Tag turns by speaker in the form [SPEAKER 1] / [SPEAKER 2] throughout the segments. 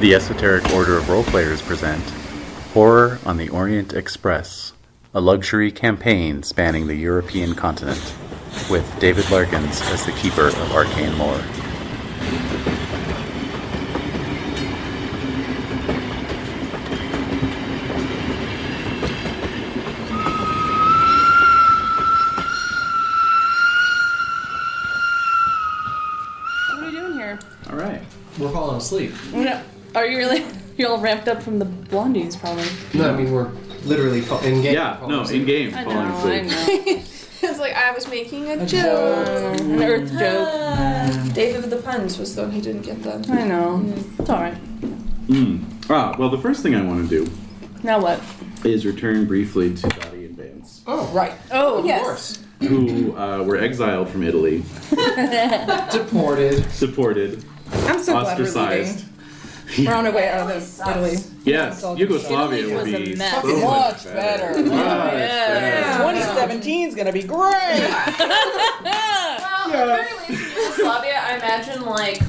[SPEAKER 1] The Esoteric Order of Roleplayers present Horror on the Orient Express, a luxury campaign spanning the European continent, with David Larkins as the keeper of arcane lore.
[SPEAKER 2] What are you doing here?
[SPEAKER 1] All right.
[SPEAKER 3] We're falling asleep.
[SPEAKER 2] What- Are you really? You're all ramped up from the blondies, probably.
[SPEAKER 3] No, I mean we're literally fa- in game. falling asleep.
[SPEAKER 1] game,
[SPEAKER 2] I know, I know.
[SPEAKER 4] It's like I was making a, joke.
[SPEAKER 2] Uh, An earth joke.
[SPEAKER 4] David with the puns was the one who didn't get that.
[SPEAKER 2] I know. It's all right.
[SPEAKER 5] Ah, well, the first thing I want to do
[SPEAKER 2] Now what?
[SPEAKER 5] is return briefly to Dottie and Vance,
[SPEAKER 3] Oh, right.
[SPEAKER 2] Oh,
[SPEAKER 4] Yes.
[SPEAKER 3] Of course.
[SPEAKER 5] who uh, were exiled from Italy,
[SPEAKER 3] Deported.
[SPEAKER 5] deported,
[SPEAKER 6] I'm so glad we're
[SPEAKER 5] ostracized.
[SPEAKER 6] leaving. We're on our way out of Italy.
[SPEAKER 5] Yes,
[SPEAKER 6] Italy
[SPEAKER 5] Yugoslavia would
[SPEAKER 2] was a
[SPEAKER 5] be
[SPEAKER 2] mess.
[SPEAKER 5] so much, better. Much better.
[SPEAKER 6] 2017 is gonna be great.
[SPEAKER 7] Well, apparently in Yugoslavia, I imagine like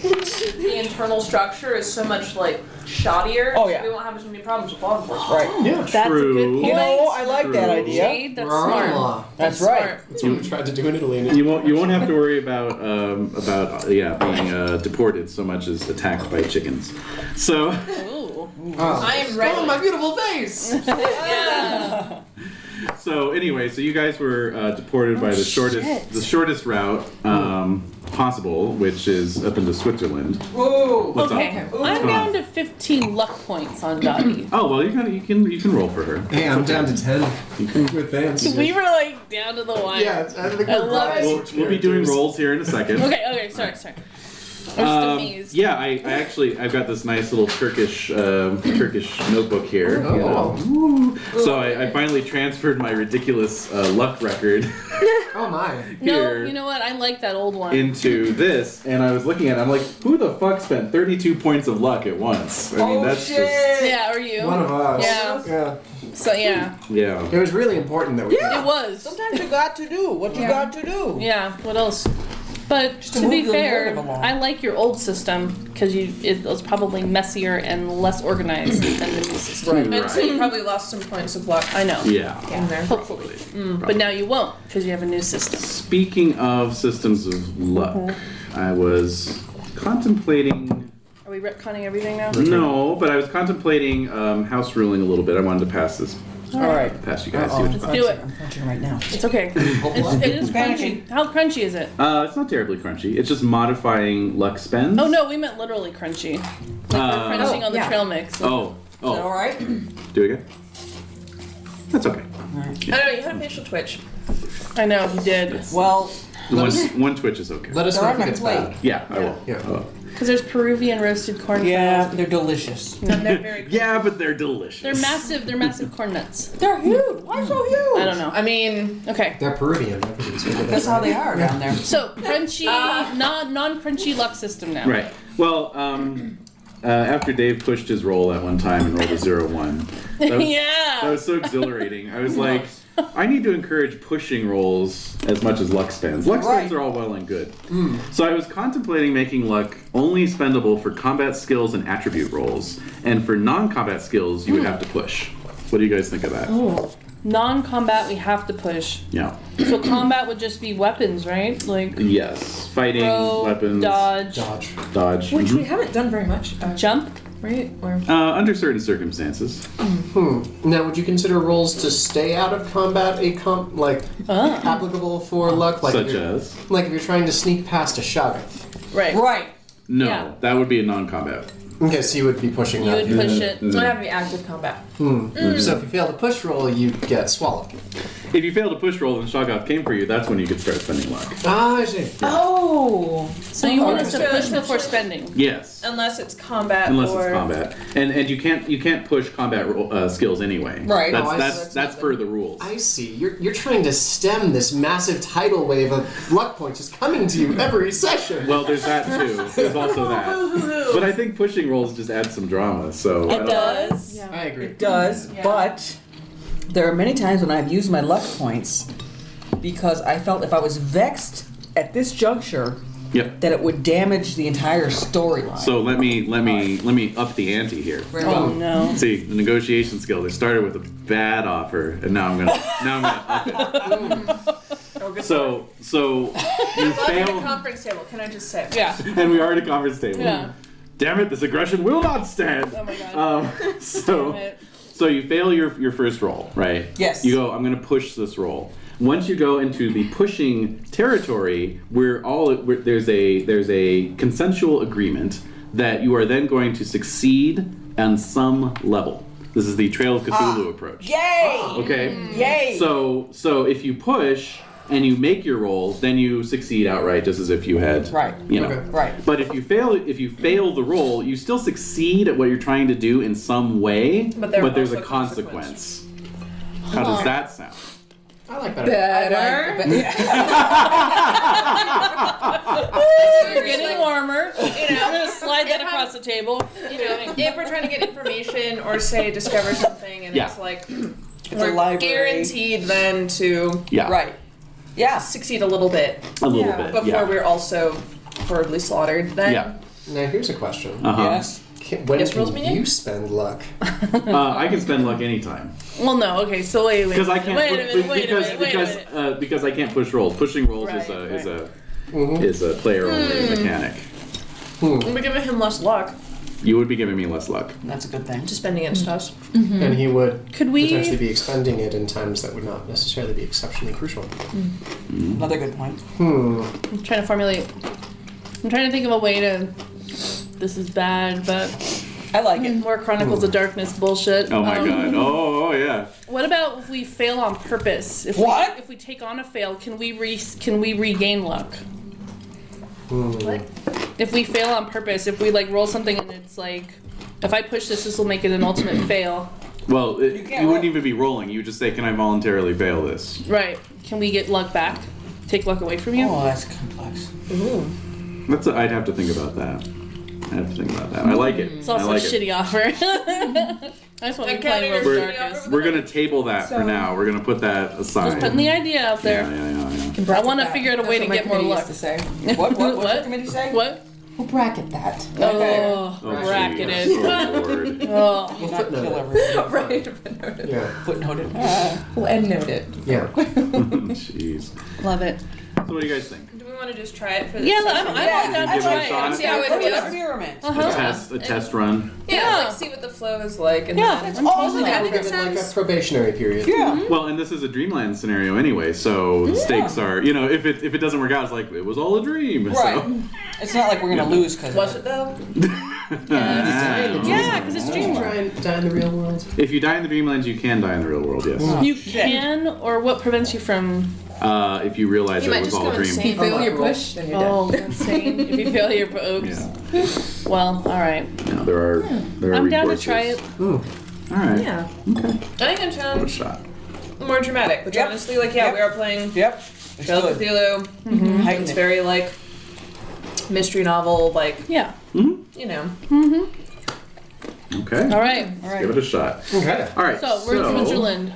[SPEAKER 7] the internal structure is so much like shoddier.
[SPEAKER 6] Oh,
[SPEAKER 7] so
[SPEAKER 6] yeah.
[SPEAKER 7] we won't have as many problems with law enforcement.
[SPEAKER 6] Right.
[SPEAKER 3] Yeah.
[SPEAKER 2] That's a good
[SPEAKER 5] True.
[SPEAKER 2] point.
[SPEAKER 6] You know, I like that idea.
[SPEAKER 2] Jade, that's
[SPEAKER 3] we're our own
[SPEAKER 2] smart.
[SPEAKER 3] law.
[SPEAKER 6] That's right.
[SPEAKER 3] That's what we tried to do in Italy. And
[SPEAKER 5] You won't. You won't have to worry about um, about uh, yeah being uh, deported so much as attacked by chickens. So
[SPEAKER 3] oh.
[SPEAKER 7] I am
[SPEAKER 3] oh,
[SPEAKER 7] ready.
[SPEAKER 3] my beautiful face.
[SPEAKER 5] so anyway, so you guys were uh, deported
[SPEAKER 2] Oh,
[SPEAKER 5] by the shortest the shortest route um, possible, which is up into Switzerland.
[SPEAKER 3] Whoa.
[SPEAKER 5] What's
[SPEAKER 2] Okay,
[SPEAKER 5] up?
[SPEAKER 2] I'm
[SPEAKER 5] on?
[SPEAKER 2] down to 15 luck points on Dobby.
[SPEAKER 5] Oh well, you can you can you can roll for her.
[SPEAKER 3] Hey, I'm down to ten with Vance.
[SPEAKER 2] we were like down to the wire.
[SPEAKER 3] Yeah, I think
[SPEAKER 2] I
[SPEAKER 3] we're
[SPEAKER 2] love
[SPEAKER 3] brothers.
[SPEAKER 2] it.
[SPEAKER 5] We'll, we'll be doing rolls here in a second.
[SPEAKER 2] Okay, okay, sorry, sorry. I'm
[SPEAKER 5] Um,
[SPEAKER 2] just amazed.
[SPEAKER 5] yeah, I, I actually I've got this nice little Turkish um, Turkish notebook here.
[SPEAKER 3] Oh.
[SPEAKER 5] you know. Ooh. So I, I finally transferred my ridiculous uh, luck record
[SPEAKER 3] Oh my.
[SPEAKER 2] No,
[SPEAKER 5] here
[SPEAKER 2] you know what? I like that old one.
[SPEAKER 5] into this, and I was looking at. it, I'm like, who the fuck spent 32 points of luck at once? I mean,
[SPEAKER 6] Oh,
[SPEAKER 5] that's
[SPEAKER 6] shit.
[SPEAKER 2] yeah, or you?
[SPEAKER 3] One of us.
[SPEAKER 2] Yeah.
[SPEAKER 3] Yeah.
[SPEAKER 2] So yeah,
[SPEAKER 5] just yeah.
[SPEAKER 3] It was really important that we.
[SPEAKER 2] it was.
[SPEAKER 6] Sometimes you got to do what you got to do.
[SPEAKER 2] Yeah. What else? But to, be
[SPEAKER 6] move the
[SPEAKER 2] fair,
[SPEAKER 6] narrative along.
[SPEAKER 2] I like your old system because you it was probably messier and less organized than the new system.
[SPEAKER 4] And so
[SPEAKER 5] Right.
[SPEAKER 4] you probably lost some points of luck
[SPEAKER 2] I know.
[SPEAKER 5] Yeah.
[SPEAKER 4] in there.
[SPEAKER 2] Hopefully, Mm, but now you won't because you have a new system.
[SPEAKER 5] Speaking of systems of luck, I was contemplating
[SPEAKER 2] Are we retconning everything now?
[SPEAKER 5] Mm-hmm. No, but I was contemplating um, house ruling a little bit. I wanted to pass this
[SPEAKER 6] All right.
[SPEAKER 5] past you guys. see what you thought.
[SPEAKER 2] Do it.
[SPEAKER 6] I'm punching right now.
[SPEAKER 2] It's okay. It's, it is
[SPEAKER 6] Panicking.
[SPEAKER 2] crunchy. How crunchy is it?
[SPEAKER 5] Uh, it's not terribly crunchy. It's just modifying luck spends.
[SPEAKER 2] Oh no, we meant literally crunchy.
[SPEAKER 5] Uh,
[SPEAKER 2] Like we're crunching
[SPEAKER 6] Oh,
[SPEAKER 2] on the
[SPEAKER 6] yeah.
[SPEAKER 2] trail mix.
[SPEAKER 5] Oh,
[SPEAKER 6] All
[SPEAKER 5] oh,
[SPEAKER 6] right.
[SPEAKER 5] do it again. That's okay.
[SPEAKER 4] I know you had a facial twitch.
[SPEAKER 2] I know he did.
[SPEAKER 6] Well,
[SPEAKER 5] One, one twitch is okay.
[SPEAKER 3] Let us
[SPEAKER 6] They're
[SPEAKER 3] know
[SPEAKER 6] on
[SPEAKER 3] if it
[SPEAKER 6] my
[SPEAKER 3] gets
[SPEAKER 6] plate.
[SPEAKER 3] bad.
[SPEAKER 5] Yeah, I will. Oh.
[SPEAKER 3] Yeah.
[SPEAKER 5] I will.
[SPEAKER 2] Because there's Peruvian roasted corn.
[SPEAKER 6] yeah,
[SPEAKER 2] kernels.
[SPEAKER 6] they're delicious.
[SPEAKER 4] And they're very
[SPEAKER 5] Yeah, but they're delicious.
[SPEAKER 2] They're massive. They're massive corn nuts.
[SPEAKER 6] They're huge. Why so huge?
[SPEAKER 2] I don't know.
[SPEAKER 4] I mean,
[SPEAKER 2] Okay.
[SPEAKER 3] They're Peruvian. I think it's what it is.
[SPEAKER 6] That's how they are down there.
[SPEAKER 2] So crunchy, non non crunchy luck system now.
[SPEAKER 5] Right. Well, um, uh, after Dave pushed his roll at one time and rolled a zero one. That was,
[SPEAKER 2] Yeah.
[SPEAKER 5] That was so exhilarating. I was like, I need to encourage pushing rolls as much as luck spends. Luck spends
[SPEAKER 6] Right.
[SPEAKER 5] are all well and good.
[SPEAKER 2] Mm.
[SPEAKER 5] So I was contemplating making luck only spendable for combat skills and attribute rolls, and for non-combat skills,
[SPEAKER 2] Mm.
[SPEAKER 5] you would have to push. What do you guys think of that?
[SPEAKER 2] Oh. Non combat, we have to push.
[SPEAKER 5] Yeah.
[SPEAKER 2] So combat would just be weapons, right? Like
[SPEAKER 5] Yes. Fighting,
[SPEAKER 2] throw,
[SPEAKER 5] weapons,
[SPEAKER 2] dodge,
[SPEAKER 3] Dodge.
[SPEAKER 5] dodge.
[SPEAKER 4] which we
[SPEAKER 5] Mhm.
[SPEAKER 4] haven't done very much, uh,
[SPEAKER 2] jump.
[SPEAKER 4] right? Or
[SPEAKER 5] Uh, under certain circumstances.
[SPEAKER 3] Hmm. Now, would you consider roles to stay out of combat a comp like Ah. applicable for luck, like if
[SPEAKER 5] Such
[SPEAKER 3] you're-
[SPEAKER 5] as?
[SPEAKER 3] like if you're trying to sneak past a shoggoth?
[SPEAKER 2] Right.
[SPEAKER 6] Right.
[SPEAKER 5] No,
[SPEAKER 2] Yeah.
[SPEAKER 5] that would be a non-combat.
[SPEAKER 3] Okay, so you would be pushing
[SPEAKER 2] You
[SPEAKER 3] that.
[SPEAKER 2] would push it.
[SPEAKER 5] Mm-hmm.
[SPEAKER 4] it's not have to be active combat.
[SPEAKER 3] So if you fail the push roll, you get swallowed.
[SPEAKER 5] If you fail to push roll and Shoggoth came for you, that's when you could start spending luck.
[SPEAKER 3] Ah, I see.
[SPEAKER 4] Oh,
[SPEAKER 2] So you want us to
[SPEAKER 4] Okay.
[SPEAKER 2] push before spending.
[SPEAKER 5] Yes.
[SPEAKER 2] Oh,
[SPEAKER 4] unless it's combat.
[SPEAKER 5] Unless
[SPEAKER 4] or
[SPEAKER 5] it's combat, and and you can't you can't push combat ro- uh, skills anyway.
[SPEAKER 6] Right.
[SPEAKER 5] That's
[SPEAKER 3] Oh, I see.
[SPEAKER 5] that's that's per the rules.
[SPEAKER 3] I see. You're, you're trying to stem this massive tidal wave of luck points just coming to you every session.
[SPEAKER 5] Well, there's that too. There's also that. But I think pushing rolls just adds some drama. So I
[SPEAKER 6] It
[SPEAKER 5] don't-
[SPEAKER 6] does.
[SPEAKER 3] I agree.
[SPEAKER 6] does, but there are many times when I've used my luck points because I felt if I was vexed at this juncture,
[SPEAKER 5] Yep.
[SPEAKER 6] that it would damage the entire storyline.
[SPEAKER 5] So let me let me let me up the ante here.
[SPEAKER 2] Oh no.
[SPEAKER 5] See, the negotiation skill. They started with a bad offer, and now I'm gonna now I'm gonna up it. So so you
[SPEAKER 4] the
[SPEAKER 5] fail,
[SPEAKER 4] conference table. Can I just say?
[SPEAKER 2] Yeah.
[SPEAKER 5] and we are at a conference table.
[SPEAKER 2] Yeah.
[SPEAKER 5] Damn it! This aggression will not stand.
[SPEAKER 2] Oh my god.
[SPEAKER 5] Um, so.
[SPEAKER 2] Damn it.
[SPEAKER 5] So you fail your your first roll, right?
[SPEAKER 6] Yes.
[SPEAKER 5] You go, I'm going to push this roll. Once you go into the pushing territory, we're all we're, there's a there's a consensual agreement that you are then going to succeed on some level. This is the Trail of Cthulhu approach.
[SPEAKER 6] Yay!
[SPEAKER 5] Okay.
[SPEAKER 6] Yay!
[SPEAKER 5] Oh. So so if you push and you make your roll, then you succeed outright, just as if you had
[SPEAKER 6] Right.
[SPEAKER 5] You know.
[SPEAKER 3] Okay.
[SPEAKER 6] right.
[SPEAKER 5] But if you fail, if you fail the roll, you still succeed at what you're trying to do in some way.
[SPEAKER 4] But there are
[SPEAKER 5] there's
[SPEAKER 4] also
[SPEAKER 5] a consequence. How does that sound?
[SPEAKER 3] I like that.
[SPEAKER 4] Better.
[SPEAKER 6] But, yeah.
[SPEAKER 2] You're getting warmer. You know, I'm gonna slide that across the table.
[SPEAKER 8] You know,
[SPEAKER 4] If we're trying to get information or say discover something and
[SPEAKER 5] Yeah.
[SPEAKER 4] it's like
[SPEAKER 6] It's a
[SPEAKER 4] we're
[SPEAKER 6] library.
[SPEAKER 4] guaranteed then to
[SPEAKER 5] Yeah,
[SPEAKER 6] Right. Yeah.
[SPEAKER 4] succeed a little bit
[SPEAKER 5] A little bit.
[SPEAKER 4] before
[SPEAKER 5] yeah.
[SPEAKER 4] we're also horribly slaughtered then.
[SPEAKER 5] yeah.
[SPEAKER 3] Now here's a question:
[SPEAKER 5] Uh-huh.
[SPEAKER 6] Yes.
[SPEAKER 3] Can, When
[SPEAKER 4] Yes, rules
[SPEAKER 3] can
[SPEAKER 4] meaning?
[SPEAKER 3] you spend luck?
[SPEAKER 5] Uh, I can spend luck anytime
[SPEAKER 2] Well, no. Okay. So wait, wait.
[SPEAKER 5] because I can't.
[SPEAKER 2] Wait a
[SPEAKER 5] pu-
[SPEAKER 2] minute. Wait
[SPEAKER 5] because
[SPEAKER 2] a minute. Wait a
[SPEAKER 5] because
[SPEAKER 2] minute.
[SPEAKER 5] Uh, because I can't push rolls. Pushing rolls is
[SPEAKER 4] Right,
[SPEAKER 5] a is
[SPEAKER 4] right.
[SPEAKER 5] a is a player only mechanic.
[SPEAKER 4] We're giving him less luck
[SPEAKER 5] You would be giving me less luck.
[SPEAKER 6] That's a good thing.
[SPEAKER 4] to spend against us.
[SPEAKER 3] And he would
[SPEAKER 2] Could we-
[SPEAKER 3] potentially be expending it in times that would not necessarily be exceptionally crucial.
[SPEAKER 6] Another good point.
[SPEAKER 2] I'm trying to formulate. I'm trying to think of a way to. This is bad, but
[SPEAKER 6] I like it.
[SPEAKER 2] more Chronicles of Darkness bullshit.
[SPEAKER 5] Oh my
[SPEAKER 2] Um,
[SPEAKER 5] god. Oh, oh yeah.
[SPEAKER 2] What about if we fail on purpose? If
[SPEAKER 6] What?
[SPEAKER 2] We, if we take on a fail, can we re, can we regain luck?
[SPEAKER 4] What?
[SPEAKER 2] If we fail on purpose, if we like roll something and it's like, if I push this, this will make it an ultimate fail.
[SPEAKER 5] Well, it, you,
[SPEAKER 6] can't
[SPEAKER 5] wouldn't
[SPEAKER 6] roll.
[SPEAKER 5] even be rolling. You would just say, "Can I voluntarily fail this?"
[SPEAKER 2] Right? Can we get luck back? Take luck away from you?
[SPEAKER 6] Oh, that's complex.
[SPEAKER 5] That's. A, I'd have to think about that. I have to think about that. I like it.
[SPEAKER 2] it's also
[SPEAKER 5] I like
[SPEAKER 2] a
[SPEAKER 5] it.
[SPEAKER 2] shitty offer. I just want to be playing
[SPEAKER 8] Encounter
[SPEAKER 2] Roll
[SPEAKER 5] your
[SPEAKER 2] of
[SPEAKER 5] shitty
[SPEAKER 2] Darkness.
[SPEAKER 5] We're gonna table that for
[SPEAKER 4] So-
[SPEAKER 5] now. We're gonna put that aside.
[SPEAKER 2] Just putting the idea out there.
[SPEAKER 5] yeah, yeah, yeah, yeah.
[SPEAKER 2] I want to figure out a way to get more luck.
[SPEAKER 6] To say. What? What? What?
[SPEAKER 2] What?
[SPEAKER 6] The committee say?
[SPEAKER 2] What?
[SPEAKER 6] We'll bracket that.
[SPEAKER 2] Oh,
[SPEAKER 5] Oh, gee,
[SPEAKER 2] bracketed.
[SPEAKER 5] Oh, Lord.
[SPEAKER 2] Oh.
[SPEAKER 6] We'll not
[SPEAKER 3] footnote
[SPEAKER 6] kill
[SPEAKER 3] it.
[SPEAKER 6] everyone.
[SPEAKER 4] Right. But noted.
[SPEAKER 3] Yeah,
[SPEAKER 6] Footnoted.
[SPEAKER 4] We'll end noted.
[SPEAKER 3] yeah.
[SPEAKER 5] Oh, Jeez.
[SPEAKER 2] Love it.
[SPEAKER 5] So, what do you guys think?
[SPEAKER 8] do we want to just try it for this?
[SPEAKER 2] Yeah, I'm, I'm all down to
[SPEAKER 5] Give it a
[SPEAKER 2] try it.
[SPEAKER 5] shot.
[SPEAKER 2] I'm
[SPEAKER 8] See how it
[SPEAKER 6] Let's
[SPEAKER 8] feels.
[SPEAKER 6] experiment.
[SPEAKER 5] A test, a test run.
[SPEAKER 8] Yeah,
[SPEAKER 2] Yeah.
[SPEAKER 8] Like, see what the flow is like. And
[SPEAKER 2] Yeah,
[SPEAKER 8] then-
[SPEAKER 2] I'm
[SPEAKER 6] all
[SPEAKER 2] totally
[SPEAKER 6] that.
[SPEAKER 2] down.
[SPEAKER 3] We're given like a probationary period.
[SPEAKER 6] Oh, Yeah.
[SPEAKER 5] Well, and this is a dreamland scenario anyway, so the stakes are, you know, if it if it doesn't work out, it's like it was all a dream.
[SPEAKER 6] Right. It's not like we're gonna lose because.
[SPEAKER 4] Was it though?
[SPEAKER 5] So.
[SPEAKER 2] Yeah, because it's
[SPEAKER 3] Try
[SPEAKER 2] dreamland.
[SPEAKER 3] and die in the real world.
[SPEAKER 5] If you die in the dreamland, you can die in the real world. Yes.
[SPEAKER 6] Oh,
[SPEAKER 2] You can, or what prevents you from?
[SPEAKER 5] Uh, if you realize
[SPEAKER 8] You
[SPEAKER 5] it
[SPEAKER 8] might
[SPEAKER 5] was
[SPEAKER 8] just
[SPEAKER 5] all
[SPEAKER 8] go
[SPEAKER 5] a dream.
[SPEAKER 8] insane.
[SPEAKER 4] Fail your push, then you're
[SPEAKER 2] Oh, insane! if you fail your oops.
[SPEAKER 5] Yeah.
[SPEAKER 2] Well, all right.
[SPEAKER 5] No, there are there are
[SPEAKER 2] I'm down to
[SPEAKER 5] recourses.
[SPEAKER 2] try it.
[SPEAKER 5] All right.
[SPEAKER 4] dead. Yeah.
[SPEAKER 8] I think it
[SPEAKER 5] What a
[SPEAKER 8] sounds
[SPEAKER 5] shot.
[SPEAKER 8] more dramatic. But
[SPEAKER 6] Yep.
[SPEAKER 8] honestly, like, yeah,
[SPEAKER 6] Yep.
[SPEAKER 8] we are playing
[SPEAKER 6] Yep. Mm-hmm.
[SPEAKER 8] Trail of
[SPEAKER 6] Good.
[SPEAKER 8] Cthulhu.
[SPEAKER 6] Heighten
[SPEAKER 8] It's
[SPEAKER 6] it.
[SPEAKER 8] very like mystery novel, like
[SPEAKER 2] Yeah.
[SPEAKER 8] you know.
[SPEAKER 5] Okay.
[SPEAKER 2] All right.
[SPEAKER 5] Give it a shot.
[SPEAKER 3] Okay.
[SPEAKER 5] All right.
[SPEAKER 2] So we're in Switzerland.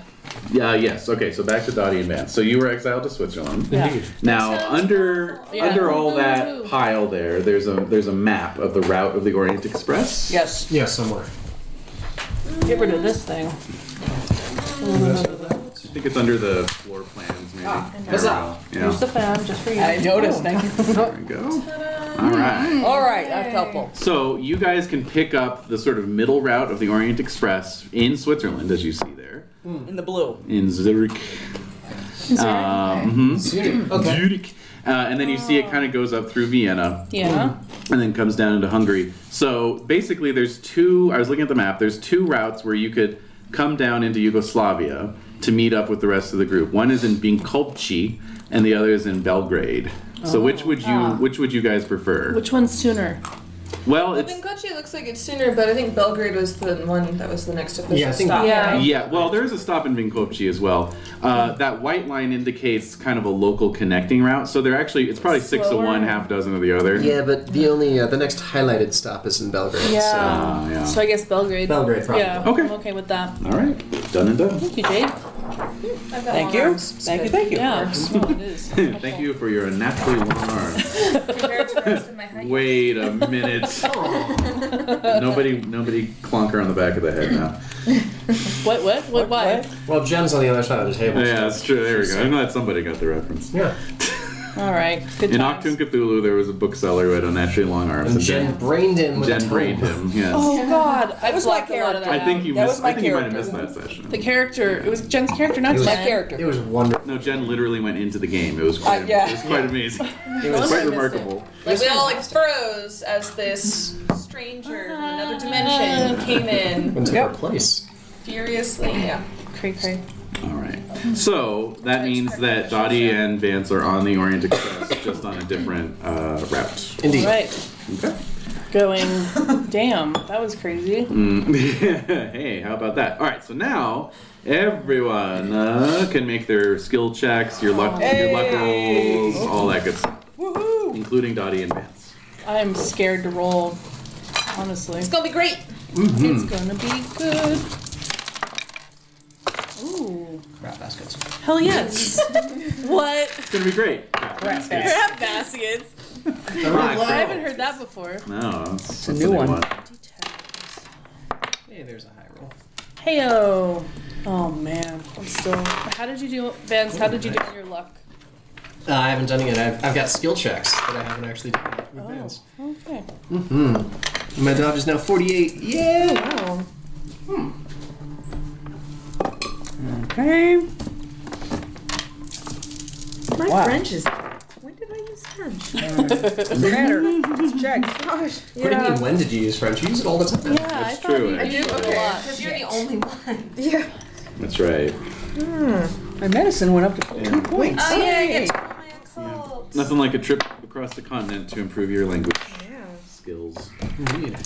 [SPEAKER 5] Yeah. yes. Okay. So back to Dottie and Vance. So you were exiled to Switzerland.
[SPEAKER 2] Yeah.
[SPEAKER 5] Now under
[SPEAKER 2] Yeah.
[SPEAKER 5] under all
[SPEAKER 2] Ooh.
[SPEAKER 5] that pile there, there's a there's a map of the route of the Orient Express.
[SPEAKER 6] Yes.
[SPEAKER 3] Yeah, somewhere.
[SPEAKER 2] Get rid of this thing.
[SPEAKER 5] I think it's under the floor plans maybe.
[SPEAKER 6] What's up?
[SPEAKER 5] Yeah.
[SPEAKER 2] the fan just for you.
[SPEAKER 6] I noticed. Thank you.
[SPEAKER 5] There we go. All right.
[SPEAKER 6] All right, a couple.
[SPEAKER 5] So you guys can pick up the sort of middle route of the Orient Express in Switzerland, as you see there,
[SPEAKER 6] In the blue.
[SPEAKER 5] in Zurich. Um, mhm.
[SPEAKER 3] Zurich. Okay.
[SPEAKER 5] Zurich. Uh, and then you see it kind of goes up through Vienna
[SPEAKER 2] Yeah.
[SPEAKER 5] and then comes down into Hungary. So basically, there's two. I was looking at the map. There's two routes where you could come down into Yugoslavia to meet up with the rest of the group. One is in Vinkovci, and the other is in Belgrade. So which would you which would you guys prefer?
[SPEAKER 2] Which one's sooner?
[SPEAKER 5] Well, it's
[SPEAKER 8] Vinkochi looks like it's sooner, but I think Belgrade was the one that was the next official
[SPEAKER 3] Yeah, I think-
[SPEAKER 8] stop.
[SPEAKER 4] Yeah.
[SPEAKER 5] Yeah, well, there is a stop in Vinkovci as well. Uh, that white line indicates kind of a local connecting route, so they're actually it's probably six of
[SPEAKER 8] Slower.
[SPEAKER 5] one, half dozen of the other.
[SPEAKER 3] Yeah, but the only uh, the next highlighted stop is in Belgrade. So.
[SPEAKER 5] Uh, yeah.
[SPEAKER 2] So I guess Belgrade.
[SPEAKER 3] Belgrade, probably.
[SPEAKER 2] Yeah.
[SPEAKER 5] Okay.
[SPEAKER 2] I'm okay with that.
[SPEAKER 5] All right, done and done.
[SPEAKER 2] Thank you, Jade.
[SPEAKER 4] I've got
[SPEAKER 6] Thank
[SPEAKER 4] long
[SPEAKER 6] you.
[SPEAKER 4] arms. It's
[SPEAKER 6] Thank you,
[SPEAKER 4] good.
[SPEAKER 6] thank you.
[SPEAKER 2] Yeah, well, it is.
[SPEAKER 9] Thank you for your naturally long arm.
[SPEAKER 4] Compared to the rest of my height.
[SPEAKER 9] Wait a minute. nobody, nobody clonk her on the back of the head now.
[SPEAKER 2] What? What? What? Why?
[SPEAKER 3] Well, Jen's on the other side of the table.
[SPEAKER 9] Yeah, that's true. There we go. I'm glad somebody got the reference.
[SPEAKER 3] Yeah.
[SPEAKER 2] All right. Good
[SPEAKER 9] In
[SPEAKER 2] times.
[SPEAKER 9] Octoon Cthulhu, there was a bookseller who had unnaturally long arms,
[SPEAKER 3] And
[SPEAKER 9] and
[SPEAKER 3] Jen
[SPEAKER 9] Jen,
[SPEAKER 3] brained him with a
[SPEAKER 9] Jen
[SPEAKER 3] tome.
[SPEAKER 9] brained him. Yes.
[SPEAKER 2] Oh God, I
[SPEAKER 6] was
[SPEAKER 2] was
[SPEAKER 6] my
[SPEAKER 2] like a lot of that.
[SPEAKER 9] I
[SPEAKER 2] out.
[SPEAKER 9] think you
[SPEAKER 6] That
[SPEAKER 9] missed.
[SPEAKER 6] was my
[SPEAKER 9] I think you might have missed
[SPEAKER 6] character.
[SPEAKER 9] that session.
[SPEAKER 2] the character. It was Jen's character, not
[SPEAKER 3] It was-
[SPEAKER 2] Jen.
[SPEAKER 6] That character.
[SPEAKER 3] It was wonderful.
[SPEAKER 9] No, Jen literally went into the game. It was quite,
[SPEAKER 6] Uh, yeah.
[SPEAKER 9] it was quite amazing. It
[SPEAKER 3] It
[SPEAKER 9] was
[SPEAKER 3] was-
[SPEAKER 9] quite remarkable.
[SPEAKER 4] Like we all like froze as this stranger from another dimension came in
[SPEAKER 3] And took
[SPEAKER 6] Yep.
[SPEAKER 3] her place.
[SPEAKER 4] furiously. Yeah.
[SPEAKER 2] Cray, cray.
[SPEAKER 9] All right. So that means that Dottie and Vance are on the Orient Express, just on a different uh, route.
[SPEAKER 2] All
[SPEAKER 3] Indeed.
[SPEAKER 2] right.
[SPEAKER 9] Okay.
[SPEAKER 2] Going. damn, that was crazy.
[SPEAKER 9] Mm. hey, how about that? All right. So now everyone uh, can make their skill checks, your luck, your luck rolls, all that good stuff,
[SPEAKER 6] Woohoo!
[SPEAKER 9] including Dottie and Vance.
[SPEAKER 2] I'm scared to roll. Honestly,
[SPEAKER 4] It's gonna be great.
[SPEAKER 9] Mm-hmm.
[SPEAKER 2] it's gonna be good. Ooh.
[SPEAKER 6] Crap baskets.
[SPEAKER 2] Hell yes. what?
[SPEAKER 9] It's gonna be great. Crap baskets.
[SPEAKER 2] Crab baskets.
[SPEAKER 9] Five.
[SPEAKER 2] I haven't heard that before.
[SPEAKER 9] No, it's,
[SPEAKER 6] a
[SPEAKER 9] that's
[SPEAKER 6] new one.
[SPEAKER 3] Hey, there's a high roll.
[SPEAKER 2] Heyo. Oh man, I'm so. How did you do, Vance? How did you do on your luck?
[SPEAKER 3] Uh, I haven't done it yet. I've, I've got skill checks that I haven't actually done yet
[SPEAKER 10] Oh,
[SPEAKER 3] with Vance.
[SPEAKER 2] Okay.
[SPEAKER 3] My dodge is now 48. Yeah!
[SPEAKER 2] Wow.
[SPEAKER 10] Oh, Hmm.
[SPEAKER 6] Okay.
[SPEAKER 10] My
[SPEAKER 6] Wow.
[SPEAKER 10] French is. When did I use French?
[SPEAKER 6] Matter. Let's check.
[SPEAKER 10] Gosh.
[SPEAKER 3] What do you mean,
[SPEAKER 10] Yeah.
[SPEAKER 3] when did you use French? You use it all the time.
[SPEAKER 2] Yeah,
[SPEAKER 9] That's
[SPEAKER 2] I thought
[SPEAKER 9] true, eh?
[SPEAKER 2] you
[SPEAKER 9] actually.
[SPEAKER 2] did a
[SPEAKER 4] Okay.
[SPEAKER 2] lot.
[SPEAKER 4] Because you're the only one.
[SPEAKER 10] Yeah.
[SPEAKER 9] That's right.
[SPEAKER 6] My medicine went up to two points.
[SPEAKER 4] Oh yeah, I
[SPEAKER 6] Yay.
[SPEAKER 4] get to roll my occult.
[SPEAKER 9] Nothing like a trip across the continent to improve your language
[SPEAKER 10] Yeah.
[SPEAKER 9] skills.
[SPEAKER 3] Indeed.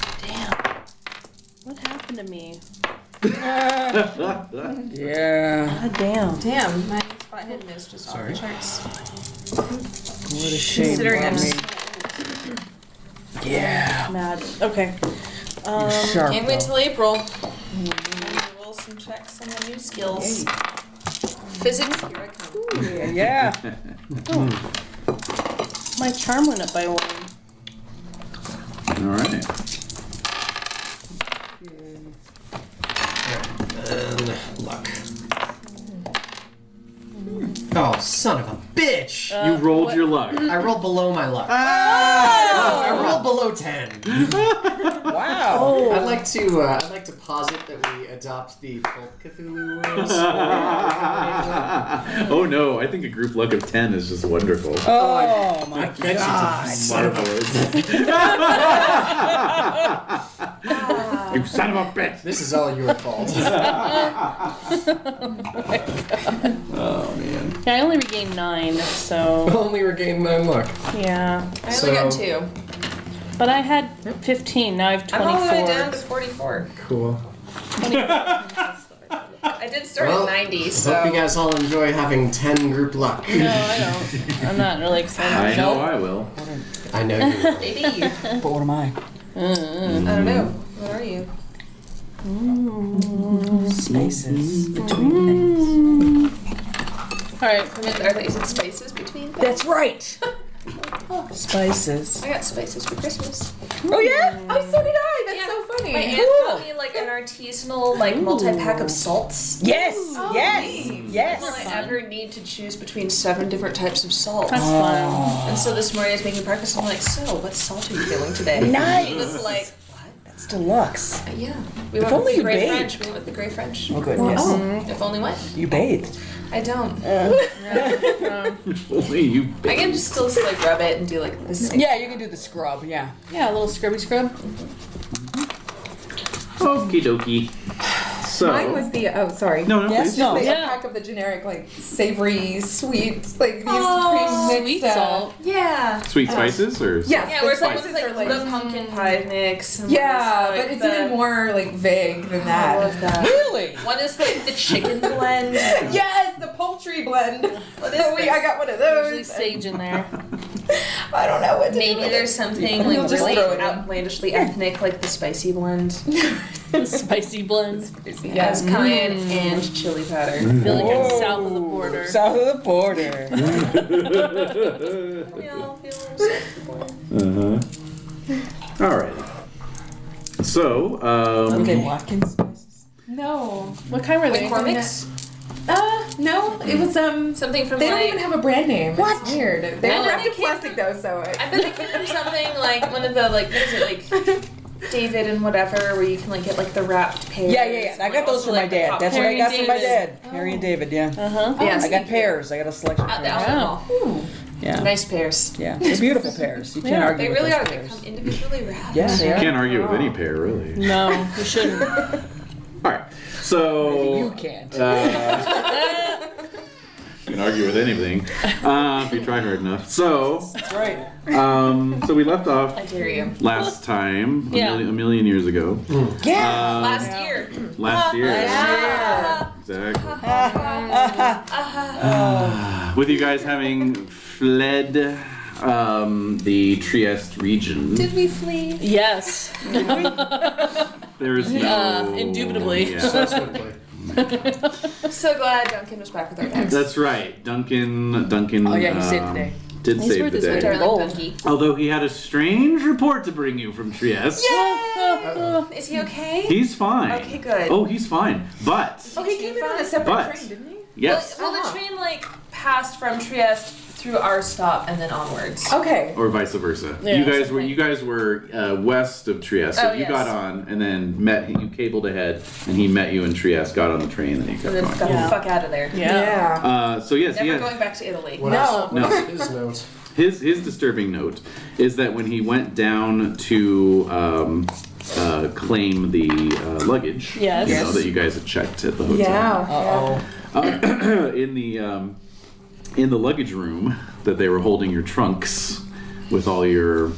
[SPEAKER 2] What happened to me?
[SPEAKER 6] Yeah.
[SPEAKER 2] God damn.
[SPEAKER 4] Damn, my spot hidden is just off the charts.
[SPEAKER 6] What a shame.
[SPEAKER 4] Considering I'm
[SPEAKER 6] about me. Yeah.
[SPEAKER 2] Mad. Okay.
[SPEAKER 6] Sharp.
[SPEAKER 4] can't wait till April. I will roll some checks on my new skills. Physics, here I come.
[SPEAKER 6] though. Yeah.
[SPEAKER 2] My charm went up by one.
[SPEAKER 9] All right.
[SPEAKER 3] And luck. Oh, son of a bitch!
[SPEAKER 10] Uh,
[SPEAKER 9] you
[SPEAKER 2] Uh,
[SPEAKER 9] rolled your luck.
[SPEAKER 3] I rolled below my luck. I rolled below 10.
[SPEAKER 6] Wow.
[SPEAKER 3] I'd like to. Uh, I'd like to posit that we adopt the folk Cthulhu rules.
[SPEAKER 9] oh no, I think a group luck of 10 is just wonderful.
[SPEAKER 6] Oh my
[SPEAKER 3] God, son of a-
[SPEAKER 9] you son of a bitch!
[SPEAKER 3] this is all your fault.
[SPEAKER 9] Oh man.
[SPEAKER 2] Yeah, I only regained nine, so
[SPEAKER 3] Only regained nine luck.
[SPEAKER 2] yeah.
[SPEAKER 4] I only
[SPEAKER 3] So-
[SPEAKER 4] got two.
[SPEAKER 2] But I had 15. Now I have
[SPEAKER 4] I'm all the way down
[SPEAKER 2] 24.
[SPEAKER 4] to 44.
[SPEAKER 3] Cool.
[SPEAKER 4] I did start
[SPEAKER 3] Well,
[SPEAKER 4] at 90,
[SPEAKER 3] Hope you
[SPEAKER 4] so.
[SPEAKER 3] guys all enjoy having ten group luck.
[SPEAKER 2] No, I don't. I'm not really excited.
[SPEAKER 9] I know
[SPEAKER 2] Nope.
[SPEAKER 9] I will.
[SPEAKER 3] I know you.
[SPEAKER 4] Maybe. I
[SPEAKER 6] But what am I?
[SPEAKER 4] don't know. Where are you?
[SPEAKER 6] Spaces between things.
[SPEAKER 2] All right.
[SPEAKER 4] I mean, are there, is it spaces between? them?
[SPEAKER 6] That's right. Spices.
[SPEAKER 4] I got spaces for Christmas.
[SPEAKER 6] Oh yeah.
[SPEAKER 10] Oh, so did I. That's
[SPEAKER 4] Yeah.
[SPEAKER 10] so funny.
[SPEAKER 4] My aunt
[SPEAKER 6] Cool.
[SPEAKER 4] got me like an artisanal like multi-pack of salts.
[SPEAKER 6] Yes. yes.
[SPEAKER 4] nice. Will
[SPEAKER 6] Yes.
[SPEAKER 4] I ever need to choose between seven different types of salt?
[SPEAKER 2] That's fun.
[SPEAKER 4] And so this morning I was making breakfast and I'm like, so what salt are you feeling today? It
[SPEAKER 6] Nice.
[SPEAKER 4] was like, what? That's
[SPEAKER 6] It's deluxe.
[SPEAKER 4] yeah. We went
[SPEAKER 6] only
[SPEAKER 4] with
[SPEAKER 6] you
[SPEAKER 4] the Grey
[SPEAKER 6] baked.
[SPEAKER 4] French. We went with the Grey French.
[SPEAKER 6] Oh good. Yes.
[SPEAKER 4] If only what?
[SPEAKER 6] You bathed.
[SPEAKER 4] I don't.
[SPEAKER 6] Uh,
[SPEAKER 9] Holy you
[SPEAKER 4] I
[SPEAKER 9] bitch.
[SPEAKER 4] can just still like rub it and do like this.
[SPEAKER 6] Yeah, you can do the scrub. Yeah.
[SPEAKER 2] Yeah, a little scrubby scrub.
[SPEAKER 9] Okie dokie. So.
[SPEAKER 10] Mine was the oh sorry.
[SPEAKER 9] No, no,
[SPEAKER 6] Yes,
[SPEAKER 9] please.
[SPEAKER 6] no.
[SPEAKER 10] The
[SPEAKER 2] Yeah.
[SPEAKER 10] pack of the generic like savory sweet like these
[SPEAKER 4] Oh,
[SPEAKER 10] cream
[SPEAKER 2] Sweet
[SPEAKER 10] mixed, uh,
[SPEAKER 2] salt.
[SPEAKER 4] Yeah.
[SPEAKER 9] Sweet spices or?
[SPEAKER 10] Yeah,
[SPEAKER 4] Yeah,
[SPEAKER 10] the
[SPEAKER 4] we're like,
[SPEAKER 10] spices
[SPEAKER 4] it's like,
[SPEAKER 10] are, like-
[SPEAKER 4] the pumpkin pie mix. and
[SPEAKER 10] Yeah,
[SPEAKER 4] one is,
[SPEAKER 10] but
[SPEAKER 4] like,
[SPEAKER 10] it's
[SPEAKER 4] the-
[SPEAKER 10] even more like vague than
[SPEAKER 4] I
[SPEAKER 10] that.
[SPEAKER 4] love that.
[SPEAKER 6] Really?
[SPEAKER 4] One is like the chicken blend.
[SPEAKER 10] Yes, the poultry blend.
[SPEAKER 4] What is
[SPEAKER 10] So we, I
[SPEAKER 4] this?
[SPEAKER 10] got one of
[SPEAKER 2] Usually
[SPEAKER 10] those.
[SPEAKER 2] sage in there.
[SPEAKER 10] I don't know what. To do
[SPEAKER 4] Maybe
[SPEAKER 10] with
[SPEAKER 4] there's something
[SPEAKER 10] You'll
[SPEAKER 4] like
[SPEAKER 10] just
[SPEAKER 4] really
[SPEAKER 10] throw it in.
[SPEAKER 4] outlandishly ethnic, like the spicy blend.
[SPEAKER 2] Spicy blend.
[SPEAKER 10] Yes, cayenne and chili powder.
[SPEAKER 2] I feel like I'm
[SPEAKER 6] Whoa.
[SPEAKER 2] south of the border.
[SPEAKER 6] South of the border.
[SPEAKER 4] We all feel sick.
[SPEAKER 9] Uh-huh. All right. So, um,
[SPEAKER 6] okay, Watkins spices.
[SPEAKER 10] No.
[SPEAKER 2] What kind were they?
[SPEAKER 10] McCormick's? Uh, no. It was um.
[SPEAKER 4] something from
[SPEAKER 10] They
[SPEAKER 4] like.
[SPEAKER 10] don't even have a brand name.
[SPEAKER 6] What?
[SPEAKER 10] It's weird. They
[SPEAKER 4] I
[SPEAKER 10] were
[SPEAKER 4] know,
[SPEAKER 10] wrapped
[SPEAKER 4] they
[SPEAKER 10] in
[SPEAKER 4] came
[SPEAKER 10] plastic though, so.
[SPEAKER 4] I bet they came from something like one of the like what is it like David and whatever where you can like get like the wrapped pears.
[SPEAKER 6] Yeah, yeah, yeah. I
[SPEAKER 4] and,
[SPEAKER 6] got
[SPEAKER 4] like,
[SPEAKER 6] those
[SPEAKER 4] also,
[SPEAKER 6] from
[SPEAKER 4] like,
[SPEAKER 6] my
[SPEAKER 4] the
[SPEAKER 6] dad.
[SPEAKER 4] pop-
[SPEAKER 6] That's what I
[SPEAKER 4] Harry
[SPEAKER 6] got from my
[SPEAKER 4] David. Oh.
[SPEAKER 6] dad. Harry and David, yeah.
[SPEAKER 2] Uh huh.
[SPEAKER 10] yes.
[SPEAKER 6] I got pears. I got a selection of
[SPEAKER 4] At the
[SPEAKER 6] pears.
[SPEAKER 4] alcohol.
[SPEAKER 6] Yeah.
[SPEAKER 10] Nice pairs.
[SPEAKER 6] Yeah. They're beautiful pears. You can't
[SPEAKER 2] Yeah,
[SPEAKER 6] argue
[SPEAKER 4] They
[SPEAKER 6] with
[SPEAKER 4] really
[SPEAKER 6] those
[SPEAKER 4] are. They
[SPEAKER 6] pears.
[SPEAKER 4] come individually wrapped.
[SPEAKER 6] Yeah, they are.
[SPEAKER 9] can't argue with any pair, really.
[SPEAKER 2] No, we shouldn't.
[SPEAKER 9] All right. So
[SPEAKER 6] You can't.
[SPEAKER 9] Uh, you can argue with anything uh, if you try hard enough. So,
[SPEAKER 6] That's right.
[SPEAKER 9] um, so we left off
[SPEAKER 4] I dare you.
[SPEAKER 9] last time, a,
[SPEAKER 2] Yeah.
[SPEAKER 9] million, a million years ago.
[SPEAKER 6] Yeah.
[SPEAKER 9] Um,
[SPEAKER 4] Last year.
[SPEAKER 9] last year.
[SPEAKER 4] Yeah.
[SPEAKER 9] Exactly. With you guys having fled um, the Trieste region,
[SPEAKER 10] Did we flee?
[SPEAKER 2] Yes.
[SPEAKER 9] there is no
[SPEAKER 2] Uh, indubitably.
[SPEAKER 9] Yeah.
[SPEAKER 4] I'm so glad Duncan was back with our bags.
[SPEAKER 9] That's right, Duncan. Duncan.
[SPEAKER 6] Oh, yeah, he saved the
[SPEAKER 9] um,
[SPEAKER 6] day.
[SPEAKER 9] Did
[SPEAKER 2] He's
[SPEAKER 9] save
[SPEAKER 2] worth
[SPEAKER 9] the
[SPEAKER 2] his
[SPEAKER 9] day.
[SPEAKER 2] winter.
[SPEAKER 4] Darling
[SPEAKER 2] Gold.
[SPEAKER 4] Dunky.
[SPEAKER 9] Although he had a strange report to bring you from Trieste.
[SPEAKER 4] Is he okay?
[SPEAKER 9] He's fine.
[SPEAKER 4] Okay, good.
[SPEAKER 9] Oh, he's fine. But
[SPEAKER 10] Oh, he came in on a separate
[SPEAKER 9] But-
[SPEAKER 10] train, didn't he?
[SPEAKER 9] yes,
[SPEAKER 4] Well, well, the train like passed from Trieste through our stop and then onwards.
[SPEAKER 10] Okay.
[SPEAKER 9] or vice versa.
[SPEAKER 2] Yeah,
[SPEAKER 9] you guys were you guys were uh, west of Trieste. so
[SPEAKER 4] Oh,
[SPEAKER 9] you
[SPEAKER 4] yes.
[SPEAKER 9] got on and then met you cabled ahead and he met you in Trieste, got on the train and he
[SPEAKER 4] And
[SPEAKER 9] kept
[SPEAKER 4] then
[SPEAKER 9] going.
[SPEAKER 4] got
[SPEAKER 2] Yeah.
[SPEAKER 4] the fuck out of there.
[SPEAKER 10] Yeah.
[SPEAKER 9] Uh, so yes,
[SPEAKER 4] Never
[SPEAKER 9] he had-
[SPEAKER 4] going back to Italy.
[SPEAKER 3] What
[SPEAKER 10] No.
[SPEAKER 3] else?
[SPEAKER 9] No.
[SPEAKER 3] What else is note?
[SPEAKER 9] his his disturbing note is that when he went down to um, uh, claim the uh, luggage,
[SPEAKER 2] Yes.
[SPEAKER 9] you know
[SPEAKER 2] Yes.
[SPEAKER 9] that you guys had checked at the hotel. uh,
[SPEAKER 10] Yeah.
[SPEAKER 9] in the um, in the luggage room that they were holding your trunks with all your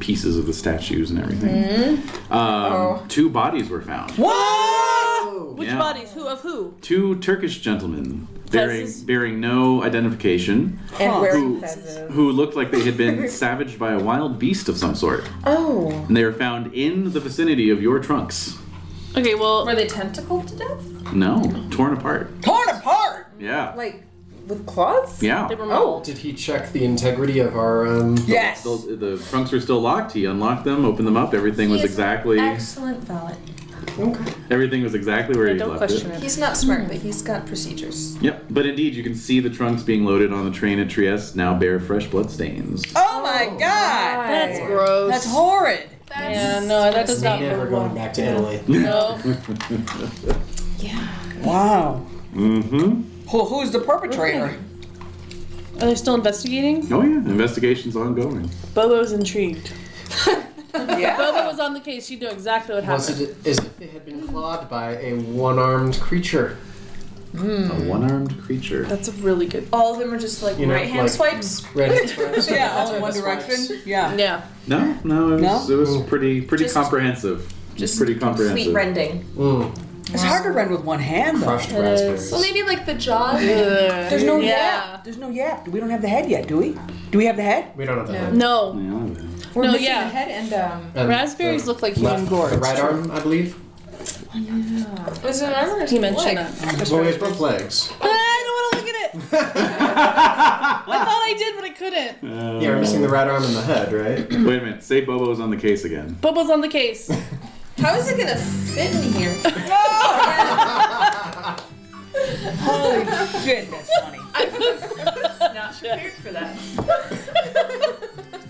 [SPEAKER 9] pieces of the statues and everything.
[SPEAKER 2] Mm.
[SPEAKER 9] Um,
[SPEAKER 2] Oh.
[SPEAKER 9] Two bodies were found.
[SPEAKER 6] What?
[SPEAKER 2] Which
[SPEAKER 9] Yeah.
[SPEAKER 2] bodies? Who of who?
[SPEAKER 9] Two Turkish gentlemen bearing
[SPEAKER 2] Fezes.
[SPEAKER 9] bearing no identification,
[SPEAKER 10] And
[SPEAKER 9] who
[SPEAKER 10] wearing fezzes.
[SPEAKER 9] who looked like they had been savaged by a wild beast of some sort,
[SPEAKER 10] Oh.
[SPEAKER 9] and they were found in the vicinity of your trunks.
[SPEAKER 2] Okay, well,
[SPEAKER 4] Were they tentacled to death?
[SPEAKER 9] No, torn apart.
[SPEAKER 6] Torn apart.
[SPEAKER 9] Yeah.
[SPEAKER 10] Like with claws?
[SPEAKER 9] yeah.
[SPEAKER 2] they were mobile.
[SPEAKER 10] Oh.
[SPEAKER 3] Did he check the integrity of our? Um,
[SPEAKER 6] Yes.
[SPEAKER 9] Still- the trunks were still locked. He unlocked them, opened them up. Everything was
[SPEAKER 4] He is
[SPEAKER 9] exactly
[SPEAKER 4] Excellent valet.
[SPEAKER 3] okay.
[SPEAKER 9] Everything was exactly where you
[SPEAKER 2] Don't
[SPEAKER 9] left
[SPEAKER 2] question
[SPEAKER 9] it.
[SPEAKER 2] it.
[SPEAKER 4] He's not smart, but he's got procedures.
[SPEAKER 9] Yep. But indeed, you can see the trunks being loaded on the train at Trieste now bear fresh bloodstains.
[SPEAKER 6] Oh my God.
[SPEAKER 2] That's gross.
[SPEAKER 6] That's horrid.
[SPEAKER 2] yeah, no, that does not
[SPEAKER 3] Never
[SPEAKER 2] bode
[SPEAKER 3] going
[SPEAKER 2] well.
[SPEAKER 3] back to Italy.
[SPEAKER 2] No.
[SPEAKER 6] Wow.
[SPEAKER 9] Mm-hmm.
[SPEAKER 6] Who, who's the perpetrator?
[SPEAKER 2] Are they still investigating?
[SPEAKER 9] Oh yeah, investigation's ongoing.
[SPEAKER 2] Bobo's intrigued. Bobo
[SPEAKER 6] Yeah.
[SPEAKER 2] was on the case. She knew exactly what happened.
[SPEAKER 3] Was it as if they had been clawed by a one-armed creature?
[SPEAKER 9] A one-armed creature.
[SPEAKER 2] That's a really good.
[SPEAKER 4] All of them are just like
[SPEAKER 3] You know,
[SPEAKER 4] right hand
[SPEAKER 3] like-
[SPEAKER 4] swipes.
[SPEAKER 3] Red stripes.
[SPEAKER 6] Yeah, all in one direction. Yeah.
[SPEAKER 2] Yeah.
[SPEAKER 9] No, no, it was,
[SPEAKER 6] No?
[SPEAKER 9] It was pretty, pretty
[SPEAKER 4] Just-
[SPEAKER 9] comprehensive.
[SPEAKER 4] Just
[SPEAKER 9] pretty
[SPEAKER 4] Sweet
[SPEAKER 9] comprehensive.
[SPEAKER 4] rending.
[SPEAKER 3] Mm,
[SPEAKER 6] It's hard to run with one hand though.
[SPEAKER 3] crushed raspberries.
[SPEAKER 4] Well, maybe like the jaw.
[SPEAKER 6] There's no
[SPEAKER 2] Yeah.
[SPEAKER 6] yap. There's no yap. We don't have the head yet, do we? Do we have the head?
[SPEAKER 3] We don't have the head.
[SPEAKER 2] No.
[SPEAKER 9] Yeah,
[SPEAKER 10] We're
[SPEAKER 2] No,
[SPEAKER 10] missing
[SPEAKER 2] yeah.
[SPEAKER 10] the head and um.
[SPEAKER 3] And
[SPEAKER 2] Raspberries
[SPEAKER 3] the
[SPEAKER 2] look like
[SPEAKER 3] left-
[SPEAKER 2] human gourds.
[SPEAKER 3] The right arm, I believe.
[SPEAKER 4] Was it an arm or
[SPEAKER 2] He mentioned that.
[SPEAKER 3] It's always both legs.
[SPEAKER 2] I don't want to look at it. I thought I did, but I couldn't.
[SPEAKER 9] Uh,
[SPEAKER 3] Yeah, we're missing the right arm and the head, right?
[SPEAKER 9] Wait a minute. Say Bobo's on the case again.
[SPEAKER 2] Bobo's on the case.
[SPEAKER 4] How is it gonna fit in here?
[SPEAKER 6] Holy shit, that's funny.
[SPEAKER 4] not prepared for that.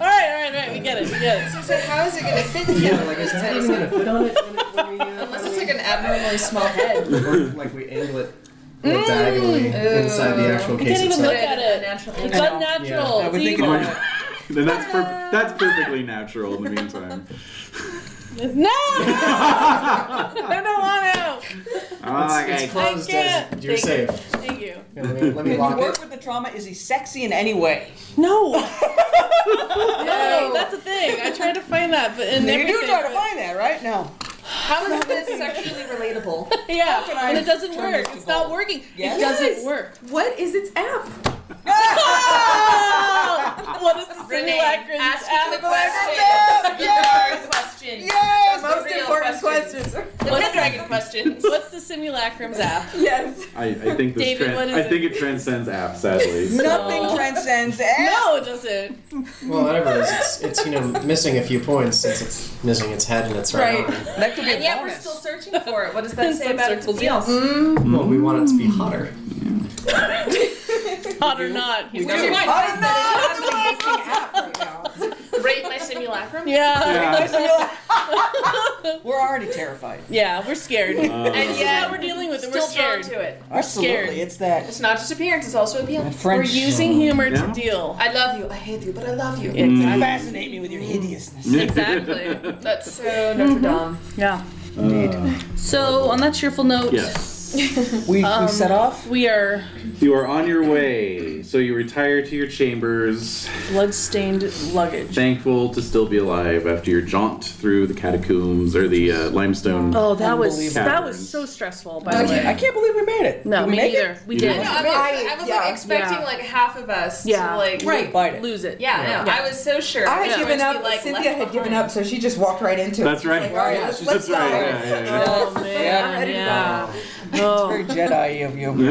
[SPEAKER 2] All right, all right, all right. We get it. We get it.
[SPEAKER 4] So how is it gonna fit in here?
[SPEAKER 3] Yeah, like is that even gonna fit on it? When it when we, uh,
[SPEAKER 4] Unless it's like an abnormally small head.
[SPEAKER 3] or, like we angle it like, diagonally inside the actual
[SPEAKER 2] You
[SPEAKER 3] case
[SPEAKER 2] can't even
[SPEAKER 3] itself.
[SPEAKER 2] Look at it. It's
[SPEAKER 4] Natural.
[SPEAKER 2] unnatural.
[SPEAKER 6] I
[SPEAKER 2] It's
[SPEAKER 6] would think
[SPEAKER 2] evil.
[SPEAKER 6] about it.
[SPEAKER 9] Oh then that's per- that's perfectly natural in the meantime.
[SPEAKER 2] No! I don't want out.
[SPEAKER 9] okay.
[SPEAKER 3] It's closed,
[SPEAKER 2] I can't.
[SPEAKER 3] Des. You're
[SPEAKER 2] Thank
[SPEAKER 3] safe.
[SPEAKER 2] Thank you.
[SPEAKER 3] Here, let me, let me
[SPEAKER 6] Can you
[SPEAKER 3] lock
[SPEAKER 6] work
[SPEAKER 3] it.
[SPEAKER 6] with the trauma? Is he sexy in any way?
[SPEAKER 2] No. no. That's the thing. I tried to find that, but in
[SPEAKER 6] You
[SPEAKER 2] everything.
[SPEAKER 6] do try to
[SPEAKER 2] but-
[SPEAKER 6] find that, right? No.
[SPEAKER 4] How is this sexually relatable?
[SPEAKER 2] Yeah,
[SPEAKER 6] can I
[SPEAKER 2] and it doesn't
[SPEAKER 6] turn
[SPEAKER 2] work.
[SPEAKER 6] this
[SPEAKER 2] It's
[SPEAKER 6] to
[SPEAKER 2] not
[SPEAKER 6] gold?
[SPEAKER 2] working.
[SPEAKER 6] Yes.
[SPEAKER 2] It doesn't work.
[SPEAKER 10] What is its app?
[SPEAKER 2] Oh! What is the
[SPEAKER 4] Renee,
[SPEAKER 2] simulacrum?
[SPEAKER 4] ask him the
[SPEAKER 2] app?
[SPEAKER 4] question. question.
[SPEAKER 10] Yes,
[SPEAKER 4] the
[SPEAKER 10] most
[SPEAKER 4] real
[SPEAKER 10] important
[SPEAKER 4] question.
[SPEAKER 10] questions.
[SPEAKER 4] The Pendragon questions.
[SPEAKER 2] What's the simulacrum's app?
[SPEAKER 10] yes.
[SPEAKER 9] I, I think this
[SPEAKER 2] David,
[SPEAKER 9] tran-
[SPEAKER 2] what is
[SPEAKER 9] I think
[SPEAKER 2] it?
[SPEAKER 9] it transcends app, sadly.
[SPEAKER 6] Nothing
[SPEAKER 2] Oh.
[SPEAKER 6] transcends
[SPEAKER 2] No, it doesn't.
[SPEAKER 3] Well, whatever it is, it's, it's you know missing a few points since it's missing its head and its right,
[SPEAKER 10] Right.
[SPEAKER 3] arm.
[SPEAKER 6] That could be a
[SPEAKER 4] And yet we're
[SPEAKER 6] bonus.
[SPEAKER 4] still searching for it. What does that say about its
[SPEAKER 2] Circles,
[SPEAKER 4] appeal? Mm-hmm.
[SPEAKER 3] Well, we want it to be hotter.
[SPEAKER 2] Hot or not. He's
[SPEAKER 4] Weird.
[SPEAKER 2] right.
[SPEAKER 10] Oh no! That's
[SPEAKER 4] Rate my simulacrum?
[SPEAKER 2] Yeah.
[SPEAKER 9] Yeah.
[SPEAKER 6] We're already terrified.
[SPEAKER 2] Yeah, we're scared.
[SPEAKER 9] Uh,
[SPEAKER 4] And
[SPEAKER 2] yeah,
[SPEAKER 4] yet
[SPEAKER 2] we're dealing with it. We're
[SPEAKER 4] still
[SPEAKER 2] scared.
[SPEAKER 4] drawn to it.
[SPEAKER 6] Absolutely,
[SPEAKER 2] scared.
[SPEAKER 6] it's that
[SPEAKER 4] It's not just appearance, it's also appeal.
[SPEAKER 2] We're
[SPEAKER 6] French.
[SPEAKER 2] using humor
[SPEAKER 9] Yeah.
[SPEAKER 2] to deal.
[SPEAKER 4] I love you. I hate you, but I love you.
[SPEAKER 6] Mm.
[SPEAKER 2] Exactly.
[SPEAKER 6] fascinate me with your hideousness.
[SPEAKER 2] Exactly.
[SPEAKER 4] That's so Notre Dame.
[SPEAKER 2] Yeah.
[SPEAKER 9] Uh,
[SPEAKER 2] So on that cheerful note,
[SPEAKER 9] yes.
[SPEAKER 6] We, we set off.
[SPEAKER 2] we are
[SPEAKER 9] You are on your way. So you retire to your chambers,
[SPEAKER 2] blood-stained luggage.
[SPEAKER 9] thankful to still be alive after your jaunt through the catacombs or the uh, limestone.
[SPEAKER 2] Oh, that was
[SPEAKER 9] Unbelievable.
[SPEAKER 2] that was so stressful. By the
[SPEAKER 6] Okay, I
[SPEAKER 2] way,
[SPEAKER 6] can't believe we made it.
[SPEAKER 2] no,
[SPEAKER 6] Did we
[SPEAKER 2] me
[SPEAKER 6] make
[SPEAKER 2] neither.
[SPEAKER 6] It?
[SPEAKER 2] We
[SPEAKER 9] You
[SPEAKER 2] did.
[SPEAKER 9] did.
[SPEAKER 4] I was, I
[SPEAKER 10] Right,
[SPEAKER 4] was
[SPEAKER 10] yeah.
[SPEAKER 4] like expecting
[SPEAKER 2] Yeah.
[SPEAKER 4] like half of us
[SPEAKER 2] Yeah.
[SPEAKER 4] to like
[SPEAKER 6] Right, bite it.
[SPEAKER 2] Lose it.
[SPEAKER 4] Yeah, no, I was so sure.
[SPEAKER 10] I
[SPEAKER 4] we
[SPEAKER 10] had
[SPEAKER 4] were
[SPEAKER 10] given
[SPEAKER 4] going to
[SPEAKER 10] up.
[SPEAKER 4] be, like,
[SPEAKER 10] Cynthia
[SPEAKER 4] left
[SPEAKER 10] had given
[SPEAKER 4] behind.
[SPEAKER 10] up, so she just walked right into it.
[SPEAKER 9] That's right.
[SPEAKER 10] Like, all right,
[SPEAKER 3] Yeah,
[SPEAKER 10] let's,
[SPEAKER 3] she's
[SPEAKER 10] let's
[SPEAKER 9] That's
[SPEAKER 10] go.
[SPEAKER 9] right. Yeah, yeah, yeah.
[SPEAKER 2] Oh
[SPEAKER 10] I'm
[SPEAKER 2] man,
[SPEAKER 10] ready to
[SPEAKER 2] yeah.
[SPEAKER 6] Very
[SPEAKER 2] Oh,
[SPEAKER 6] Jedi of you.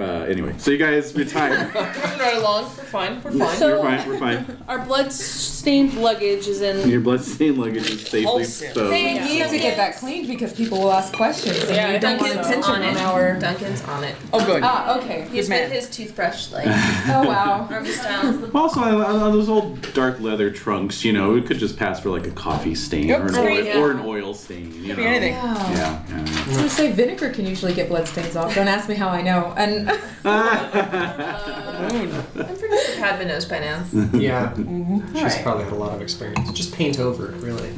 [SPEAKER 9] Uh, anyway, so you guys retire.
[SPEAKER 4] Moving right along. We're fine. We're fine.
[SPEAKER 9] You're
[SPEAKER 2] So-
[SPEAKER 9] fine. We're fine.
[SPEAKER 2] our blood-stained luggage is in.
[SPEAKER 9] Your bloodstained luggage is safely
[SPEAKER 6] Wholesome.
[SPEAKER 9] stowed.
[SPEAKER 10] We need to get that cleaned because people will ask questions. And
[SPEAKER 2] Yeah,
[SPEAKER 10] we don't want
[SPEAKER 4] Duncan's
[SPEAKER 10] attention
[SPEAKER 4] on
[SPEAKER 10] on
[SPEAKER 4] it.
[SPEAKER 10] our.
[SPEAKER 4] Duncan's on it.
[SPEAKER 6] Oh, good.
[SPEAKER 10] Ah, okay.
[SPEAKER 4] He's
[SPEAKER 6] man.
[SPEAKER 4] with his toothbrush, like
[SPEAKER 10] Oh wow.
[SPEAKER 4] arms down.
[SPEAKER 9] Also, on, on those old dark leather trunks, you know, it could just pass for like a coffee stain
[SPEAKER 6] Yep,
[SPEAKER 9] or, an
[SPEAKER 6] stain,
[SPEAKER 9] oil,
[SPEAKER 4] yeah.
[SPEAKER 9] or an oil stain. You know.
[SPEAKER 6] be anything.
[SPEAKER 10] Yeah.
[SPEAKER 9] Yeah. yeah.
[SPEAKER 10] I was gonna say vinegar can usually get blood stains off. Don't ask me how I know. And
[SPEAKER 4] I'm pretty sure Padma knows by now.
[SPEAKER 3] Yeah, she's
[SPEAKER 10] Alright.
[SPEAKER 3] probably had a lot of experience. Just paint over, it, really.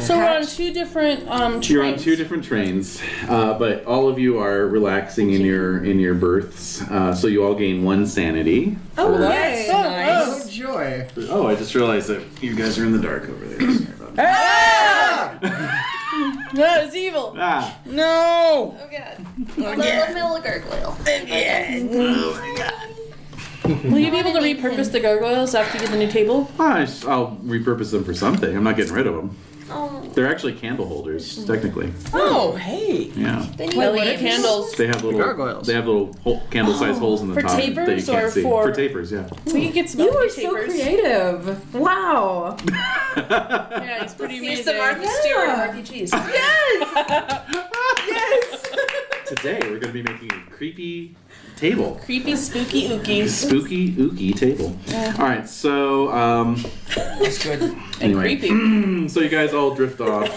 [SPEAKER 2] So we're on two different um.
[SPEAKER 9] You're on
[SPEAKER 2] trains.
[SPEAKER 9] two different trains, uh, but all of you are relaxing in your in your berths, uh, so you all gain one sanity.
[SPEAKER 6] Oh,
[SPEAKER 2] yes. Oh,
[SPEAKER 6] nice.
[SPEAKER 2] oh.
[SPEAKER 3] joy!
[SPEAKER 9] Oh, I just realized that you guys are in the dark over there. Sorry about that.
[SPEAKER 2] That is evil.
[SPEAKER 9] Ah,
[SPEAKER 6] No.
[SPEAKER 4] Oh god. Little middle gargoyle.
[SPEAKER 2] Will you be able to repurpose the gargoyles after you get the new table?
[SPEAKER 9] Oh, I will repurpose them for something. I'm not getting rid of them.
[SPEAKER 2] Um,
[SPEAKER 4] Oh,
[SPEAKER 9] They're actually candle holders, technically.
[SPEAKER 6] Oh, hey.
[SPEAKER 9] Yeah,
[SPEAKER 4] they need
[SPEAKER 2] Well, what are
[SPEAKER 4] leaves.
[SPEAKER 2] candles?
[SPEAKER 9] they have little
[SPEAKER 3] gargoyles.
[SPEAKER 9] They have little hole, candle-sized holes in the
[SPEAKER 2] For
[SPEAKER 9] top that you
[SPEAKER 2] tapers
[SPEAKER 9] can't
[SPEAKER 2] or
[SPEAKER 9] see.
[SPEAKER 2] for-
[SPEAKER 9] tapers, yeah.
[SPEAKER 2] We could get some.
[SPEAKER 10] you
[SPEAKER 2] of the
[SPEAKER 10] are so
[SPEAKER 2] papers.
[SPEAKER 10] creative. Wow.
[SPEAKER 2] Yeah, he's pretty
[SPEAKER 4] He's
[SPEAKER 2] amazing.
[SPEAKER 4] the Martha
[SPEAKER 10] Yeah.
[SPEAKER 4] Stewart of RPGs.
[SPEAKER 10] Yes.
[SPEAKER 9] Today we're going to be making a creepy table.
[SPEAKER 2] Creepy, spooky, ookies.
[SPEAKER 9] Spooky, ooky table. All right, so um,
[SPEAKER 6] That's good.
[SPEAKER 9] anyway, Hmm,
[SPEAKER 2] Creepy.
[SPEAKER 9] so you guys all drift off.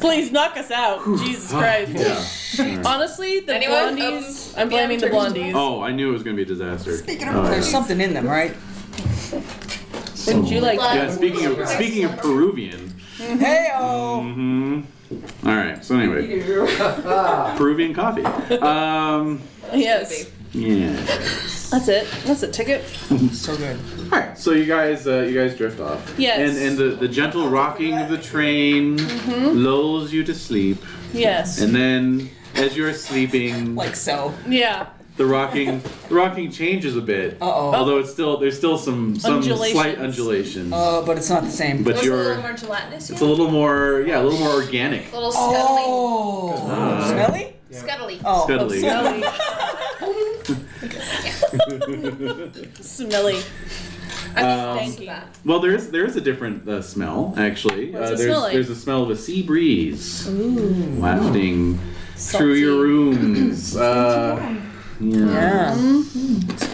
[SPEAKER 2] Please knock us out. Jesus Christ.
[SPEAKER 9] Yeah.
[SPEAKER 2] Honestly, the
[SPEAKER 4] Anyone?
[SPEAKER 2] blondies.
[SPEAKER 4] Um,
[SPEAKER 2] I'm blaming the
[SPEAKER 4] yeah, turkeys.
[SPEAKER 2] blondies.
[SPEAKER 9] Oh, I knew it was going to be a disaster. Speaking
[SPEAKER 6] There's something in them, right?
[SPEAKER 2] Wouldn't you like
[SPEAKER 9] yeah, speaking of speaking of Peruvian.
[SPEAKER 6] Hey, oh.
[SPEAKER 9] Mhm. All right. So anyway, Peruvian coffee. Um,
[SPEAKER 2] Yes.
[SPEAKER 9] yeah.
[SPEAKER 2] That's it. That's a ticket.
[SPEAKER 6] So good.
[SPEAKER 9] All right. So you guys, uh, you guys drift off.
[SPEAKER 2] Yes.
[SPEAKER 9] And and the, the gentle rocking of the train
[SPEAKER 2] Mm-hmm.
[SPEAKER 9] lulls you to sleep,
[SPEAKER 2] Yes.
[SPEAKER 9] and then as you're sleeping,
[SPEAKER 6] Like so.
[SPEAKER 2] yeah.
[SPEAKER 9] the rocking the rocking changes a bit.
[SPEAKER 6] Uh-oh.
[SPEAKER 9] Although it's still there's still some some
[SPEAKER 2] Undulations.
[SPEAKER 9] slight
[SPEAKER 2] Oh.
[SPEAKER 9] undulations.
[SPEAKER 6] Uh, but it's not the same.
[SPEAKER 9] but
[SPEAKER 4] It's a little
[SPEAKER 9] you're
[SPEAKER 4] more gelatinous.
[SPEAKER 9] it's a little more yeah a little more organic.
[SPEAKER 2] Oh,
[SPEAKER 4] little scuttly.
[SPEAKER 6] oh. Smelly?
[SPEAKER 4] Scuttly.
[SPEAKER 6] Oh.
[SPEAKER 9] Steadily.
[SPEAKER 2] Smelly. Smelly.
[SPEAKER 9] Um,
[SPEAKER 4] Thank you. That.
[SPEAKER 9] Well, there is there is a different uh, smell actually.
[SPEAKER 2] What's
[SPEAKER 9] uh,
[SPEAKER 2] it
[SPEAKER 9] there's
[SPEAKER 2] smell like?
[SPEAKER 9] there's a smell of a sea breeze wafting through your rooms. Uh,
[SPEAKER 6] Yeah.
[SPEAKER 9] yeah.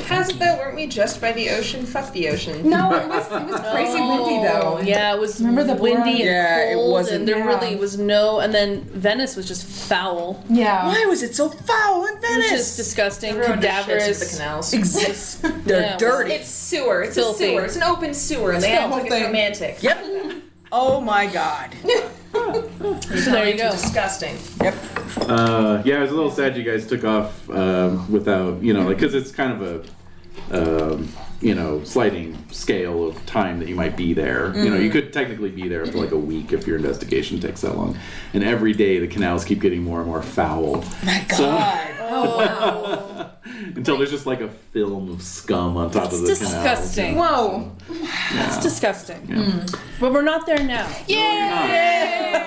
[SPEAKER 4] How's it though? Weren't we just by the ocean? Fuck the ocean.
[SPEAKER 10] No, it was it was crazy windy
[SPEAKER 2] Oh,
[SPEAKER 10] though.
[SPEAKER 2] yeah, it was
[SPEAKER 10] Remember the
[SPEAKER 2] windy
[SPEAKER 10] blonde?
[SPEAKER 2] and
[SPEAKER 6] Yeah, it
[SPEAKER 2] cold,
[SPEAKER 6] wasn't-
[SPEAKER 2] and there
[SPEAKER 10] yeah.
[SPEAKER 2] really was no. And then Venice was just foul.
[SPEAKER 10] Yeah.
[SPEAKER 6] Why was it so foul in
[SPEAKER 2] It was just
[SPEAKER 6] Venice?
[SPEAKER 2] disgusting,
[SPEAKER 4] Everyone just shits in the
[SPEAKER 2] cadaverous.
[SPEAKER 4] canals.
[SPEAKER 6] Exists. They're
[SPEAKER 2] Yeah, it was-
[SPEAKER 6] dirty.
[SPEAKER 4] It's sewer. It's
[SPEAKER 2] Filthy.
[SPEAKER 4] a sewer. It's an open sewer, and they
[SPEAKER 6] It's
[SPEAKER 4] act
[SPEAKER 6] the whole
[SPEAKER 4] like
[SPEAKER 6] thing.
[SPEAKER 4] it's romantic.
[SPEAKER 6] Yep. Oh my god.
[SPEAKER 2] So there you go.
[SPEAKER 4] Disgusting.
[SPEAKER 6] Yep.
[SPEAKER 9] Uh, yeah, I was a little sad you guys took off um without you know like because it's kind of a um, you know sliding scale of time that you might be there. You know, you could technically be there for like a week if your investigation takes that long, and every day the canals keep getting more and more foul.
[SPEAKER 6] My god.
[SPEAKER 2] Oh,
[SPEAKER 9] until there's just like a film of scum on top
[SPEAKER 2] That's
[SPEAKER 9] of the canals.
[SPEAKER 2] disgusting.
[SPEAKER 6] Whoa.
[SPEAKER 2] It's disgusting.
[SPEAKER 9] Yeah.
[SPEAKER 2] But we're not there now.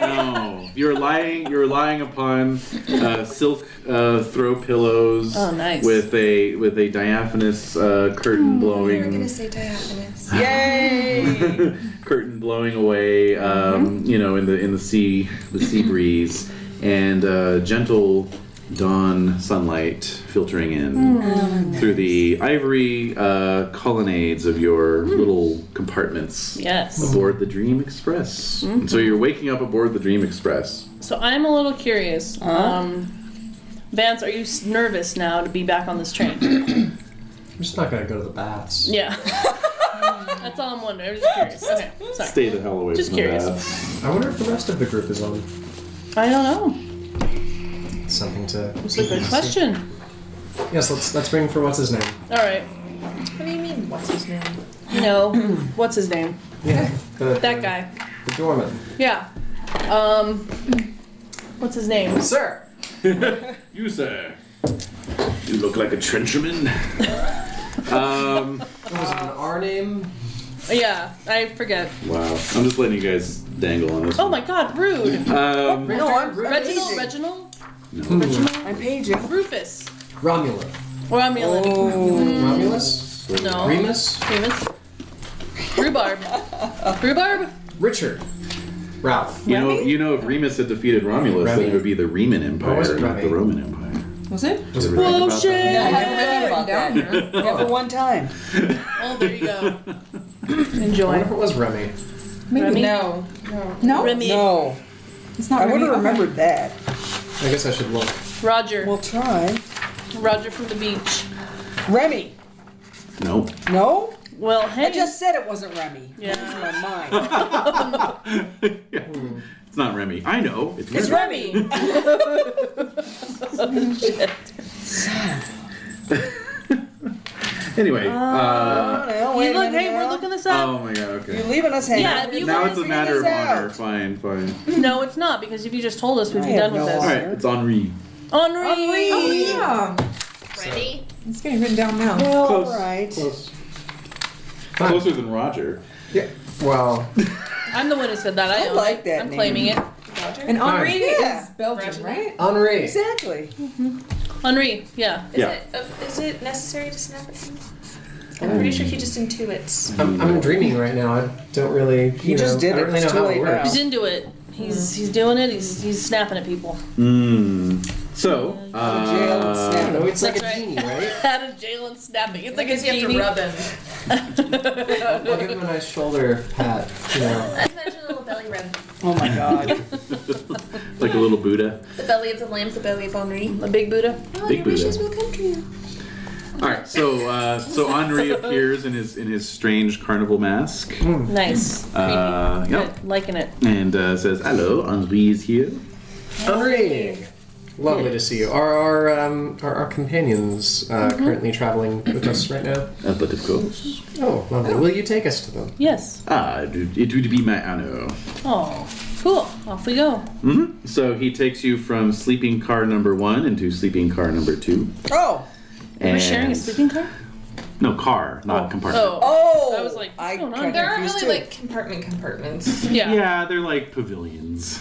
[SPEAKER 9] No, you're lying. You're relying upon uh, silk uh, throw pillows.
[SPEAKER 2] Oh, nice.
[SPEAKER 9] With a with a diaphanous uh, curtain
[SPEAKER 10] We're
[SPEAKER 9] blowing
[SPEAKER 10] gonna say diaphanous.
[SPEAKER 6] Yay.
[SPEAKER 9] curtain blowing away. Um, You know, in the in the sea the sea breeze and uh, gentle dawn sunlight filtering in through the ivory uh, colonnades of your little compartments.
[SPEAKER 2] Yes.
[SPEAKER 9] Aboard the Dream Express. And So you're waking up aboard the Dream Express.
[SPEAKER 2] So I'm a little curious. Um, Vance, are you s- nervous now to be back on this train?
[SPEAKER 3] I'm just not gonna go to the baths.
[SPEAKER 2] yeah. That's all I'm wondering. I'm just curious. Okay. Sorry.
[SPEAKER 9] Stay the hell away
[SPEAKER 2] Just
[SPEAKER 9] from the
[SPEAKER 2] curious.
[SPEAKER 9] baths.
[SPEAKER 3] I wonder if the rest of the group is on
[SPEAKER 2] I don't know.
[SPEAKER 3] something to.
[SPEAKER 2] It's a good question.
[SPEAKER 3] Yes, let's let's ring for what's his name.
[SPEAKER 2] All right.
[SPEAKER 10] What do you mean? What's his name?
[SPEAKER 2] No. What's his name?
[SPEAKER 3] Yeah, the,
[SPEAKER 2] That guy.
[SPEAKER 3] the doorman.
[SPEAKER 2] Yeah. Um. What's his name?
[SPEAKER 3] Sir.
[SPEAKER 9] You, sir. You look like a trencherman. um,
[SPEAKER 3] Was it an R name?
[SPEAKER 2] Yeah. I forget.
[SPEAKER 9] wow. I'm just letting you guys dangle on this.
[SPEAKER 2] Oh my God. Rude.
[SPEAKER 9] Um,
[SPEAKER 6] No, I'm
[SPEAKER 2] Reginald.
[SPEAKER 6] Reginald.
[SPEAKER 2] Reginald.
[SPEAKER 6] I'm paging.
[SPEAKER 2] Rufus.
[SPEAKER 3] Romula.
[SPEAKER 2] Romulan.
[SPEAKER 3] Romulus.
[SPEAKER 2] No.
[SPEAKER 3] Remus.
[SPEAKER 2] Remus. Rhubarb. Rhubarb.
[SPEAKER 3] Richard. Ralph.
[SPEAKER 9] you, know, you know, if Remus had defeated Romulus, then
[SPEAKER 3] Remy.
[SPEAKER 9] it would be the Reman
[SPEAKER 3] Or
[SPEAKER 9] Empire,
[SPEAKER 3] was it
[SPEAKER 9] not the
[SPEAKER 3] Remy?
[SPEAKER 9] Roman Empire.
[SPEAKER 6] Was it?
[SPEAKER 3] Was it
[SPEAKER 9] Well-
[SPEAKER 3] Ralph?
[SPEAKER 2] Oh
[SPEAKER 9] about that.
[SPEAKER 2] shit!
[SPEAKER 6] I haven't read about that. Never one time.
[SPEAKER 2] Oh, there you go.
[SPEAKER 3] I
[SPEAKER 2] Enjoy.
[SPEAKER 3] wonder if it was Remy.
[SPEAKER 6] Maybe
[SPEAKER 2] Remy?
[SPEAKER 10] No.
[SPEAKER 6] No.
[SPEAKER 2] Remy.
[SPEAKER 6] No.
[SPEAKER 10] It's not
[SPEAKER 6] I would
[SPEAKER 10] Remy.
[SPEAKER 6] have
[SPEAKER 10] Okay.
[SPEAKER 6] remembered that.
[SPEAKER 3] I guess I should look.
[SPEAKER 2] Roger.
[SPEAKER 6] We'll try.
[SPEAKER 2] Roger from the beach.
[SPEAKER 6] Remy.
[SPEAKER 9] No.
[SPEAKER 6] No?
[SPEAKER 2] Well, hey.
[SPEAKER 6] I just said it wasn't Remy.
[SPEAKER 2] Yeah.
[SPEAKER 6] My mind.
[SPEAKER 9] It's not Remy. I know. It's,
[SPEAKER 6] It's
[SPEAKER 9] Remy.
[SPEAKER 6] Remy.
[SPEAKER 2] Shit.
[SPEAKER 9] Anyway. Uh,
[SPEAKER 6] I don't know, wait
[SPEAKER 2] You
[SPEAKER 6] a
[SPEAKER 2] look,
[SPEAKER 6] minute
[SPEAKER 2] hey, we're
[SPEAKER 6] now.
[SPEAKER 2] looking this up.
[SPEAKER 9] oh my god, okay.
[SPEAKER 6] You're leaving us hanging.
[SPEAKER 2] Yeah, if you
[SPEAKER 9] Oh.
[SPEAKER 2] guys
[SPEAKER 9] Now it's a
[SPEAKER 2] figure
[SPEAKER 9] matter
[SPEAKER 6] this
[SPEAKER 9] of honor.
[SPEAKER 6] out.
[SPEAKER 9] Fine, fine.
[SPEAKER 2] No, it's not because if you just told us, we'd be
[SPEAKER 6] I have
[SPEAKER 2] done with
[SPEAKER 6] no
[SPEAKER 2] this.
[SPEAKER 9] Alright, it's Henri.
[SPEAKER 2] Henri.
[SPEAKER 4] Oh,
[SPEAKER 6] Henri.
[SPEAKER 10] Yeah.
[SPEAKER 4] Ready?
[SPEAKER 10] It's getting written down now.
[SPEAKER 6] Well,
[SPEAKER 9] Close.
[SPEAKER 6] right.
[SPEAKER 9] Closer than Roger.
[SPEAKER 3] Yeah. Well,
[SPEAKER 2] I'm the one who said that. I,
[SPEAKER 6] I
[SPEAKER 2] own
[SPEAKER 6] like
[SPEAKER 2] it.
[SPEAKER 6] that
[SPEAKER 2] I'm
[SPEAKER 6] name.
[SPEAKER 2] claiming it.
[SPEAKER 10] And Henri
[SPEAKER 6] Yeah.
[SPEAKER 10] is Belgian,
[SPEAKER 4] Reginald.
[SPEAKER 10] right?
[SPEAKER 3] Henri.
[SPEAKER 6] Exactly.
[SPEAKER 2] Henri. Yeah.
[SPEAKER 9] Yeah.
[SPEAKER 11] Is, it, uh, is it necessary to snap at him? I'm pretty sure he just intuits.
[SPEAKER 3] I'm, I'm dreaming right now. I don't really. You,
[SPEAKER 6] You just
[SPEAKER 3] know,
[SPEAKER 6] did
[SPEAKER 3] I
[SPEAKER 6] it.
[SPEAKER 3] don't Really
[SPEAKER 6] It's
[SPEAKER 3] know
[SPEAKER 6] too
[SPEAKER 3] how it
[SPEAKER 6] late
[SPEAKER 3] works.
[SPEAKER 2] He's into it. He's he's doing it. He's he's snapping at people.
[SPEAKER 9] Mm. So,
[SPEAKER 6] jail and
[SPEAKER 9] uh,
[SPEAKER 6] snap.
[SPEAKER 3] No, it's like
[SPEAKER 2] That's
[SPEAKER 3] a
[SPEAKER 2] right.
[SPEAKER 3] genie, right?
[SPEAKER 2] Out of jail and snapping. It's like a
[SPEAKER 4] Because you have
[SPEAKER 2] genie.
[SPEAKER 4] to rub him.
[SPEAKER 3] I'll give him a nice shoulder pat. You know.
[SPEAKER 11] Imagine a little belly rub.
[SPEAKER 6] Oh my god.
[SPEAKER 9] like a little Buddha.
[SPEAKER 11] The belly of the lamb, the belly of Henri.
[SPEAKER 2] A big Buddha.
[SPEAKER 11] Oh,
[SPEAKER 9] Big
[SPEAKER 11] your
[SPEAKER 9] Buddha.
[SPEAKER 11] wishes will come true.
[SPEAKER 9] All right, so uh, so Henri appears in his in his strange carnival mask
[SPEAKER 2] Nice.
[SPEAKER 9] Uh,
[SPEAKER 2] Creepy.
[SPEAKER 9] yep.
[SPEAKER 2] Mm-hmm. Good. Liking it.
[SPEAKER 9] and uh, says, "Hello, Henri is here."
[SPEAKER 3] Henri. Lovely to see you. Are our um, are our companions uh, currently traveling with us right now?
[SPEAKER 9] Uh, but of course,
[SPEAKER 3] Oh, lovely. Will you take us to them?
[SPEAKER 2] Yes.
[SPEAKER 9] ah, it would- it would be my honor.
[SPEAKER 2] Oh, cool. Off we go.
[SPEAKER 9] So he takes you from sleeping car number one into sleeping car number two.
[SPEAKER 6] Oh.
[SPEAKER 9] And
[SPEAKER 2] We're sharing a sleeping car.
[SPEAKER 9] no car, not compartment.
[SPEAKER 2] Oh.
[SPEAKER 6] Oh.
[SPEAKER 2] I was like, what's
[SPEAKER 6] I
[SPEAKER 2] going on?
[SPEAKER 6] kinda
[SPEAKER 4] There aren't
[SPEAKER 6] confused
[SPEAKER 4] really
[SPEAKER 6] too.
[SPEAKER 4] like compartment compartments.
[SPEAKER 2] Yeah.
[SPEAKER 9] Yeah, they're like pavilions,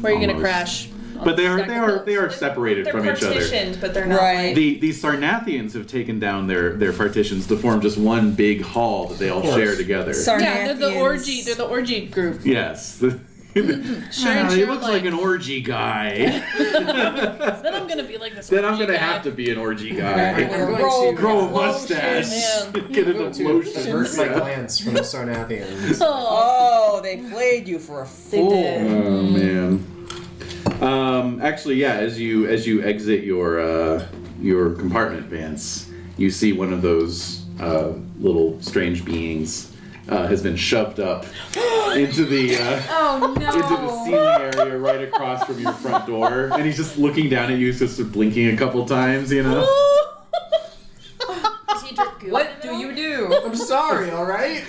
[SPEAKER 2] Where are you gonna
[SPEAKER 9] Almost.
[SPEAKER 2] crash?
[SPEAKER 9] but they are they are they are separated
[SPEAKER 4] They're
[SPEAKER 9] from each other.
[SPEAKER 4] partitioned, but they're not.
[SPEAKER 6] Right.
[SPEAKER 9] The the Sarnathians have taken down their their partitions to form just one big hall that they all
[SPEAKER 3] course.
[SPEAKER 9] share together.
[SPEAKER 2] Yeah, they're the
[SPEAKER 6] Sarnathians.
[SPEAKER 2] orgy. They're the orgy group.
[SPEAKER 9] Yes. Ah, he
[SPEAKER 2] sure,
[SPEAKER 9] looks
[SPEAKER 2] like-
[SPEAKER 9] like an orgy guy.
[SPEAKER 2] Then I'm gonna be like this.
[SPEAKER 9] then I'm
[SPEAKER 2] orgy
[SPEAKER 9] gonna
[SPEAKER 2] guy.
[SPEAKER 9] have to be an orgy guy.
[SPEAKER 3] We're
[SPEAKER 6] roll
[SPEAKER 3] going to
[SPEAKER 9] Grow a mustache.
[SPEAKER 2] Lotion, man.
[SPEAKER 9] Get
[SPEAKER 3] go
[SPEAKER 9] an
[SPEAKER 3] to
[SPEAKER 9] emotion.
[SPEAKER 3] divert my glance from the Sarnathians.
[SPEAKER 2] Oh,
[SPEAKER 6] Oh, they played you for a
[SPEAKER 2] they
[SPEAKER 6] fool.
[SPEAKER 2] did.
[SPEAKER 9] Oh man. Um, actually, yeah. As you as you exit your uh, your compartment, Vance, you see one of those uh, little strange beings uh, has been shoved up into the. Uh,
[SPEAKER 4] Oh no.
[SPEAKER 9] into the seating area right across from your front door, and he's just looking down at you, just sort of blinking a couple times, you know.
[SPEAKER 4] Does he drip goo in
[SPEAKER 10] What
[SPEAKER 4] the
[SPEAKER 10] do
[SPEAKER 4] middle?
[SPEAKER 10] you do?
[SPEAKER 3] sorry, all right?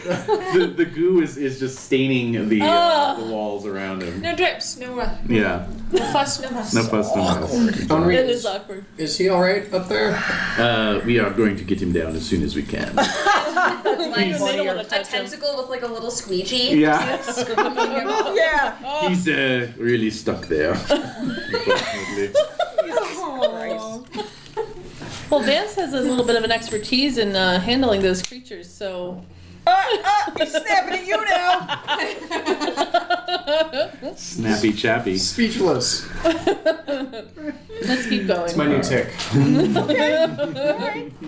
[SPEAKER 9] the, the goo is, is just staining the, uh, the walls around him.
[SPEAKER 11] No drips, no
[SPEAKER 2] uh,
[SPEAKER 11] rough.
[SPEAKER 9] Yeah.
[SPEAKER 11] No fuss, no muss.
[SPEAKER 9] No fuss, no muss.
[SPEAKER 3] Henri,
[SPEAKER 2] It is
[SPEAKER 3] is,
[SPEAKER 2] awkward.
[SPEAKER 3] is he all right up there?
[SPEAKER 9] Uh, we are going to get him down as soon as we can.
[SPEAKER 2] They don't want to
[SPEAKER 11] A
[SPEAKER 2] touch him.
[SPEAKER 11] tentacle with like a little squeegee.
[SPEAKER 9] Yeah.
[SPEAKER 6] yeah.
[SPEAKER 9] He's uh, really stuck there. Unfortunately.
[SPEAKER 2] Well, Vance has a little bit of an expertise in uh, handling those creatures, so.
[SPEAKER 6] Ah, ah, he's snapping at you now.
[SPEAKER 9] Snappy chappy.
[SPEAKER 3] Speechless.
[SPEAKER 2] Let's keep going.
[SPEAKER 3] It's my new tick.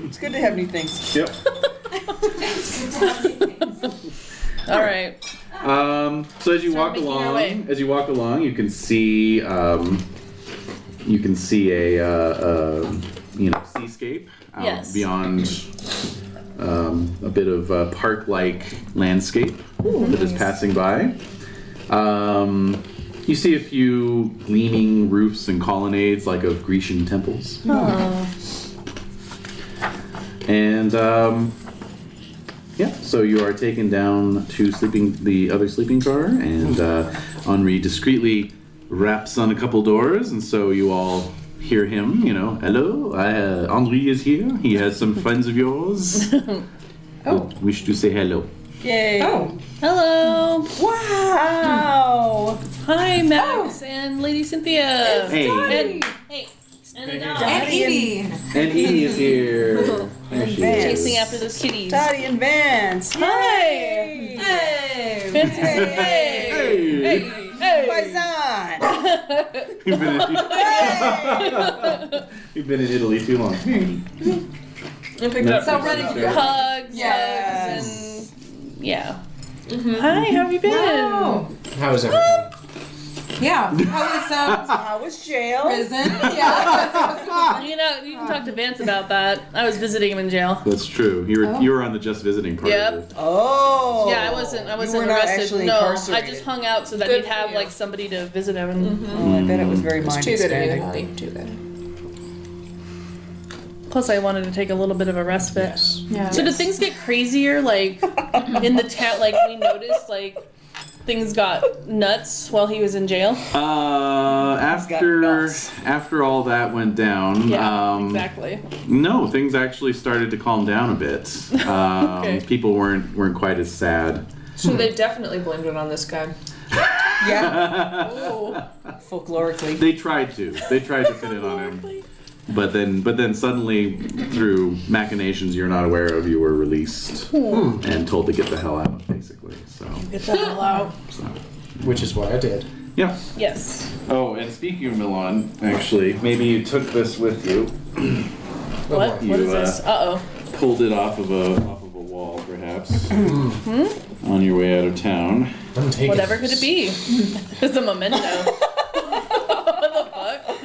[SPEAKER 6] It's good to have new things.
[SPEAKER 9] Yep.
[SPEAKER 2] All right.
[SPEAKER 9] Um, so as you walk
[SPEAKER 2] making our
[SPEAKER 9] along,
[SPEAKER 2] way.
[SPEAKER 9] as you walk along, you can see um, you can see a uh, uh, you know seascape out
[SPEAKER 2] Yes.
[SPEAKER 9] beyond um, a bit of uh, park-like landscape that is passing by. Um, you see a few gleaming roofs and colonnades like of Grecian temples. And um, yeah, so you are taken down to sleeping the other sleeping car, and uh, Henri discreetly raps on a couple doors, and so you all hear him. You know, hello, I, uh, Henri is here. He has some friends of yours. oh, wish to say hello.
[SPEAKER 6] Yay.
[SPEAKER 10] Oh,
[SPEAKER 2] Hello.
[SPEAKER 6] Wow.
[SPEAKER 2] Hi, Max and Lady Cynthia.
[SPEAKER 9] Hey,
[SPEAKER 2] And, hey. And uh, a dog.
[SPEAKER 10] and Edie.
[SPEAKER 9] and Edie is here. There she
[SPEAKER 6] Vance.
[SPEAKER 9] is.
[SPEAKER 2] Chasing after those kitties.
[SPEAKER 6] Dottie and Vance. Yay.
[SPEAKER 2] Fancy hey.
[SPEAKER 9] Hey.
[SPEAKER 6] Paisan.
[SPEAKER 9] You've been in- You've been in Italy too long.
[SPEAKER 10] So ready to go.
[SPEAKER 2] Hugs.
[SPEAKER 6] Yes.
[SPEAKER 2] Hugs and, yeah. Hi, how have you been?
[SPEAKER 10] Wow.
[SPEAKER 3] How is everything?
[SPEAKER 10] Yeah. How was um,
[SPEAKER 6] I was jailed.
[SPEAKER 10] prison? Yeah.
[SPEAKER 2] You know, you can talk to Vance about that. I was visiting him in jail.
[SPEAKER 9] That's true. You were you were on the just visiting part.
[SPEAKER 2] Yep.
[SPEAKER 9] Of it.
[SPEAKER 6] Oh.
[SPEAKER 2] Yeah, I wasn't. I wasn't
[SPEAKER 6] were not
[SPEAKER 2] arrested.
[SPEAKER 6] actually
[SPEAKER 2] no, I
[SPEAKER 6] incarcerated.
[SPEAKER 2] just hung out so that
[SPEAKER 4] Good
[SPEAKER 2] he'd
[SPEAKER 4] for
[SPEAKER 2] have
[SPEAKER 4] you.
[SPEAKER 2] like somebody to visit him. And
[SPEAKER 6] Oh, I bet it was very mind
[SPEAKER 10] Too good of you,
[SPEAKER 6] expanding.
[SPEAKER 10] Holly. Too good.
[SPEAKER 2] Plus, I wanted to take a little bit of a respite.
[SPEAKER 10] Yeah.
[SPEAKER 2] So did things get crazier? Like in the town, like we noticed, like things got nuts while he was in jail.
[SPEAKER 9] Uh, after
[SPEAKER 6] nuts.
[SPEAKER 9] after all that went down,
[SPEAKER 2] Yeah,
[SPEAKER 9] um,
[SPEAKER 2] exactly.
[SPEAKER 9] no, things actually started to calm down a bit. Um,
[SPEAKER 2] Okay.
[SPEAKER 9] People weren't weren't quite as sad.
[SPEAKER 2] hmm.
[SPEAKER 4] So they definitely blamed it on this guy.
[SPEAKER 6] Yeah. Folklorically.
[SPEAKER 9] They tried to. They tried to fit it on him. But then, but then suddenly, through machinations you're not aware of, you were released
[SPEAKER 2] Hmm.
[SPEAKER 9] and told to get the hell out, basically. So, so,
[SPEAKER 3] Which is what I did.
[SPEAKER 9] yeah.
[SPEAKER 2] Yes.
[SPEAKER 9] Oh, and speaking of Milan, actually, maybe you took this with you.
[SPEAKER 3] Oh,
[SPEAKER 2] What?
[SPEAKER 3] boy.
[SPEAKER 2] what
[SPEAKER 9] You,
[SPEAKER 2] is this? Uh oh.
[SPEAKER 9] pulled it off of a off of a wall, perhaps, Hmm? on your way out of town.
[SPEAKER 3] I'm taking
[SPEAKER 2] Whatever could it
[SPEAKER 3] this.
[SPEAKER 2] be? it's a memento. what the fuck?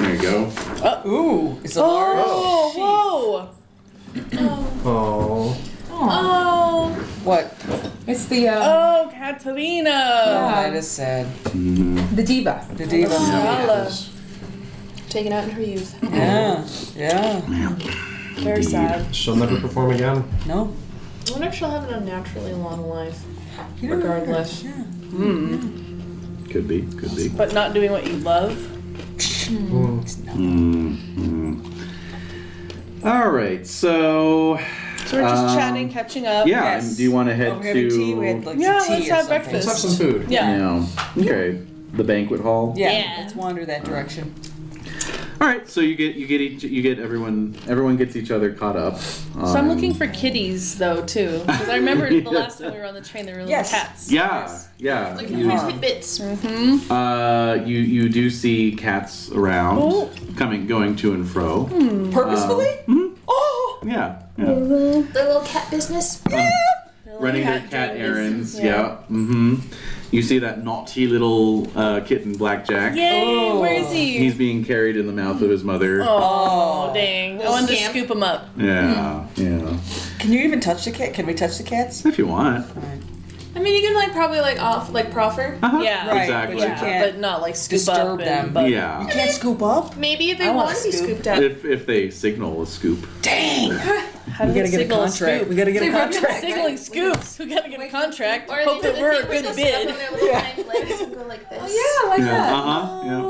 [SPEAKER 9] There you go.
[SPEAKER 6] Ooh. It's a large.
[SPEAKER 2] Oh, whoa!
[SPEAKER 3] Oh.
[SPEAKER 2] Oh,
[SPEAKER 6] What?
[SPEAKER 10] It's the uh,
[SPEAKER 2] oh, Katerina.
[SPEAKER 6] that is sad.
[SPEAKER 10] the diva.
[SPEAKER 6] The
[SPEAKER 2] Oh,
[SPEAKER 6] diva.
[SPEAKER 2] Holla.
[SPEAKER 11] Taken out in her youth.
[SPEAKER 6] Yeah. Yeah.
[SPEAKER 2] Very sad.
[SPEAKER 3] She'll never perform again.
[SPEAKER 6] No.
[SPEAKER 4] I wonder if she'll have an unnaturally long life.
[SPEAKER 6] You don't know.
[SPEAKER 4] Regardless.
[SPEAKER 6] Yeah.
[SPEAKER 9] Could be. Could be.
[SPEAKER 2] But not doing what you love.
[SPEAKER 9] All right. So
[SPEAKER 2] So we're just
[SPEAKER 9] Um,
[SPEAKER 2] chatting, catching up.
[SPEAKER 9] yeah,
[SPEAKER 6] Yes.
[SPEAKER 9] and do you want to
[SPEAKER 6] Oh,
[SPEAKER 9] head
[SPEAKER 6] we're having
[SPEAKER 9] to?
[SPEAKER 6] tea. We had like
[SPEAKER 2] Yeah,
[SPEAKER 6] some
[SPEAKER 2] let's
[SPEAKER 6] tea or
[SPEAKER 2] have
[SPEAKER 6] something.
[SPEAKER 2] breakfast.
[SPEAKER 3] Let's have some food.
[SPEAKER 2] Yeah.
[SPEAKER 9] No. Okay. The banquet hall.
[SPEAKER 6] Yeah,
[SPEAKER 2] Yeah.
[SPEAKER 6] Let's wander that direction.
[SPEAKER 9] All right. So you get you get each you get everyone everyone gets each other caught up.
[SPEAKER 2] So I'm
[SPEAKER 9] on-
[SPEAKER 2] looking for kitties though too, because I remember the last time we were on the train there were little
[SPEAKER 6] Yes.
[SPEAKER 2] cats.
[SPEAKER 9] Yeah. Yeah. You,
[SPEAKER 6] Yeah.
[SPEAKER 11] Tidbits.
[SPEAKER 9] uh, you you do see cats around,
[SPEAKER 2] Oh.
[SPEAKER 9] coming going to and fro. Mm-hmm.
[SPEAKER 6] Purposefully? Oh,
[SPEAKER 9] Yeah. Yeah.
[SPEAKER 11] The little cat business.
[SPEAKER 9] running their
[SPEAKER 2] cat
[SPEAKER 9] cat
[SPEAKER 2] journeys.
[SPEAKER 9] errands. Yeah.
[SPEAKER 2] Yeah.
[SPEAKER 9] Mm-hmm. You see that naughty little uh, kitten, Blackjack.
[SPEAKER 2] Yay!
[SPEAKER 6] Oh.
[SPEAKER 2] Where is he?
[SPEAKER 9] He's being carried in the mouth of his mother.
[SPEAKER 2] oh dang! I wanted to
[SPEAKER 11] scamp.
[SPEAKER 2] scoop him up.
[SPEAKER 9] Yeah, yeah. Um,
[SPEAKER 6] can you even touch the cat? Can we touch the cats?
[SPEAKER 9] If you want.
[SPEAKER 4] I
[SPEAKER 11] I mean, you can like probably like off like proffer.
[SPEAKER 9] Uh-huh.
[SPEAKER 2] Yeah.
[SPEAKER 6] Right,
[SPEAKER 9] Exactly.
[SPEAKER 6] but you
[SPEAKER 2] Yeah,
[SPEAKER 6] can't
[SPEAKER 2] but not like scoop
[SPEAKER 6] disturb
[SPEAKER 2] up and,
[SPEAKER 6] them.
[SPEAKER 2] But,
[SPEAKER 9] yeah.
[SPEAKER 6] You can't scoop up.
[SPEAKER 11] Maybe they
[SPEAKER 2] I want
[SPEAKER 11] want to be
[SPEAKER 2] scoop.
[SPEAKER 11] scooped up.
[SPEAKER 9] If if they signal a scoop.
[SPEAKER 6] Dang.
[SPEAKER 2] How do
[SPEAKER 6] We
[SPEAKER 2] we
[SPEAKER 6] gotta get a
[SPEAKER 2] signal
[SPEAKER 6] contract. We
[SPEAKER 2] scoop?
[SPEAKER 6] gotta get a
[SPEAKER 10] They run
[SPEAKER 6] contract.
[SPEAKER 2] Signaling scoops. We gotta get a contract.
[SPEAKER 11] Or
[SPEAKER 2] Hope
[SPEAKER 11] they do
[SPEAKER 2] that
[SPEAKER 11] the
[SPEAKER 2] we're a
[SPEAKER 11] thing where they
[SPEAKER 2] good
[SPEAKER 11] sit up
[SPEAKER 2] bid.
[SPEAKER 11] on their little hind legs and go like this.
[SPEAKER 10] Oh, yeah, like
[SPEAKER 9] Yeah.
[SPEAKER 10] that.
[SPEAKER 9] Uh huh. Yeah.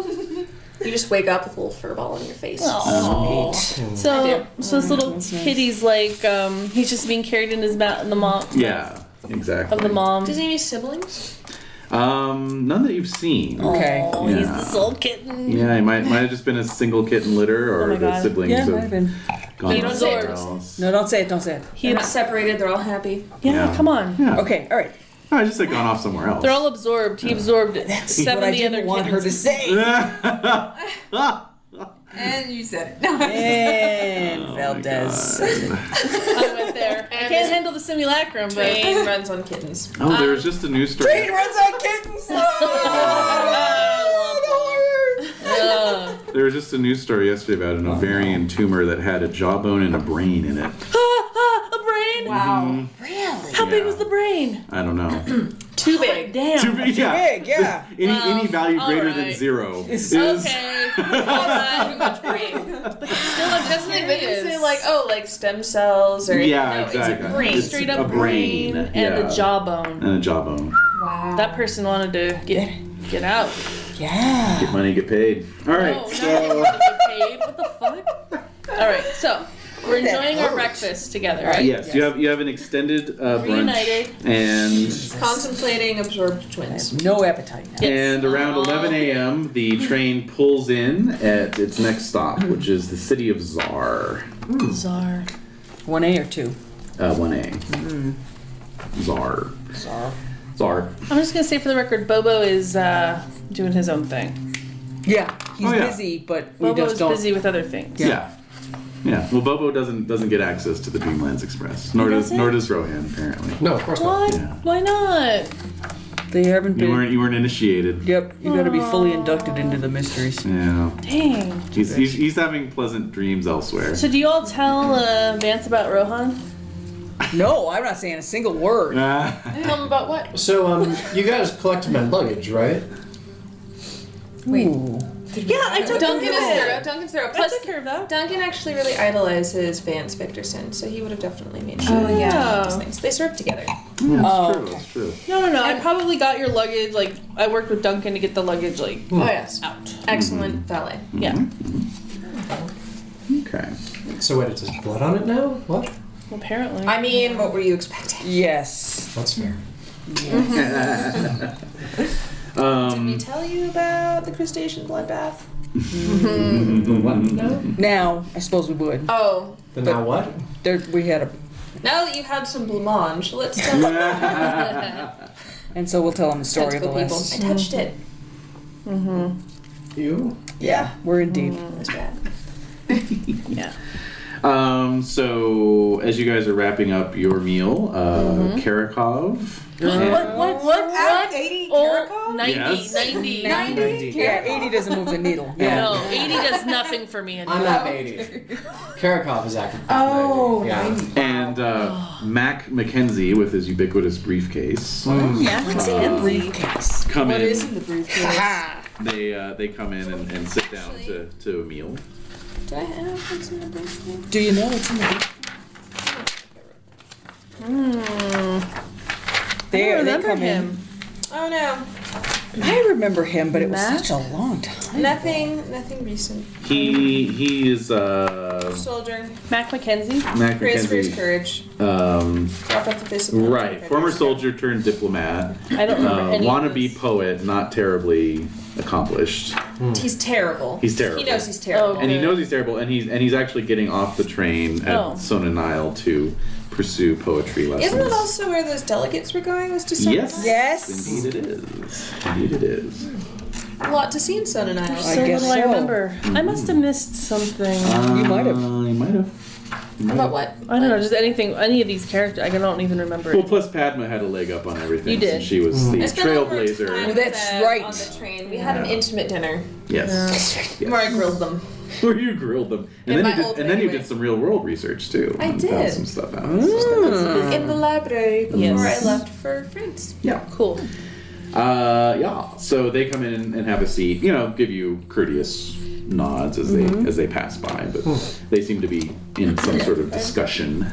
[SPEAKER 4] You just wake up with a little fur ball on your face.
[SPEAKER 2] Aw. So, so this little
[SPEAKER 6] Mm-hmm.
[SPEAKER 2] kitty's like, um, he's just being carried in his mat in the mom
[SPEAKER 9] Yeah. Exactly.
[SPEAKER 2] of the mom.
[SPEAKER 11] Does he have any siblings?
[SPEAKER 9] Um, none that you've seen.
[SPEAKER 6] Okay.
[SPEAKER 2] Oh, he's
[SPEAKER 9] Yeah.
[SPEAKER 2] the sole kitten.
[SPEAKER 9] Yeah, it might might have just been a single kitten litter,
[SPEAKER 2] Oh
[SPEAKER 9] or
[SPEAKER 2] my
[SPEAKER 9] the
[SPEAKER 2] God.
[SPEAKER 9] siblings
[SPEAKER 6] Yeah, might have
[SPEAKER 9] have
[SPEAKER 6] been.
[SPEAKER 9] gone
[SPEAKER 2] They don't say
[SPEAKER 9] somewhere
[SPEAKER 2] it.
[SPEAKER 9] else.
[SPEAKER 6] No, don't say it. Don't say it.
[SPEAKER 2] He
[SPEAKER 4] They're not
[SPEAKER 2] abs-
[SPEAKER 4] separated, they're all happy.
[SPEAKER 2] yeah,
[SPEAKER 9] Yeah.
[SPEAKER 2] come on.
[SPEAKER 9] Yeah.
[SPEAKER 6] Okay. All right.
[SPEAKER 9] No, I just said gone off somewhere else.
[SPEAKER 2] They're all absorbed. He absorbed
[SPEAKER 6] what I
[SPEAKER 2] seventy
[SPEAKER 6] didn't
[SPEAKER 2] other
[SPEAKER 6] want her
[SPEAKER 2] kittens.
[SPEAKER 6] to say.
[SPEAKER 9] Ah!
[SPEAKER 10] And you said it. No.
[SPEAKER 6] and
[SPEAKER 9] Oh my
[SPEAKER 6] Valdez.
[SPEAKER 2] I went there. I can't handle the simulacrum, but
[SPEAKER 4] Bane runs on kittens.
[SPEAKER 9] oh, there was just a news story.
[SPEAKER 6] runs on kittens.
[SPEAKER 2] Oh, uh,
[SPEAKER 9] There was just a news story yesterday about an ovarian tumor that had a jawbone and a brain in it.
[SPEAKER 2] ah, ah, a brain.
[SPEAKER 10] Wow.
[SPEAKER 2] How big
[SPEAKER 9] Mm-hmm. Yeah.
[SPEAKER 2] was the brain? Oh,
[SPEAKER 9] I don't know.
[SPEAKER 4] Too big.
[SPEAKER 2] Damn.
[SPEAKER 9] Too big, yeah.
[SPEAKER 6] Big, yeah.
[SPEAKER 9] Any,
[SPEAKER 2] Well,
[SPEAKER 9] any value
[SPEAKER 2] all
[SPEAKER 9] greater than
[SPEAKER 2] right.
[SPEAKER 9] zero is
[SPEAKER 2] Okay. Alright.
[SPEAKER 4] Too much brain.
[SPEAKER 2] Still a
[SPEAKER 4] Doesn't it
[SPEAKER 2] curious.
[SPEAKER 4] say like, oh, like stem cells or
[SPEAKER 9] Yeah,
[SPEAKER 4] no, It's
[SPEAKER 9] exactly.
[SPEAKER 4] a brain.
[SPEAKER 9] It's-
[SPEAKER 2] straight
[SPEAKER 9] a
[SPEAKER 2] up
[SPEAKER 9] brain,
[SPEAKER 2] brain, and
[SPEAKER 9] yeah.
[SPEAKER 2] a jawbone.
[SPEAKER 9] and a jawbone.
[SPEAKER 10] Wow.
[SPEAKER 2] That person wanted to get get out.
[SPEAKER 6] Yeah.
[SPEAKER 9] Get money, get paid. All right.
[SPEAKER 2] Oh,
[SPEAKER 9] so
[SPEAKER 2] no, paid. What the fuck? All right, so we're enjoying our breakfast together, right?
[SPEAKER 9] yes, you have you have an extended uh, brunch
[SPEAKER 2] Reunited.
[SPEAKER 9] and
[SPEAKER 4] Contemplating absorbed twins.
[SPEAKER 6] No appetite now.
[SPEAKER 9] And around
[SPEAKER 2] Oh.
[SPEAKER 9] 11 a.m., the train pulls in at its next stop, which is the city of Czar.
[SPEAKER 2] Czar.
[SPEAKER 6] One A or two.
[SPEAKER 9] Uh, 1A. Czar.
[SPEAKER 6] Sorry.
[SPEAKER 9] Czar.
[SPEAKER 2] I'm just gonna say for the record, Bobo is uh, doing his own thing.
[SPEAKER 6] Yeah, he's
[SPEAKER 9] Oh, yeah.
[SPEAKER 6] busy, but we
[SPEAKER 2] Bobo
[SPEAKER 6] just
[SPEAKER 2] is
[SPEAKER 6] don't.
[SPEAKER 2] busy with other things.
[SPEAKER 9] Yeah. yeah. Well, Bobo doesn't doesn't get access to the Dreamlands Express, nor does
[SPEAKER 2] doesn't?
[SPEAKER 9] nor does Rohan apparently.
[SPEAKER 3] No, of course not.
[SPEAKER 2] Why?
[SPEAKER 9] Yeah.
[SPEAKER 2] Why not?
[SPEAKER 6] They haven't
[SPEAKER 9] You
[SPEAKER 6] been.
[SPEAKER 9] weren't you weren't initiated.
[SPEAKER 6] Yep, you got to be fully inducted into the mysteries.
[SPEAKER 9] Yeah.
[SPEAKER 2] Dang.
[SPEAKER 9] He's, he's, he's having pleasant dreams elsewhere.
[SPEAKER 2] So do you all tell uh, Vance about Rohan?
[SPEAKER 6] No, I'm not saying a single word.
[SPEAKER 9] Ah,
[SPEAKER 4] Um, but what?
[SPEAKER 3] So, um, you guys collected my luggage, right?
[SPEAKER 6] Ooh.
[SPEAKER 2] Yeah, I took
[SPEAKER 4] Duncan is thorough. Duncan's thorough.
[SPEAKER 2] I
[SPEAKER 4] Plus,
[SPEAKER 2] took care of that.
[SPEAKER 4] Duncan actually really idolizes Vance Victorson, so he would have definitely made sure.
[SPEAKER 10] Oh, yeah.
[SPEAKER 4] Those things. They serve together.
[SPEAKER 9] yeah,
[SPEAKER 6] Oh,
[SPEAKER 9] that's true. That's true.
[SPEAKER 2] No, no, no. I probably got your luggage. Like I worked with Duncan to get the luggage like
[SPEAKER 4] Oh yes.
[SPEAKER 2] out.
[SPEAKER 4] Excellent valet.
[SPEAKER 2] Yeah.
[SPEAKER 9] Mm-hmm. Okay.
[SPEAKER 3] So, what, it's his blood on it now? What?
[SPEAKER 2] Apparently.
[SPEAKER 4] I mean, what were you expecting?
[SPEAKER 6] Yes.
[SPEAKER 3] That's fair.
[SPEAKER 4] Did we tell you about the crustacean bloodbath?
[SPEAKER 3] What now?
[SPEAKER 6] Now, I suppose we would.
[SPEAKER 4] Oh.
[SPEAKER 3] The now what?
[SPEAKER 6] There, we had a,
[SPEAKER 4] Now that you've had some blancmange, let's tell
[SPEAKER 6] and so we'll tell him the story of the
[SPEAKER 4] tentacle people. I
[SPEAKER 6] list.
[SPEAKER 4] touched it.
[SPEAKER 3] You?
[SPEAKER 6] Yeah, we're in deep.
[SPEAKER 4] It was bad.
[SPEAKER 9] Um, so as you guys are wrapping up your meal, uh, Karakov.
[SPEAKER 2] what? What? What?
[SPEAKER 10] Out
[SPEAKER 2] What?
[SPEAKER 10] of 80
[SPEAKER 2] Oh, 90,
[SPEAKER 9] Yes.
[SPEAKER 2] 90.
[SPEAKER 10] 90?
[SPEAKER 6] Yeah, 80 doesn't move the needle. Yeah.
[SPEAKER 2] No, 80 does nothing for me
[SPEAKER 3] I'm
[SPEAKER 2] anymore.
[SPEAKER 3] at 80. Karakov is acting.
[SPEAKER 10] Oh,
[SPEAKER 3] yeah.
[SPEAKER 9] And uh, Mac McKenzie with his ubiquitous briefcase
[SPEAKER 6] What's in the briefcase?
[SPEAKER 9] come
[SPEAKER 10] What
[SPEAKER 9] in.
[SPEAKER 10] is in the briefcase?
[SPEAKER 6] Ah,
[SPEAKER 9] They uh, they come in and, and sit down to, to a meal.
[SPEAKER 4] Do I have what's in the briefcase?
[SPEAKER 6] do you know what's in the briefcase? They,
[SPEAKER 2] I
[SPEAKER 6] they
[SPEAKER 2] remember
[SPEAKER 6] come
[SPEAKER 2] him.
[SPEAKER 4] Oh no.
[SPEAKER 6] in. I remember him, but it was
[SPEAKER 2] Mac?
[SPEAKER 6] such a long time.
[SPEAKER 4] Nothing nothing recent.
[SPEAKER 9] He he is uh,
[SPEAKER 4] Soldier.
[SPEAKER 2] Mac McKenzie.
[SPEAKER 9] Mac
[SPEAKER 4] Praise for his
[SPEAKER 9] McKenzie,
[SPEAKER 4] courage.
[SPEAKER 9] um,
[SPEAKER 4] Dropped off the face of the planet.
[SPEAKER 9] right? Former soldier turned diplomat,
[SPEAKER 2] I don't remember
[SPEAKER 9] uh,
[SPEAKER 2] any of
[SPEAKER 9] wannabe
[SPEAKER 2] this.
[SPEAKER 9] poet, not terribly accomplished.
[SPEAKER 4] He's terrible.
[SPEAKER 9] He's terrible.
[SPEAKER 4] He knows he's terrible.
[SPEAKER 2] Oh.
[SPEAKER 9] and he knows he's terrible, and he's and he's actually getting off the train at
[SPEAKER 2] Oh.
[SPEAKER 9] Sona Nile to pursue poetry lessons.
[SPEAKER 4] Isn't that also where those delegates were going? Was to Sun
[SPEAKER 9] Yes.
[SPEAKER 6] Yes.
[SPEAKER 9] Indeed, it is. Indeed, it is.
[SPEAKER 4] A lot to see in Sun and Isle.
[SPEAKER 6] I
[SPEAKER 2] So
[SPEAKER 6] guess
[SPEAKER 2] little I
[SPEAKER 6] so.
[SPEAKER 2] remember. I must have missed something.
[SPEAKER 9] You
[SPEAKER 6] might have.
[SPEAKER 9] Uh, You might have.
[SPEAKER 4] About what?
[SPEAKER 2] I don't know, just anything, any of these characters. I don't even remember.
[SPEAKER 9] Well,
[SPEAKER 2] it.
[SPEAKER 9] plus Padma had a leg up on everything.
[SPEAKER 2] You did.
[SPEAKER 9] since She was the
[SPEAKER 4] I spent all of our time
[SPEAKER 9] trailblazer.
[SPEAKER 4] with
[SPEAKER 6] That's
[SPEAKER 4] them
[SPEAKER 6] right.
[SPEAKER 4] On the train, we had an
[SPEAKER 9] Yeah.
[SPEAKER 4] intimate dinner.
[SPEAKER 9] Yes.
[SPEAKER 4] Mara grilled them.
[SPEAKER 9] where you grilled them, and
[SPEAKER 10] In
[SPEAKER 9] then
[SPEAKER 10] my
[SPEAKER 9] you did,
[SPEAKER 10] old
[SPEAKER 9] and then you
[SPEAKER 10] language.
[SPEAKER 9] did some real world research too.
[SPEAKER 10] I
[SPEAKER 9] and Found
[SPEAKER 10] did. Mm.
[SPEAKER 9] some stuff out.
[SPEAKER 10] in the library before
[SPEAKER 2] Yes.
[SPEAKER 10] I left for France.
[SPEAKER 9] Yeah.
[SPEAKER 2] Cool.
[SPEAKER 9] Uh, yeah. So they come in and, and have a seat. You know, give you courteous nods as
[SPEAKER 10] Mm-hmm.
[SPEAKER 9] they as they pass by, but they seem to be in some sort of discussion.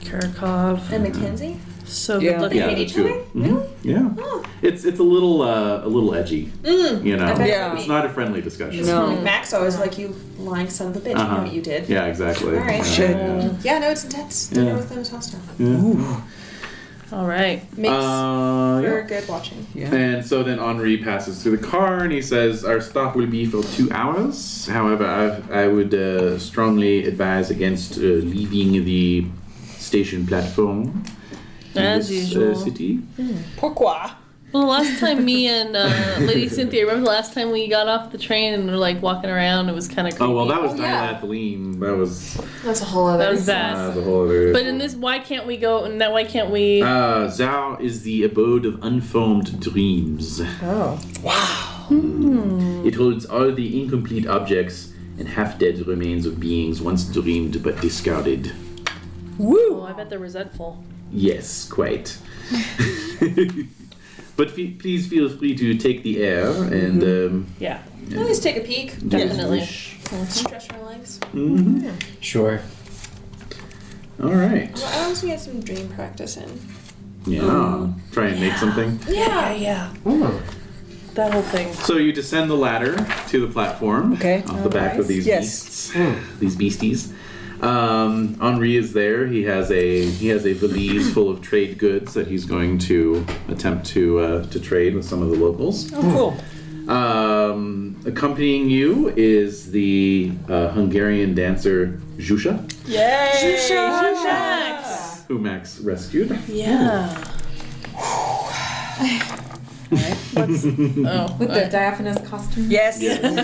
[SPEAKER 2] Karakov.
[SPEAKER 9] Mm-hmm.
[SPEAKER 10] And Mackenzie?
[SPEAKER 2] So
[SPEAKER 6] Yeah.
[SPEAKER 2] good looking.
[SPEAKER 9] Yeah, the two. Mhm. Yeah.
[SPEAKER 10] Oh.
[SPEAKER 9] It's it's a little uh, a little edgy. You know.
[SPEAKER 10] Mm. bet.
[SPEAKER 6] Yeah.
[SPEAKER 9] It's not a friendly discussion.
[SPEAKER 6] No.
[SPEAKER 10] Max always like, you lying son of a bitch. You know what you did.
[SPEAKER 9] Uh-huh. Yeah, exactly.
[SPEAKER 10] All right.
[SPEAKER 6] Shit.
[SPEAKER 9] Yeah.
[SPEAKER 10] Yeah, no, it's intense.
[SPEAKER 9] Yeah. Mm.
[SPEAKER 10] Dinner with them is hostile.
[SPEAKER 2] All right.
[SPEAKER 10] Makes
[SPEAKER 9] Uh, yeah.
[SPEAKER 10] for good watching.
[SPEAKER 9] And so then Henri passes through the car and he says, Our stop will be for two hours. However, I, I would uh, strongly advise against uh, leaving the station platform. in
[SPEAKER 2] As
[SPEAKER 9] this,
[SPEAKER 2] usual.
[SPEAKER 9] Uh, city.
[SPEAKER 10] Pourquoi?
[SPEAKER 2] Well, the last time me and uh, Lady Cynthia, remember the last time we got off the train and were like walking around? It was kind of creepy.
[SPEAKER 9] Oh, well, that was
[SPEAKER 10] Oh,
[SPEAKER 9] oh,
[SPEAKER 10] yeah.
[SPEAKER 9] That was, uh,
[SPEAKER 4] That's a whole other.
[SPEAKER 2] That was
[SPEAKER 9] that
[SPEAKER 2] bad.
[SPEAKER 9] was a whole other.
[SPEAKER 2] But in this, why can't we go? And that, why can't we?
[SPEAKER 9] Uh, Zao is the abode of unformed dreams.
[SPEAKER 6] Oh.
[SPEAKER 9] It holds all the incomplete objects and half dead remains of beings once dreamed but discarded.
[SPEAKER 2] Oh, I bet they're resentful.
[SPEAKER 9] Yes, quite. but fe- please feel free to take the air and um,
[SPEAKER 2] Yeah,
[SPEAKER 10] Always take a peek.
[SPEAKER 9] do as you
[SPEAKER 2] Definitely.
[SPEAKER 9] wish.
[SPEAKER 10] Stretch our legs.
[SPEAKER 3] Sure.
[SPEAKER 9] All right.
[SPEAKER 10] Well, I always get some dream practice in.
[SPEAKER 9] Yeah. Try and make something.
[SPEAKER 10] Yeah.
[SPEAKER 2] yeah.
[SPEAKER 3] Hmm.
[SPEAKER 2] That whole thing.
[SPEAKER 9] So you descend the ladder to the platform.
[SPEAKER 6] Okay.
[SPEAKER 9] Off the back of these
[SPEAKER 6] Yes.
[SPEAKER 9] beasts. These beasties. Um, Henri is there. He has a he has a valise full of trade goods that he's going to attempt to uh, to trade with some of the locals.
[SPEAKER 6] Oh, cool.
[SPEAKER 9] Um, accompanying you is the uh, Hungarian dancer Zsuzsa, who Max rescued.
[SPEAKER 2] Yeah. Oh,
[SPEAKER 10] With the diaphanous costume.
[SPEAKER 6] Yes.
[SPEAKER 2] another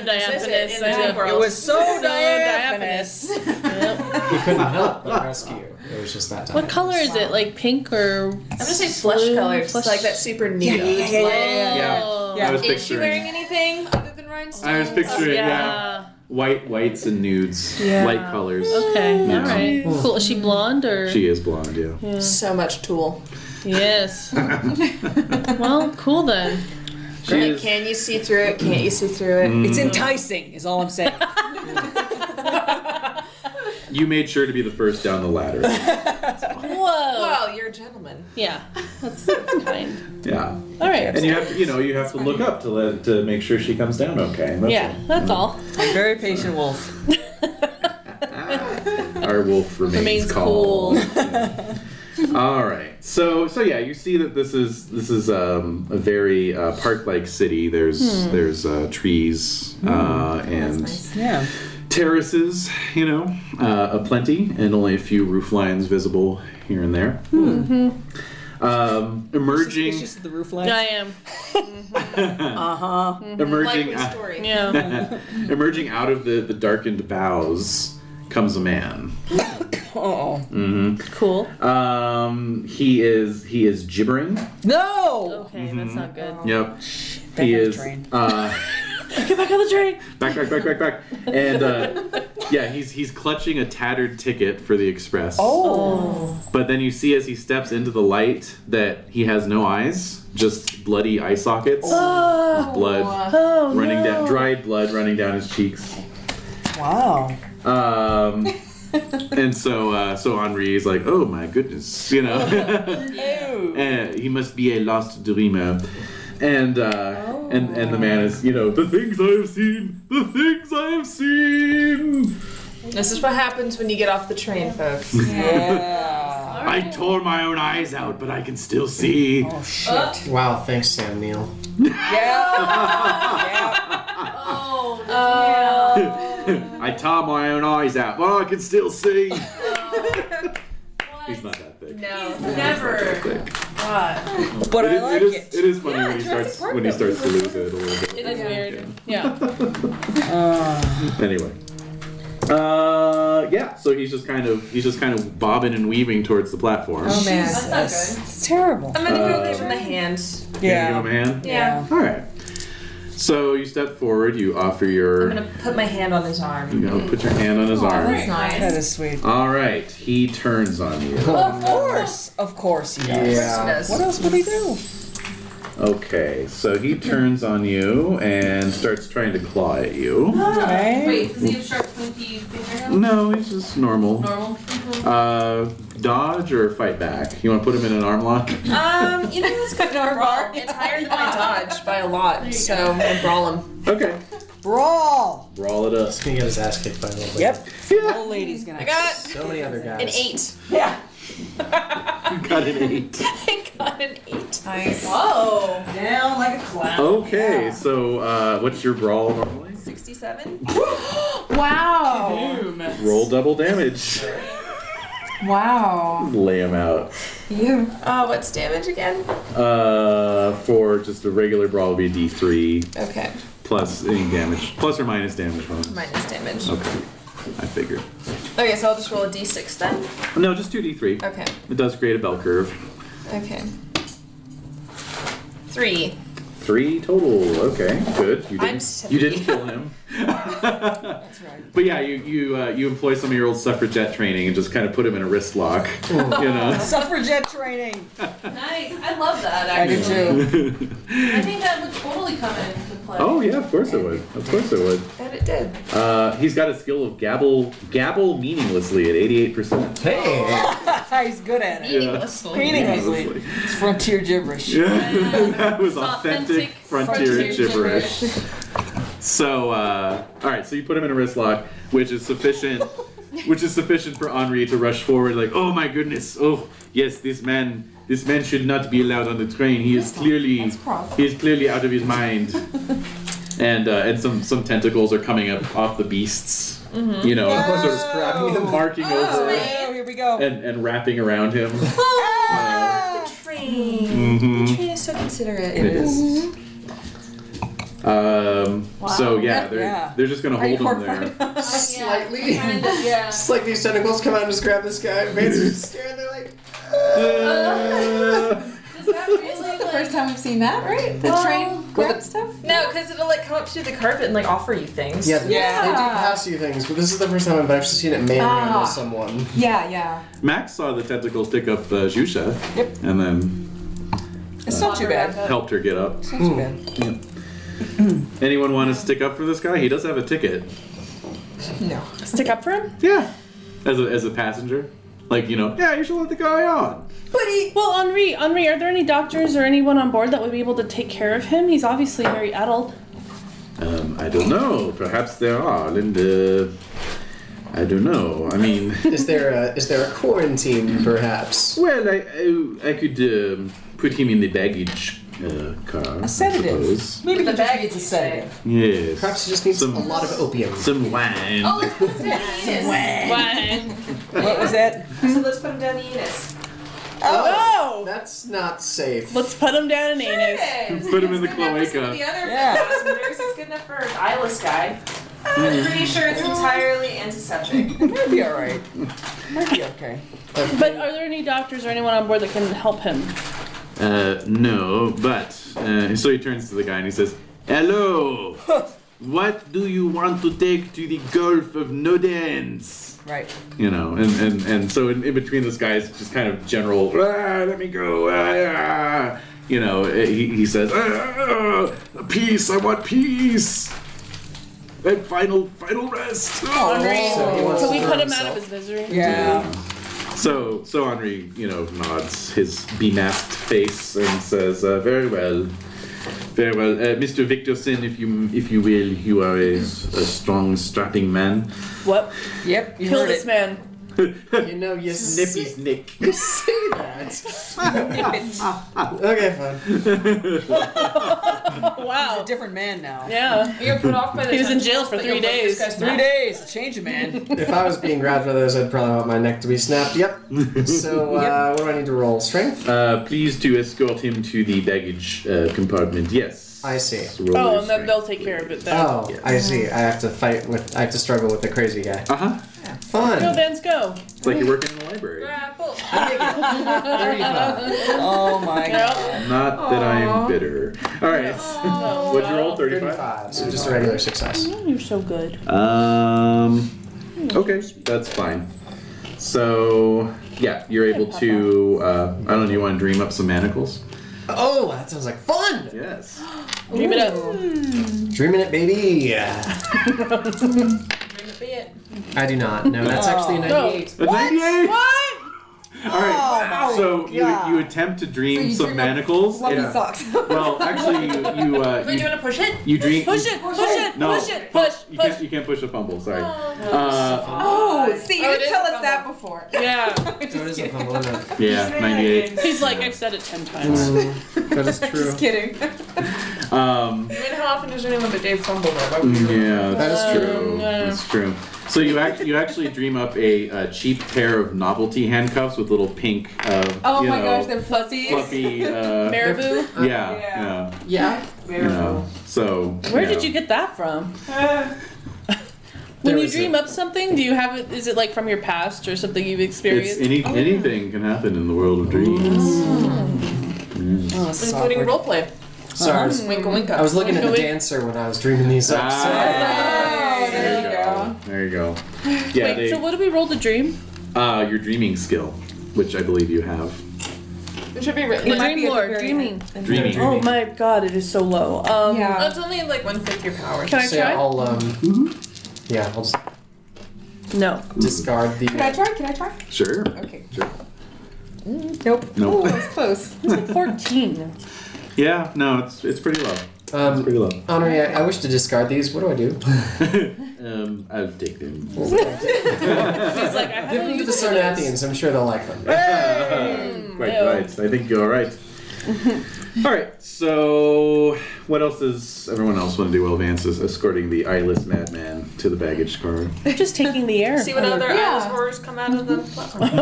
[SPEAKER 2] diaphanous. uh,
[SPEAKER 4] diaphanous. I think we're
[SPEAKER 6] It was so
[SPEAKER 2] diaphanous.
[SPEAKER 6] diaphanous.
[SPEAKER 2] Yep.
[SPEAKER 3] You couldn't help but rescue. It was just that time.
[SPEAKER 2] What color is it? Like pink or?
[SPEAKER 4] I'm gonna say flesh color, just
[SPEAKER 2] Flesh-
[SPEAKER 4] like that super nude.
[SPEAKER 6] yeah, yeah, yeah, yeah,
[SPEAKER 2] Oh.
[SPEAKER 9] I was
[SPEAKER 4] Is she wearing
[SPEAKER 9] picturing.
[SPEAKER 4] anything other than rhinestones?
[SPEAKER 9] I was picturing yeah.
[SPEAKER 2] Yeah.
[SPEAKER 9] white whites and nudes,
[SPEAKER 2] Yeah.
[SPEAKER 9] light colors.
[SPEAKER 2] Okay.
[SPEAKER 9] Yeah.
[SPEAKER 2] All right. Mm. Cool. Is she blonde or?
[SPEAKER 9] She is blonde, yeah.
[SPEAKER 4] So much tool.
[SPEAKER 2] Yes. well, cool then.
[SPEAKER 9] She
[SPEAKER 4] Like,
[SPEAKER 9] is.
[SPEAKER 4] can you see through it? Can't you see through it?
[SPEAKER 6] It's enticing, is all I'm saying.
[SPEAKER 9] You made sure to be the first down the ladder.
[SPEAKER 2] Whoa.
[SPEAKER 4] Well, you're a gentleman.
[SPEAKER 2] Yeah. That's, that's kind.
[SPEAKER 9] yeah,
[SPEAKER 2] All right.
[SPEAKER 9] and you have to, you know, you have to look up to let, to make sure she comes down okay. That's
[SPEAKER 2] yeah. That's all.
[SPEAKER 6] Very patient wolf.
[SPEAKER 9] it. Our wolf remains,
[SPEAKER 2] Remains
[SPEAKER 9] calm.
[SPEAKER 2] cool.
[SPEAKER 9] All right. So so yeah, you see that this is this is um, a very uh, park-like city. There's there's uh, trees uh, and
[SPEAKER 6] Yeah.
[SPEAKER 9] terraces, you know, uh, aplenty, and only a few roof lines visible here and there. Um, emerging,
[SPEAKER 6] It's just the roof line.
[SPEAKER 2] I am.
[SPEAKER 6] Uh huh.
[SPEAKER 9] emerging,
[SPEAKER 4] Likely
[SPEAKER 9] uh,
[SPEAKER 4] story.
[SPEAKER 2] Yeah.
[SPEAKER 9] emerging out of the, the darkened boughs comes a man.
[SPEAKER 6] Oh.
[SPEAKER 2] Cool.
[SPEAKER 9] Uh, Um, he is he is gibbering.
[SPEAKER 6] No.
[SPEAKER 2] Okay.
[SPEAKER 9] mm-hmm.
[SPEAKER 2] That's not good.
[SPEAKER 9] Yep.
[SPEAKER 6] Back
[SPEAKER 9] he
[SPEAKER 6] on the
[SPEAKER 9] is.
[SPEAKER 6] train.
[SPEAKER 9] Uh,
[SPEAKER 2] Get back on the train.
[SPEAKER 9] back, back, back, back, back. And uh, yeah, he's he's clutching a tattered ticket for the express.
[SPEAKER 6] Oh.
[SPEAKER 9] But then you see as he steps into the light that he has no eyes, just bloody eye sockets,
[SPEAKER 2] Oh.
[SPEAKER 9] blood
[SPEAKER 2] Oh.
[SPEAKER 9] running
[SPEAKER 2] no.
[SPEAKER 9] down, dried blood running down his cheeks.
[SPEAKER 6] Wow.
[SPEAKER 9] Um, and so uh, so Henri is like, oh my goodness, you know, Eh, he must be a lost dreamer. And uh, and and the man is, you know, the things I have seen, the things I have seen.
[SPEAKER 4] This is what happens when you get off the train, folks.
[SPEAKER 6] Yeah.
[SPEAKER 9] I tore my own eyes out, but I can still see.
[SPEAKER 6] Oh shit.
[SPEAKER 3] Wow, thanks, Sam Neil.
[SPEAKER 6] Yeah.
[SPEAKER 4] Oh,
[SPEAKER 9] I tore my own eyes out, but I can still see. He's not that thick.
[SPEAKER 4] no, never.
[SPEAKER 9] Thick.
[SPEAKER 4] God.
[SPEAKER 6] yeah. But I
[SPEAKER 9] is-
[SPEAKER 6] like
[SPEAKER 9] is,
[SPEAKER 6] it.
[SPEAKER 9] it is funny when he starts when he starts to lose it a little bit.
[SPEAKER 2] It is weird. Yeah.
[SPEAKER 9] Anyway. Uh yeah, so he's just kind of he's just kind of bobbing and weaving towards the platform.
[SPEAKER 6] Oh man.
[SPEAKER 4] That's not good.
[SPEAKER 6] It's terrible.
[SPEAKER 4] I'm gonna
[SPEAKER 9] Uh,
[SPEAKER 4] go give him a hand.
[SPEAKER 9] Can you
[SPEAKER 6] Yeah.
[SPEAKER 9] Give him a hand.
[SPEAKER 4] Yeah.
[SPEAKER 9] All right. So you step forward, you offer your.
[SPEAKER 4] I'm gonna Oh, put my hand on his arm.
[SPEAKER 9] you know, put your hand on his arm.
[SPEAKER 11] That's
[SPEAKER 6] That
[SPEAKER 11] nice.
[SPEAKER 6] is sweet.
[SPEAKER 9] All right, he turns on you.
[SPEAKER 6] Of course, of course he does.
[SPEAKER 3] Yeah.
[SPEAKER 6] What else would he do?
[SPEAKER 9] Okay, so he turns on you and starts trying to claw at you.
[SPEAKER 6] Okay.
[SPEAKER 4] Wait, does he have sharp pointy fingernails?
[SPEAKER 9] No, he's just normal.
[SPEAKER 4] Normal. mm-hmm.
[SPEAKER 9] Uh, dodge or fight back? You want to put him in an arm lock?
[SPEAKER 4] Um, you know this could go wrong. It's higher than my dodge by a lot, so I'm gonna brawl him.
[SPEAKER 9] Okay.
[SPEAKER 6] Brawl.
[SPEAKER 9] Roll it up.
[SPEAKER 3] He's gonna get his ass kicked by a little
[SPEAKER 6] Yep.
[SPEAKER 9] Yeah.
[SPEAKER 6] Old lady's gonna.
[SPEAKER 11] I got
[SPEAKER 3] So many other guys.
[SPEAKER 11] an eight.
[SPEAKER 6] Yeah.
[SPEAKER 9] Got an eight.
[SPEAKER 11] I got an eight.
[SPEAKER 4] Whoa!
[SPEAKER 6] Down like a clown.
[SPEAKER 9] Okay, so uh, what's your brawl normally?
[SPEAKER 11] Sixty-seven.
[SPEAKER 2] Wow.
[SPEAKER 9] Roll double damage.
[SPEAKER 2] Wow.
[SPEAKER 9] Lay him out.
[SPEAKER 10] You.
[SPEAKER 11] Oh, what's damage again?
[SPEAKER 9] Uh, for just a regular brawl, would be D3
[SPEAKER 11] Okay,
[SPEAKER 9] plus any damage, plus or minus damage. bonus.
[SPEAKER 11] minus damage.
[SPEAKER 9] Okay, I figured.
[SPEAKER 11] Okay, so I'll just roll a d6 then.
[SPEAKER 9] No, just two D3.
[SPEAKER 11] Okay,
[SPEAKER 9] It does create a bell curve.
[SPEAKER 11] okay. Three.
[SPEAKER 9] Three total. Okay, good. You
[SPEAKER 11] I'm
[SPEAKER 9] didn't.
[SPEAKER 11] silly.
[SPEAKER 9] You didn't kill him. That's
[SPEAKER 6] right.
[SPEAKER 9] But yeah, you you uh, you employ some of your old suffragette training and just kind of put him in a wrist lock. you know.
[SPEAKER 6] Suffragette training.
[SPEAKER 4] Nice. I love that.
[SPEAKER 6] I do
[SPEAKER 4] Actually,
[SPEAKER 6] too.
[SPEAKER 4] I think that would totally come into play.
[SPEAKER 9] Oh yeah, of course it would. Of course it would.
[SPEAKER 11] And it did.
[SPEAKER 9] Uh, he's got a skill of gabble gabble meaninglessly at eighty eight percent.
[SPEAKER 3] Hey!
[SPEAKER 6] He's good at it.
[SPEAKER 4] Meaninglessly.
[SPEAKER 6] Meaninglessly. It's frontier gibberish.
[SPEAKER 9] that was authentic,
[SPEAKER 4] Authentic
[SPEAKER 9] frontier,
[SPEAKER 4] frontier
[SPEAKER 9] gibberish. so, uh, all right. So you put him in a wrist lock, which is sufficient, which is sufficient for Henri to rush forward, like, "Oh my goodness! Oh yes, this man, this man should not be allowed on the train. He is clearly, he is clearly out of his mind." and uh, and some some tentacles are coming up off the beasts, you know, sort of
[SPEAKER 3] Oh, grabbing him.
[SPEAKER 9] marking over
[SPEAKER 6] Oh, here we go.
[SPEAKER 9] and and wrapping around him.
[SPEAKER 6] Oh,
[SPEAKER 9] Uh,
[SPEAKER 11] The train. The
[SPEAKER 9] mm-hmm.
[SPEAKER 11] train is so considerate.
[SPEAKER 9] It is. Um, So yeah, they're
[SPEAKER 6] Yeah.
[SPEAKER 9] they're just gonna
[SPEAKER 6] Are you
[SPEAKER 9] hold him there.
[SPEAKER 6] horrified?
[SPEAKER 3] Slightly.
[SPEAKER 4] Kind of, yeah.
[SPEAKER 3] It's like these tentacles come out and just grab this guy. And Vance is just staring. They're like,
[SPEAKER 9] Uh,
[SPEAKER 4] Does that really
[SPEAKER 10] The
[SPEAKER 4] like?
[SPEAKER 10] first time we've seen that, right? The
[SPEAKER 4] Well,
[SPEAKER 10] train grab stuff.
[SPEAKER 11] No, because it'll like come up through the carpet and like offer you things.
[SPEAKER 3] yeah, they-
[SPEAKER 6] Yeah.
[SPEAKER 3] they do pass you things, but this is the first time I've actually seen it man
[SPEAKER 10] Ah.
[SPEAKER 3] around someone.
[SPEAKER 10] Yeah, yeah.
[SPEAKER 9] Max saw the tentacles pick up uh, Jusha,
[SPEAKER 6] Yep.
[SPEAKER 9] and then
[SPEAKER 6] It's not too bad.
[SPEAKER 9] helped her get up.
[SPEAKER 6] It's not too bad.
[SPEAKER 9] Anyone want to stick up for this guy? He does have a ticket.
[SPEAKER 6] No.
[SPEAKER 11] Stick up for him.
[SPEAKER 9] Yeah, as a as a passenger, like you know, yeah, you should let the guy on.
[SPEAKER 2] Well, Henri, Henri, are there any doctors or anyone on board that would be able to take care of him? He's obviously very addled.
[SPEAKER 9] Um, I don't know. Perhaps there are, Linda. I don't know. I mean.
[SPEAKER 3] Is there a is there a quarantine perhaps?
[SPEAKER 9] Well, I I, I could um, put him in the baggage uh, car.
[SPEAKER 6] A sedative.
[SPEAKER 9] I suppose.
[SPEAKER 6] Maybe
[SPEAKER 4] The
[SPEAKER 6] he just
[SPEAKER 4] bag
[SPEAKER 6] needs a
[SPEAKER 4] you
[SPEAKER 6] sedative.
[SPEAKER 9] Yes.
[SPEAKER 3] Perhaps he just needs
[SPEAKER 9] Some-
[SPEAKER 3] a lot of opium.
[SPEAKER 9] some wine.
[SPEAKER 4] Oh, let's put him down the anus.
[SPEAKER 6] What was that?
[SPEAKER 4] So let's put him down the anus.
[SPEAKER 6] Oh!
[SPEAKER 3] That's not safe.
[SPEAKER 2] Let's put him down in anus.
[SPEAKER 4] Yes.
[SPEAKER 9] Put him in the
[SPEAKER 4] It's good enough for some of
[SPEAKER 9] cloaca.
[SPEAKER 4] The other
[SPEAKER 6] Yeah.
[SPEAKER 4] passengers, it's good enough for an eyeless guy. I'm pretty sure it's entirely antiseptic.
[SPEAKER 6] It might be alright. Might be okay.
[SPEAKER 2] But are there any doctors or anyone on board that can help him?
[SPEAKER 9] Uh, no, but uh, so he turns to the guy and he says, "Hello, what do you want to take to the Gulf of Nodens?"
[SPEAKER 6] Right.
[SPEAKER 9] You know, and and, and so in, in between this guy's just kind of general, ah, "Let me go," ah, ah," you know, he, he says, ah, "Peace, I want peace." And final, final rest.
[SPEAKER 3] So he wants
[SPEAKER 2] Can
[SPEAKER 3] to
[SPEAKER 2] we
[SPEAKER 3] throw
[SPEAKER 2] put him out of
[SPEAKER 3] himself.
[SPEAKER 2] his misery?
[SPEAKER 6] Yeah.
[SPEAKER 9] So, so Henri, you know, nods his bemasked face and says, uh, "Very well, very well, uh, Mr. Victorson, if you if you will, you are a, a strong, strapping man."
[SPEAKER 2] What?
[SPEAKER 6] Yep. You
[SPEAKER 2] Kill
[SPEAKER 6] heard
[SPEAKER 2] this
[SPEAKER 6] it.
[SPEAKER 2] man.
[SPEAKER 3] You know, you
[SPEAKER 9] Nippy
[SPEAKER 3] say,
[SPEAKER 9] Nick.
[SPEAKER 3] you say that. okay, fine.
[SPEAKER 2] Wow.
[SPEAKER 6] Different man now.
[SPEAKER 2] Yeah.
[SPEAKER 4] You're put off by the
[SPEAKER 2] He was in
[SPEAKER 4] time-
[SPEAKER 2] jail for
[SPEAKER 4] but
[SPEAKER 2] three
[SPEAKER 4] you'll break this
[SPEAKER 2] days.
[SPEAKER 4] guy's
[SPEAKER 6] Three
[SPEAKER 4] neck.
[SPEAKER 6] days. Change a man.
[SPEAKER 3] If I was being grabbed by those, I'd probably want my neck to be snapped. Yep. So, uh, what do I need to roll? Strength?
[SPEAKER 9] Uh, please to escort him to the baggage uh, compartment. Yes.
[SPEAKER 3] I see.
[SPEAKER 9] Roll
[SPEAKER 2] Oh,
[SPEAKER 9] your
[SPEAKER 2] and then
[SPEAKER 9] strength.
[SPEAKER 4] Oh.
[SPEAKER 2] they'll take care of it then.
[SPEAKER 3] Oh, I see. I have to fight with. I have to struggle with the crazy guy.
[SPEAKER 9] Uh-huh.
[SPEAKER 2] Go,
[SPEAKER 3] fun.
[SPEAKER 2] Vance, go.
[SPEAKER 9] It's like you're working in the library.
[SPEAKER 4] Grapple.
[SPEAKER 6] Oh my god.
[SPEAKER 9] Not that I am bitter. All right. What'd you roll? 35?
[SPEAKER 3] Thirty-five. So just a regular success.
[SPEAKER 2] Oh, You're so good.
[SPEAKER 9] Um, okay, that's fine. So, yeah, you're able to. Uh, I don't know, you want to dream up some manacles?
[SPEAKER 3] Oh, that sounds like fun.
[SPEAKER 9] Yes.
[SPEAKER 2] Dream it up.
[SPEAKER 3] Dreaming it, baby. Yeah.
[SPEAKER 4] Be it.
[SPEAKER 3] I do not. No, that's actually a
[SPEAKER 2] No.
[SPEAKER 3] 98.
[SPEAKER 9] What? What? All right. so you, you attempt to dream
[SPEAKER 10] you
[SPEAKER 9] some
[SPEAKER 10] dream of
[SPEAKER 9] manacles.
[SPEAKER 10] Fluffy
[SPEAKER 9] and-
[SPEAKER 10] socks.
[SPEAKER 9] well, actually, you you, uh,
[SPEAKER 4] Wait, do you
[SPEAKER 9] you,
[SPEAKER 4] want to push it?
[SPEAKER 9] you dream.
[SPEAKER 2] Push it, push it,
[SPEAKER 9] No,
[SPEAKER 2] push it, push,
[SPEAKER 9] you
[SPEAKER 2] push.
[SPEAKER 9] can't you can't push a fumble. Sorry. Uh,
[SPEAKER 10] Oh, see, you
[SPEAKER 4] Oh, it
[SPEAKER 10] didn't
[SPEAKER 4] is
[SPEAKER 10] tell
[SPEAKER 4] fun.
[SPEAKER 10] us that before.
[SPEAKER 2] Yeah.
[SPEAKER 3] What is it? Hold on.
[SPEAKER 9] yeah, ninety-eight.
[SPEAKER 2] He's like, I've said it ten times.
[SPEAKER 3] That is true.
[SPEAKER 10] Just kidding.
[SPEAKER 9] Um,
[SPEAKER 11] I mean, how often does anyone but Dave fumble though? Why would you-
[SPEAKER 9] yeah,
[SPEAKER 3] That
[SPEAKER 9] that's
[SPEAKER 3] is
[SPEAKER 9] true.
[SPEAKER 2] yeah.
[SPEAKER 9] That's true. So you act, you actually dream up a, uh cheap pair of novelty handcuffs with little pink. Uh,
[SPEAKER 10] Oh
[SPEAKER 9] you
[SPEAKER 10] my
[SPEAKER 9] know,
[SPEAKER 10] gosh, they're fuzzy.
[SPEAKER 9] fluffy. Uh, yeah,
[SPEAKER 2] Marabou?
[SPEAKER 9] yeah.
[SPEAKER 3] Yeah.
[SPEAKER 9] you know, so
[SPEAKER 2] Where
[SPEAKER 9] you
[SPEAKER 2] did
[SPEAKER 9] know.
[SPEAKER 2] you get that from?
[SPEAKER 9] Uh,
[SPEAKER 3] There
[SPEAKER 2] when you
[SPEAKER 3] is
[SPEAKER 2] dream
[SPEAKER 3] a-
[SPEAKER 2] up something, do you have it? Is it like from your past or something you've
[SPEAKER 9] It's
[SPEAKER 2] experienced?
[SPEAKER 9] any anything can happen in the world of dreams.
[SPEAKER 4] Including roleplay.
[SPEAKER 3] Sorry. I was-
[SPEAKER 9] Mm-hmm.
[SPEAKER 4] Winka winka.
[SPEAKER 3] I was looking at the
[SPEAKER 2] Wait.
[SPEAKER 3] dancer when I was dreaming these up. so- uh,
[SPEAKER 9] Ah,
[SPEAKER 10] Oh, there you go.
[SPEAKER 9] There you go. Yeah,
[SPEAKER 2] Wait,
[SPEAKER 9] they,
[SPEAKER 2] so what do we roll to dream?
[SPEAKER 9] uh, your dreaming skill, which I believe you have.
[SPEAKER 4] It should be written.
[SPEAKER 10] It might be
[SPEAKER 2] Dream
[SPEAKER 10] at the
[SPEAKER 2] Lord,
[SPEAKER 10] very
[SPEAKER 2] dreaming.
[SPEAKER 9] Dreaming.
[SPEAKER 2] Oh my god, it is so low. Um,
[SPEAKER 4] Oh,
[SPEAKER 10] Yeah.
[SPEAKER 4] it's only like one fifth your power.
[SPEAKER 2] Can I
[SPEAKER 3] So yeah,
[SPEAKER 2] try?
[SPEAKER 3] I'll um, yeah, I'll just
[SPEAKER 2] No.
[SPEAKER 3] discard
[SPEAKER 10] Can I
[SPEAKER 3] the.
[SPEAKER 10] try? Can I try?
[SPEAKER 9] Sure.
[SPEAKER 10] Okay.
[SPEAKER 9] Sure.
[SPEAKER 10] Nope.
[SPEAKER 9] Nope.
[SPEAKER 10] Oh, that's close.
[SPEAKER 2] It's like 14.
[SPEAKER 9] Yeah. No, it's it's pretty low. It's
[SPEAKER 3] Um,
[SPEAKER 9] pretty low.
[SPEAKER 3] Henri, I, I wish to discard these. What do I do?
[SPEAKER 9] Um, I'll take them.
[SPEAKER 2] He's like, I
[SPEAKER 3] Give them
[SPEAKER 2] haven't
[SPEAKER 3] to
[SPEAKER 2] used
[SPEAKER 3] the Sarnathians. I'm sure they'll like them.
[SPEAKER 9] Quite
[SPEAKER 2] No.
[SPEAKER 9] right. I think you're all right. all right. So, what else does everyone else want to do while Vance is escorting the eyeless madman to the baggage car?
[SPEAKER 2] I'm just taking the air.
[SPEAKER 4] See what other
[SPEAKER 10] Yeah.
[SPEAKER 4] eyeless horrors come out of the platform.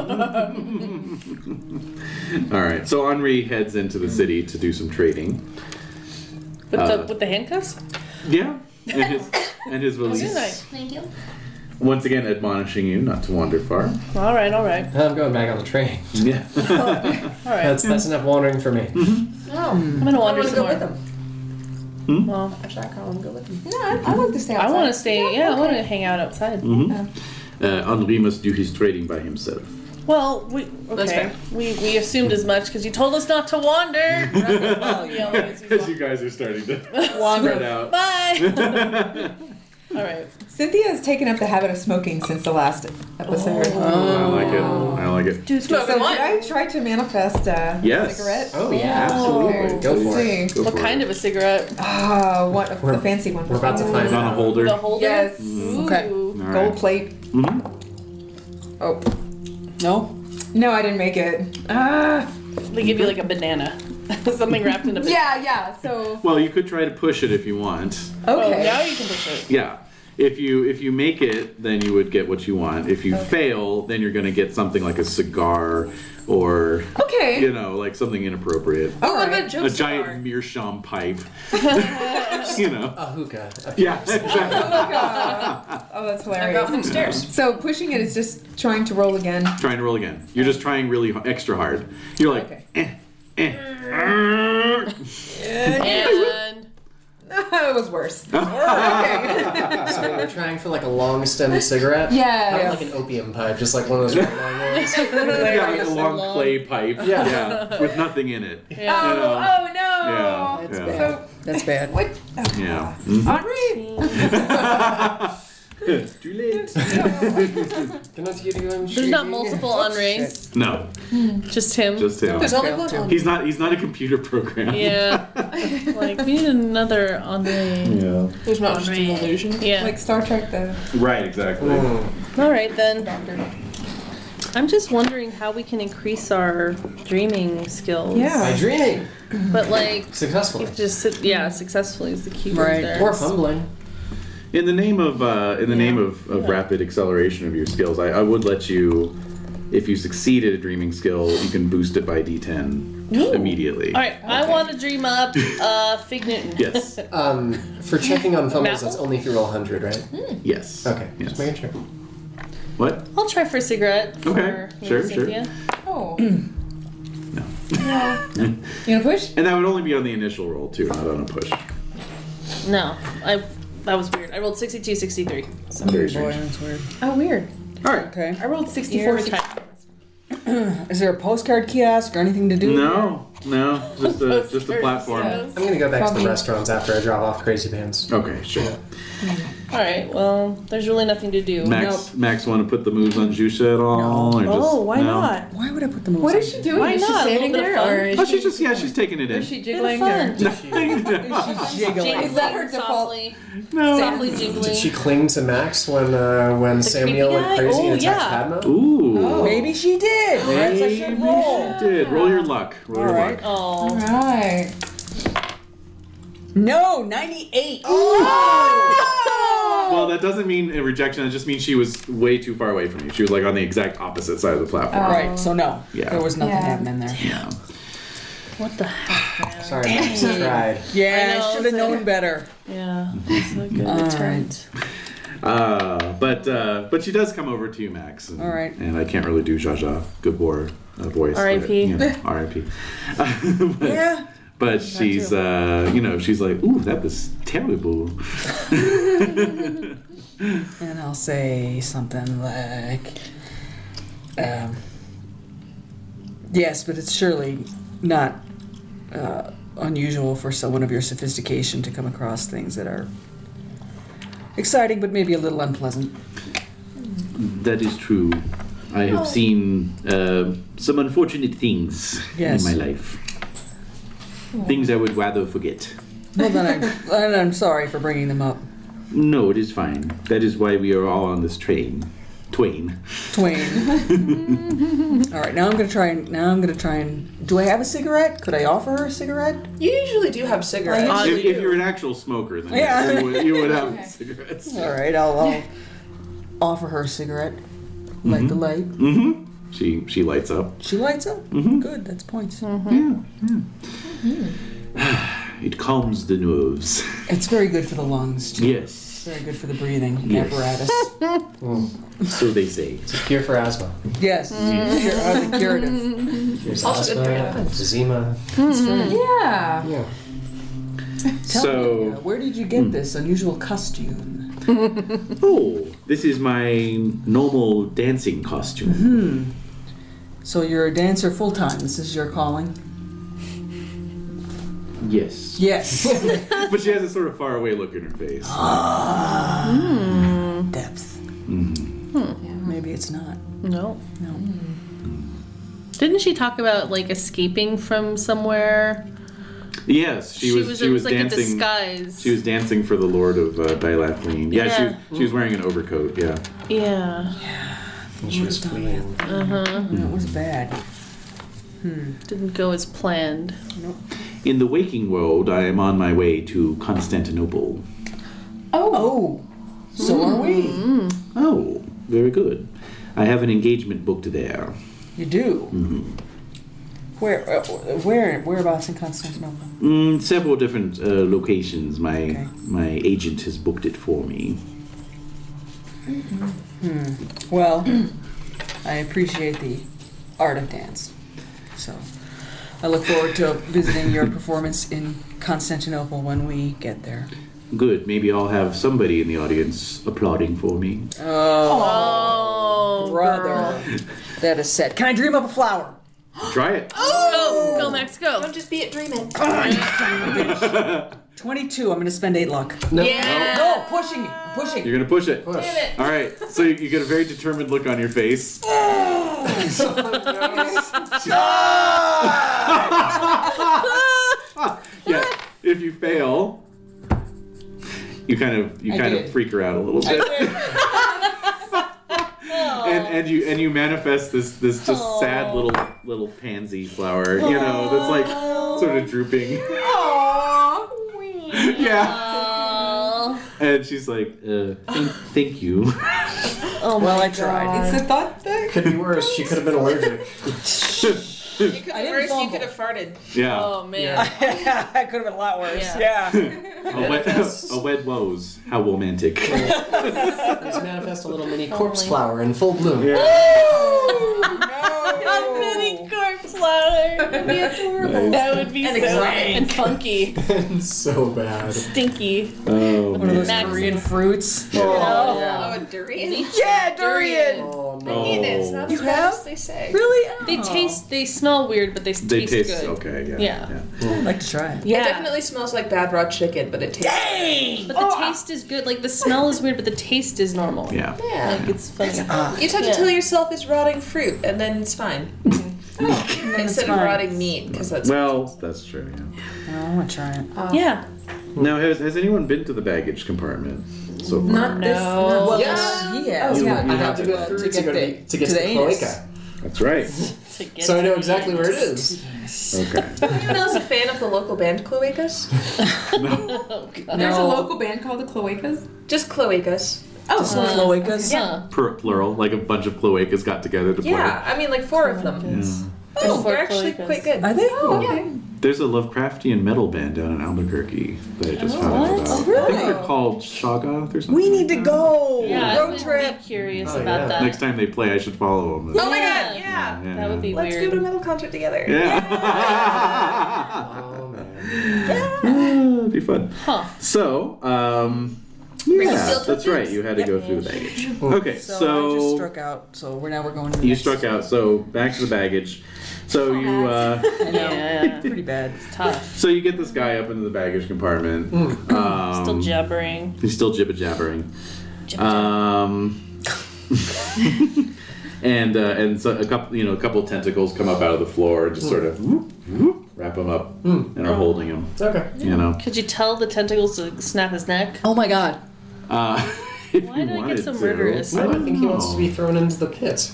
[SPEAKER 9] All right. So Henri heads into the city to do some trading.
[SPEAKER 2] With,
[SPEAKER 9] Uh,
[SPEAKER 2] the, with the handcuffs?
[SPEAKER 9] Yeah. And his, and his release.
[SPEAKER 2] Thank
[SPEAKER 9] you. Once again, admonishing you not to wander far.
[SPEAKER 2] Alright, alright.
[SPEAKER 3] I'm going back on the train.
[SPEAKER 9] Yeah.
[SPEAKER 2] Alright.
[SPEAKER 3] That's that's enough wandering for me.
[SPEAKER 4] Hmm.
[SPEAKER 2] I'm gonna wander
[SPEAKER 4] wanna
[SPEAKER 2] some
[SPEAKER 4] go
[SPEAKER 2] more.
[SPEAKER 4] with
[SPEAKER 2] Well,
[SPEAKER 4] Actually, I kind of want to go with them.
[SPEAKER 10] No, I, I love to stay outside.
[SPEAKER 2] I wanna stay, yeah, I wanna hang out outside.
[SPEAKER 9] uh, Henri must do his trading by himself.
[SPEAKER 2] Well, we okay.
[SPEAKER 4] fair.
[SPEAKER 2] We we assumed as much because you told us not to wander. Yelling as you
[SPEAKER 9] you guys are starting to
[SPEAKER 2] walk. wander.
[SPEAKER 9] out.
[SPEAKER 2] Bye. All right.
[SPEAKER 10] Cynthia has taken up the habit of smoking since the last episode.
[SPEAKER 9] I like it. I like it.
[SPEAKER 2] Dude,
[SPEAKER 4] what
[SPEAKER 10] So
[SPEAKER 4] we
[SPEAKER 10] did
[SPEAKER 4] want.
[SPEAKER 10] I try to manifest a
[SPEAKER 9] Yes.
[SPEAKER 10] cigarette?
[SPEAKER 3] Oh yeah, absolutely. Go for it.
[SPEAKER 10] Let's see.
[SPEAKER 9] Go
[SPEAKER 2] what
[SPEAKER 9] for
[SPEAKER 2] kind of a cigarette?
[SPEAKER 10] Ah, what a,
[SPEAKER 3] We're-
[SPEAKER 10] the fancy one.
[SPEAKER 3] We're about to
[SPEAKER 9] It's
[SPEAKER 3] find
[SPEAKER 9] on a
[SPEAKER 3] out.
[SPEAKER 9] holder.
[SPEAKER 2] The holder.
[SPEAKER 10] Yes.
[SPEAKER 2] Ooh.
[SPEAKER 6] Okay.
[SPEAKER 9] All right.
[SPEAKER 10] Gold plate.
[SPEAKER 9] Mhm.
[SPEAKER 3] Mm-hmm.
[SPEAKER 10] Oh
[SPEAKER 6] No?
[SPEAKER 10] no, I didn't make it. Ah.
[SPEAKER 2] They give you like a banana, something wrapped in a banana.
[SPEAKER 10] Yeah, yeah. So
[SPEAKER 9] Well, you could try to push it if you want.
[SPEAKER 2] Oh,
[SPEAKER 10] okay.
[SPEAKER 2] now you can push it.
[SPEAKER 9] Yeah. If you if you make it, then you would get what you want. If you fail, then you're going to get something like a cigar or
[SPEAKER 10] Okay.
[SPEAKER 9] you know, like something inappropriate.
[SPEAKER 10] All
[SPEAKER 4] What about
[SPEAKER 10] right.
[SPEAKER 4] joke
[SPEAKER 9] a
[SPEAKER 4] star?
[SPEAKER 9] giant meerschaum pipe. you know.
[SPEAKER 3] A hookah.
[SPEAKER 9] Yeah, exactly.
[SPEAKER 10] Oh, that's
[SPEAKER 4] I got
[SPEAKER 10] hilarious.
[SPEAKER 4] from stairs.
[SPEAKER 10] So pushing it is just trying to roll again.
[SPEAKER 9] trying to roll again. You're just trying really h- extra hard. You're like,
[SPEAKER 10] Okay.
[SPEAKER 9] eh, eh. err.
[SPEAKER 2] And
[SPEAKER 10] it was worse. okay.
[SPEAKER 3] So you're trying for like a long stem cigarette.
[SPEAKER 10] Yeah.
[SPEAKER 3] Not like an opium pipe, just like one of those really long ones.
[SPEAKER 9] yeah, like a long, clay pipe.
[SPEAKER 3] Yeah.
[SPEAKER 9] with nothing in it. Yeah.
[SPEAKER 10] Oh,
[SPEAKER 9] You know.
[SPEAKER 10] oh no.
[SPEAKER 9] Yeah.
[SPEAKER 6] That's
[SPEAKER 9] yeah.
[SPEAKER 6] bad. That's bad.
[SPEAKER 10] What?
[SPEAKER 9] Yeah.
[SPEAKER 10] Henri.
[SPEAKER 9] Mm. Too late.
[SPEAKER 3] Cannot you do
[SPEAKER 2] there's not multiple on rings,
[SPEAKER 9] No,
[SPEAKER 2] just him.
[SPEAKER 9] just him.
[SPEAKER 4] There's only
[SPEAKER 6] failed
[SPEAKER 4] one.
[SPEAKER 9] He's not. He's not a computer program.
[SPEAKER 2] yeah. like we need another on the.
[SPEAKER 9] Yeah.
[SPEAKER 4] There's not just an illusion.
[SPEAKER 2] Yeah.
[SPEAKER 10] Like Star Trek, the
[SPEAKER 9] Right. Exactly.
[SPEAKER 2] All right then.
[SPEAKER 10] doctor.
[SPEAKER 2] I'm just wondering how we can increase our dreaming skills.
[SPEAKER 10] Yeah.
[SPEAKER 3] By dreaming
[SPEAKER 2] But like.
[SPEAKER 3] successfully
[SPEAKER 2] Just sit- yeah, successfully is the key word
[SPEAKER 6] Right.
[SPEAKER 2] there.
[SPEAKER 3] or fumbling.
[SPEAKER 9] In the name of uh, in the
[SPEAKER 2] Yeah.
[SPEAKER 9] name of, of rapid acceleration of your skills, I, I would let you, if you succeed at a dreaming skill, you can boost it by D10 immediately.
[SPEAKER 2] All right, I want to dream up uh, Fig Newton.
[SPEAKER 9] Yes.
[SPEAKER 3] Um, for checking on fumbles,
[SPEAKER 2] Mapple?
[SPEAKER 3] that's only if you roll 100, right?
[SPEAKER 9] yes.
[SPEAKER 3] Okay,
[SPEAKER 9] Yes.
[SPEAKER 3] just making sure.
[SPEAKER 9] What?
[SPEAKER 2] I'll try for a cigarette. For
[SPEAKER 9] Okay,
[SPEAKER 2] maybe
[SPEAKER 9] sure, sure.
[SPEAKER 2] Cynthia.
[SPEAKER 10] Oh.
[SPEAKER 9] No.
[SPEAKER 10] You gonna push?
[SPEAKER 9] And that would only be on the initial roll too, not on a push.
[SPEAKER 2] No, I that was weird. I rolled 62, 63. So.
[SPEAKER 9] Very
[SPEAKER 6] Boy,
[SPEAKER 9] strange.
[SPEAKER 6] that's weird.
[SPEAKER 2] Oh, weird.
[SPEAKER 9] All right.
[SPEAKER 6] Okay.
[SPEAKER 2] I rolled 64.
[SPEAKER 6] Is there a postcard kiosk or anything to do?
[SPEAKER 9] No, no, just a just a platform.
[SPEAKER 3] I'm gonna go back to
[SPEAKER 10] Probably.
[SPEAKER 3] the restaurants after I drop off Crazy Pants.
[SPEAKER 9] Okay, sure.
[SPEAKER 2] All right. Well, there's really nothing to do.
[SPEAKER 9] Max, Max, want to put the moves on Jusha at all? Or just,
[SPEAKER 2] Oh, why
[SPEAKER 9] no?
[SPEAKER 2] not?
[SPEAKER 6] Why would I put the most?
[SPEAKER 10] What is she doing?
[SPEAKER 2] Why
[SPEAKER 10] is
[SPEAKER 2] not? A
[SPEAKER 10] she
[SPEAKER 2] little
[SPEAKER 10] standing
[SPEAKER 2] bit of
[SPEAKER 10] there
[SPEAKER 2] fun.
[SPEAKER 10] or is
[SPEAKER 9] Oh,
[SPEAKER 10] she,
[SPEAKER 9] she's just yeah, she's taking it in.
[SPEAKER 12] Is she jiggling
[SPEAKER 2] fun.
[SPEAKER 12] or
[SPEAKER 9] no,
[SPEAKER 6] jiggling?
[SPEAKER 10] Is that her default?
[SPEAKER 2] Softly,
[SPEAKER 9] no.
[SPEAKER 2] softly jingling.
[SPEAKER 3] Did she cling to Max when uh, when Samuel
[SPEAKER 2] creepy guy?
[SPEAKER 3] went crazy
[SPEAKER 2] Oh,
[SPEAKER 3] and attacked
[SPEAKER 2] yeah.
[SPEAKER 3] Padma?
[SPEAKER 9] Ooh.
[SPEAKER 6] Maybe she did. Perhaps I should
[SPEAKER 9] Maybe
[SPEAKER 6] roll.
[SPEAKER 9] she did. Roll your luck. Roll your
[SPEAKER 6] Alright.
[SPEAKER 9] luck.
[SPEAKER 2] Oh,
[SPEAKER 10] Right.
[SPEAKER 6] No, 98.
[SPEAKER 9] Well, that doesn't mean a rejection. It just means she was way too far away from you. She was like on the exact opposite side of the platform.
[SPEAKER 6] All right, so no.
[SPEAKER 9] Yeah.
[SPEAKER 6] There was nothing
[SPEAKER 10] Yeah.
[SPEAKER 6] happening there.
[SPEAKER 9] Yeah.
[SPEAKER 2] what the heck?
[SPEAKER 3] Sorry, Max I tried.
[SPEAKER 6] Yeah,
[SPEAKER 2] I know,
[SPEAKER 6] I should have
[SPEAKER 2] it's
[SPEAKER 6] known better.
[SPEAKER 2] Yeah, that's not good. That's right.
[SPEAKER 9] Uh, but uh, but she does come over to you, Max. And,
[SPEAKER 6] All right.
[SPEAKER 9] And I can't really do Zsa Zsa Gabor uh, voice. but,
[SPEAKER 2] R.I.P..
[SPEAKER 9] you know, R.I.P. but,
[SPEAKER 6] Yeah.
[SPEAKER 9] But she's uh, you know she's like, ooh, that was terrible.
[SPEAKER 6] And I'll say something like, um, "Yes, but it's surely not uh, unusual for someone of your sophistication to come across things that are exciting, but maybe a little unpleasant."
[SPEAKER 9] That is true. I have seen uh, some unfortunate things
[SPEAKER 6] Yes.
[SPEAKER 9] in my life. Things I would rather forget.
[SPEAKER 6] Well, then I'm, and I'm sorry for bringing them up,
[SPEAKER 9] No, it is fine. That is why we are all on this train. Twain.
[SPEAKER 6] Twain. All right, now I'm gonna try and now I'm gonna try and do I have a cigarette? Could I offer her a cigarette?
[SPEAKER 12] You usually do have cigarettes.
[SPEAKER 6] I
[SPEAKER 9] If, if you're an actual smoker, then yes,
[SPEAKER 6] Yeah.
[SPEAKER 9] you, would, you would have cigarettes.
[SPEAKER 6] All right, I'll, I'll offer her a cigarette. Light the light.
[SPEAKER 9] hmm She she lights up.
[SPEAKER 6] She lights up. Good, that's points.
[SPEAKER 9] It calms the nerves.
[SPEAKER 6] It's very good for the lungs. Too.
[SPEAKER 9] Yes,
[SPEAKER 6] Very good for the breathing
[SPEAKER 9] Yes.
[SPEAKER 6] apparatus.
[SPEAKER 9] so they say.
[SPEAKER 3] It's a cure for asthma.
[SPEAKER 6] yes, Cure- uh, the curative.
[SPEAKER 3] Cures
[SPEAKER 4] Also good for
[SPEAKER 3] asthma, eczema.
[SPEAKER 10] Yeah.
[SPEAKER 3] Yeah.
[SPEAKER 6] Tell me, uh,
[SPEAKER 9] so
[SPEAKER 6] where did you get this unusual costume?
[SPEAKER 9] oh, this is my normal dancing costume.
[SPEAKER 6] So you're a dancer full time. This is your calling.
[SPEAKER 9] Yes,
[SPEAKER 6] Yes.
[SPEAKER 9] but she has a sort of faraway look in her face.
[SPEAKER 6] Depth. Yeah, maybe it's not.
[SPEAKER 2] No. Mm.
[SPEAKER 6] No.
[SPEAKER 2] Didn't she talk about like escaping from somewhere?
[SPEAKER 9] Yes, she, was, She
[SPEAKER 2] it
[SPEAKER 9] was
[SPEAKER 2] like a
[SPEAKER 9] dancing.
[SPEAKER 2] disguise.
[SPEAKER 9] she was dancing for the Lord of uh, Dilathleen. Yeah, She, was,
[SPEAKER 2] Yeah.
[SPEAKER 9] she was wearing an overcoat. Yeah.
[SPEAKER 2] Yeah.
[SPEAKER 3] And she was fleeing.
[SPEAKER 6] That was bad.
[SPEAKER 2] Didn't go as planned.
[SPEAKER 9] In the waking world, I am on my way to Constantinople.
[SPEAKER 6] Oh. Mm-hmm. So are we.
[SPEAKER 9] Oh, very good. I have an engagement booked there.
[SPEAKER 6] You do. Where? Uh, where? Whereabouts in Constantinople?
[SPEAKER 9] Mm, several different uh, locations. My
[SPEAKER 6] Okay.
[SPEAKER 9] my agent has booked it for me.
[SPEAKER 6] Well, I appreciate the art of dance. So I look forward to visiting your performance in Constantinople when we get there.
[SPEAKER 9] Good. Maybe I'll have somebody in the audience applauding for me.
[SPEAKER 6] Oh,
[SPEAKER 2] Oh,
[SPEAKER 6] brother. That is set. Can I dream up a flower?
[SPEAKER 9] Try it.
[SPEAKER 2] Go, Oh, go, Max, go.
[SPEAKER 11] Don't just be at dreaming.
[SPEAKER 6] 22. I'm going to spend 8 luck.
[SPEAKER 2] Yeah.
[SPEAKER 6] No, pushing it. I'm Pushing.
[SPEAKER 9] You're gonna push it.
[SPEAKER 3] Push.
[SPEAKER 9] All right. So you, you get a very determined look on your face. yeah. If you fail, you kind of you kind of
[SPEAKER 6] did.
[SPEAKER 9] freak her out a little bit. and and you and you manifest this this just sad little little pansy flower, you know, that's like sort of drooping. yeah.
[SPEAKER 2] Oh,
[SPEAKER 9] And she's like, uh, thank, thank you.
[SPEAKER 6] Well, I tried.
[SPEAKER 10] It's a thought thing.
[SPEAKER 3] Could be worse. She could have been allergic.
[SPEAKER 11] You could
[SPEAKER 6] I didn't
[SPEAKER 11] have worse, you
[SPEAKER 6] fumble.
[SPEAKER 11] could have farted.
[SPEAKER 9] Yeah.
[SPEAKER 2] Oh man.
[SPEAKER 6] I could have been a lot worse.
[SPEAKER 2] Yeah.
[SPEAKER 6] yeah.
[SPEAKER 9] a, wed, a wed woes. How romantic.
[SPEAKER 3] Let's manifest a little mini corpse flower in full bloom.
[SPEAKER 2] Oh, A mini corpse flower. That'd be adorable. That would be so and funky,
[SPEAKER 3] so bad.
[SPEAKER 2] stinky.
[SPEAKER 9] Oh,
[SPEAKER 6] One of
[SPEAKER 9] man.
[SPEAKER 6] those
[SPEAKER 2] Max-
[SPEAKER 6] Korean fruits.
[SPEAKER 2] Oh.
[SPEAKER 11] Oh, a durian.
[SPEAKER 6] Yeah, durian.
[SPEAKER 3] Oh no.
[SPEAKER 9] Oh.
[SPEAKER 11] Eat it. It's not
[SPEAKER 6] You
[SPEAKER 11] as bad
[SPEAKER 6] have?
[SPEAKER 11] as they say.
[SPEAKER 6] Really?
[SPEAKER 2] They taste. They smell weird, but they, s-
[SPEAKER 9] They
[SPEAKER 2] taste,
[SPEAKER 9] taste
[SPEAKER 2] good.
[SPEAKER 9] okay. Yeah.
[SPEAKER 2] Yeah.
[SPEAKER 6] I'd like to try it.
[SPEAKER 2] Yeah.
[SPEAKER 12] It definitely smells like bad raw chicken, but it tastes.
[SPEAKER 2] But the taste is good. Like the smell is weird, but the taste is normal.
[SPEAKER 9] Yeah. yeah.
[SPEAKER 12] Yeah.
[SPEAKER 2] Like it's funny.
[SPEAKER 4] uh,
[SPEAKER 12] You just have
[SPEAKER 2] Yeah. Mm-hmm.
[SPEAKER 12] to tell yourself it's rotting fruit, and then it's fine.
[SPEAKER 6] Oh.
[SPEAKER 12] Instead
[SPEAKER 6] fine.
[SPEAKER 12] of rotting meat, because that's
[SPEAKER 9] Well, that's true. Yeah.
[SPEAKER 6] No, I want to try it.
[SPEAKER 2] yeah.
[SPEAKER 9] Now, has, has anyone been to the baggage compartment so far?
[SPEAKER 10] Not this.
[SPEAKER 2] No.
[SPEAKER 10] Not
[SPEAKER 12] Yeah.
[SPEAKER 10] yeah.
[SPEAKER 3] You,
[SPEAKER 10] yeah.
[SPEAKER 3] you have to go through to,
[SPEAKER 10] get
[SPEAKER 3] go to,
[SPEAKER 10] the-
[SPEAKER 3] the, to get to
[SPEAKER 6] to the
[SPEAKER 3] the
[SPEAKER 6] anus.
[SPEAKER 3] cloaca.
[SPEAKER 9] That's right.
[SPEAKER 2] To get
[SPEAKER 3] So I know
[SPEAKER 2] to
[SPEAKER 3] exactly
[SPEAKER 2] the-
[SPEAKER 3] where it is.
[SPEAKER 9] Okay.
[SPEAKER 12] Anyone else a fan of the local band Cloacas?
[SPEAKER 2] Oh god.
[SPEAKER 10] There's a local band called the Cloacas.
[SPEAKER 12] Just Cloacas.
[SPEAKER 6] Oh, cloacas.
[SPEAKER 2] Huh.
[SPEAKER 9] Plur- plural, like a bunch of cloacas got together to play.
[SPEAKER 12] Yeah, I mean like four of them.
[SPEAKER 2] There's
[SPEAKER 12] Oh,
[SPEAKER 2] four
[SPEAKER 12] they're actually
[SPEAKER 2] cloacas.
[SPEAKER 12] quite good.
[SPEAKER 6] Are they?
[SPEAKER 9] There's a Lovecraftian metal band down in Albuquerque that I just found
[SPEAKER 2] Oh,
[SPEAKER 9] out
[SPEAKER 2] what?
[SPEAKER 9] about. I think they're called Shoggoth or something.
[SPEAKER 6] We
[SPEAKER 9] like
[SPEAKER 6] need to
[SPEAKER 9] that.
[SPEAKER 6] go.
[SPEAKER 2] Yeah,
[SPEAKER 12] Road
[SPEAKER 2] I would
[SPEAKER 12] trip.
[SPEAKER 2] be curious
[SPEAKER 3] Oh,
[SPEAKER 2] about
[SPEAKER 3] yeah.
[SPEAKER 2] that.
[SPEAKER 9] Next time they play, I should follow them.
[SPEAKER 12] Oh my
[SPEAKER 2] Yeah.
[SPEAKER 12] god, yeah.
[SPEAKER 9] Yeah.
[SPEAKER 2] That would be
[SPEAKER 12] Let's
[SPEAKER 2] weird.
[SPEAKER 12] go to a metal concert together.
[SPEAKER 9] Yeah.
[SPEAKER 3] Oh man.
[SPEAKER 9] It'd be fun.
[SPEAKER 2] Huh.
[SPEAKER 9] So, um,
[SPEAKER 12] a
[SPEAKER 9] yeah,
[SPEAKER 12] steel
[SPEAKER 9] that's right. You had to go through the baggage. Okay,
[SPEAKER 6] Oh. So,
[SPEAKER 9] so,
[SPEAKER 6] I just struck out. So we're now we're going. To the
[SPEAKER 9] you
[SPEAKER 6] next-
[SPEAKER 9] struck out. So back to the baggage. So you. Uh,
[SPEAKER 6] I know.
[SPEAKER 2] Yeah.
[SPEAKER 6] Pretty bad.
[SPEAKER 2] Tough.
[SPEAKER 9] So you get this guy up into the baggage compartment. Um,
[SPEAKER 2] Still jabbering.
[SPEAKER 9] he's still jibba jabbering. Um, and uh, and so a couple, you know, a couple tentacles come up out of the floor, just sort of whoop, whoop, wrap him up, and are holding him.
[SPEAKER 3] Okay.
[SPEAKER 9] You know,
[SPEAKER 2] Could you tell the tentacles to snap his neck?
[SPEAKER 6] Oh my god.
[SPEAKER 9] uh, if
[SPEAKER 2] Why did
[SPEAKER 9] you
[SPEAKER 2] I get
[SPEAKER 9] wanted
[SPEAKER 2] so
[SPEAKER 9] to-
[SPEAKER 2] murderous?
[SPEAKER 3] No, I think he
[SPEAKER 9] don't
[SPEAKER 3] wants to
[SPEAKER 9] know.
[SPEAKER 3] be thrown into the pit.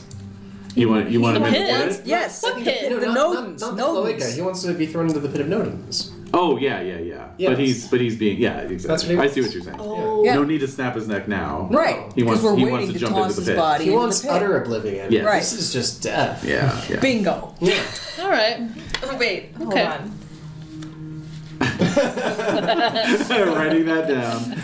[SPEAKER 9] You want you want him in the
[SPEAKER 2] Kids?
[SPEAKER 9] pit?
[SPEAKER 6] Yes.
[SPEAKER 2] What pit?
[SPEAKER 6] The Nodens,
[SPEAKER 3] Not, not
[SPEAKER 6] Nodens.
[SPEAKER 3] the cloaca. He wants to be thrown into the pit of Nodens.
[SPEAKER 9] Oh yeah, yeah, yeah.
[SPEAKER 3] Yes.
[SPEAKER 9] But he's but he's being yeah. Exactly.
[SPEAKER 3] That's what he
[SPEAKER 9] I see
[SPEAKER 3] wants.
[SPEAKER 9] what you're saying.
[SPEAKER 3] Oh.
[SPEAKER 6] Yeah.
[SPEAKER 9] No need to snap his neck now.
[SPEAKER 6] Right.
[SPEAKER 9] He
[SPEAKER 6] Because
[SPEAKER 9] wants-
[SPEAKER 6] we're
[SPEAKER 9] he
[SPEAKER 6] waiting
[SPEAKER 9] wants to
[SPEAKER 6] to
[SPEAKER 9] jump into
[SPEAKER 6] toss
[SPEAKER 9] the
[SPEAKER 6] his
[SPEAKER 9] pit.
[SPEAKER 6] body
[SPEAKER 3] He
[SPEAKER 6] into
[SPEAKER 3] wants
[SPEAKER 6] the pit.
[SPEAKER 3] utter oblivion.
[SPEAKER 9] Yes.
[SPEAKER 6] Right.
[SPEAKER 3] This is just death.
[SPEAKER 9] Yeah, yeah.
[SPEAKER 6] Bingo.
[SPEAKER 2] All right.
[SPEAKER 12] Wait, hold
[SPEAKER 2] Okay.
[SPEAKER 12] on.
[SPEAKER 9] Writing that down.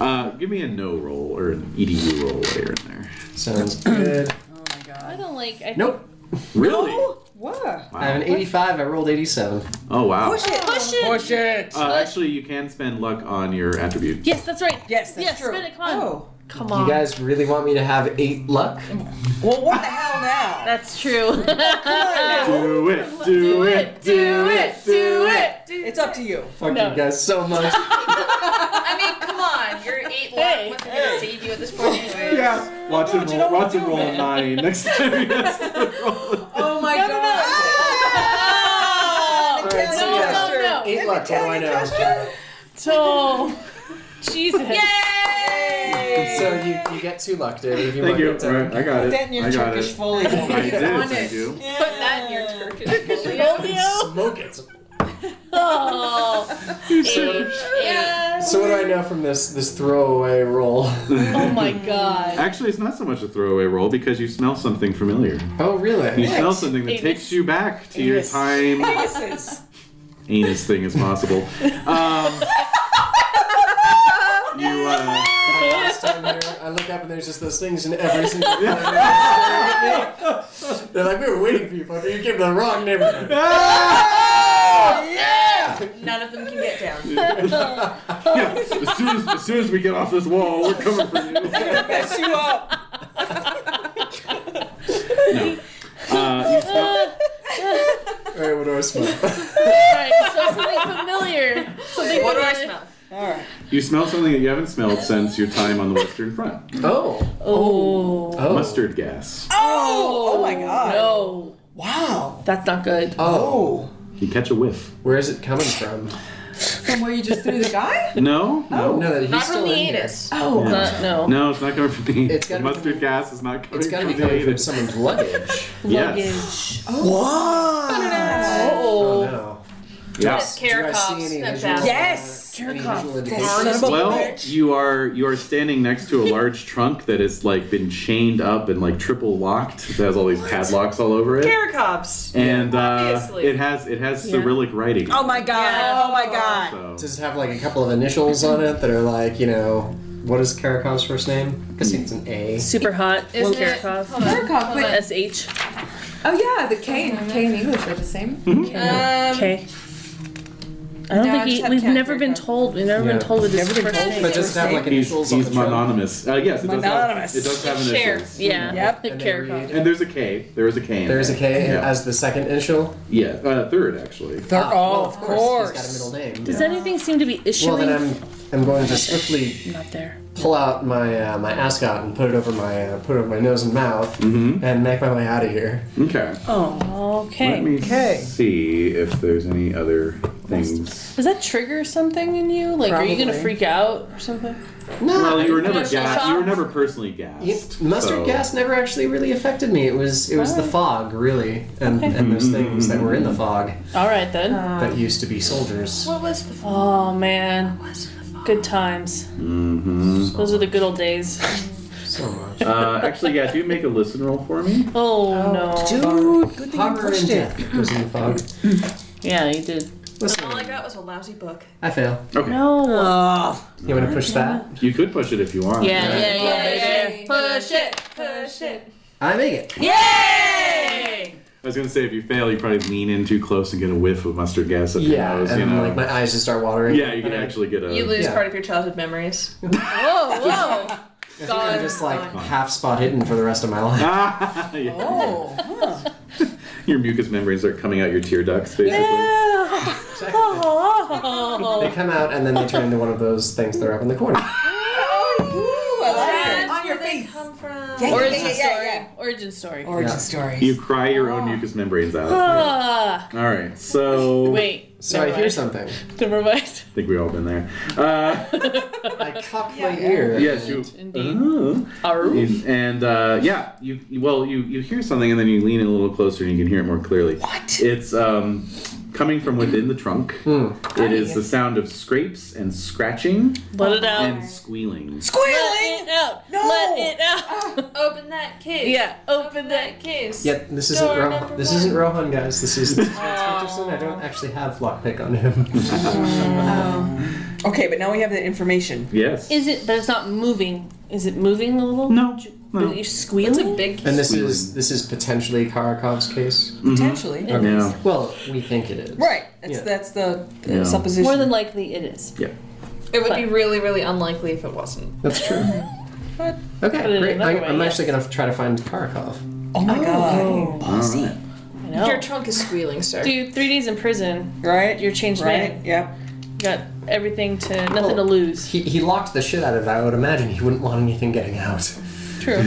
[SPEAKER 9] Uh, give me a no roll or an edu roll later in there.
[SPEAKER 3] Sounds good.
[SPEAKER 6] Oh my
[SPEAKER 2] I
[SPEAKER 6] god.
[SPEAKER 2] don't like. I
[SPEAKER 3] Nope.
[SPEAKER 9] Really?
[SPEAKER 6] What?
[SPEAKER 3] I have an 85. I rolled 87.
[SPEAKER 9] Oh wow.
[SPEAKER 6] Push it.
[SPEAKER 2] Push it.
[SPEAKER 6] Push it.
[SPEAKER 9] Uh, actually, you can spend luck on your attribute.
[SPEAKER 2] Yes, that's right.
[SPEAKER 6] Yes, that's
[SPEAKER 2] yes,
[SPEAKER 6] true.
[SPEAKER 2] spin it. Come on.
[SPEAKER 6] Oh.
[SPEAKER 2] Come
[SPEAKER 3] You
[SPEAKER 2] on.
[SPEAKER 3] guys really want me to have eight luck?
[SPEAKER 6] Well, what the hell now?
[SPEAKER 2] that's true.
[SPEAKER 9] Do it, do it, do it, do it.
[SPEAKER 6] It's up to you.
[SPEAKER 3] Fuck
[SPEAKER 2] No.
[SPEAKER 3] you guys so much.
[SPEAKER 12] I mean, come on. You're eight long.
[SPEAKER 2] Hey, Oh,
[SPEAKER 12] What's gonna save you at this point anyway?
[SPEAKER 9] Yeah. Watch him roll. Watch him roll a nine next time. Yes,
[SPEAKER 6] Oh my god.
[SPEAKER 3] Alright, so
[SPEAKER 2] no,
[SPEAKER 3] yeah.
[SPEAKER 2] no, no.
[SPEAKER 3] Eight luck. What do I know?
[SPEAKER 2] So, Jesus.
[SPEAKER 3] So you, you get two luck, David. If you
[SPEAKER 9] Thank
[SPEAKER 3] want
[SPEAKER 9] you.
[SPEAKER 3] it down.
[SPEAKER 9] Right, I got it.
[SPEAKER 6] That and your
[SPEAKER 9] I got
[SPEAKER 6] Turkish
[SPEAKER 9] it.
[SPEAKER 6] folio.
[SPEAKER 9] I did.
[SPEAKER 6] On
[SPEAKER 9] Thank
[SPEAKER 6] it.
[SPEAKER 9] Oh, you.
[SPEAKER 12] Put that in your Turkish.
[SPEAKER 3] Smoke it.
[SPEAKER 2] Oh, H, H.
[SPEAKER 3] So what do I know from this this throwaway roll?
[SPEAKER 2] oh my God.
[SPEAKER 9] Actually, it's not so much a throwaway roll because you smell something familiar.
[SPEAKER 3] Oh
[SPEAKER 9] You
[SPEAKER 3] really?
[SPEAKER 9] smell something that
[SPEAKER 2] Anus.
[SPEAKER 9] takes you back to your
[SPEAKER 6] Anus.
[SPEAKER 9] time.
[SPEAKER 6] Kisses.
[SPEAKER 9] anus thing as possible. Um, you, uh,
[SPEAKER 3] Last time here, I look up and there's just those things in every single. They're like, we were waiting for you, fucker. You gave the wrong neighborhood.
[SPEAKER 12] None of them can get down.
[SPEAKER 9] yeah, as soon as, as soon as we get off this wall, we're coming for you.
[SPEAKER 6] Mess you up.
[SPEAKER 9] No. Uh, you smell,
[SPEAKER 3] All right, what do I smell?
[SPEAKER 2] Alright, so something familiar. Something
[SPEAKER 12] What do I
[SPEAKER 2] familiar.
[SPEAKER 12] smell?
[SPEAKER 6] All right.
[SPEAKER 9] you smell something that you haven't smelled since your time on the Western Front.
[SPEAKER 3] Oh,
[SPEAKER 2] Oh.
[SPEAKER 3] oh,
[SPEAKER 9] Mustard gas.
[SPEAKER 6] Oh. Oh my god.
[SPEAKER 2] No.
[SPEAKER 6] Wow.
[SPEAKER 2] That's not good.
[SPEAKER 3] Oh,
[SPEAKER 9] You catch a whiff.
[SPEAKER 3] where is it coming from?
[SPEAKER 10] From where you just threw the guy?
[SPEAKER 9] No?
[SPEAKER 3] No, no, that he's
[SPEAKER 12] Not
[SPEAKER 3] still
[SPEAKER 12] from the
[SPEAKER 3] in here.
[SPEAKER 12] anus.
[SPEAKER 2] Oh, not, no.
[SPEAKER 9] No, it's not coming from the
[SPEAKER 3] It's gotta be
[SPEAKER 9] mustard gas is not coming
[SPEAKER 3] It's gotta
[SPEAKER 9] from
[SPEAKER 3] be
[SPEAKER 9] the
[SPEAKER 3] coming from
[SPEAKER 9] anus.
[SPEAKER 3] someone's luggage.
[SPEAKER 9] Yes.
[SPEAKER 2] Luggage.
[SPEAKER 6] Wow.
[SPEAKER 3] Oh
[SPEAKER 2] Oh.
[SPEAKER 3] no.
[SPEAKER 9] Yes.
[SPEAKER 12] Yes!
[SPEAKER 9] Well, you are you are standing next to a large trunk that is like been chained up and like triple locked. It has all these padlocks all over it,
[SPEAKER 12] Carrot cops.
[SPEAKER 9] and uh,
[SPEAKER 4] Obviously.
[SPEAKER 9] it has it has Cyrillic writing.
[SPEAKER 6] Oh my god. Oh my god.
[SPEAKER 9] So
[SPEAKER 3] Does it have like a couple of initials on it that are like, you know, what is Karakov's first name? I guess it's an A.
[SPEAKER 2] Super hot is
[SPEAKER 4] Isn't it-
[SPEAKER 2] Karakov.
[SPEAKER 4] hold on,
[SPEAKER 10] Kirkhoff,
[SPEAKER 4] hold
[SPEAKER 10] wait.
[SPEAKER 4] on.
[SPEAKER 2] S H
[SPEAKER 10] Oh yeah, the K
[SPEAKER 4] Mm-hmm.
[SPEAKER 10] and K and English are the same.
[SPEAKER 6] Mm-hmm.
[SPEAKER 4] Um,
[SPEAKER 2] K. I don't
[SPEAKER 12] No, I
[SPEAKER 2] think he,
[SPEAKER 12] just had
[SPEAKER 2] we've
[SPEAKER 12] cat
[SPEAKER 2] never been
[SPEAKER 12] Karakov.
[SPEAKER 2] told. We've never been
[SPEAKER 3] Yeah.
[SPEAKER 2] told what his
[SPEAKER 6] Never been
[SPEAKER 2] first
[SPEAKER 6] told,
[SPEAKER 2] name
[SPEAKER 3] But
[SPEAKER 2] is.
[SPEAKER 3] does it have like
[SPEAKER 9] he's,
[SPEAKER 3] initials
[SPEAKER 9] he's
[SPEAKER 3] on the trunk?
[SPEAKER 9] mononymous. Uh, yes, it does have
[SPEAKER 6] Mononymous.
[SPEAKER 9] it does have
[SPEAKER 4] Share.
[SPEAKER 9] initials.
[SPEAKER 2] Yeah.
[SPEAKER 6] Yep.
[SPEAKER 2] The
[SPEAKER 3] And they read-
[SPEAKER 2] Karakov.
[SPEAKER 9] And there's a K. There is a K. In
[SPEAKER 3] There's a K
[SPEAKER 9] Yeah.
[SPEAKER 3] as the second initial.
[SPEAKER 9] Yeah, uh, third actually.
[SPEAKER 6] They're
[SPEAKER 3] Ah,
[SPEAKER 6] all,
[SPEAKER 3] well,
[SPEAKER 6] of course.
[SPEAKER 3] He's got a middle name.
[SPEAKER 2] Does anything seem to be
[SPEAKER 3] Well,
[SPEAKER 2] issuing?
[SPEAKER 3] then I'm I'm going to swiftly
[SPEAKER 2] Not there.
[SPEAKER 3] pull out my uh, my ascot and put it over my uh, put it over my nose and mouth
[SPEAKER 9] Mm-hmm.
[SPEAKER 3] and make my way out of here.
[SPEAKER 9] Okay. Let
[SPEAKER 2] Okay.
[SPEAKER 9] me see if there's any other things.
[SPEAKER 2] Does that trigger something in you? Like, are you gonna
[SPEAKER 6] Probably.
[SPEAKER 2] freak out or something?
[SPEAKER 9] Well, you were never
[SPEAKER 4] Initial
[SPEAKER 9] gassed. You were
[SPEAKER 4] shock.
[SPEAKER 9] never personally
[SPEAKER 3] Yeah,
[SPEAKER 9] gassed.
[SPEAKER 3] mustard
[SPEAKER 9] so-
[SPEAKER 3] gas never actually really affected me. It was it was the fog really, and and those things that were in the
[SPEAKER 9] Mm-hmm.
[SPEAKER 3] fog
[SPEAKER 2] All right then.
[SPEAKER 6] Uh,
[SPEAKER 3] that used to be soldiers.
[SPEAKER 12] What was the fuck?
[SPEAKER 2] oh man, good times.
[SPEAKER 9] mm-hmm.
[SPEAKER 2] Those are the good old days.
[SPEAKER 3] So much.
[SPEAKER 9] Uh, actually, yeah. Do you make a listen roll for me?
[SPEAKER 2] Oh, no.
[SPEAKER 6] Dude, good thing you
[SPEAKER 3] Hunger and
[SPEAKER 6] pushed it.
[SPEAKER 3] death was in the fog.
[SPEAKER 2] Yeah, you did.
[SPEAKER 3] Listen,
[SPEAKER 12] All I got was a lousy book.
[SPEAKER 10] Oh,
[SPEAKER 3] I fail.
[SPEAKER 9] Okay.
[SPEAKER 2] No.
[SPEAKER 6] Oh,
[SPEAKER 3] You want to push that?
[SPEAKER 9] You could push it if you want.
[SPEAKER 2] Yeah, yeah, yeah, yeah.
[SPEAKER 4] Push it.
[SPEAKER 12] Push it.
[SPEAKER 3] I make it.
[SPEAKER 9] I was gonna say if you fail, you probably lean in too close and get a whiff of mustard gas up
[SPEAKER 3] Yeah,
[SPEAKER 9] your nose.
[SPEAKER 3] and
[SPEAKER 9] You know.
[SPEAKER 3] like my eyes just start watering.
[SPEAKER 9] yeah, you can actually get a.
[SPEAKER 12] You lose
[SPEAKER 3] Yeah.
[SPEAKER 12] part of your childhood memories.
[SPEAKER 2] Whoa, whoa.
[SPEAKER 3] I'm just like half spot hidden for the rest of my life.
[SPEAKER 9] Ah, yeah.
[SPEAKER 6] oh, huh.
[SPEAKER 9] Your mucous membranes are coming out your tear ducts, basically.
[SPEAKER 3] They come out and then they turn into one of those things that are up in the corner.
[SPEAKER 6] Ooh, I like it.
[SPEAKER 12] That's
[SPEAKER 10] On your
[SPEAKER 12] where they
[SPEAKER 10] face.
[SPEAKER 12] come from.
[SPEAKER 6] Yeah, yeah,
[SPEAKER 2] Origin
[SPEAKER 6] yeah, yeah,
[SPEAKER 2] story.
[SPEAKER 6] yeah.
[SPEAKER 2] Origin story.
[SPEAKER 6] Origin
[SPEAKER 3] Yeah.
[SPEAKER 6] stories.
[SPEAKER 9] You cry your
[SPEAKER 2] Oh.
[SPEAKER 9] own mucous membranes out.
[SPEAKER 2] Ah,
[SPEAKER 9] All right, so
[SPEAKER 2] wait.
[SPEAKER 3] So I
[SPEAKER 2] never
[SPEAKER 3] hear
[SPEAKER 2] mind.
[SPEAKER 3] something.
[SPEAKER 2] Never mind.
[SPEAKER 9] I think we've all been there. Uh,
[SPEAKER 3] I cock my ear.
[SPEAKER 9] yes, you.
[SPEAKER 2] Indeed.
[SPEAKER 9] Oh.
[SPEAKER 2] Arr.
[SPEAKER 9] You- and uh, yeah, you you- well you you hear something and then you lean in a little closer and you can hear it more clearly. What? It's um coming from within the trunk. It is the sound of scrapes and scratching
[SPEAKER 2] Let it out.
[SPEAKER 9] and squealing.
[SPEAKER 2] Let it out. Let it out.
[SPEAKER 4] Open that case.
[SPEAKER 2] Ah. yeah.
[SPEAKER 4] Open that case.
[SPEAKER 3] Yep, this isn't
[SPEAKER 4] Door
[SPEAKER 3] Rohan.
[SPEAKER 4] number
[SPEAKER 3] This
[SPEAKER 4] one.
[SPEAKER 3] isn't Rohan, guys. This is Richardson. I don't actually have lockpick on him.
[SPEAKER 6] Okay, but now we have the information.
[SPEAKER 9] Yes.
[SPEAKER 2] Is it? But it's not moving. Is it moving a little?
[SPEAKER 9] no.
[SPEAKER 2] Are
[SPEAKER 9] No.
[SPEAKER 2] you squealing?
[SPEAKER 4] Big.
[SPEAKER 3] and this is this is potentially Karakov's case.
[SPEAKER 6] Mm-hmm. Potentially.
[SPEAKER 9] Yeah.
[SPEAKER 3] Well, we think it is.
[SPEAKER 6] Right. That's,
[SPEAKER 3] Yeah.
[SPEAKER 6] that's the uh,
[SPEAKER 9] Yeah.
[SPEAKER 6] supposition.
[SPEAKER 2] More than likely, it is.
[SPEAKER 4] It would be really, really unlikely if it wasn't.
[SPEAKER 3] That's true.
[SPEAKER 6] But-
[SPEAKER 3] okay,
[SPEAKER 2] Put it
[SPEAKER 3] great.
[SPEAKER 2] another
[SPEAKER 3] I,
[SPEAKER 2] way,
[SPEAKER 3] I'm
[SPEAKER 2] yeah.
[SPEAKER 3] actually gonna try to find Karakov.
[SPEAKER 6] oh my god.
[SPEAKER 9] All
[SPEAKER 6] Bossy.
[SPEAKER 9] right.
[SPEAKER 2] I know.
[SPEAKER 4] Your trunk is squealing, sir.
[SPEAKER 2] Dude, three days in prison.
[SPEAKER 6] Right?
[SPEAKER 2] You're a changed
[SPEAKER 6] right?
[SPEAKER 2] man.
[SPEAKER 6] Yep.
[SPEAKER 2] You got everything to nothing to lose.
[SPEAKER 3] He, he locked the shit out of it. I would imagine he wouldn't want anything getting out.
[SPEAKER 2] True.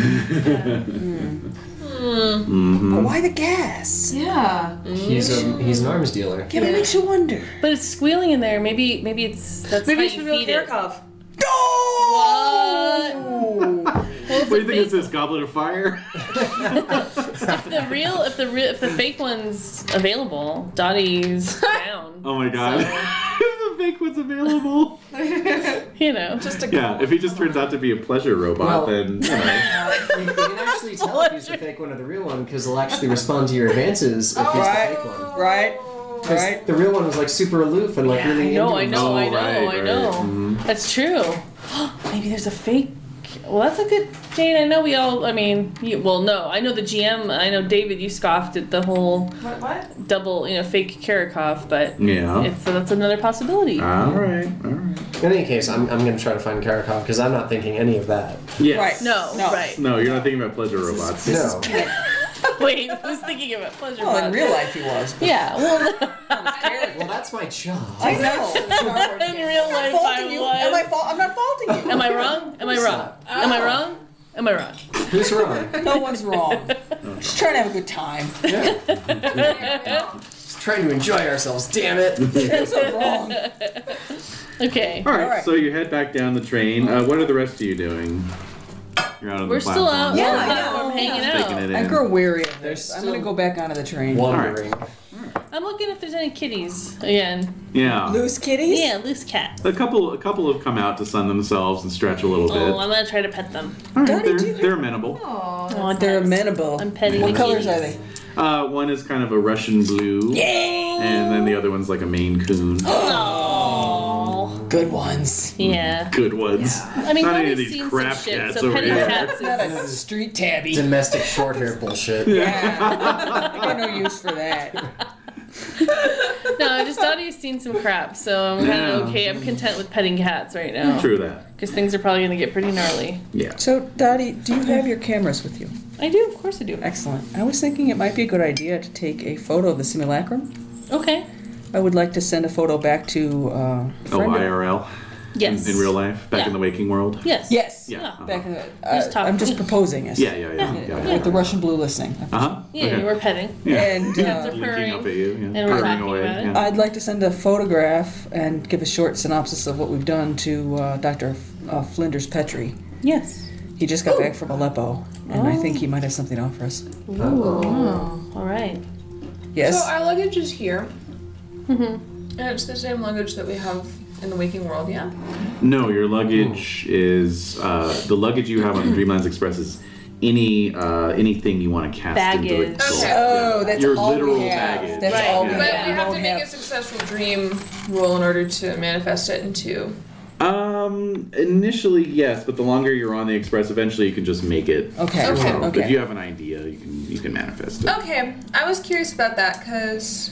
[SPEAKER 6] But why the gas?
[SPEAKER 10] Yeah.
[SPEAKER 2] Mm-hmm.
[SPEAKER 3] He's a he's an arms dealer.
[SPEAKER 6] Yeah, but it makes you wonder.
[SPEAKER 2] But it's squealing in there. Maybe maybe it's that's
[SPEAKER 12] Maybe it's
[SPEAKER 2] how
[SPEAKER 12] the
[SPEAKER 2] you
[SPEAKER 12] real
[SPEAKER 2] feed it.
[SPEAKER 12] Kirkhoff.
[SPEAKER 2] What?
[SPEAKER 9] What do you think is this goblet of fire?
[SPEAKER 2] The real if the real if the fake one's available, Dottie's down.
[SPEAKER 9] Oh my god. If the fake one's available.
[SPEAKER 2] You know. Just
[SPEAKER 9] Yeah, if he just turns out to be a pleasure robot,
[SPEAKER 3] Well-
[SPEAKER 9] then you know.
[SPEAKER 3] You, you can actually tell if he's the fake one or the real one because he'll actually respond to your advances if he's
[SPEAKER 6] Right.
[SPEAKER 3] the fake one.
[SPEAKER 6] Right?
[SPEAKER 3] 'Cause
[SPEAKER 6] Right?
[SPEAKER 3] The real one was like super aloof and like really.
[SPEAKER 2] I know, I
[SPEAKER 3] into
[SPEAKER 2] know, I
[SPEAKER 9] Oh,
[SPEAKER 2] know,
[SPEAKER 9] right,
[SPEAKER 2] I
[SPEAKER 9] right. Mm-hmm.
[SPEAKER 2] know. That's true. maybe there's a fake well, that's a good Jane. I know we all. I mean, you, well, no, I know the GM. I know David. You scoffed at the whole
[SPEAKER 12] What? What?
[SPEAKER 2] double, you know, fake Karakov, but
[SPEAKER 9] Yeah.
[SPEAKER 2] it's that's another possibility.
[SPEAKER 9] All right. All
[SPEAKER 3] In
[SPEAKER 9] right.
[SPEAKER 3] any case, I'm, I'm going to try to find Karakov because I'm not thinking any of that.
[SPEAKER 9] Yes.
[SPEAKER 6] Right.
[SPEAKER 2] No,
[SPEAKER 6] No.
[SPEAKER 2] right.
[SPEAKER 9] No, you're not thinking about pleasure robots.
[SPEAKER 3] No.
[SPEAKER 2] Wait, who's thinking about pleasure?
[SPEAKER 6] Well, in
[SPEAKER 2] bots?
[SPEAKER 6] real life he was. But
[SPEAKER 2] Yeah, well,
[SPEAKER 3] Well, that's my job.
[SPEAKER 6] I know.
[SPEAKER 2] in real life,
[SPEAKER 6] faulting
[SPEAKER 2] I
[SPEAKER 6] you.
[SPEAKER 2] was.
[SPEAKER 6] Am I fault? I'm not faulting you.
[SPEAKER 2] Am I wrong? Am I wrong? Am I wrong? Am I wrong?
[SPEAKER 3] Who's wrong?
[SPEAKER 6] No one's wrong. Just trying to have a good time.
[SPEAKER 3] Yeah. Just trying to enjoy ourselves, damn it.
[SPEAKER 6] So wrong.
[SPEAKER 2] Okay,
[SPEAKER 9] All right,
[SPEAKER 6] All right.
[SPEAKER 9] So you head back down the train. Uh, what are the rest of you doing? You're out on
[SPEAKER 2] we're
[SPEAKER 9] the
[SPEAKER 2] still out.
[SPEAKER 9] platform.
[SPEAKER 2] Yeah, on
[SPEAKER 6] Yeah,
[SPEAKER 2] the
[SPEAKER 6] I know,
[SPEAKER 2] platform,
[SPEAKER 6] yeah.
[SPEAKER 2] hanging
[SPEAKER 9] Taking
[SPEAKER 2] out.
[SPEAKER 9] it in.
[SPEAKER 6] I grow weary of
[SPEAKER 3] There's
[SPEAKER 6] this. I'm gonna go back onto the train.
[SPEAKER 3] Wandering.
[SPEAKER 2] I'm looking if there's any kitties again.
[SPEAKER 9] Yeah.
[SPEAKER 12] Loose kitties?
[SPEAKER 2] Yeah, loose cats.
[SPEAKER 9] A couple, a couple have come out to sun themselves and stretch a little bit.
[SPEAKER 2] Oh, I'm gonna try to pet them.
[SPEAKER 9] All right,
[SPEAKER 12] Daddy,
[SPEAKER 9] they're,
[SPEAKER 12] do you have-
[SPEAKER 9] they're amenable.
[SPEAKER 2] Oh,
[SPEAKER 6] They're amenable.
[SPEAKER 2] I'm petting
[SPEAKER 6] what
[SPEAKER 2] the
[SPEAKER 6] colors
[SPEAKER 2] kitties.
[SPEAKER 6] are they?
[SPEAKER 9] Uh, one is kind of a Russian blue, and then the other one's like a Maine Coon.
[SPEAKER 2] Oh,
[SPEAKER 6] Good ones.
[SPEAKER 2] yeah.
[SPEAKER 9] Good ones.
[SPEAKER 2] I mean,
[SPEAKER 9] Not any
[SPEAKER 2] I've
[SPEAKER 9] of these
[SPEAKER 2] seen some
[SPEAKER 9] crap
[SPEAKER 2] shit,
[SPEAKER 9] cats
[SPEAKER 2] so
[SPEAKER 9] over
[SPEAKER 2] petting
[SPEAKER 9] here.
[SPEAKER 2] cats
[SPEAKER 6] Not
[SPEAKER 2] is.
[SPEAKER 6] a street tabby.
[SPEAKER 3] Domestic short hair bullshit. Yeah.
[SPEAKER 6] Yeah. I got no use for that.
[SPEAKER 2] No, I just Dottie's seen some crap, so I'm kind of
[SPEAKER 9] Yeah.
[SPEAKER 2] okay. I'm content with petting cats right now.
[SPEAKER 9] True that.
[SPEAKER 2] Because things are probably gonna get pretty gnarly.
[SPEAKER 9] Yeah.
[SPEAKER 6] So, Dottie, do you have your cameras with you?
[SPEAKER 2] I do, of course I do.
[SPEAKER 6] Excellent. I was thinking it might be a good idea to take a photo of the simulacrum.
[SPEAKER 2] Okay.
[SPEAKER 6] I would like to send a photo back to. Uh, a
[SPEAKER 9] Oh,
[SPEAKER 6] friend of-
[SPEAKER 9] IRL.
[SPEAKER 2] Yes.
[SPEAKER 9] In, in real life, back
[SPEAKER 2] Yeah.
[SPEAKER 9] in the waking world.
[SPEAKER 2] Yes.
[SPEAKER 6] Yes.
[SPEAKER 9] Yeah.
[SPEAKER 2] Yeah.
[SPEAKER 9] Uh-huh.
[SPEAKER 6] Back in the,
[SPEAKER 2] Just
[SPEAKER 6] uh,
[SPEAKER 2] talk.
[SPEAKER 6] I'm just proposing this.
[SPEAKER 9] Yeah, yeah, yeah. yeah, yeah,
[SPEAKER 6] With the Russian blue listening.
[SPEAKER 9] Uh huh.
[SPEAKER 2] Yeah, you were petting.
[SPEAKER 6] And
[SPEAKER 2] Yeah.
[SPEAKER 6] uh,
[SPEAKER 9] Looking up at
[SPEAKER 2] Purring.
[SPEAKER 9] you, yeah.
[SPEAKER 2] And we're
[SPEAKER 9] purring
[SPEAKER 2] talking
[SPEAKER 9] away.
[SPEAKER 2] about it.
[SPEAKER 9] yeah.
[SPEAKER 6] I'd like to send a photograph and give a short synopsis of what we've done to uh, Dr. F- uh, Flinders Petrie.
[SPEAKER 2] Yes.
[SPEAKER 6] He just got back from Aleppo, and I think he might have something to offer us.
[SPEAKER 2] All right.
[SPEAKER 6] Yes.
[SPEAKER 12] So our luggage is here. And it's the same luggage that we have in the waking world, yeah?
[SPEAKER 9] No, your luggage is uh, the luggage you have on Dreamlands Express is any uh, anything you want to cast into
[SPEAKER 2] Baggage.
[SPEAKER 9] it. So,
[SPEAKER 12] Okay.
[SPEAKER 6] Oh, that's
[SPEAKER 9] Your
[SPEAKER 6] all
[SPEAKER 9] literal
[SPEAKER 6] we have.
[SPEAKER 9] baggage.
[SPEAKER 6] That's
[SPEAKER 2] Right.
[SPEAKER 6] all we
[SPEAKER 12] But
[SPEAKER 6] have.
[SPEAKER 12] we
[SPEAKER 6] We
[SPEAKER 12] have
[SPEAKER 6] don't
[SPEAKER 12] to make a
[SPEAKER 6] have-
[SPEAKER 12] successful dream roll in order to manifest it into.
[SPEAKER 9] Um, initially yes, but the longer you're on the express, eventually you can just make it.
[SPEAKER 6] Okay.
[SPEAKER 12] Okay.
[SPEAKER 9] yourself.
[SPEAKER 6] Okay.
[SPEAKER 9] If you have an idea, you can you can manifest it.
[SPEAKER 4] Oh,
[SPEAKER 12] Okay, I was curious about that because,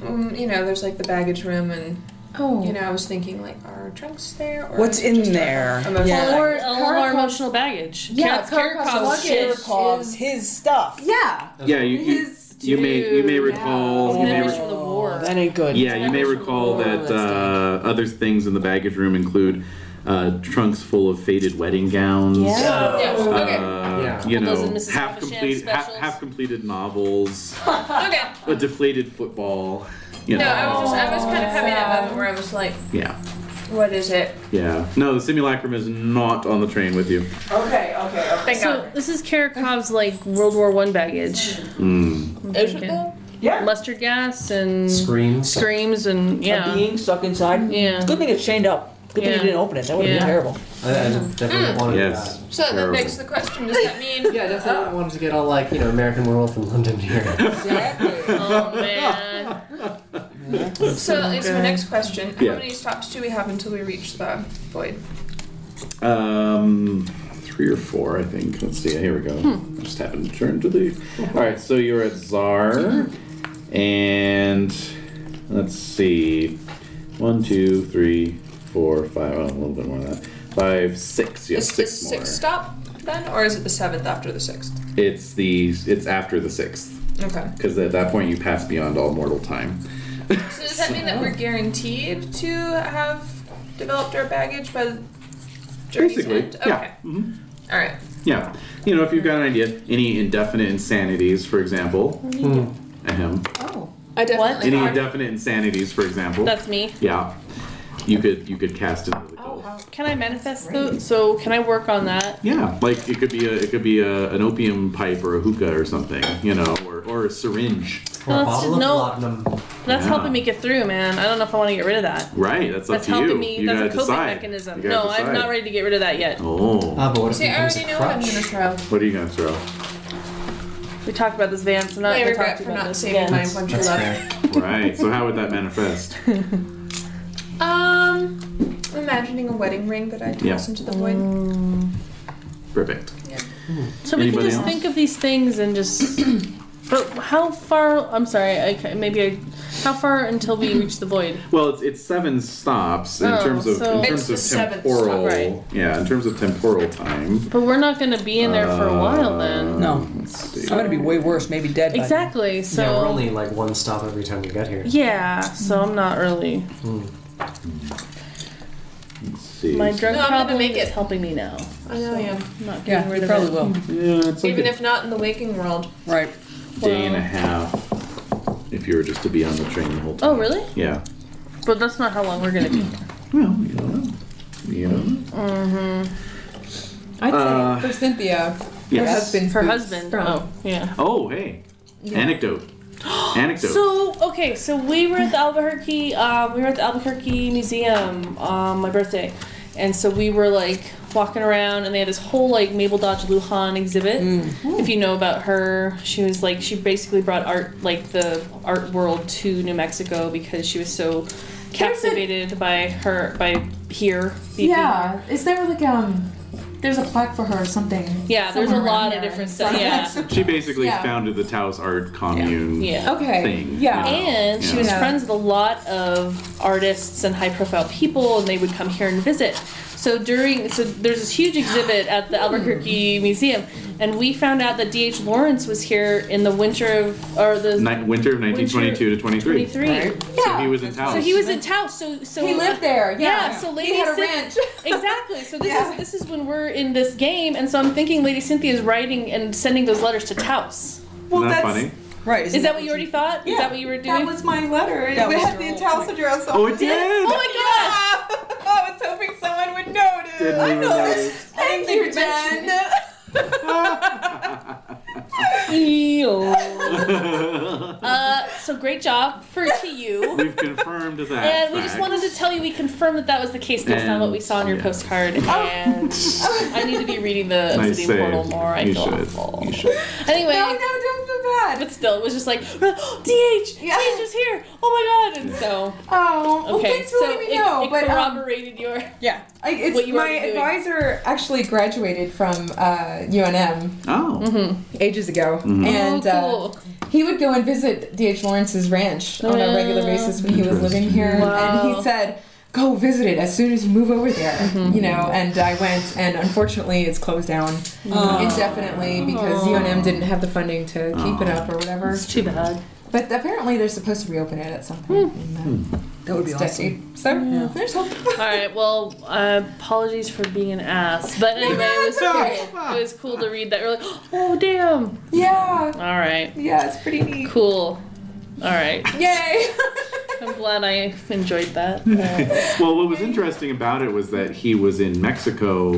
[SPEAKER 12] you know, there's like the baggage room, and
[SPEAKER 10] Oh.
[SPEAKER 12] you know, I was thinking like, are our trunks there? Or
[SPEAKER 6] What's
[SPEAKER 12] is it
[SPEAKER 6] in
[SPEAKER 12] just our
[SPEAKER 6] there?
[SPEAKER 12] emotional-
[SPEAKER 6] Yeah.
[SPEAKER 2] Or all of our
[SPEAKER 10] Caraco's-
[SPEAKER 2] emotional baggage.
[SPEAKER 10] Yeah,
[SPEAKER 2] Cats, carrot
[SPEAKER 10] Caraco's
[SPEAKER 2] cows,
[SPEAKER 10] luggage.
[SPEAKER 2] shit.
[SPEAKER 6] Caraco's his stuff.
[SPEAKER 10] Yeah.
[SPEAKER 9] Yeah, you you,
[SPEAKER 10] His
[SPEAKER 9] you may you may recall you may
[SPEAKER 2] Memories
[SPEAKER 9] re-
[SPEAKER 2] from the war.
[SPEAKER 6] That ain't good.
[SPEAKER 9] yeah you may recall that uh, other things in the baggage room include uh, trunks full of faded wedding gowns.
[SPEAKER 12] Yes. Okay.
[SPEAKER 9] Uh,
[SPEAKER 3] Yeah.
[SPEAKER 9] you
[SPEAKER 2] Those
[SPEAKER 9] know,
[SPEAKER 2] are Mrs.
[SPEAKER 9] half
[SPEAKER 2] Havisham
[SPEAKER 9] complete, half,
[SPEAKER 2] specials.
[SPEAKER 9] half completed novels,
[SPEAKER 12] okay.
[SPEAKER 9] a deflated football. You know,
[SPEAKER 12] No, I was just, I was
[SPEAKER 2] Oh.
[SPEAKER 12] kind of having that moment where I was like,
[SPEAKER 9] yeah,
[SPEAKER 12] what is it?
[SPEAKER 9] yeah. No, the simulacrum is not on the train with you.
[SPEAKER 12] Okay, okay, okay. Thank
[SPEAKER 2] So
[SPEAKER 12] God.
[SPEAKER 2] this is Karakov's like World War One baggage.
[SPEAKER 9] Mm,
[SPEAKER 12] Is it
[SPEAKER 2] Okay.
[SPEAKER 12] though?
[SPEAKER 2] Mustard gas and
[SPEAKER 3] Screams.
[SPEAKER 2] screams and yeah.
[SPEAKER 6] Being stuck inside.
[SPEAKER 2] Yeah.
[SPEAKER 6] Good thing it's chained up. Good thing
[SPEAKER 2] Yeah.
[SPEAKER 6] you didn't open it. That would have
[SPEAKER 2] Yeah.
[SPEAKER 6] been terrible.
[SPEAKER 3] I, I definitely
[SPEAKER 6] Mm.
[SPEAKER 3] wanted
[SPEAKER 9] Yes.
[SPEAKER 3] that.
[SPEAKER 12] So that
[SPEAKER 9] Terrible.
[SPEAKER 12] begs the question: Does that mean?
[SPEAKER 3] Yeah, I definitely wanted to get all like, you know, American Werewolf in London here.
[SPEAKER 2] Oh man.
[SPEAKER 12] So is my next question:
[SPEAKER 9] Yeah.
[SPEAKER 12] How many stops do we have until we reach the void?
[SPEAKER 9] Um, three or four, I think. Let's see. Here we go. I just happened to turn to the. All right, so you're at Czar, and let's see. One, two, three, four, five. Oh, a little bit more than that. Five, six. You have
[SPEAKER 12] Is
[SPEAKER 9] six
[SPEAKER 12] this
[SPEAKER 9] more.
[SPEAKER 12] sixth stop then, or is it the seventh after the sixth?
[SPEAKER 9] It's the. It's after the sixth,
[SPEAKER 12] Okay.
[SPEAKER 9] because at that point you pass beyond all mortal time.
[SPEAKER 12] So does that mean that we're guaranteed to have developed our baggage by the journey's
[SPEAKER 9] Basically,
[SPEAKER 12] end? Okay.
[SPEAKER 9] yeah. Mhm.
[SPEAKER 12] All right.
[SPEAKER 9] Yeah. You know, if you've got an idea, any indefinite insanities, for example. Ahem.
[SPEAKER 10] Oh.
[SPEAKER 12] I definitely.
[SPEAKER 9] Any indefinite insanities, for example.
[SPEAKER 2] That's Oh, me.
[SPEAKER 9] Yeah, you could you could cast it. Really cool.
[SPEAKER 2] Can I manifest though? So can I work on that?
[SPEAKER 9] Yeah, like it could be a it could be a, an opium pipe or a hookah or something, you know, or, or a syringe.
[SPEAKER 3] Or a
[SPEAKER 2] Let's
[SPEAKER 3] bottle
[SPEAKER 2] just-
[SPEAKER 3] of
[SPEAKER 2] no.
[SPEAKER 3] platinum.
[SPEAKER 2] That's
[SPEAKER 9] Yeah.
[SPEAKER 2] helping me get through, man. I don't know if I want to get rid of that.
[SPEAKER 9] Right, that's up
[SPEAKER 2] That's
[SPEAKER 9] to
[SPEAKER 2] helping
[SPEAKER 9] you.
[SPEAKER 2] me.
[SPEAKER 9] you
[SPEAKER 2] That's a
[SPEAKER 9] gotta
[SPEAKER 2] coping
[SPEAKER 9] decide.
[SPEAKER 2] mechanism.
[SPEAKER 9] You
[SPEAKER 2] No,
[SPEAKER 9] gotta
[SPEAKER 2] I'm
[SPEAKER 9] decide.
[SPEAKER 2] not ready to get rid of that yet.
[SPEAKER 9] Oh,
[SPEAKER 3] Ah, but what if
[SPEAKER 12] See,
[SPEAKER 3] it
[SPEAKER 12] I
[SPEAKER 3] becomes
[SPEAKER 12] already
[SPEAKER 3] a
[SPEAKER 12] know what I'm
[SPEAKER 3] crutch?
[SPEAKER 12] gonna throw.
[SPEAKER 9] what are you gonna throw?
[SPEAKER 2] We talked about this, Van, so I'm not
[SPEAKER 12] I
[SPEAKER 2] going to
[SPEAKER 12] regret
[SPEAKER 2] talk to
[SPEAKER 12] for
[SPEAKER 2] you about
[SPEAKER 12] not
[SPEAKER 2] this
[SPEAKER 12] saving
[SPEAKER 2] again.
[SPEAKER 12] my one true
[SPEAKER 3] That's
[SPEAKER 12] love.
[SPEAKER 3] fair.
[SPEAKER 9] right. So how would that manifest?
[SPEAKER 12] Um, I'm imagining a wedding ring that I toss
[SPEAKER 9] Yeah.
[SPEAKER 12] into the void.
[SPEAKER 9] Perfect.
[SPEAKER 2] So we can
[SPEAKER 9] Anybody
[SPEAKER 2] just
[SPEAKER 9] else?
[SPEAKER 2] think of these things and just. but how far? I'm sorry. I, ca- maybe I. How far until we reach the void?
[SPEAKER 9] Well, it's, it's seven stops in
[SPEAKER 2] Oh,
[SPEAKER 9] terms of
[SPEAKER 2] so-
[SPEAKER 9] in
[SPEAKER 12] It's
[SPEAKER 9] terms
[SPEAKER 12] the
[SPEAKER 9] of
[SPEAKER 12] seventh
[SPEAKER 9] temporal.
[SPEAKER 2] stop, right.
[SPEAKER 9] Yeah, in terms of temporal time.
[SPEAKER 2] But we're not going to be in there for a while then.
[SPEAKER 9] Uh,
[SPEAKER 6] No.
[SPEAKER 9] Let's see.
[SPEAKER 6] I'm going to be way worse. Maybe dead. by then.
[SPEAKER 2] Exactly. So.
[SPEAKER 3] Yeah, we're only like one stop every time we get here.
[SPEAKER 2] Yeah, so I'm not really.
[SPEAKER 9] Let's see.
[SPEAKER 2] My drug
[SPEAKER 12] No, I'm gonna
[SPEAKER 2] problem
[SPEAKER 12] make
[SPEAKER 2] is
[SPEAKER 12] it.
[SPEAKER 2] helping me now.
[SPEAKER 12] I know, yeah.
[SPEAKER 2] I'm not getting
[SPEAKER 6] Yeah,
[SPEAKER 2] rid
[SPEAKER 6] you
[SPEAKER 2] of
[SPEAKER 6] probably
[SPEAKER 2] it.
[SPEAKER 6] will.
[SPEAKER 9] yeah, it's like
[SPEAKER 12] Even
[SPEAKER 9] a-
[SPEAKER 12] if not in the waking world.
[SPEAKER 6] Right.
[SPEAKER 9] day and a half if you were just to be on the train the whole time.
[SPEAKER 2] Oh, really?
[SPEAKER 9] Yeah.
[SPEAKER 2] But that's not how long we're gonna be.
[SPEAKER 9] Well, you don't know. You don't know.
[SPEAKER 10] I'd say
[SPEAKER 9] Uh,
[SPEAKER 10] for Cynthia, her
[SPEAKER 9] Yes.
[SPEAKER 10] husband's
[SPEAKER 2] Her
[SPEAKER 10] boots
[SPEAKER 2] husband.
[SPEAKER 10] from-
[SPEAKER 2] Oh, yeah.
[SPEAKER 9] Oh, hey. Anecdote. Anecdote.
[SPEAKER 2] So okay, so we were at the Albuquerque, um, we were at the Albuquerque Museum on my birthday, and so we were like walking around, and they had this whole like Mabel Dodge Lujan exhibit.
[SPEAKER 6] Mm.
[SPEAKER 2] If you know about her, she was like she basically brought art like the art world to New Mexico because she was so captivated by her by here. being
[SPEAKER 10] Yeah. Is there like um? There's a plaque for her or something.
[SPEAKER 2] Yeah, there's a
[SPEAKER 10] somewhere around
[SPEAKER 2] lot of
[SPEAKER 10] there.
[SPEAKER 2] different stuff. Yeah.
[SPEAKER 9] She basically
[SPEAKER 10] Yeah.
[SPEAKER 9] founded the Taos art commune
[SPEAKER 2] Yeah.
[SPEAKER 10] Okay.
[SPEAKER 9] thing.
[SPEAKER 10] Yeah.
[SPEAKER 9] you know.
[SPEAKER 2] And she was
[SPEAKER 10] Yeah.
[SPEAKER 2] friends with a lot of artists and high profile people, and they would come here and visit. So during, so there's this huge exhibit at the Albuquerque Museum, and we found out that D.H. Lawrence was here in the winter of, or the
[SPEAKER 9] Ni- winter of 1922 to 23.
[SPEAKER 2] 23.
[SPEAKER 9] So he was in Taos.
[SPEAKER 2] So he was in Taos. So so
[SPEAKER 10] He lived there.
[SPEAKER 2] Yeah,
[SPEAKER 10] Yeah.
[SPEAKER 2] so Lady
[SPEAKER 10] he had a
[SPEAKER 2] Cyn-
[SPEAKER 10] ranch.
[SPEAKER 2] Exactly. So this
[SPEAKER 10] Yeah.
[SPEAKER 2] is this is when we're in this game, and so I'm thinking Lady Cynthia is writing and sending those letters to Taos.
[SPEAKER 6] Well,
[SPEAKER 9] Isn't that
[SPEAKER 6] that's
[SPEAKER 9] funny?
[SPEAKER 6] right.
[SPEAKER 2] Is that what you already thought? Is that what you were doing?
[SPEAKER 10] That was my letter.
[SPEAKER 6] That
[SPEAKER 10] it
[SPEAKER 6] was
[SPEAKER 10] had
[SPEAKER 6] your
[SPEAKER 10] the
[SPEAKER 6] whole
[SPEAKER 10] Italian address on
[SPEAKER 9] Oh,
[SPEAKER 10] it.
[SPEAKER 9] it did!
[SPEAKER 2] oh my god!
[SPEAKER 10] I was hoping someone would notice.
[SPEAKER 9] Didn't
[SPEAKER 10] I
[SPEAKER 9] even
[SPEAKER 10] noticed.
[SPEAKER 9] notice.
[SPEAKER 10] Thank you, Jen.
[SPEAKER 2] Ew. Uh, so great job for to you.
[SPEAKER 9] We've confirmed that.
[SPEAKER 2] And we just
[SPEAKER 9] fact.
[SPEAKER 2] wanted to tell you we confirmed that that was the case based on what we saw in your
[SPEAKER 9] Yeah.
[SPEAKER 2] postcard. And I need to be reading the
[SPEAKER 9] Oh. Nice
[SPEAKER 2] Obsidian
[SPEAKER 9] save.
[SPEAKER 2] Portal more. I
[SPEAKER 9] You
[SPEAKER 2] feel
[SPEAKER 9] should.
[SPEAKER 2] awful.
[SPEAKER 9] You should.
[SPEAKER 2] Anyway,
[SPEAKER 10] No, no, don't feel bad.
[SPEAKER 2] but still, it was just like DH.
[SPEAKER 10] Yeah.
[SPEAKER 2] DH was here. Oh my god! And so
[SPEAKER 10] Oh, well,
[SPEAKER 2] okay,
[SPEAKER 10] thanks for
[SPEAKER 2] so
[SPEAKER 10] letting me
[SPEAKER 2] it,
[SPEAKER 10] know.
[SPEAKER 2] it
[SPEAKER 10] but um,
[SPEAKER 2] corroborated your.
[SPEAKER 6] Yeah.
[SPEAKER 10] I, it's
[SPEAKER 2] what you were
[SPEAKER 10] my
[SPEAKER 2] doing.
[SPEAKER 10] advisor actually graduated from uh, UNM
[SPEAKER 9] Oh.
[SPEAKER 10] ages ago,
[SPEAKER 9] Mm-hmm.
[SPEAKER 10] and
[SPEAKER 2] oh, cool.
[SPEAKER 10] uh, he would go and visit D.H. Lawrence's ranch on a regular basis when he was living here, and
[SPEAKER 2] Wow. Mm-hmm.
[SPEAKER 10] he said. Go visit it as soon as you move over there, you know. And I went, and unfortunately, it's closed down
[SPEAKER 2] Oh.
[SPEAKER 10] indefinitely because UNM didn't have the funding to keep it up or whatever.
[SPEAKER 2] too bad.
[SPEAKER 10] But apparently, they're supposed to reopen it at some point
[SPEAKER 2] Hmm.
[SPEAKER 10] in the
[SPEAKER 9] Hmm.
[SPEAKER 6] That would be
[SPEAKER 10] next
[SPEAKER 6] awesome.
[SPEAKER 10] decade. So there's hope.
[SPEAKER 2] All right. Well, uh, apologies for being an ass, but anyway, it was cool. It was cool to read that. We're like, oh damn.
[SPEAKER 10] Yeah,
[SPEAKER 2] All right.
[SPEAKER 10] yeah, it's pretty neat.
[SPEAKER 2] Cool. All right.
[SPEAKER 10] Yay!
[SPEAKER 2] I'm glad I enjoyed that.
[SPEAKER 9] Well, what was interesting about it was that he was in Mexico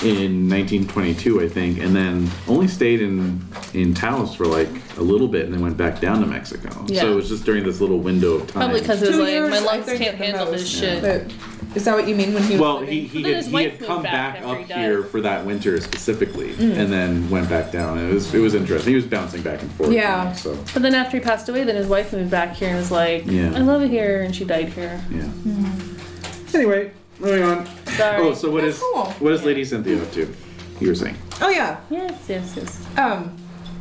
[SPEAKER 9] in 1922, I think, and then only stayed in in Taos for like a little bit, and then went back down to Mexico.
[SPEAKER 2] Yeah.
[SPEAKER 9] So it was just during this little window of time.
[SPEAKER 2] Probably because it was
[SPEAKER 10] Two
[SPEAKER 2] like
[SPEAKER 10] years,
[SPEAKER 2] my
[SPEAKER 10] I
[SPEAKER 2] lungs
[SPEAKER 10] think,
[SPEAKER 2] can't
[SPEAKER 10] at the
[SPEAKER 2] handle this
[SPEAKER 10] most.
[SPEAKER 2] shit.
[SPEAKER 10] But is that what you mean when he was
[SPEAKER 9] Well,
[SPEAKER 10] living?
[SPEAKER 9] he, he
[SPEAKER 2] But then
[SPEAKER 9] had,
[SPEAKER 2] his
[SPEAKER 9] he
[SPEAKER 2] wife
[SPEAKER 9] had
[SPEAKER 2] moved
[SPEAKER 9] come
[SPEAKER 2] back
[SPEAKER 9] back,
[SPEAKER 2] after
[SPEAKER 9] up
[SPEAKER 2] he died. Mm.
[SPEAKER 9] here for that winter specifically, and then went back down. It was it was interesting. He was bouncing back and forth.
[SPEAKER 10] Yeah.
[SPEAKER 9] So
[SPEAKER 2] But then after he passed away, then his wife moved back here and was like,
[SPEAKER 9] Yeah.
[SPEAKER 2] "I love it here," and she died here.
[SPEAKER 9] yeah.
[SPEAKER 2] Mm.
[SPEAKER 9] Anyway, moving on.
[SPEAKER 2] Sorry.
[SPEAKER 9] Oh, so what is
[SPEAKER 10] cool.
[SPEAKER 9] what is Lady Cynthia up to? You were saying.
[SPEAKER 10] Oh yeah.
[SPEAKER 2] Yes, yes, yes.
[SPEAKER 10] Um.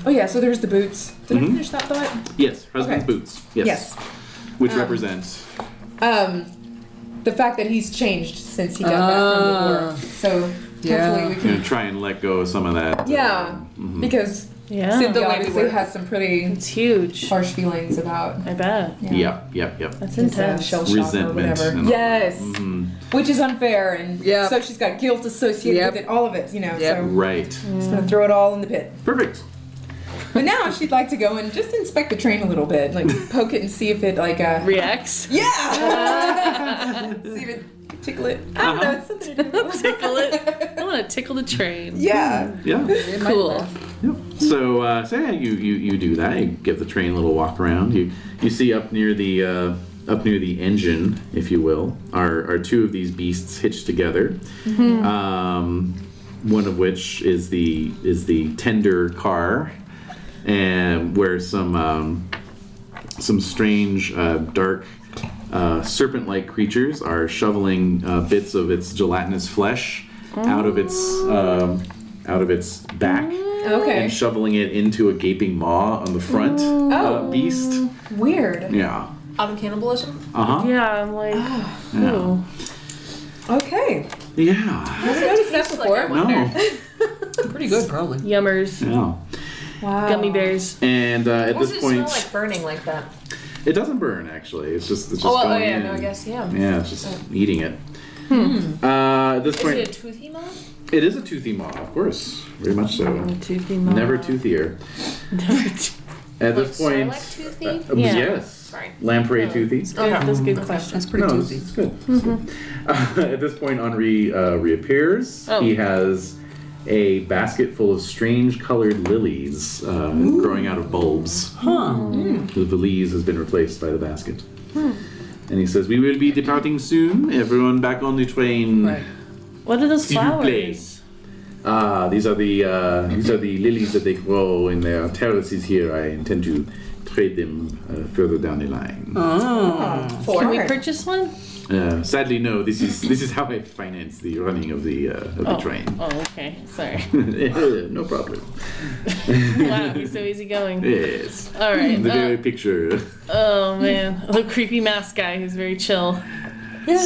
[SPEAKER 10] Oh yeah. So there's the boots. Did I finish that thought?
[SPEAKER 9] Yes, husband's
[SPEAKER 10] Okay.
[SPEAKER 9] boots. Mm-hmm. Yes. Which represents
[SPEAKER 10] Um. The fact that he's changed since he got back from the war. So
[SPEAKER 6] Yeah.
[SPEAKER 10] hopefully we
[SPEAKER 9] you
[SPEAKER 10] can.
[SPEAKER 9] know, try and let go of some of that.
[SPEAKER 10] Yeah.
[SPEAKER 9] Mm-hmm.
[SPEAKER 10] Because
[SPEAKER 2] Yeah.
[SPEAKER 10] Cynthia
[SPEAKER 6] way we
[SPEAKER 10] obviously
[SPEAKER 6] work.
[SPEAKER 10] has some pretty
[SPEAKER 2] It's huge.
[SPEAKER 10] harsh feelings about
[SPEAKER 2] I bet.
[SPEAKER 9] Yep, yep, yep.
[SPEAKER 2] That's
[SPEAKER 10] his uh,
[SPEAKER 2] intense.
[SPEAKER 10] shell shock or
[SPEAKER 9] Resentment
[SPEAKER 10] whatever.
[SPEAKER 9] and- Mm-hmm.
[SPEAKER 10] Yes. Which is unfair, and
[SPEAKER 6] Yep.
[SPEAKER 10] so she's got guilt associated
[SPEAKER 6] Yep.
[SPEAKER 10] with it. All of it, you know.
[SPEAKER 6] Yep.
[SPEAKER 10] So
[SPEAKER 9] Right.
[SPEAKER 10] just gonna throw it all in the pit.
[SPEAKER 9] Perfect.
[SPEAKER 10] But now she'd like to go and just inspect the train a little bit, like poke it and see if it like uh
[SPEAKER 2] Reacts.
[SPEAKER 10] yeah. see if it tickle it. I don't know, it's something to do.
[SPEAKER 2] tickle it. I want to tickle the train.
[SPEAKER 10] Yeah.
[SPEAKER 9] Yeah.
[SPEAKER 2] Cool.
[SPEAKER 9] So, uh, so yeah, you, you you do that. You give the train a little walk around. You you see up near the uh, up near the engine, if you will, are are two of these beasts hitched together. Um, one of which is the is the tender car, and where some um, some strange uh, dark. Uh, serpent-like creatures are shoveling uh, bits of its gelatinous flesh out of its um, out of its back,
[SPEAKER 10] Okay.
[SPEAKER 9] and shoveling it into a gaping maw on the front uh, beast.
[SPEAKER 10] Weird.
[SPEAKER 9] Yeah.
[SPEAKER 4] Auto cannibalism.
[SPEAKER 9] Uh huh.
[SPEAKER 2] Yeah, I'm like,
[SPEAKER 9] Yeah.
[SPEAKER 2] ooh.
[SPEAKER 10] Okay.
[SPEAKER 9] Yeah.
[SPEAKER 10] I've noticed that before.
[SPEAKER 9] No.
[SPEAKER 6] Pretty good, probably.
[SPEAKER 2] yummers,
[SPEAKER 9] Yeah.
[SPEAKER 10] Wow.
[SPEAKER 2] gummy bears.
[SPEAKER 9] And uh, at
[SPEAKER 4] What does
[SPEAKER 9] this
[SPEAKER 4] it
[SPEAKER 9] point,
[SPEAKER 4] smell like burning like that?
[SPEAKER 9] it doesn't burn actually. It's just it's just
[SPEAKER 4] Oh, well, oh
[SPEAKER 9] going
[SPEAKER 4] yeah,
[SPEAKER 9] in.
[SPEAKER 4] no, I guess yeah.
[SPEAKER 9] Yeah, it's just eating it. Uh, at this
[SPEAKER 4] Is
[SPEAKER 9] point,
[SPEAKER 4] it a toothy mouth?
[SPEAKER 9] it is a toothy maw, of course, very much so.
[SPEAKER 2] Toothy mouth.
[SPEAKER 9] Never toothier. At this point,
[SPEAKER 4] Like toothy?
[SPEAKER 9] uh,
[SPEAKER 2] Yeah.
[SPEAKER 9] yes.
[SPEAKER 4] Sorry. Oh.
[SPEAKER 9] Lamprey toothy.
[SPEAKER 2] Yeah, that's a good question.
[SPEAKER 6] That's pretty
[SPEAKER 9] no,
[SPEAKER 6] toothy.
[SPEAKER 2] Mm-hmm.
[SPEAKER 9] It's, it's good. It's good. Uh, at this point, Henri uh, reappears.
[SPEAKER 2] Oh.
[SPEAKER 9] He has a basket full of strange colored lilies uh, growing out of bulbs.
[SPEAKER 2] Hmm.
[SPEAKER 9] The valise has been replaced by the basket. And he says, "We will be departing soon. Everyone back on the train."
[SPEAKER 6] Right.
[SPEAKER 2] What are those
[SPEAKER 9] S'il vous plaît.
[SPEAKER 2] flowers?
[SPEAKER 9] Ah, these are the uh, these are the lilies that they grow in their terraces here. I intend to trade them uh, further down the line.
[SPEAKER 2] Can we purchase one?
[SPEAKER 9] Uh, sadly, no. This is this is how I finance the running of the uh, of the train.
[SPEAKER 2] Oh, okay. Sorry.
[SPEAKER 9] no problem.
[SPEAKER 2] wow, he's so easygoing.
[SPEAKER 9] Yes,
[SPEAKER 2] All right.
[SPEAKER 9] the
[SPEAKER 2] Uh,
[SPEAKER 9] very picture.
[SPEAKER 2] oh man, the creepy mask guy who's very chill.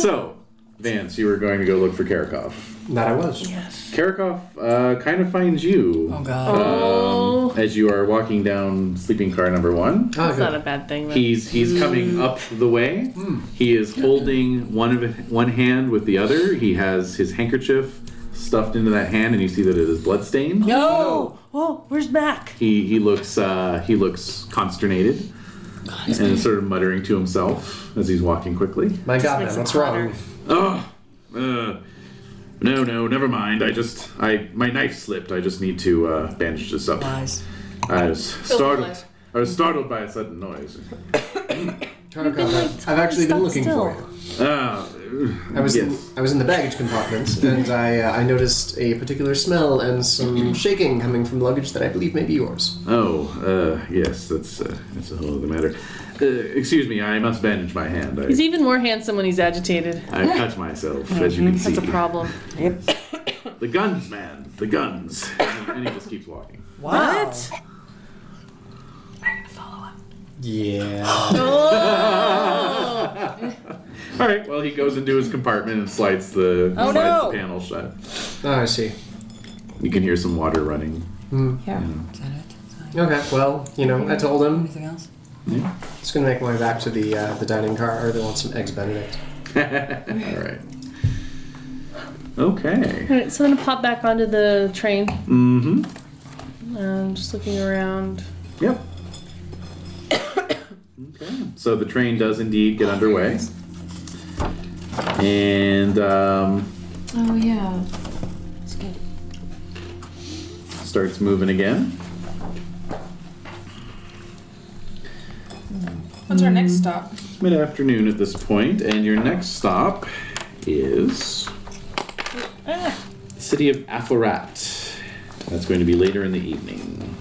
[SPEAKER 9] So, Vance, you were going to go look for Karakov.
[SPEAKER 3] That I was.
[SPEAKER 9] Karakov uh, kind of finds you.
[SPEAKER 6] Oh god.
[SPEAKER 2] Oh,
[SPEAKER 9] um, as you are walking down sleeping car number one.
[SPEAKER 3] Ah,
[SPEAKER 2] that's not
[SPEAKER 3] good.
[SPEAKER 2] a bad thing. Though.
[SPEAKER 9] He's he's coming
[SPEAKER 2] Hmm.
[SPEAKER 9] up the way. He is holding one of one hand with the other. He has his handkerchief stuffed into that hand, and you see that it is bloodstained.
[SPEAKER 6] No.
[SPEAKER 2] Whoa, where's Mac?
[SPEAKER 9] He he looks uh, he looks consternated and sort of muttering to himself as he's walking quickly.
[SPEAKER 3] My God,
[SPEAKER 2] makes
[SPEAKER 3] man,
[SPEAKER 2] it
[SPEAKER 3] what's
[SPEAKER 2] harder.
[SPEAKER 3] wrong?
[SPEAKER 9] Oh, uh, no, no, never mind. I just I my knife slipped. I just need to uh, bandage this up.
[SPEAKER 6] Lies.
[SPEAKER 9] I was startled.
[SPEAKER 4] lies.
[SPEAKER 9] I was startled by a sudden noise.
[SPEAKER 3] Karakov,
[SPEAKER 2] been, like,
[SPEAKER 3] I've actually been
[SPEAKER 2] stuck
[SPEAKER 3] looking
[SPEAKER 2] still.
[SPEAKER 3] for you.
[SPEAKER 9] Ah,
[SPEAKER 3] I was in,
[SPEAKER 9] Yes.
[SPEAKER 3] I was in the baggage compartment, and I uh, I noticed a particular smell and some shaking coming from luggage that I believe may be yours.
[SPEAKER 9] oh, uh, yes, that's uh, that's a whole other matter. Uh, excuse me, I must bandage my hand.
[SPEAKER 2] He's
[SPEAKER 9] I,
[SPEAKER 2] even more handsome when he's agitated.
[SPEAKER 9] I cut myself, as you can see.
[SPEAKER 2] Oh, That's a problem.
[SPEAKER 9] The guns, man, the guns. and he just keeps walking.
[SPEAKER 6] Wow.
[SPEAKER 3] Yeah.
[SPEAKER 9] All right. Well, he goes into his compartment and slides the
[SPEAKER 6] Oh,
[SPEAKER 9] slides
[SPEAKER 6] no.
[SPEAKER 9] the panel shut.
[SPEAKER 3] Oh, I see.
[SPEAKER 9] You can hear some water running.
[SPEAKER 10] Yeah.
[SPEAKER 6] Is that it? Is that it?
[SPEAKER 3] Okay. Well, you know, I told him.
[SPEAKER 6] Anything else?
[SPEAKER 3] Just gonna make my way back to the uh, the dining car. Or they want some eggs Benedict.
[SPEAKER 9] All right. Okay.
[SPEAKER 2] All right, so I'm gonna pop back onto the train.
[SPEAKER 9] Mm-hmm.
[SPEAKER 2] Um, just looking around.
[SPEAKER 9] Yep. okay. So the train does indeed get underway, and um,
[SPEAKER 10] Oh yeah.
[SPEAKER 9] starts moving again.
[SPEAKER 12] What's our next stop?
[SPEAKER 9] Mid afternoon at this point, and your next stop is
[SPEAKER 12] Ah.
[SPEAKER 9] the city of Afarat. That's going to be later in the evening.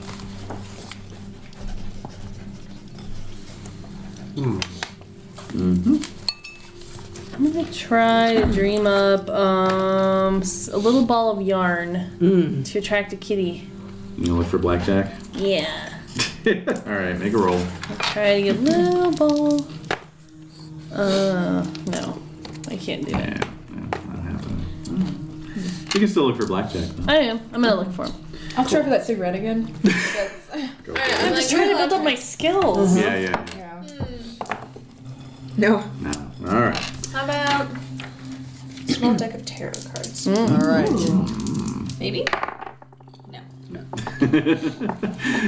[SPEAKER 2] I'm gonna try to dream up um, s- a little ball of yarn to attract a kitty.
[SPEAKER 9] You gonna look for blackjack?
[SPEAKER 2] Yeah.
[SPEAKER 9] Alright, make a roll.
[SPEAKER 2] Try to get a little ball. Uh, no. I can't do it.
[SPEAKER 9] Yeah, yeah, not happening. Mm. You can still look for blackjack. though.
[SPEAKER 2] I am. I'm gonna look for him.
[SPEAKER 10] I'll try for that cigarette again.
[SPEAKER 9] Go for it.
[SPEAKER 2] I'm just trying to build up my skills.
[SPEAKER 9] Yeah, yeah.
[SPEAKER 10] Yeah. No.
[SPEAKER 9] No. Alright.
[SPEAKER 11] How about small deck of tarot cards?
[SPEAKER 10] Mm.
[SPEAKER 6] All right.
[SPEAKER 11] Maybe.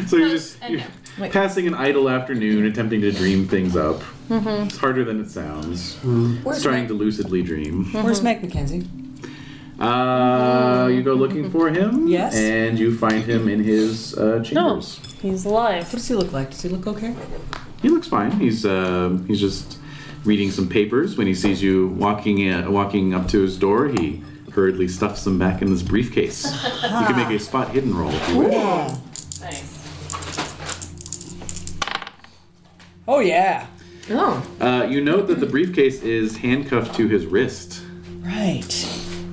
[SPEAKER 9] so you're just
[SPEAKER 11] and
[SPEAKER 9] you're
[SPEAKER 11] no.
[SPEAKER 10] Wait.
[SPEAKER 9] passing an idle afternoon attempting to dream things up.
[SPEAKER 10] Mm-hmm.
[SPEAKER 9] It's harder than it sounds. It's
[SPEAKER 6] Where's
[SPEAKER 9] trying
[SPEAKER 6] Meg?
[SPEAKER 9] to lucidly dream.
[SPEAKER 10] Mm-hmm.
[SPEAKER 6] Where's Meg McKenzie?
[SPEAKER 9] Uh, you go looking for him.
[SPEAKER 6] Yes.
[SPEAKER 9] And you find him in his uh, chambers.
[SPEAKER 2] He's alive.
[SPEAKER 6] What does he look like? Does he look okay?
[SPEAKER 9] He looks fine. He's uh, he's just reading some papers. When he sees you walking in, walking up to his door, he hurriedly stuffs them back in his briefcase. you can make a spot hidden roll if you wish.
[SPEAKER 4] Nice.
[SPEAKER 6] Oh yeah.
[SPEAKER 10] Oh.
[SPEAKER 9] Uh, you note that the briefcase is handcuffed to his wrist.
[SPEAKER 6] Right.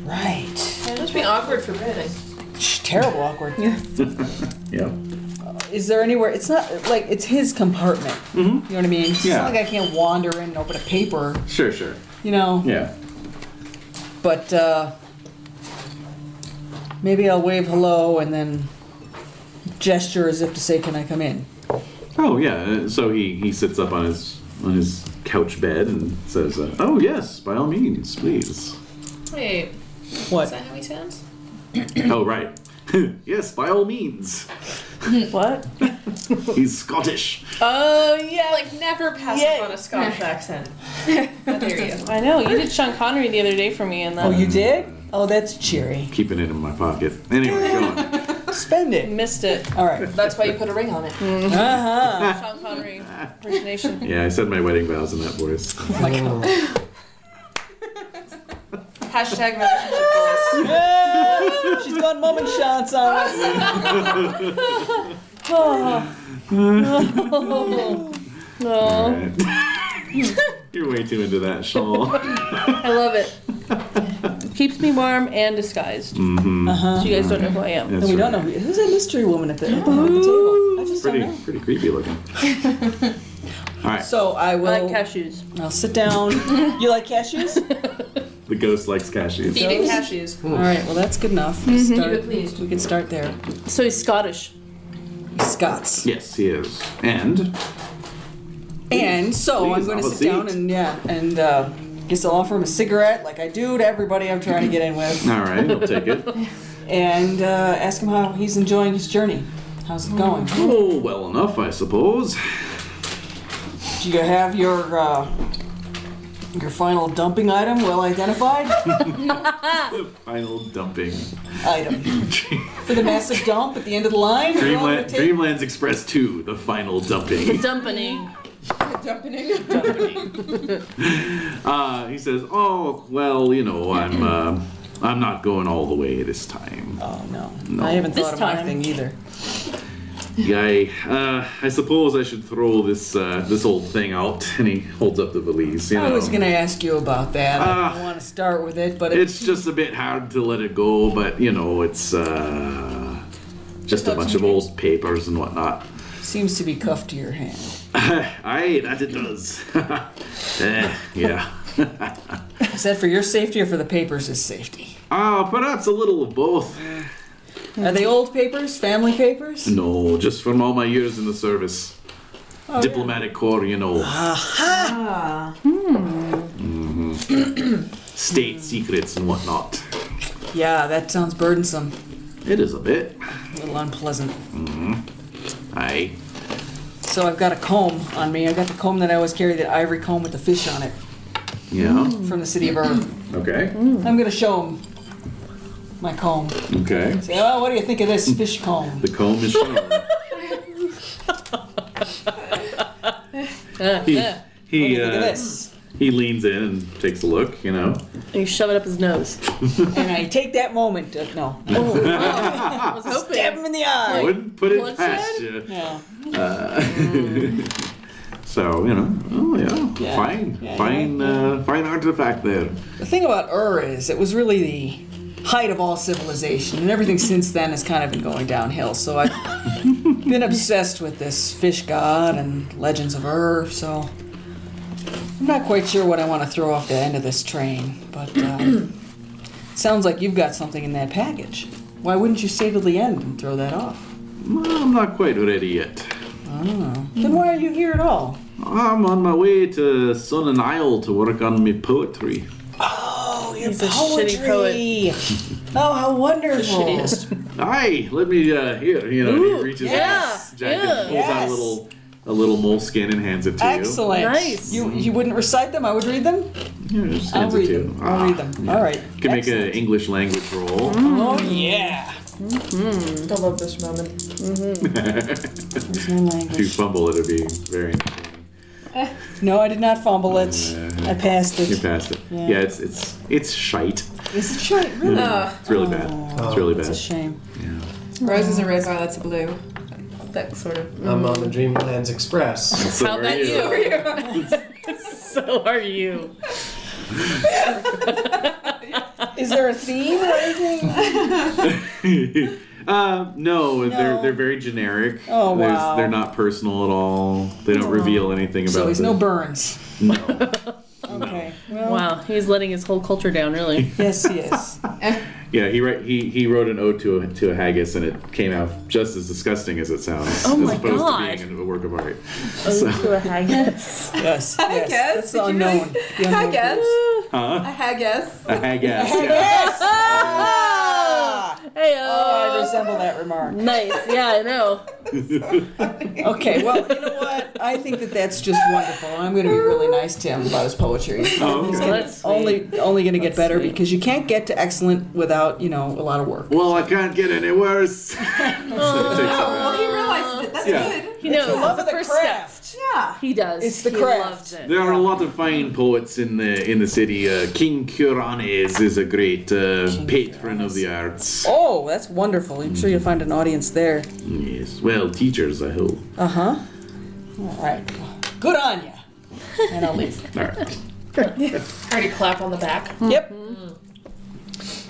[SPEAKER 6] Right.
[SPEAKER 4] It must be awkward for Brandon.
[SPEAKER 6] Shh, terrible awkward.
[SPEAKER 9] Yeah.
[SPEAKER 6] Is there anywhere? It's not like it's his compartment. Mm-hmm. You know what I mean? It's
[SPEAKER 9] Yeah.
[SPEAKER 6] not like I can't wander in and open a paper.
[SPEAKER 9] Sure. Sure.
[SPEAKER 6] You know.
[SPEAKER 9] Yeah.
[SPEAKER 6] But uh, maybe I'll wave hello and then gesture as if to say, "Can I come in?"
[SPEAKER 9] Oh yeah. uh, So he he sits up on his on his couch bed and says, uh, "Oh yes, by all means, please."
[SPEAKER 4] Wait,
[SPEAKER 6] What?
[SPEAKER 4] is that how he sounds?
[SPEAKER 9] oh right. yes, by all means.
[SPEAKER 2] What?
[SPEAKER 9] He's Scottish.
[SPEAKER 2] Oh yeah.
[SPEAKER 4] Like never pass
[SPEAKER 2] Yeah.
[SPEAKER 4] up on a Scottish accent. but there you go.
[SPEAKER 2] I know. You did Sean Connery the other day for me, and that
[SPEAKER 6] Oh, you did? Oh, that's cheery.
[SPEAKER 9] Keeping it in my pocket. Anyway, go on.
[SPEAKER 6] Spend it.
[SPEAKER 2] Missed it.
[SPEAKER 6] All right.
[SPEAKER 4] That's why you put a ring on it.
[SPEAKER 10] Mm.
[SPEAKER 6] Uh-huh.
[SPEAKER 2] Sean Connery, First Nation.
[SPEAKER 9] Yeah, I said my wedding vows in that voice.
[SPEAKER 12] Hashtag relationship goals.
[SPEAKER 6] Yeah, She's got mom and shots on us.
[SPEAKER 2] Oh.
[SPEAKER 9] All
[SPEAKER 2] No.
[SPEAKER 9] right. You're way too into that shawl.
[SPEAKER 2] I love it. Keeps me warm and disguised.
[SPEAKER 9] Mm-hmm.
[SPEAKER 2] So you guys don't know who I am.
[SPEAKER 9] That's
[SPEAKER 6] And we don't know
[SPEAKER 9] right.
[SPEAKER 6] who, who's that mystery woman at the, at the, head of the table. I just
[SPEAKER 9] Pretty,
[SPEAKER 6] don't know.
[SPEAKER 9] pretty creepy looking. All right.
[SPEAKER 6] So I will.
[SPEAKER 2] I like cashews.
[SPEAKER 6] I'll sit down. you like cashews?
[SPEAKER 9] The ghost likes cashews.
[SPEAKER 12] Eating
[SPEAKER 6] Those-
[SPEAKER 12] cashews.
[SPEAKER 6] All right. Well, that's good enough. We'll Start,
[SPEAKER 4] pleased.
[SPEAKER 6] we can start there.
[SPEAKER 2] So he's Scottish.
[SPEAKER 6] Scots.
[SPEAKER 9] Yes, he is. And
[SPEAKER 6] And so
[SPEAKER 9] Please,
[SPEAKER 6] I'm going to
[SPEAKER 9] have a
[SPEAKER 6] sit down
[SPEAKER 9] seat.
[SPEAKER 6] and yeah, and uh, guess I'll offer him a cigarette like I do to everybody I'm trying to get in with,
[SPEAKER 9] all right, we'll take it.
[SPEAKER 6] and uh, ask him how he's enjoying his journey. How's it going?
[SPEAKER 9] Oh, well enough, I suppose.
[SPEAKER 6] Do you have your uh, your final dumping item well identified?
[SPEAKER 9] Final dumping.
[SPEAKER 6] item for the massive dump at the end of the line. We're all gonna take-
[SPEAKER 9] Dreamland, Dreamlands Express 2, the final dumping.
[SPEAKER 2] Dumping.
[SPEAKER 10] Jumping in.
[SPEAKER 9] Uh, he says, "Oh, well, you know, I'm uh, I'm not going all the way this time.
[SPEAKER 6] Oh no. I haven't
[SPEAKER 2] This
[SPEAKER 6] thought of my
[SPEAKER 2] time.
[SPEAKER 6] thing either.
[SPEAKER 9] I uh, I suppose I should throw this uh, this old thing out." And he holds up the valise. You know,
[SPEAKER 6] I was gonna ask you about that. I
[SPEAKER 9] Ah.
[SPEAKER 6] don't want to start with it, but
[SPEAKER 9] it's just a bit hard to let it go, but you know, it's uh, just a bunch of old papers and whatnot.
[SPEAKER 6] it seems to be cuffed to your hand.
[SPEAKER 9] Aye, that it does. Eh, yeah.
[SPEAKER 6] Is that for your safety or for the papers' safety?
[SPEAKER 9] Ah, perhaps a little of both.
[SPEAKER 6] Are they old papers? Family papers?
[SPEAKER 9] No, just from all my years in the service.
[SPEAKER 6] Oh,
[SPEAKER 9] Diplomatic Corps, you know. Mm-hmm. State secrets and whatnot.
[SPEAKER 6] Yeah, that sounds burdensome.
[SPEAKER 9] It is a bit.
[SPEAKER 6] A little unpleasant.
[SPEAKER 9] Aye.
[SPEAKER 6] So I've got a comb on me. I've got the comb that I always carry, that ivory comb with the fish on it
[SPEAKER 9] Yeah.
[SPEAKER 6] from the city of Earth.
[SPEAKER 9] Okay.
[SPEAKER 6] I'm gonna show him my comb.
[SPEAKER 9] Okay.
[SPEAKER 6] Say, oh, what do you think of this fish comb?
[SPEAKER 9] The comb is shown. he
[SPEAKER 6] What do
[SPEAKER 9] he,
[SPEAKER 6] you think of
[SPEAKER 9] uh,
[SPEAKER 6] this?
[SPEAKER 9] he leans in and takes a look, you know.
[SPEAKER 2] And you shove it up his nose.
[SPEAKER 6] And I take that moment. To, no,
[SPEAKER 2] I was hoping.
[SPEAKER 6] stab him in the eye.
[SPEAKER 9] Wouldn't put it
[SPEAKER 2] bloodshed?
[SPEAKER 9] past you.
[SPEAKER 6] Yeah.
[SPEAKER 9] Uh, so, you know, oh yeah,
[SPEAKER 6] Yeah.
[SPEAKER 9] fine,
[SPEAKER 6] Yeah,
[SPEAKER 9] fine, Uh, fine artifact there.
[SPEAKER 6] The thing about Ur is it was really the height of all civilization, and everything since then has kind of been going downhill. So I've been obsessed with this fish god and legends of Ur. So I'm not quite sure what I want to throw off the end of this train, but uh, it sounds like you've got something in that package. Why wouldn't you stay till the end and throw that off?
[SPEAKER 9] Well, I'm not quite ready yet.
[SPEAKER 6] I don't know. Then why are you here at all?
[SPEAKER 9] I'm on my way to Sun and Isle to work on me poetry.
[SPEAKER 6] Oh, your
[SPEAKER 2] a shitty poet.
[SPEAKER 6] Oh, how wonderful!
[SPEAKER 9] Aye, let me uh, here. You know, he reaches
[SPEAKER 2] yeah,
[SPEAKER 9] in his
[SPEAKER 2] yeah.
[SPEAKER 9] jacket, and pulls out
[SPEAKER 6] Yes.
[SPEAKER 9] a little, a little moleskin, and hands it to
[SPEAKER 6] Excellent.
[SPEAKER 2] Nice.
[SPEAKER 6] You you wouldn't recite them. I would read them.
[SPEAKER 9] you. Yeah, just
[SPEAKER 6] I'll
[SPEAKER 9] hands it
[SPEAKER 6] read
[SPEAKER 9] to
[SPEAKER 6] them.
[SPEAKER 9] you.
[SPEAKER 6] I'll
[SPEAKER 9] Ah,
[SPEAKER 6] read them.
[SPEAKER 9] yeah.
[SPEAKER 6] All right.
[SPEAKER 9] Can make
[SPEAKER 6] Excellent.
[SPEAKER 9] an English language roll.
[SPEAKER 6] Oh yeah.
[SPEAKER 4] I love this moment.
[SPEAKER 6] No
[SPEAKER 9] if you
[SPEAKER 6] language.
[SPEAKER 9] fumble, it'll be very. entertaining.
[SPEAKER 6] No, I did not fumble it. I passed
[SPEAKER 9] You
[SPEAKER 6] it.
[SPEAKER 9] passed it.
[SPEAKER 6] Yeah.
[SPEAKER 9] Yeah, it's it's it's shite.
[SPEAKER 6] Is it shite? Really? Oh.
[SPEAKER 9] It's really bad. It's really bad.
[SPEAKER 6] It's a shame.
[SPEAKER 10] Roses are red, violets are blue.
[SPEAKER 2] That sort of.
[SPEAKER 3] I'm on the Dreamlands Express.
[SPEAKER 9] So are you.
[SPEAKER 2] So are you.
[SPEAKER 6] Is there a theme or anything?
[SPEAKER 9] Uh, no, they're they're very generic.
[SPEAKER 6] Oh,
[SPEAKER 9] There's-
[SPEAKER 6] wow.
[SPEAKER 9] They're not personal at all. They don't reveal anything about.
[SPEAKER 6] so he's
[SPEAKER 9] the-
[SPEAKER 6] no Burns.
[SPEAKER 9] no.
[SPEAKER 6] Okay. Well,
[SPEAKER 2] Wow, he's letting his whole culture down, really.
[SPEAKER 6] yes, he is.
[SPEAKER 9] Yeah, he wrote he he wrote an ode to a, to a haggis, and it came out just as disgusting as it sounds.
[SPEAKER 2] Oh
[SPEAKER 9] as
[SPEAKER 2] my
[SPEAKER 9] opposed
[SPEAKER 2] God.
[SPEAKER 9] to being a work of art.
[SPEAKER 6] Yes. I yes.
[SPEAKER 12] guess. Did
[SPEAKER 6] That's
[SPEAKER 12] you
[SPEAKER 6] unknown. The unknown
[SPEAKER 12] I guess.
[SPEAKER 9] Huh?
[SPEAKER 12] I guess.
[SPEAKER 9] A haggis. yeah.
[SPEAKER 6] Yes. Ah!
[SPEAKER 2] Hey,
[SPEAKER 6] Oh, I resemble that remark.
[SPEAKER 2] Nice. Yeah, I know.
[SPEAKER 6] Okay, well, you know what? I think that that's just wonderful. I'm going to be really nice to him about his poetry.
[SPEAKER 9] Oh,
[SPEAKER 6] It's
[SPEAKER 9] okay.
[SPEAKER 6] gonna-
[SPEAKER 2] That's sweet.
[SPEAKER 6] only only going to get
[SPEAKER 2] That's
[SPEAKER 6] better
[SPEAKER 2] sweet.
[SPEAKER 6] because you can't get to excellent without you know a lot of work.
[SPEAKER 9] Well, I can't get any worse. So it takes a
[SPEAKER 11] he realizes it. That's
[SPEAKER 9] Yeah.
[SPEAKER 11] good.
[SPEAKER 2] He knows.
[SPEAKER 6] the love
[SPEAKER 2] it's
[SPEAKER 6] of the
[SPEAKER 2] first
[SPEAKER 6] craft.
[SPEAKER 2] step.
[SPEAKER 11] Yeah.
[SPEAKER 2] He does.
[SPEAKER 6] It's the
[SPEAKER 2] he
[SPEAKER 6] craft.
[SPEAKER 2] Loves it.
[SPEAKER 9] There are a lot of fine poets in the in the city. Uh, King Curanes is a great uh, patron of the arts.
[SPEAKER 6] Oh, that's wonderful. I'm sure you'll find an audience there.
[SPEAKER 9] Yes, well, teachers, I hope.
[SPEAKER 6] Uh huh. All right. Good on you. And I'll leave.
[SPEAKER 9] All right.
[SPEAKER 4] Already clap on the back.
[SPEAKER 6] Yep.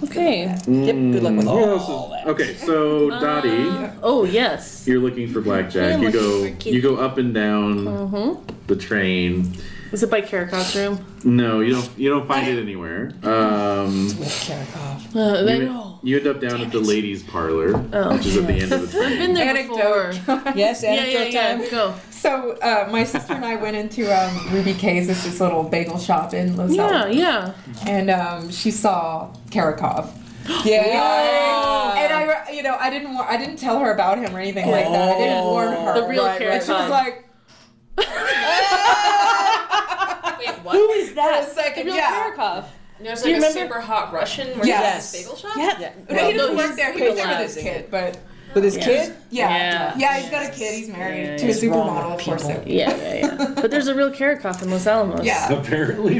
[SPEAKER 2] Okay.
[SPEAKER 6] Yep. Good luck with all,
[SPEAKER 9] What else is-
[SPEAKER 6] that.
[SPEAKER 9] Okay, so
[SPEAKER 2] Uh,
[SPEAKER 9] Dottie,
[SPEAKER 2] Oh yes.
[SPEAKER 9] you're looking for blackjack.
[SPEAKER 2] I'm
[SPEAKER 9] You
[SPEAKER 2] looking
[SPEAKER 9] go,
[SPEAKER 2] for Keith.
[SPEAKER 9] you go up and down
[SPEAKER 2] Mm-hmm.
[SPEAKER 9] the train.
[SPEAKER 2] Was it by Karakov's room?
[SPEAKER 9] No, you don't. You don't find it anywhere. Um,
[SPEAKER 6] With Karakov.
[SPEAKER 2] Uh, I
[SPEAKER 9] you,
[SPEAKER 2] know.
[SPEAKER 9] you end up down at the ladies' parlor, which is at the end of the
[SPEAKER 2] Oh, I've
[SPEAKER 9] train.
[SPEAKER 2] been there
[SPEAKER 10] Anecdote.
[SPEAKER 2] before.
[SPEAKER 6] Yes,
[SPEAKER 2] Yeah,
[SPEAKER 6] anecdote
[SPEAKER 2] yeah,
[SPEAKER 6] time.
[SPEAKER 2] yeah. Go.
[SPEAKER 10] So uh, my sister and I went into um, Ruby K's. It's this little bagel shop in Los
[SPEAKER 2] Yeah,
[SPEAKER 10] Alamos.
[SPEAKER 2] yeah.
[SPEAKER 10] And um, she saw Karakov.
[SPEAKER 6] Yeah.
[SPEAKER 10] And I, you know, I didn't, wa- I didn't tell her about him or anything like that. I didn't warn her.
[SPEAKER 2] Oh. The real
[SPEAKER 10] right, right. She
[SPEAKER 2] Karakov.
[SPEAKER 10] was like,
[SPEAKER 4] Wait, what?
[SPEAKER 2] is that?
[SPEAKER 10] For a second,
[SPEAKER 2] the real
[SPEAKER 10] yeah.
[SPEAKER 2] Karakov.
[SPEAKER 4] There's
[SPEAKER 2] Do you
[SPEAKER 4] like a
[SPEAKER 2] remember-
[SPEAKER 4] super hot Russian where
[SPEAKER 10] Yes.
[SPEAKER 4] yes. bagel shop.
[SPEAKER 10] yeah. No,
[SPEAKER 6] Well,
[SPEAKER 10] he
[SPEAKER 2] no,
[SPEAKER 10] doesn't
[SPEAKER 2] he's
[SPEAKER 10] work there. He's there with his
[SPEAKER 6] legalizing
[SPEAKER 10] kid, but
[SPEAKER 6] With his kid?
[SPEAKER 10] yeah.
[SPEAKER 2] Yeah.
[SPEAKER 10] yeah, he's got a kid. He's married
[SPEAKER 2] Yeah,
[SPEAKER 10] to a
[SPEAKER 2] yeah.
[SPEAKER 10] supermodel, of course. so-
[SPEAKER 2] Yeah, yeah, yeah. but there's a real Karakoff in Los Alamos.
[SPEAKER 10] Yeah.
[SPEAKER 9] Apparently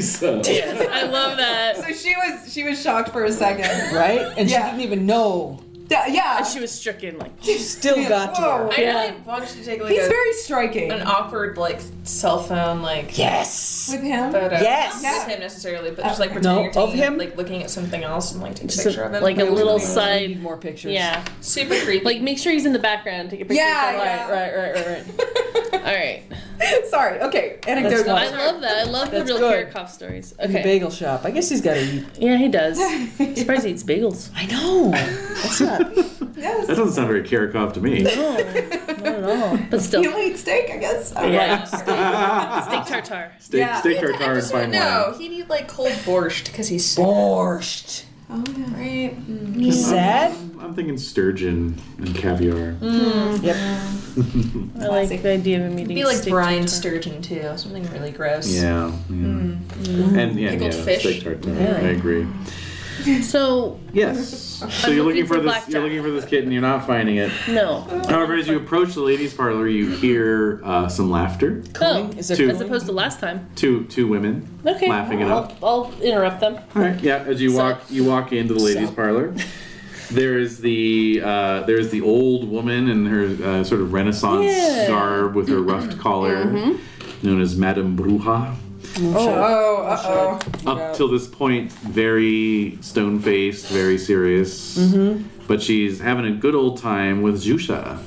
[SPEAKER 9] so.
[SPEAKER 2] I love that.
[SPEAKER 10] So she was, she was shocked for a second.
[SPEAKER 6] Right? And she
[SPEAKER 10] Yeah.
[SPEAKER 6] didn't even know.
[SPEAKER 10] Yeah, yeah.
[SPEAKER 2] And she was stricken like.
[SPEAKER 6] She still got to her.
[SPEAKER 10] Whoa.
[SPEAKER 12] I
[SPEAKER 2] Yeah.
[SPEAKER 12] really want you to take like
[SPEAKER 10] He's
[SPEAKER 12] a,
[SPEAKER 10] very striking
[SPEAKER 12] an awkward like cell phone like
[SPEAKER 6] Yes.
[SPEAKER 10] with him.
[SPEAKER 12] photo.
[SPEAKER 6] Yes.
[SPEAKER 12] Not with him necessarily, but just like pretending
[SPEAKER 6] No,
[SPEAKER 12] you're taking,
[SPEAKER 6] of him?
[SPEAKER 12] like looking at something else and like take a
[SPEAKER 2] Just
[SPEAKER 12] picture
[SPEAKER 2] a,
[SPEAKER 12] of him.
[SPEAKER 2] like a little
[SPEAKER 6] We
[SPEAKER 2] side.
[SPEAKER 6] need more pictures.
[SPEAKER 2] Yeah.
[SPEAKER 12] super creepy.
[SPEAKER 2] Like make sure he's in the background. Take a picture. Right,
[SPEAKER 10] Yeah, yeah.
[SPEAKER 2] right, right, right, right. All right.
[SPEAKER 10] Sorry. Okay. Anecdote.
[SPEAKER 2] I love that. I love
[SPEAKER 6] That's
[SPEAKER 2] the real
[SPEAKER 6] good.
[SPEAKER 2] Karakoff stories.
[SPEAKER 6] In the
[SPEAKER 2] Okay.
[SPEAKER 6] bagel shop. I guess he's got to eat.
[SPEAKER 2] Yeah, he does. Surprised he eats bagels.
[SPEAKER 6] I know. That's not.
[SPEAKER 9] That doesn't sound very Karakov to me.
[SPEAKER 2] No, not at all. But still.
[SPEAKER 10] You don't eat steak, I guess. I don't know.
[SPEAKER 2] Yeah. Steak tartare.
[SPEAKER 9] Steak,
[SPEAKER 10] Yeah.
[SPEAKER 9] steak
[SPEAKER 12] I
[SPEAKER 9] tartare and
[SPEAKER 12] just want
[SPEAKER 9] fine
[SPEAKER 12] to know.
[SPEAKER 9] wine.
[SPEAKER 12] He'd eat like cold borscht because he's sick,
[SPEAKER 6] Borscht.
[SPEAKER 10] Oh yeah.
[SPEAKER 12] right?
[SPEAKER 6] Is that?
[SPEAKER 9] I'm thinking sturgeon and caviar.
[SPEAKER 2] Mm.
[SPEAKER 6] Yep.
[SPEAKER 2] I like the idea of him eating
[SPEAKER 12] Be like
[SPEAKER 2] steak
[SPEAKER 12] brine
[SPEAKER 2] tartare.
[SPEAKER 12] sturgeon too. Something really gross.
[SPEAKER 9] Yeah, yeah.
[SPEAKER 2] Mm-hmm.
[SPEAKER 9] and yeah,
[SPEAKER 12] Pickled
[SPEAKER 9] yeah,
[SPEAKER 12] fish.
[SPEAKER 9] steak tartare. I agragree.
[SPEAKER 2] So
[SPEAKER 9] Yes. So
[SPEAKER 2] looking
[SPEAKER 9] you're looking for
[SPEAKER 2] for
[SPEAKER 9] this.
[SPEAKER 2] blackjack.
[SPEAKER 9] You're looking for this kitten. You're not finding it.
[SPEAKER 2] no.
[SPEAKER 9] However, as you approach the ladies' parlor, you hear uh, some laughter.
[SPEAKER 2] Oh,
[SPEAKER 6] Is there
[SPEAKER 9] Two.
[SPEAKER 2] as opposed to last time.
[SPEAKER 9] Two two women
[SPEAKER 2] Okay.
[SPEAKER 9] laughing it up.
[SPEAKER 2] I'll, I'll interrupt them.
[SPEAKER 9] All right. Yeah. As you
[SPEAKER 2] So-
[SPEAKER 9] walk, you walk into the ladies'
[SPEAKER 6] So.
[SPEAKER 9] parlor. There is the uh, there is the old woman in her uh, sort of Renaissance
[SPEAKER 2] Yeah. Mm-hmm.
[SPEAKER 9] garb with her ruffed collar, known as Madame Bruja.
[SPEAKER 10] Oh, uh oh.
[SPEAKER 9] up till this point very stone faced, very serious.
[SPEAKER 2] Mm-hmm.
[SPEAKER 9] But she's having a good old time with Zusha.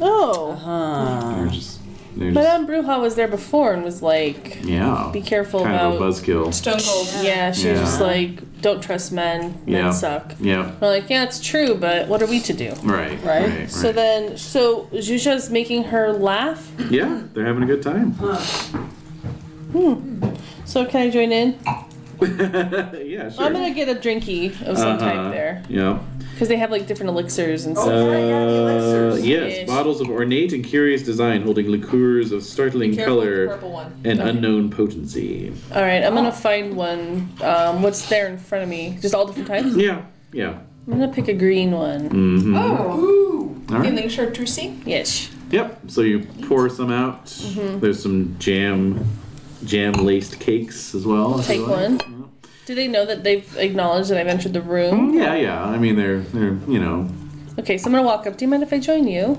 [SPEAKER 2] Oh.
[SPEAKER 9] They're just, they're just
[SPEAKER 2] Madame Bruja was there before and was like,
[SPEAKER 9] yeah,
[SPEAKER 2] um, be careful
[SPEAKER 9] kind
[SPEAKER 2] about.
[SPEAKER 9] of a buzzkill.
[SPEAKER 12] Stone cold.
[SPEAKER 2] Yeah, she was just
[SPEAKER 9] Yeah.
[SPEAKER 2] like, don't trust men. Men
[SPEAKER 9] Yeah.
[SPEAKER 2] suck.
[SPEAKER 9] Yeah,
[SPEAKER 2] We're like, yeah, it's true, but what are we to do?
[SPEAKER 9] right, right.
[SPEAKER 6] Right.
[SPEAKER 9] right.
[SPEAKER 2] So then, so Zhuzha's making her laugh.
[SPEAKER 9] yeah, they're having a good time.
[SPEAKER 2] So can I join in?
[SPEAKER 9] yeah, sure.
[SPEAKER 2] I'm gonna get a drinky of some
[SPEAKER 9] Uh-huh.
[SPEAKER 2] type there
[SPEAKER 9] Yeah.
[SPEAKER 2] because they have like different elixirs and stuff.
[SPEAKER 9] Uh,
[SPEAKER 2] Yes.
[SPEAKER 9] yes, bottles of ornate and curious design holding liqueurs of startling
[SPEAKER 12] Careful with the
[SPEAKER 9] color
[SPEAKER 12] purple one.
[SPEAKER 9] and unknown potency.
[SPEAKER 2] All right, I'm gonna find one. Um, what's there in front of me? Just all different types.
[SPEAKER 9] Yeah, yeah.
[SPEAKER 2] I'm gonna pick a green one.
[SPEAKER 9] Mm-hmm.
[SPEAKER 10] Oh.
[SPEAKER 9] All right.
[SPEAKER 12] Feeling chartreusey?
[SPEAKER 2] Yes.
[SPEAKER 9] Yep. So you pour some out. There's some jam, jam laced cakes as well. if you
[SPEAKER 2] Take
[SPEAKER 9] like.
[SPEAKER 2] one. Do they know that they've acknowledged that I've entered the room?
[SPEAKER 9] Yeah, yeah. I mean, they're they're you know.
[SPEAKER 2] Okay, so I'm gonna walk up. Do you mind if I join you?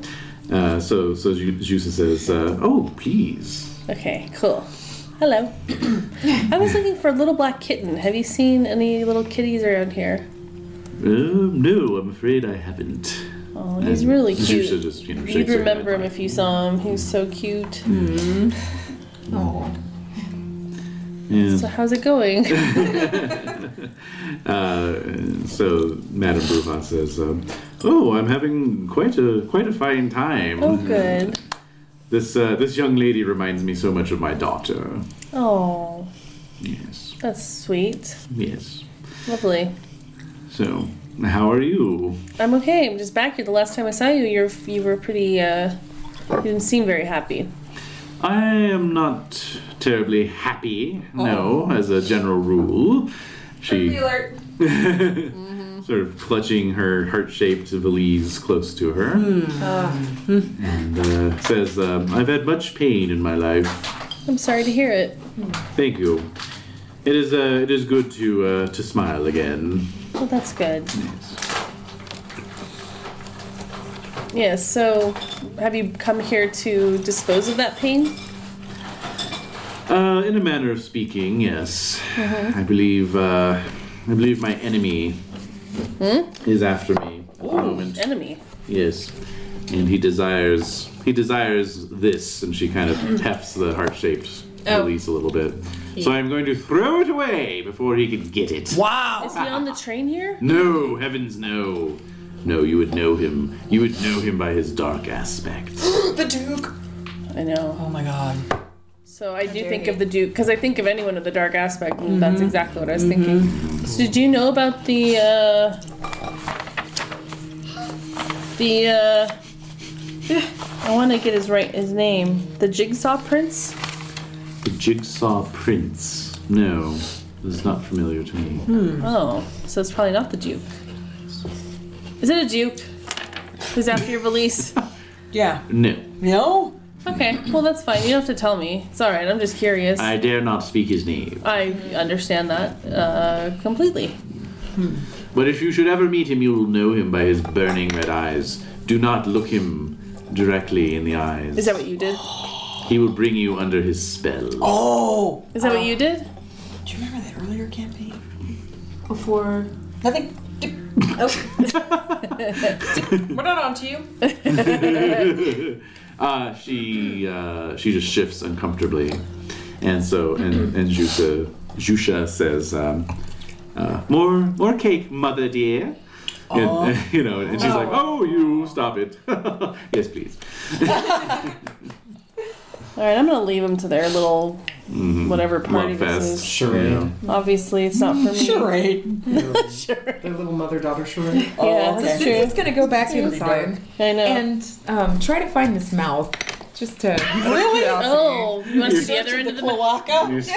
[SPEAKER 9] Uh, so so Ju- Juice says, uh, "Oh, please."
[SPEAKER 2] Okay, cool. Hello. I was looking for a little black kitten. Have you seen any little kitties around here?
[SPEAKER 9] Um, no, I'm afraid I haven't.
[SPEAKER 2] Oh, he's
[SPEAKER 9] And
[SPEAKER 2] really
[SPEAKER 9] Juice
[SPEAKER 2] cute.
[SPEAKER 9] just you know shakes
[SPEAKER 2] You'd
[SPEAKER 9] her head
[SPEAKER 2] remember him
[SPEAKER 9] like,
[SPEAKER 2] if you saw him. He's so cute.
[SPEAKER 9] Yeah.
[SPEAKER 2] So how's it going?
[SPEAKER 9] Uh, so Madame Bruja says, uh, "Oh, I'm having quite a quite a fine time.
[SPEAKER 2] Oh, good.
[SPEAKER 9] This uh, this young lady reminds me so much of my daughter.
[SPEAKER 2] Oh,
[SPEAKER 9] Yes,
[SPEAKER 2] that's sweet.
[SPEAKER 9] yes.
[SPEAKER 2] Lovely.
[SPEAKER 9] So How are you?
[SPEAKER 2] I'm okay. I'm just back here. The last time I saw you, you're, you were pretty. Uh, you didn't seem very happy.
[SPEAKER 9] I am not terribly happy, no, as a general rule. She
[SPEAKER 12] alert.
[SPEAKER 9] sort of clutching her heart-shaped valise close to her, and uh, says, um, "I've had much pain in my life.
[SPEAKER 2] I'm sorry to hear it.
[SPEAKER 9] Thank you. It is uh, it is good to uh, to smile again."
[SPEAKER 2] Well, that's good. Yeah, so have you come here to dispose of that pain?
[SPEAKER 9] Uh, in a manner of speaking, yes. I believe uh, I believe my enemy is after me at the moment.
[SPEAKER 2] Enemy.
[SPEAKER 9] Yes, and he desires he desires this, and she kind of hefts the heart shaped release a little bit. So I'm going to throw it away before he can get it.
[SPEAKER 6] Wow.
[SPEAKER 2] Is he on the train here?
[SPEAKER 9] No, heavens, no. No, you would know him. You would know him by his dark aspect.
[SPEAKER 6] The Duke.
[SPEAKER 2] I know.
[SPEAKER 6] Oh my God.
[SPEAKER 2] So I do think of the Duke because I think of anyone with the dark aspect, and that's exactly what I was thinking. So did you know about the uh, the uh, I want to get his right his name, the Jigsaw Prince?
[SPEAKER 9] The jigsaw prince. No, this is not familiar to me.
[SPEAKER 2] Oh, so it's probably not the Duke. Is it a Duke? Who's after your valise?
[SPEAKER 6] Yeah.
[SPEAKER 9] No,
[SPEAKER 6] No.
[SPEAKER 2] Okay, well that's fine. You don't have to tell me. It's all right. I'm just curious.
[SPEAKER 9] I dare not speak his name.
[SPEAKER 2] I understand that uh, completely.
[SPEAKER 9] But if you should ever meet him, you will know him by his burning red eyes. Do not look him directly in the eyes.
[SPEAKER 2] Is that what you did?
[SPEAKER 9] He will bring you under his spell.
[SPEAKER 6] Oh.
[SPEAKER 2] Is that what you did?
[SPEAKER 6] Do you remember that earlier campaign?
[SPEAKER 10] Before
[SPEAKER 6] Nothing.
[SPEAKER 12] We're not on to you.
[SPEAKER 9] Uh, she uh, she just shifts uncomfortably, and so and and Jusha Jusha says, um, uh, "More more cake, mother dear." And, you know, and she's like, "Oh, you stop it! yes, please."
[SPEAKER 2] All right, I'm gonna leave them to their little
[SPEAKER 9] Mm-hmm.
[SPEAKER 2] whatever party
[SPEAKER 9] Love
[SPEAKER 2] this
[SPEAKER 9] fest.
[SPEAKER 2] is.
[SPEAKER 3] Charade.
[SPEAKER 9] Yeah.
[SPEAKER 2] Obviously, it's not for me.
[SPEAKER 6] Charade.
[SPEAKER 3] Their little mother daughter charade.
[SPEAKER 2] Yeah,
[SPEAKER 6] Oh,
[SPEAKER 2] that's
[SPEAKER 6] okay.
[SPEAKER 10] it's
[SPEAKER 2] true.
[SPEAKER 10] gonna go back
[SPEAKER 6] dark.
[SPEAKER 10] inside
[SPEAKER 2] I know.
[SPEAKER 10] and um, try to find this mouth, just to
[SPEAKER 6] Really?
[SPEAKER 2] oh, you want to see the other
[SPEAKER 6] Searching
[SPEAKER 2] end of
[SPEAKER 6] the
[SPEAKER 2] the mouth?
[SPEAKER 6] cloaca?
[SPEAKER 9] You're, s-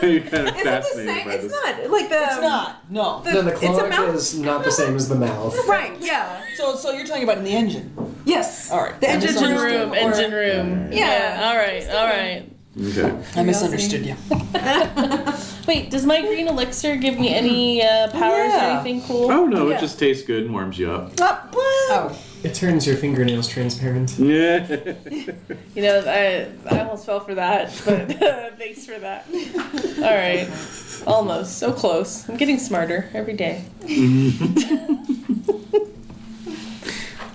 [SPEAKER 9] you're kind of fascinated by
[SPEAKER 10] It's
[SPEAKER 9] this.
[SPEAKER 10] not like the.
[SPEAKER 6] It's not. No.
[SPEAKER 3] No, the
[SPEAKER 10] It's a
[SPEAKER 3] cloaca
[SPEAKER 10] mouth.
[SPEAKER 3] is not the same as the mouth.
[SPEAKER 10] Right. Yeah.
[SPEAKER 6] So, so you're talking about in the engine.
[SPEAKER 10] Yes.
[SPEAKER 6] All right.
[SPEAKER 10] The
[SPEAKER 6] I
[SPEAKER 10] engine
[SPEAKER 2] Engine
[SPEAKER 6] misunderstood.
[SPEAKER 2] room,
[SPEAKER 10] or-
[SPEAKER 2] engine room.
[SPEAKER 10] Yeah.
[SPEAKER 2] All right, all right.
[SPEAKER 9] Okay.
[SPEAKER 6] I misunderstood you.
[SPEAKER 2] Wait, does my green elixir give me any uh, powers or
[SPEAKER 6] Yeah.
[SPEAKER 2] anything cool?
[SPEAKER 9] Oh no, it
[SPEAKER 10] Yeah.
[SPEAKER 9] just tastes good and warms you up.
[SPEAKER 6] Oh.
[SPEAKER 3] It turns your fingernails transparent.
[SPEAKER 9] Oh. Yeah.
[SPEAKER 2] You know, I, I almost fell for that, but thanks for that. All right, almost, so close. I'm getting smarter every day. Mm-hmm.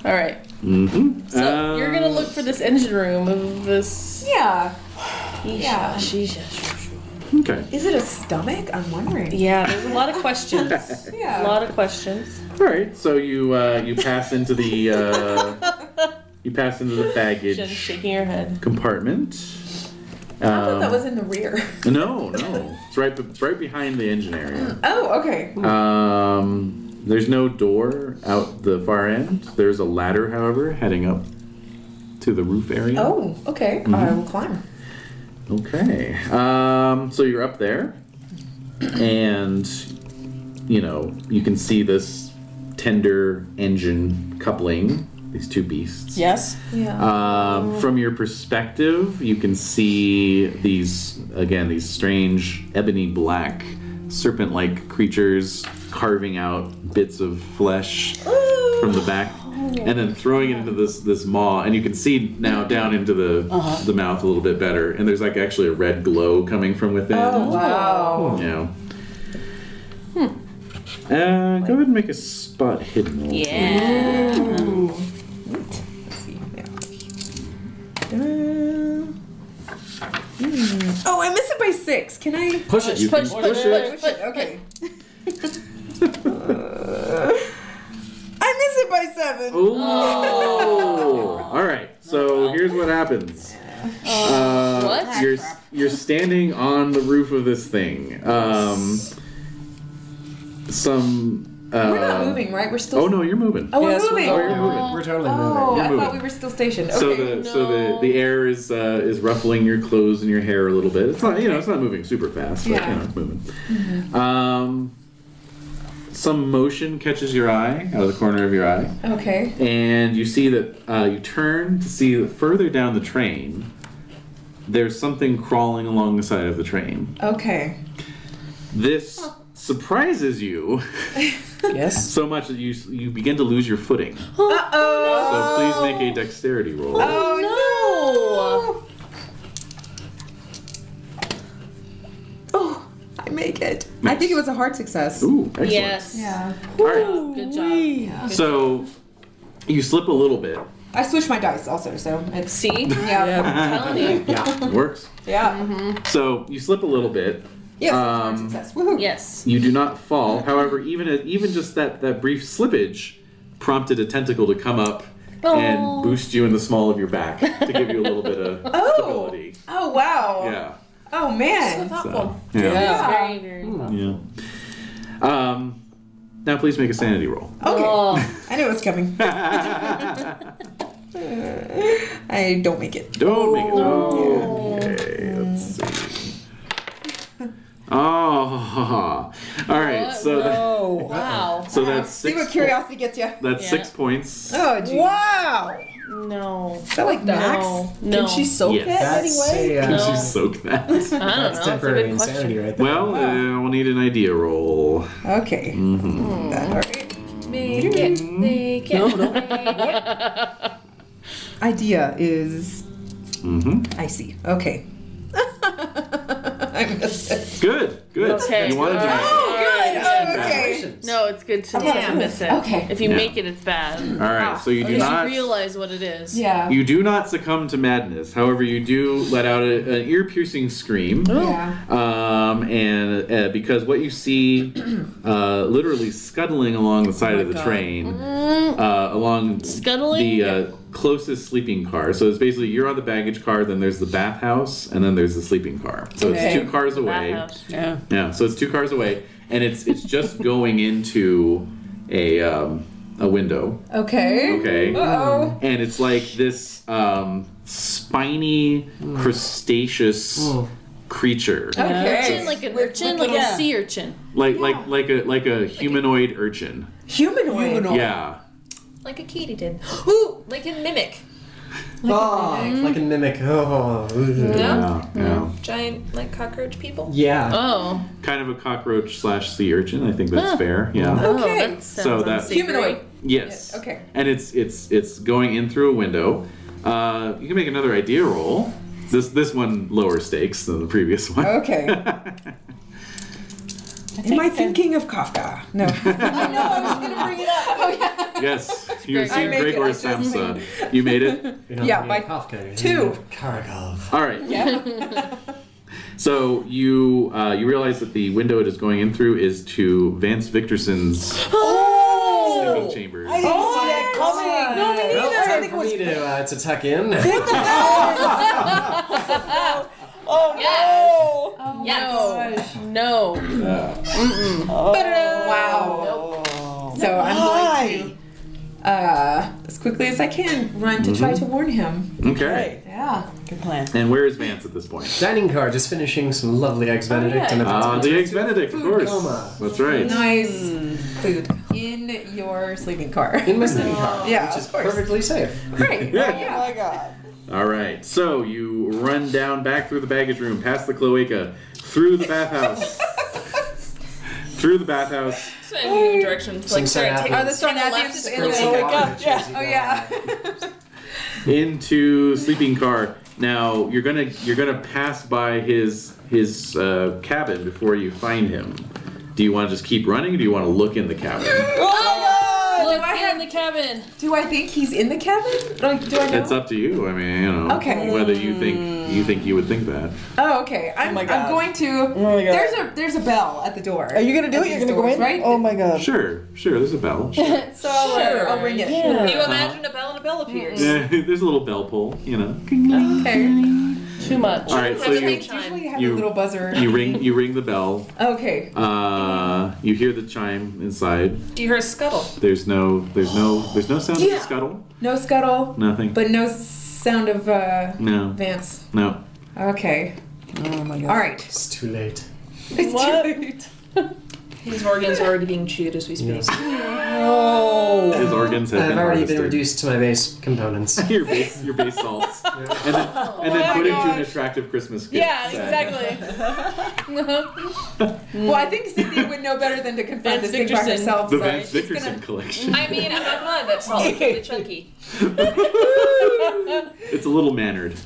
[SPEAKER 2] All right,
[SPEAKER 9] hmm
[SPEAKER 2] so you're gonna look for this engine room of this.
[SPEAKER 10] Yeah. Yeah.
[SPEAKER 9] Um, Okay.
[SPEAKER 10] Is it a stomach? I'm wondering.
[SPEAKER 2] Yeah, there's a lot of questions. A
[SPEAKER 10] Yeah.
[SPEAKER 2] lot of questions.
[SPEAKER 9] All right. So you uh, you pass into the uh, you pass into the
[SPEAKER 2] Jen's
[SPEAKER 9] baggage
[SPEAKER 2] shaking her head.
[SPEAKER 9] compartment.
[SPEAKER 10] I thought that
[SPEAKER 9] Um,
[SPEAKER 10] was in the rear.
[SPEAKER 9] No, no. It's right, be- right behind the engine area.
[SPEAKER 10] Oh, okay.
[SPEAKER 9] Um, there's no door out the far end. There's a ladder, however, heading up to the roof area.
[SPEAKER 10] Oh, okay.
[SPEAKER 9] Mm-hmm.
[SPEAKER 10] I will climb.
[SPEAKER 9] Okay. Um, so you're up there, and you know you can see this tender engine coupling these two beasts.
[SPEAKER 6] Yes.
[SPEAKER 10] Yeah.
[SPEAKER 9] Um, from your perspective, you can see these again these strange ebony black serpent-like creatures carving out bits of flesh from the back and then throwing it into this this maw and you can see now down into the the mouth a little bit better and there's like actually a red glow coming from within
[SPEAKER 10] Oh, wow.
[SPEAKER 9] yeah Hmm. uh, go ahead and make a spot hidden roll.
[SPEAKER 10] Let's see. Yeah. Uh, hmm. Oh, I missed it by six. Can I?
[SPEAKER 3] Push it.
[SPEAKER 9] You can
[SPEAKER 2] Push, push, push, push.
[SPEAKER 10] Okay. Uh, I missed it by seven.
[SPEAKER 9] Ooh. All right. So here's what happens. Uh,
[SPEAKER 2] What?
[SPEAKER 9] You're you're standing on the roof of this thing. Um, some
[SPEAKER 10] We're
[SPEAKER 9] uh,
[SPEAKER 10] not moving, right? We're still.
[SPEAKER 9] Oh no, you're moving.
[SPEAKER 10] Oh, we're
[SPEAKER 6] Yes, we're
[SPEAKER 10] moving.
[SPEAKER 9] Oh, you're moving.
[SPEAKER 3] We're totally
[SPEAKER 10] Oh,
[SPEAKER 3] moving.
[SPEAKER 9] You're
[SPEAKER 10] I
[SPEAKER 9] moving.
[SPEAKER 10] thought we were still stationed. Okay.
[SPEAKER 9] So the so the the air is uh, is ruffling your clothes and your hair a little bit. It's not you know it's not moving super fast, but
[SPEAKER 10] Yeah. Mm-hmm.
[SPEAKER 9] you know it's moving. Um, some motion catches your eye out of the corner of your eye,
[SPEAKER 10] okay.
[SPEAKER 9] and you see that uh, you turn to see that further down the train. There's something crawling along the side of the train.
[SPEAKER 10] Okay.
[SPEAKER 9] This surprises you
[SPEAKER 6] Yes.
[SPEAKER 9] so much that you you begin to lose your footing.
[SPEAKER 10] Uh oh.
[SPEAKER 9] So please make a dexterity roll.
[SPEAKER 10] Oh no. Oh, I make it. I think it was a hard success.
[SPEAKER 9] Ooh, excellent.
[SPEAKER 2] Yes.
[SPEAKER 10] Yeah.
[SPEAKER 9] All right.
[SPEAKER 2] Good job.
[SPEAKER 9] So you slip a little bit.
[SPEAKER 10] I switched my dice also, so it's
[SPEAKER 2] See?
[SPEAKER 10] yeah,
[SPEAKER 2] I'm telling you.
[SPEAKER 9] Yeah, works.
[SPEAKER 10] yeah,
[SPEAKER 9] So you slip a little bit.
[SPEAKER 10] yes,
[SPEAKER 9] Um,
[SPEAKER 10] it's a hard success. Woohoo!
[SPEAKER 2] Yes.
[SPEAKER 9] You do not fall. However, even a, even just that that brief slippage prompted a tentacle to come up
[SPEAKER 2] Oh.
[SPEAKER 9] and boost you in the small of your back to give you a little bit of
[SPEAKER 10] Oh.
[SPEAKER 9] stability.
[SPEAKER 10] Oh wow!
[SPEAKER 9] Yeah.
[SPEAKER 10] Oh man!
[SPEAKER 9] So, yeah.
[SPEAKER 6] Yeah.
[SPEAKER 2] Very, very.
[SPEAKER 9] Yeah. Um, now please make a sanity roll.
[SPEAKER 10] Okay,
[SPEAKER 2] Oh,
[SPEAKER 10] I knew it was coming. I don't make it.
[SPEAKER 9] Don't make it. Okay, let's see. Oh, all right. So that,
[SPEAKER 6] Oh.
[SPEAKER 2] wow.
[SPEAKER 9] so that's
[SPEAKER 10] See
[SPEAKER 9] six.
[SPEAKER 10] what curiosity gets you.
[SPEAKER 9] that's
[SPEAKER 2] Yeah.
[SPEAKER 9] six points.
[SPEAKER 10] Oh geez.
[SPEAKER 6] Wow.
[SPEAKER 2] No.
[SPEAKER 10] Is that like max?
[SPEAKER 2] No. No.
[SPEAKER 6] Did she soak
[SPEAKER 9] Yes.
[SPEAKER 6] it
[SPEAKER 3] That's
[SPEAKER 6] anyway?
[SPEAKER 3] a, uh,
[SPEAKER 9] Did
[SPEAKER 2] No.
[SPEAKER 9] you soak that?
[SPEAKER 2] I don't
[SPEAKER 3] that's
[SPEAKER 2] know.
[SPEAKER 3] temporary
[SPEAKER 2] That's a good
[SPEAKER 3] insanity
[SPEAKER 2] question.
[SPEAKER 3] right there.
[SPEAKER 9] well, uh, we'll need an idea roll.
[SPEAKER 10] Okay. That- Mm-hmm. all right.
[SPEAKER 12] Make it, make it.
[SPEAKER 10] Idea is
[SPEAKER 9] hmm
[SPEAKER 10] I see. Okay. I missed it.
[SPEAKER 9] Good, good.
[SPEAKER 2] Okay.
[SPEAKER 9] You wanted to miss it.
[SPEAKER 10] Good. Oh, okay.
[SPEAKER 2] No, it's good to not
[SPEAKER 10] Yeah.
[SPEAKER 2] miss it.
[SPEAKER 10] Okay. Ah.
[SPEAKER 2] If you
[SPEAKER 9] Yeah.
[SPEAKER 2] make it, it's bad.
[SPEAKER 9] All right. So you do
[SPEAKER 2] You
[SPEAKER 9] not
[SPEAKER 2] realize what it is.
[SPEAKER 10] Yeah.
[SPEAKER 9] you do not succumb to madness. However, you do let out a, an ear-piercing scream.
[SPEAKER 2] Oh.
[SPEAKER 10] Yeah.
[SPEAKER 9] Um, and uh, because what you see, uh, literally scuttling along the
[SPEAKER 2] Oh
[SPEAKER 9] side of the train, uh, along
[SPEAKER 2] Mm. Scuttling?
[SPEAKER 9] the uh, closest sleeping car. So it's basically you're on the baggage car, then there's the bathhouse, and then there's the sleeping car. So it's
[SPEAKER 6] Okay.
[SPEAKER 9] two cars away.
[SPEAKER 2] Bathhouse.
[SPEAKER 6] Yeah.
[SPEAKER 9] Yeah, so it's two cars away, and it's it's just going into a um, a window.
[SPEAKER 10] Okay.
[SPEAKER 9] Okay
[SPEAKER 10] Oh.
[SPEAKER 9] and it's like this um, spiny, crustaceous creature,
[SPEAKER 12] Mm-hmm.
[SPEAKER 10] Okay.
[SPEAKER 2] Urchin, like an urchin, like a
[SPEAKER 6] yeah.
[SPEAKER 2] sea urchin.
[SPEAKER 9] like like like a like a humanoid urchin.
[SPEAKER 10] Humanoid.
[SPEAKER 9] Yeah,
[SPEAKER 11] Like a kitty did. Ooh, like a mimic.
[SPEAKER 3] Oh, like a mimic. Oh, ugh.
[SPEAKER 9] yeah, yeah.
[SPEAKER 12] Giant, like cockroach people.
[SPEAKER 3] yeah.
[SPEAKER 2] Oh.
[SPEAKER 9] Kind of a cockroach slash sea urchin. I think that's fair. Yeah.
[SPEAKER 10] Okay.
[SPEAKER 2] Oh, that sounds
[SPEAKER 9] So that-
[SPEAKER 2] unsavory.
[SPEAKER 10] Humanoid.
[SPEAKER 9] Yes.
[SPEAKER 10] Okay.
[SPEAKER 9] And it's it's it's going in through a window. Uh, you can make another idea roll. This this one lower stakes than the previous
[SPEAKER 10] Oh,
[SPEAKER 9] one.
[SPEAKER 10] Okay. Am I thinking of Kafka? No. I know. I was gonna bring it up. Oh yeah.
[SPEAKER 9] yes. You
[SPEAKER 2] great. I
[SPEAKER 9] see
[SPEAKER 10] make it, I
[SPEAKER 9] Gregor
[SPEAKER 10] just
[SPEAKER 9] Samsa. You made it.
[SPEAKER 3] You're not
[SPEAKER 10] Yeah,
[SPEAKER 3] thinking
[SPEAKER 10] by
[SPEAKER 3] of Kafka, you're
[SPEAKER 10] two.
[SPEAKER 3] thinking of Kargov.
[SPEAKER 9] All right. So you uh, you realize that the window it is going in through is to Vance Victorson's sleeping chambers.
[SPEAKER 10] Oh,
[SPEAKER 3] Well, time for me to, uh, to tuck in. All
[SPEAKER 2] Yes. No.
[SPEAKER 10] Wow. So I'm going to, uh, as quickly as I can, run to try to warn him.
[SPEAKER 9] Okay.
[SPEAKER 10] Yeah.
[SPEAKER 6] Good plan.
[SPEAKER 9] And where is Vance at this point?
[SPEAKER 3] Dining car just finishing some lovely
[SPEAKER 10] Oh,
[SPEAKER 3] eggs Benedict and if it's
[SPEAKER 9] Uh, the Eggs Benedict, of course.
[SPEAKER 3] coma.
[SPEAKER 9] That's right.
[SPEAKER 10] Nice
[SPEAKER 6] Hmm.
[SPEAKER 10] food in your sleeping car.
[SPEAKER 3] in my sleeping car,
[SPEAKER 10] Yeah,
[SPEAKER 3] which is
[SPEAKER 10] of course.
[SPEAKER 3] perfectly safe.
[SPEAKER 10] Great.
[SPEAKER 9] Yeah.
[SPEAKER 10] Yeah.
[SPEAKER 6] Oh my god.
[SPEAKER 9] All right. So you run down back through the baggage room, past the cloaca, through the bathhouse, through the bathhouse.
[SPEAKER 12] So in moving directions,
[SPEAKER 3] Some
[SPEAKER 12] like sorry,
[SPEAKER 3] sad
[SPEAKER 12] take
[SPEAKER 10] Oh,
[SPEAKER 3] apples.
[SPEAKER 10] the
[SPEAKER 12] left
[SPEAKER 10] Sarnathians in
[SPEAKER 3] Girls
[SPEAKER 10] the.
[SPEAKER 3] in
[SPEAKER 6] wake
[SPEAKER 3] Garden
[SPEAKER 6] up, yeah.
[SPEAKER 3] jerseys
[SPEAKER 10] Oh
[SPEAKER 3] going
[SPEAKER 10] yeah.
[SPEAKER 9] into sleeping car. Now you're gonna you're gonna pass by his his uh, cabin before you find him. Do you want to just keep running? or Do you want to look in the cabin?
[SPEAKER 2] Look in the cabin.
[SPEAKER 10] Do I think he's in the cabin? Like, do I know?
[SPEAKER 9] It's up to you. I mean, you know,
[SPEAKER 10] Okay.
[SPEAKER 9] whether you think you think you would think that.
[SPEAKER 10] Oh, okay. I'm,
[SPEAKER 6] my
[SPEAKER 10] I'm
[SPEAKER 6] God. Oh
[SPEAKER 10] going to.
[SPEAKER 6] my God.
[SPEAKER 10] There's a there's a bell at the door.
[SPEAKER 6] Are you gonna do
[SPEAKER 10] At
[SPEAKER 6] it? You're
[SPEAKER 10] these
[SPEAKER 6] gonna go
[SPEAKER 10] doors,
[SPEAKER 6] in?
[SPEAKER 10] Right?
[SPEAKER 6] Oh my god.
[SPEAKER 9] Sure, sure. There's a bell. Sure.
[SPEAKER 10] So I'll, uh, I'll ring it.
[SPEAKER 12] You imagine a bell and a bell appears.
[SPEAKER 9] Yeah, there's a little bell pull. You know.
[SPEAKER 10] Okay.
[SPEAKER 2] Too much.
[SPEAKER 9] All right, so you
[SPEAKER 10] usually have
[SPEAKER 9] You-
[SPEAKER 10] a little buzzer.
[SPEAKER 9] you ring you ring the bell.
[SPEAKER 10] Okay.
[SPEAKER 9] Uh, you hear the chime inside.
[SPEAKER 12] Do you hear a scuttle?
[SPEAKER 9] There's no there's no there's no sound of
[SPEAKER 10] Yeah.
[SPEAKER 9] a scuttle.
[SPEAKER 10] No scuttle,
[SPEAKER 9] Nothing.
[SPEAKER 10] but no sound of uh,
[SPEAKER 9] no.
[SPEAKER 10] Vance.
[SPEAKER 9] No.
[SPEAKER 10] Okay.
[SPEAKER 6] Oh my god.
[SPEAKER 10] All right.
[SPEAKER 3] It's too late.
[SPEAKER 10] It's
[SPEAKER 2] What?
[SPEAKER 10] too late.
[SPEAKER 12] His organs are already being chewed as we speak.
[SPEAKER 3] Yes.
[SPEAKER 9] His organs have
[SPEAKER 3] I've
[SPEAKER 9] been
[SPEAKER 3] already been
[SPEAKER 9] harvested.
[SPEAKER 3] reduced to my base components.
[SPEAKER 9] your base your base salts. and then, and
[SPEAKER 10] Oh
[SPEAKER 9] then put into an attractive Christmas gift.
[SPEAKER 2] Yeah,
[SPEAKER 9] set.
[SPEAKER 2] exactly.
[SPEAKER 10] Well, I think Cynthia would know better than to
[SPEAKER 2] Vance
[SPEAKER 10] confront this thing by
[SPEAKER 2] Dickerson.
[SPEAKER 10] herself.
[SPEAKER 9] The
[SPEAKER 10] so
[SPEAKER 9] Vance
[SPEAKER 10] she's
[SPEAKER 9] Dickerson collection.
[SPEAKER 12] I mean, I'm not glad that's all really chunky.
[SPEAKER 9] It's a little mannered.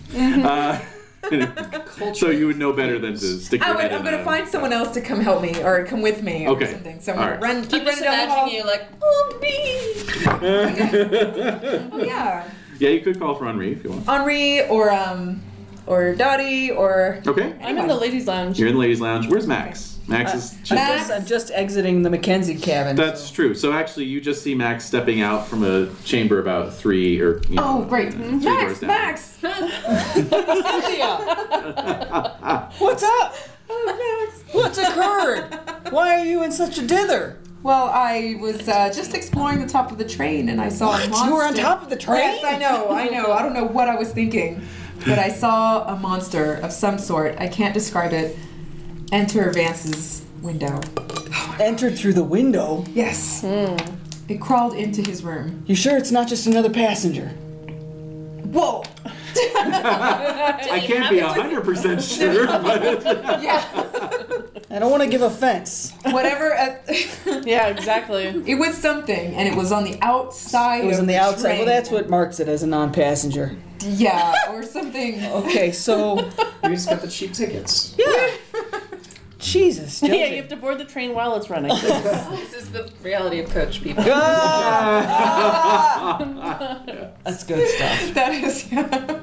[SPEAKER 9] Uh, so you would know better than to stick
[SPEAKER 10] I
[SPEAKER 9] your
[SPEAKER 10] would,
[SPEAKER 9] head
[SPEAKER 10] I'm
[SPEAKER 9] in
[SPEAKER 10] gonna
[SPEAKER 9] a-
[SPEAKER 10] find someone else to come help me or come with me or
[SPEAKER 9] Okay.
[SPEAKER 10] something. So I'm
[SPEAKER 9] All
[SPEAKER 10] gonna
[SPEAKER 9] right.
[SPEAKER 10] run, keep
[SPEAKER 12] I'm just
[SPEAKER 10] running down the hall.
[SPEAKER 12] imagining you like, oh, me.
[SPEAKER 10] Oh, yeah,
[SPEAKER 9] yeah, you could call for Henri if you want.
[SPEAKER 10] Henri or um or Dottie or
[SPEAKER 9] Okay.
[SPEAKER 2] I'm in the ladies' lounge.
[SPEAKER 9] You're in the ladies' lounge. Where's Max? Max
[SPEAKER 10] Uh,
[SPEAKER 9] is.
[SPEAKER 6] I'm
[SPEAKER 9] She,
[SPEAKER 6] just, I'm just exiting the Mackenzie cabin.
[SPEAKER 9] that's
[SPEAKER 6] so-
[SPEAKER 9] true. So actually, you just see Max stepping out from a chamber about three or. You know,
[SPEAKER 10] oh great,
[SPEAKER 9] three doors
[SPEAKER 10] Max,
[SPEAKER 9] down.
[SPEAKER 10] Max.
[SPEAKER 6] Cynthia! What's up?
[SPEAKER 10] Oh, Max.
[SPEAKER 6] What's occurred? Why are you in such a dither?
[SPEAKER 10] Well, I was uh, just exploring the top of the train and I saw a monster.
[SPEAKER 6] You were on top of the train?
[SPEAKER 10] Yes, I know, I know. I don't know what I was thinking, but I saw a monster of some sort. I can't describe it. Enter Vance's window.
[SPEAKER 6] Entered through the window.
[SPEAKER 10] Yes. It crawled into his room.
[SPEAKER 6] You sure it's not just another passenger?
[SPEAKER 10] Whoa. Oh,
[SPEAKER 9] I can't be hundred percent sure, but
[SPEAKER 10] Yeah.
[SPEAKER 6] I don't want to give offense.
[SPEAKER 10] Whatever. Uh,
[SPEAKER 2] Yeah, exactly.
[SPEAKER 10] it was something, and it was on the outside.
[SPEAKER 6] It was
[SPEAKER 10] of
[SPEAKER 6] on the outside.
[SPEAKER 10] train.
[SPEAKER 6] Well, that's what marks it as a non-passenger.
[SPEAKER 10] Yeah, or something.
[SPEAKER 6] Okay, so
[SPEAKER 3] You just got the cheap tickets.
[SPEAKER 6] yeah, Jesus, Josie.
[SPEAKER 2] Yeah, you have to board the train while it's running.
[SPEAKER 12] This is the reality of coach people.
[SPEAKER 6] that's good stuff.
[SPEAKER 10] that is.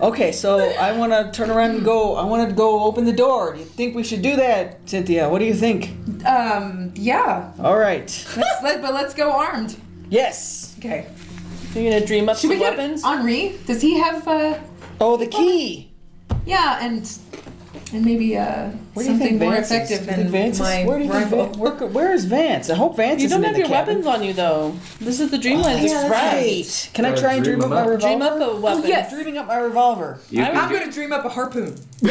[SPEAKER 6] Okay, so I want to turn around and go. I want to go open the door. Do you think we should do that, Cynthia? What do you think?
[SPEAKER 10] Um. Yeah.
[SPEAKER 6] All right.
[SPEAKER 10] Let's, let, but let's go armed.
[SPEAKER 6] Yes.
[SPEAKER 10] Okay.
[SPEAKER 2] You're gonna dream up
[SPEAKER 10] Should we
[SPEAKER 2] some
[SPEAKER 10] get
[SPEAKER 2] weapons.
[SPEAKER 10] Henri? Does he have? Uh,
[SPEAKER 6] Oh, the key.
[SPEAKER 10] yeah, and and maybe uh, something more
[SPEAKER 6] Vance is?
[SPEAKER 10] effective
[SPEAKER 6] Do you think
[SPEAKER 10] than
[SPEAKER 6] Vance is?
[SPEAKER 10] my
[SPEAKER 6] where do you think
[SPEAKER 10] rifle.
[SPEAKER 6] Van- where, where is Vance? I hope Vance
[SPEAKER 2] You
[SPEAKER 6] is
[SPEAKER 2] don't
[SPEAKER 6] in
[SPEAKER 2] have
[SPEAKER 6] the
[SPEAKER 2] your
[SPEAKER 6] cabin.
[SPEAKER 2] weapons on you though. This is the Dreamland
[SPEAKER 6] Oh, Yeah,
[SPEAKER 2] Express.
[SPEAKER 6] that's right. Can I
[SPEAKER 3] Gotta
[SPEAKER 6] try and
[SPEAKER 3] dream
[SPEAKER 6] dream up
[SPEAKER 3] them
[SPEAKER 6] my
[SPEAKER 3] up.
[SPEAKER 6] revolver?
[SPEAKER 2] Dream up a weapon.
[SPEAKER 6] Oh, yes, dreaming up my revolver.
[SPEAKER 9] you
[SPEAKER 2] I
[SPEAKER 9] can
[SPEAKER 10] I'm
[SPEAKER 9] do-
[SPEAKER 10] gonna dream up a harpoon.
[SPEAKER 3] No, you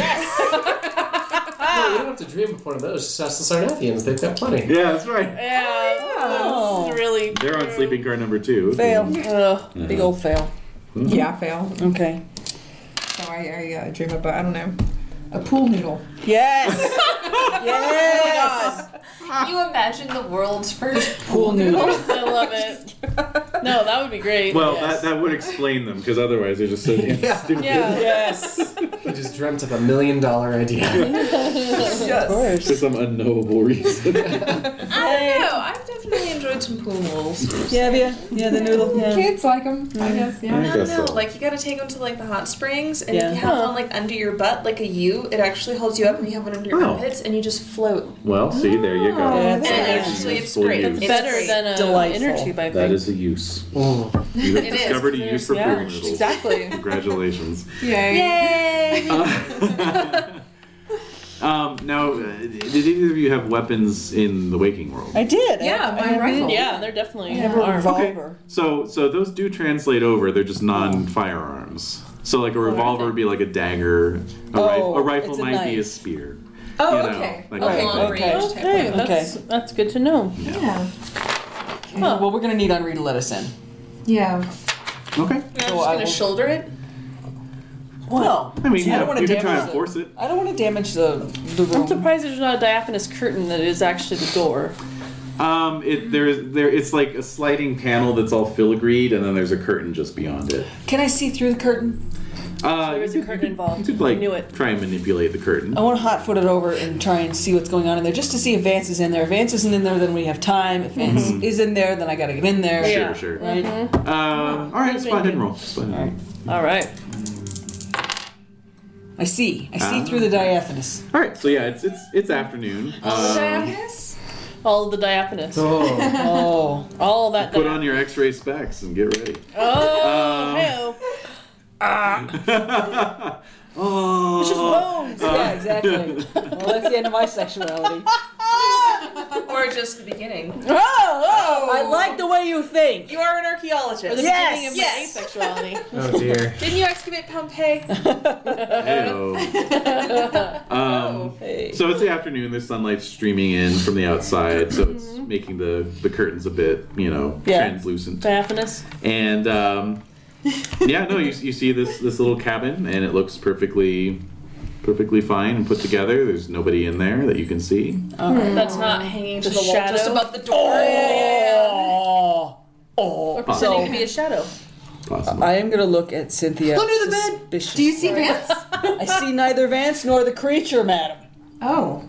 [SPEAKER 3] don't have to dream of one of those. Just ask the Sarnathians. They've got plenty.
[SPEAKER 9] Yeah, that's right.
[SPEAKER 2] Yeah,
[SPEAKER 6] Oh.
[SPEAKER 2] that's really.
[SPEAKER 9] They're on sleeping car number two.
[SPEAKER 6] Fail.
[SPEAKER 2] Ugh.
[SPEAKER 3] Mm-hmm.
[SPEAKER 6] Big old fail.
[SPEAKER 10] Yeah, fail.
[SPEAKER 6] Okay.
[SPEAKER 10] So I, I uh, dream up. A, I don't know. A pool noodle.
[SPEAKER 6] Yes. Oh yes.
[SPEAKER 4] Can you imagine the world's first
[SPEAKER 6] Pool noodle.
[SPEAKER 2] I love it. No, that would be great.
[SPEAKER 9] Well,
[SPEAKER 2] Yes.
[SPEAKER 9] that, that would explain them because otherwise they're just so damn stupid.
[SPEAKER 2] Yeah.
[SPEAKER 6] Yes.
[SPEAKER 3] I just dreamt of a million dollar idea.
[SPEAKER 6] Of course.
[SPEAKER 9] For some unknowable reason.
[SPEAKER 12] I don't know. I've definitely enjoyed some pool noodles.
[SPEAKER 6] Yeah, yeah, yeah. The noodle. Yeah.
[SPEAKER 10] Kids like them, I guess. Yeah.
[SPEAKER 12] I don't know. Like you gotta take them to like the hot springs, and
[SPEAKER 6] Yeah.
[SPEAKER 12] if you have one like under your butt, like a U, it actually holds you up, and you have one under your
[SPEAKER 9] Oh.
[SPEAKER 12] armpits, and you just float.
[SPEAKER 9] Well, see, there you
[SPEAKER 6] Oh,
[SPEAKER 9] go.
[SPEAKER 6] That's
[SPEAKER 12] And
[SPEAKER 6] nice.
[SPEAKER 12] actually, it's
[SPEAKER 9] Full
[SPEAKER 12] great.
[SPEAKER 9] use.
[SPEAKER 12] It's
[SPEAKER 2] better
[SPEAKER 12] great.
[SPEAKER 2] than a
[SPEAKER 6] delightful.
[SPEAKER 2] inner tube, I think.
[SPEAKER 9] That is a use.
[SPEAKER 3] Oh,
[SPEAKER 9] You have
[SPEAKER 12] It is,
[SPEAKER 9] discovered a use for
[SPEAKER 2] yeah,
[SPEAKER 9] pool noodles.
[SPEAKER 2] exactly.
[SPEAKER 9] Congratulations.
[SPEAKER 10] Yay.
[SPEAKER 9] Um, now, uh, did either of you have weapons in the waking world?
[SPEAKER 6] I did.
[SPEAKER 10] Yeah,
[SPEAKER 6] I,
[SPEAKER 10] my rifle.
[SPEAKER 2] Mm-hmm. yeah, they're definitely
[SPEAKER 6] I have a
[SPEAKER 2] armed.
[SPEAKER 6] revolver.
[SPEAKER 9] So, so those do translate over. They're just non-firearms. So, like a revolver would be like a dagger. A,
[SPEAKER 6] Oh,
[SPEAKER 9] rif- a rifle
[SPEAKER 6] it's a
[SPEAKER 9] might be a
[SPEAKER 6] knife.
[SPEAKER 9] spear.
[SPEAKER 10] Oh,
[SPEAKER 9] you know,
[SPEAKER 10] okay.
[SPEAKER 9] Like
[SPEAKER 4] Okay.
[SPEAKER 9] that.
[SPEAKER 6] Okay.
[SPEAKER 2] Okay, that's that's good to know.
[SPEAKER 10] Yeah.
[SPEAKER 6] Huh, Well, we're gonna need Henri to let us in.
[SPEAKER 10] Yeah.
[SPEAKER 9] Okay.
[SPEAKER 12] I'm
[SPEAKER 6] So
[SPEAKER 12] just
[SPEAKER 6] I
[SPEAKER 12] gonna
[SPEAKER 6] will-
[SPEAKER 12] shoulder it.
[SPEAKER 6] Well,
[SPEAKER 9] I mean,
[SPEAKER 6] I don't
[SPEAKER 9] yeah,
[SPEAKER 6] wanna
[SPEAKER 9] you can try
[SPEAKER 6] damage
[SPEAKER 9] and
[SPEAKER 6] it.
[SPEAKER 9] force it.
[SPEAKER 6] I don't want to damage the the room.
[SPEAKER 2] I'm surprised there's not a diaphanous curtain that is actually the door.
[SPEAKER 9] Um, it there's there. It's like a sliding panel that's all filigreed, and then there's a curtain just beyond it.
[SPEAKER 6] Can I see through the curtain?
[SPEAKER 9] Uh,
[SPEAKER 2] There is a
[SPEAKER 9] you could-
[SPEAKER 2] curtain
[SPEAKER 9] You
[SPEAKER 2] involved.
[SPEAKER 9] could like
[SPEAKER 2] I knew it.
[SPEAKER 9] try and manipulate the curtain.
[SPEAKER 6] I want to hot foot it over and try and see what's going on in there, just to see if Vance is in there. If Vance isn't in there, then we have time. If Vance
[SPEAKER 9] Mm-hmm.
[SPEAKER 6] is in there, then I gotta get in there.
[SPEAKER 2] Yeah.
[SPEAKER 9] Sure, sure.
[SPEAKER 6] Right?
[SPEAKER 9] Uh, all right, spot and roll. Spot and roll.
[SPEAKER 2] Mm-hmm. All right.
[SPEAKER 6] I see. I see
[SPEAKER 9] Ah.
[SPEAKER 6] through the diaphanous.
[SPEAKER 9] All right, so yeah, it's it's it's afternoon.
[SPEAKER 6] Oh,
[SPEAKER 9] Um,
[SPEAKER 2] All the diaphanous.
[SPEAKER 3] oh.
[SPEAKER 6] Oh,
[SPEAKER 2] All that. Oh,
[SPEAKER 9] put
[SPEAKER 2] dia-
[SPEAKER 9] on your X-ray
[SPEAKER 6] Oh,
[SPEAKER 9] Um, specs and get ready. uh,
[SPEAKER 2] Oh, hey-o.
[SPEAKER 9] Oh,
[SPEAKER 6] It's just bones. yeah, exactly. well, that's the end of my sexuality.
[SPEAKER 12] or just the beginning.
[SPEAKER 6] Oh, I like the way you think.
[SPEAKER 12] You are an archaeologist.
[SPEAKER 2] Or the
[SPEAKER 6] Yes!
[SPEAKER 2] beginning of
[SPEAKER 12] Yes.
[SPEAKER 2] my asexuality.
[SPEAKER 3] Oh dear.
[SPEAKER 12] Didn't you excavate Pompeii?
[SPEAKER 9] Ayo.
[SPEAKER 6] Oh,
[SPEAKER 9] um, so it's the afternoon. There's sunlight streaming in from the outside, so it's making the, the curtains a bit, you know,
[SPEAKER 6] Mm-hmm. Yeah.
[SPEAKER 9] translucent.
[SPEAKER 2] Diaphanous.
[SPEAKER 9] And um, yeah, no, you, you see this this little cabin, and it looks perfectly perfectly fine and put together. There's nobody in there that you can see.
[SPEAKER 2] That's not hanging to
[SPEAKER 4] The
[SPEAKER 2] the wall,
[SPEAKER 4] shadow?
[SPEAKER 2] Oh. just above the door.
[SPEAKER 6] Oh, oh.
[SPEAKER 2] Pretending to be a shadow.
[SPEAKER 9] Possibly.
[SPEAKER 6] I am gonna look at Cynthia.
[SPEAKER 10] Under the bed.
[SPEAKER 6] suspiciously.
[SPEAKER 10] Do you see Vance?
[SPEAKER 6] I see neither Vance nor the creature, madam.
[SPEAKER 10] Oh,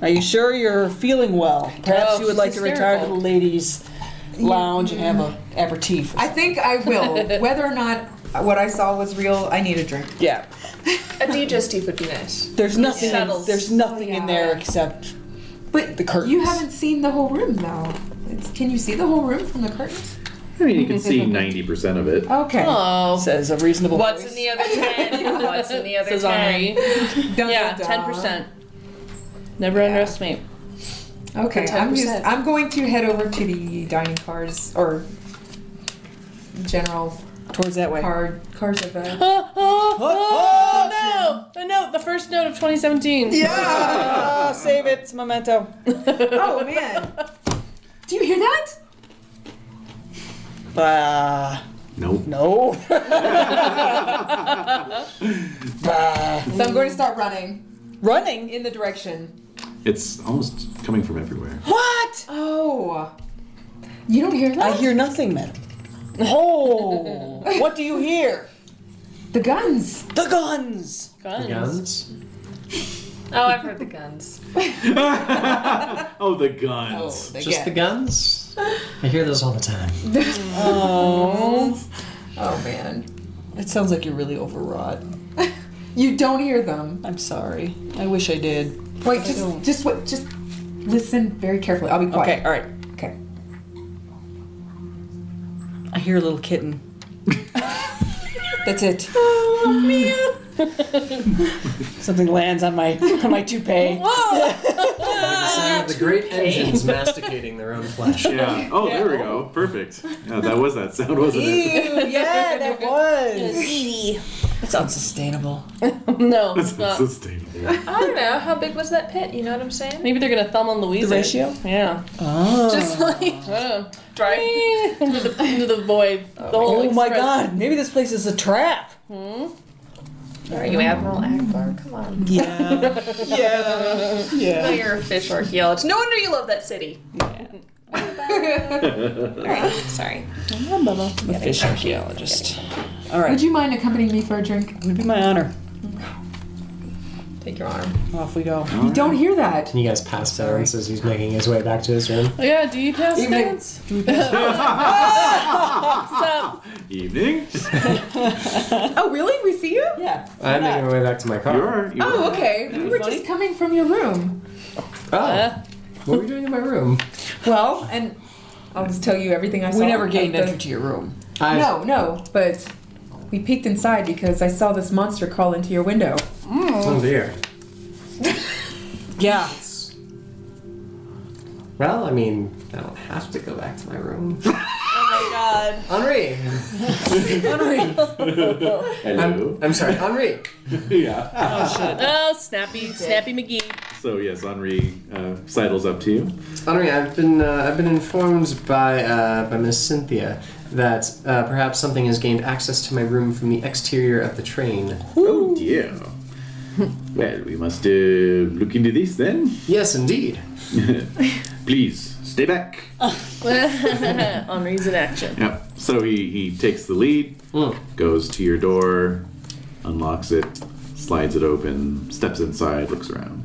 [SPEAKER 6] Are you sure you're feeling well? Perhaps
[SPEAKER 2] Oh,
[SPEAKER 6] you would
[SPEAKER 2] she's
[SPEAKER 6] like to retire to the
[SPEAKER 2] hysterical.
[SPEAKER 6] ladies' lounge and have a aperitif. Or
[SPEAKER 10] I
[SPEAKER 6] something.
[SPEAKER 10] think I will. Whether or not what I saw was real, I need a drink.
[SPEAKER 6] yeah.
[SPEAKER 12] A digestive would be nice.
[SPEAKER 6] There's nothing. In,
[SPEAKER 12] Shuttles.
[SPEAKER 6] there's nothing
[SPEAKER 10] Oh,
[SPEAKER 6] in
[SPEAKER 10] yeah.
[SPEAKER 6] there except
[SPEAKER 10] But
[SPEAKER 6] The curtains.
[SPEAKER 10] you haven't seen the whole room though. It's, can you see the whole room from the curtains?
[SPEAKER 9] I mean, you can see 90% of it.
[SPEAKER 10] Okay.
[SPEAKER 2] Oh.
[SPEAKER 6] says a reasonable.
[SPEAKER 4] What's
[SPEAKER 6] voice.
[SPEAKER 4] in the other ten? What's in the other
[SPEAKER 2] Says
[SPEAKER 4] ten?
[SPEAKER 2] Henri. Yeah, ten percent. Never underestimate.
[SPEAKER 10] Okay,
[SPEAKER 2] For
[SPEAKER 10] I'm
[SPEAKER 2] 10%.
[SPEAKER 10] just, I'm going to head over to the dining cars or general
[SPEAKER 6] towards that way?
[SPEAKER 10] card cars of uh, a.
[SPEAKER 2] Oh, oh,
[SPEAKER 6] Oh,
[SPEAKER 2] oh, no! The note, the first note of 2017.
[SPEAKER 6] Yeah, save it, it's memento.
[SPEAKER 10] Oh man. Do you hear that?
[SPEAKER 6] Bah,
[SPEAKER 9] Nope.
[SPEAKER 6] no. bah.
[SPEAKER 10] So I'm going to start running
[SPEAKER 6] Running.
[SPEAKER 10] in the direction.
[SPEAKER 9] It's almost coming from everywhere.
[SPEAKER 6] What?
[SPEAKER 10] Oh. You don't hear
[SPEAKER 6] I
[SPEAKER 10] that?
[SPEAKER 6] hear nothing, madam. Oh, what do you hear?
[SPEAKER 10] the guns.
[SPEAKER 6] The guns.
[SPEAKER 2] Guns.
[SPEAKER 3] Guns.
[SPEAKER 4] Oh, I've heard the guns.
[SPEAKER 9] oh, the guns.
[SPEAKER 10] They
[SPEAKER 3] Just
[SPEAKER 10] get-
[SPEAKER 3] the guns. I hear those all the time.
[SPEAKER 6] Oh,
[SPEAKER 10] Oh man.
[SPEAKER 6] it sounds like you're really overwrought.
[SPEAKER 10] You don't hear them.
[SPEAKER 6] I'm sorry. I wish I did.
[SPEAKER 10] Wait, just just what just listen very carefully. I'll be
[SPEAKER 6] Okay,
[SPEAKER 10] quiet.
[SPEAKER 6] all right.
[SPEAKER 10] Okay.
[SPEAKER 6] I hear a little kitten.
[SPEAKER 10] That's it.
[SPEAKER 6] Something lands on my on my toupee.
[SPEAKER 3] The sound of the great engines masticating their own flesh.
[SPEAKER 9] Yeah. Oh, there we go. Perfect. Yeah, that was that sound, wasn't it?
[SPEAKER 6] yeah, that was. That's unsustainable.
[SPEAKER 2] No, it's
[SPEAKER 9] That's
[SPEAKER 2] not.
[SPEAKER 9] unsustainable.
[SPEAKER 12] I don't know. How big was that pit? You know what I'm saying?
[SPEAKER 2] Maybe they're gonna thumb on Louise.
[SPEAKER 6] The ratio?
[SPEAKER 2] Yeah.
[SPEAKER 6] Oh.
[SPEAKER 2] Just like uh, drive into the into the void. Oh, the whole
[SPEAKER 6] Oh my
[SPEAKER 2] express.
[SPEAKER 6] god, maybe this place is a trap.
[SPEAKER 4] Are you Admiral Akbar? Come on.
[SPEAKER 6] Yeah. yeah.
[SPEAKER 4] Oh,
[SPEAKER 6] Yeah.
[SPEAKER 4] you're a fish archaeologist. No wonder you love that city. Alright, sorry.
[SPEAKER 6] I'm a fish archaeologist. All
[SPEAKER 10] Would
[SPEAKER 6] right.
[SPEAKER 10] you mind accompanying me for a drink?
[SPEAKER 6] It would be my honor.
[SPEAKER 10] Take your arm.
[SPEAKER 6] Off we go.
[SPEAKER 10] You don't hear that.
[SPEAKER 3] Can you guys pass Vance as he's making his way back to his room?
[SPEAKER 2] Oh, yeah. Do you pass
[SPEAKER 10] Evening.
[SPEAKER 2] dance?
[SPEAKER 9] Evening.
[SPEAKER 10] Oh really? We see you?
[SPEAKER 6] Yeah.
[SPEAKER 3] I'm making my way back to my car.
[SPEAKER 9] You are. You
[SPEAKER 10] Oh,
[SPEAKER 9] are.
[SPEAKER 10] okay. We were just coming from your room.
[SPEAKER 3] Oh,
[SPEAKER 2] Uh,
[SPEAKER 3] what were you doing in my room?
[SPEAKER 10] Well, and I'll just tell you everything I saw.
[SPEAKER 6] We never gained
[SPEAKER 10] at the-
[SPEAKER 6] entry to your room.
[SPEAKER 3] I,
[SPEAKER 10] No, no, but we peeked inside because I saw this monster crawl into your window.
[SPEAKER 3] Oh dear.
[SPEAKER 6] Yeah.
[SPEAKER 3] Well, I mean, I don't have to go back to my room.
[SPEAKER 6] Oh my god.
[SPEAKER 3] Henri!
[SPEAKER 9] Hello.
[SPEAKER 3] I'm sorry, Henri!
[SPEAKER 9] yeah.
[SPEAKER 2] oh, snappy, snappy McGee.
[SPEAKER 9] So yes, Henri uh, sidles up to you.
[SPEAKER 3] Henri, I've been uh, I've been informed by uh, by Miss Cynthia that uh, perhaps something has gained access to my room from the exterior of the train.
[SPEAKER 9] Oh dear. well, we must uh, look into this then.
[SPEAKER 3] Yes, indeed.
[SPEAKER 9] Please stay back.
[SPEAKER 2] Henri's in action.
[SPEAKER 9] Yeah. So he he takes the lead,
[SPEAKER 3] Hmm.
[SPEAKER 9] goes to your door, unlocks it, slides it open, steps inside, looks around.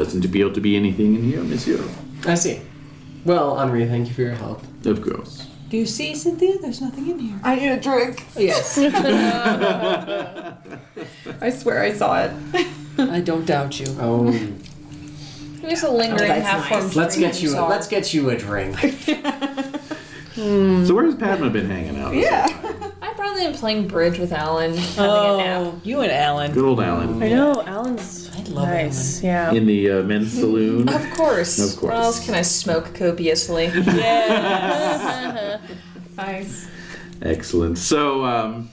[SPEAKER 9] Doesn't appear to be anything in here, Monsieur.
[SPEAKER 3] I see. Well, Henri, thank you for your help.
[SPEAKER 9] Of course.
[SPEAKER 6] Do you see, Cynthia? There's nothing in here.
[SPEAKER 10] I need a drink.
[SPEAKER 6] Yes.
[SPEAKER 10] I swear I saw it.
[SPEAKER 6] I don't doubt you.
[SPEAKER 3] Oh,
[SPEAKER 4] There's a lingering
[SPEAKER 10] Oh, that's
[SPEAKER 4] half-formed
[SPEAKER 3] let's
[SPEAKER 4] dream
[SPEAKER 3] get
[SPEAKER 4] you
[SPEAKER 3] you
[SPEAKER 4] saw.
[SPEAKER 3] let's get you a drink.
[SPEAKER 9] So where's Padma been hanging out?
[SPEAKER 10] Yeah.
[SPEAKER 4] I probably recently been playing bridge with Alan, having a nap.
[SPEAKER 6] Oh, you and Alan.
[SPEAKER 9] Good old Alan.
[SPEAKER 2] I know Alan's
[SPEAKER 6] I love
[SPEAKER 2] nice. Yeah.
[SPEAKER 9] In the uh, men's saloon.
[SPEAKER 4] Of course.
[SPEAKER 9] Of course.
[SPEAKER 4] Where else can I smoke copiously?
[SPEAKER 2] Yeah.
[SPEAKER 10] Nice.
[SPEAKER 9] Excellent. So, um,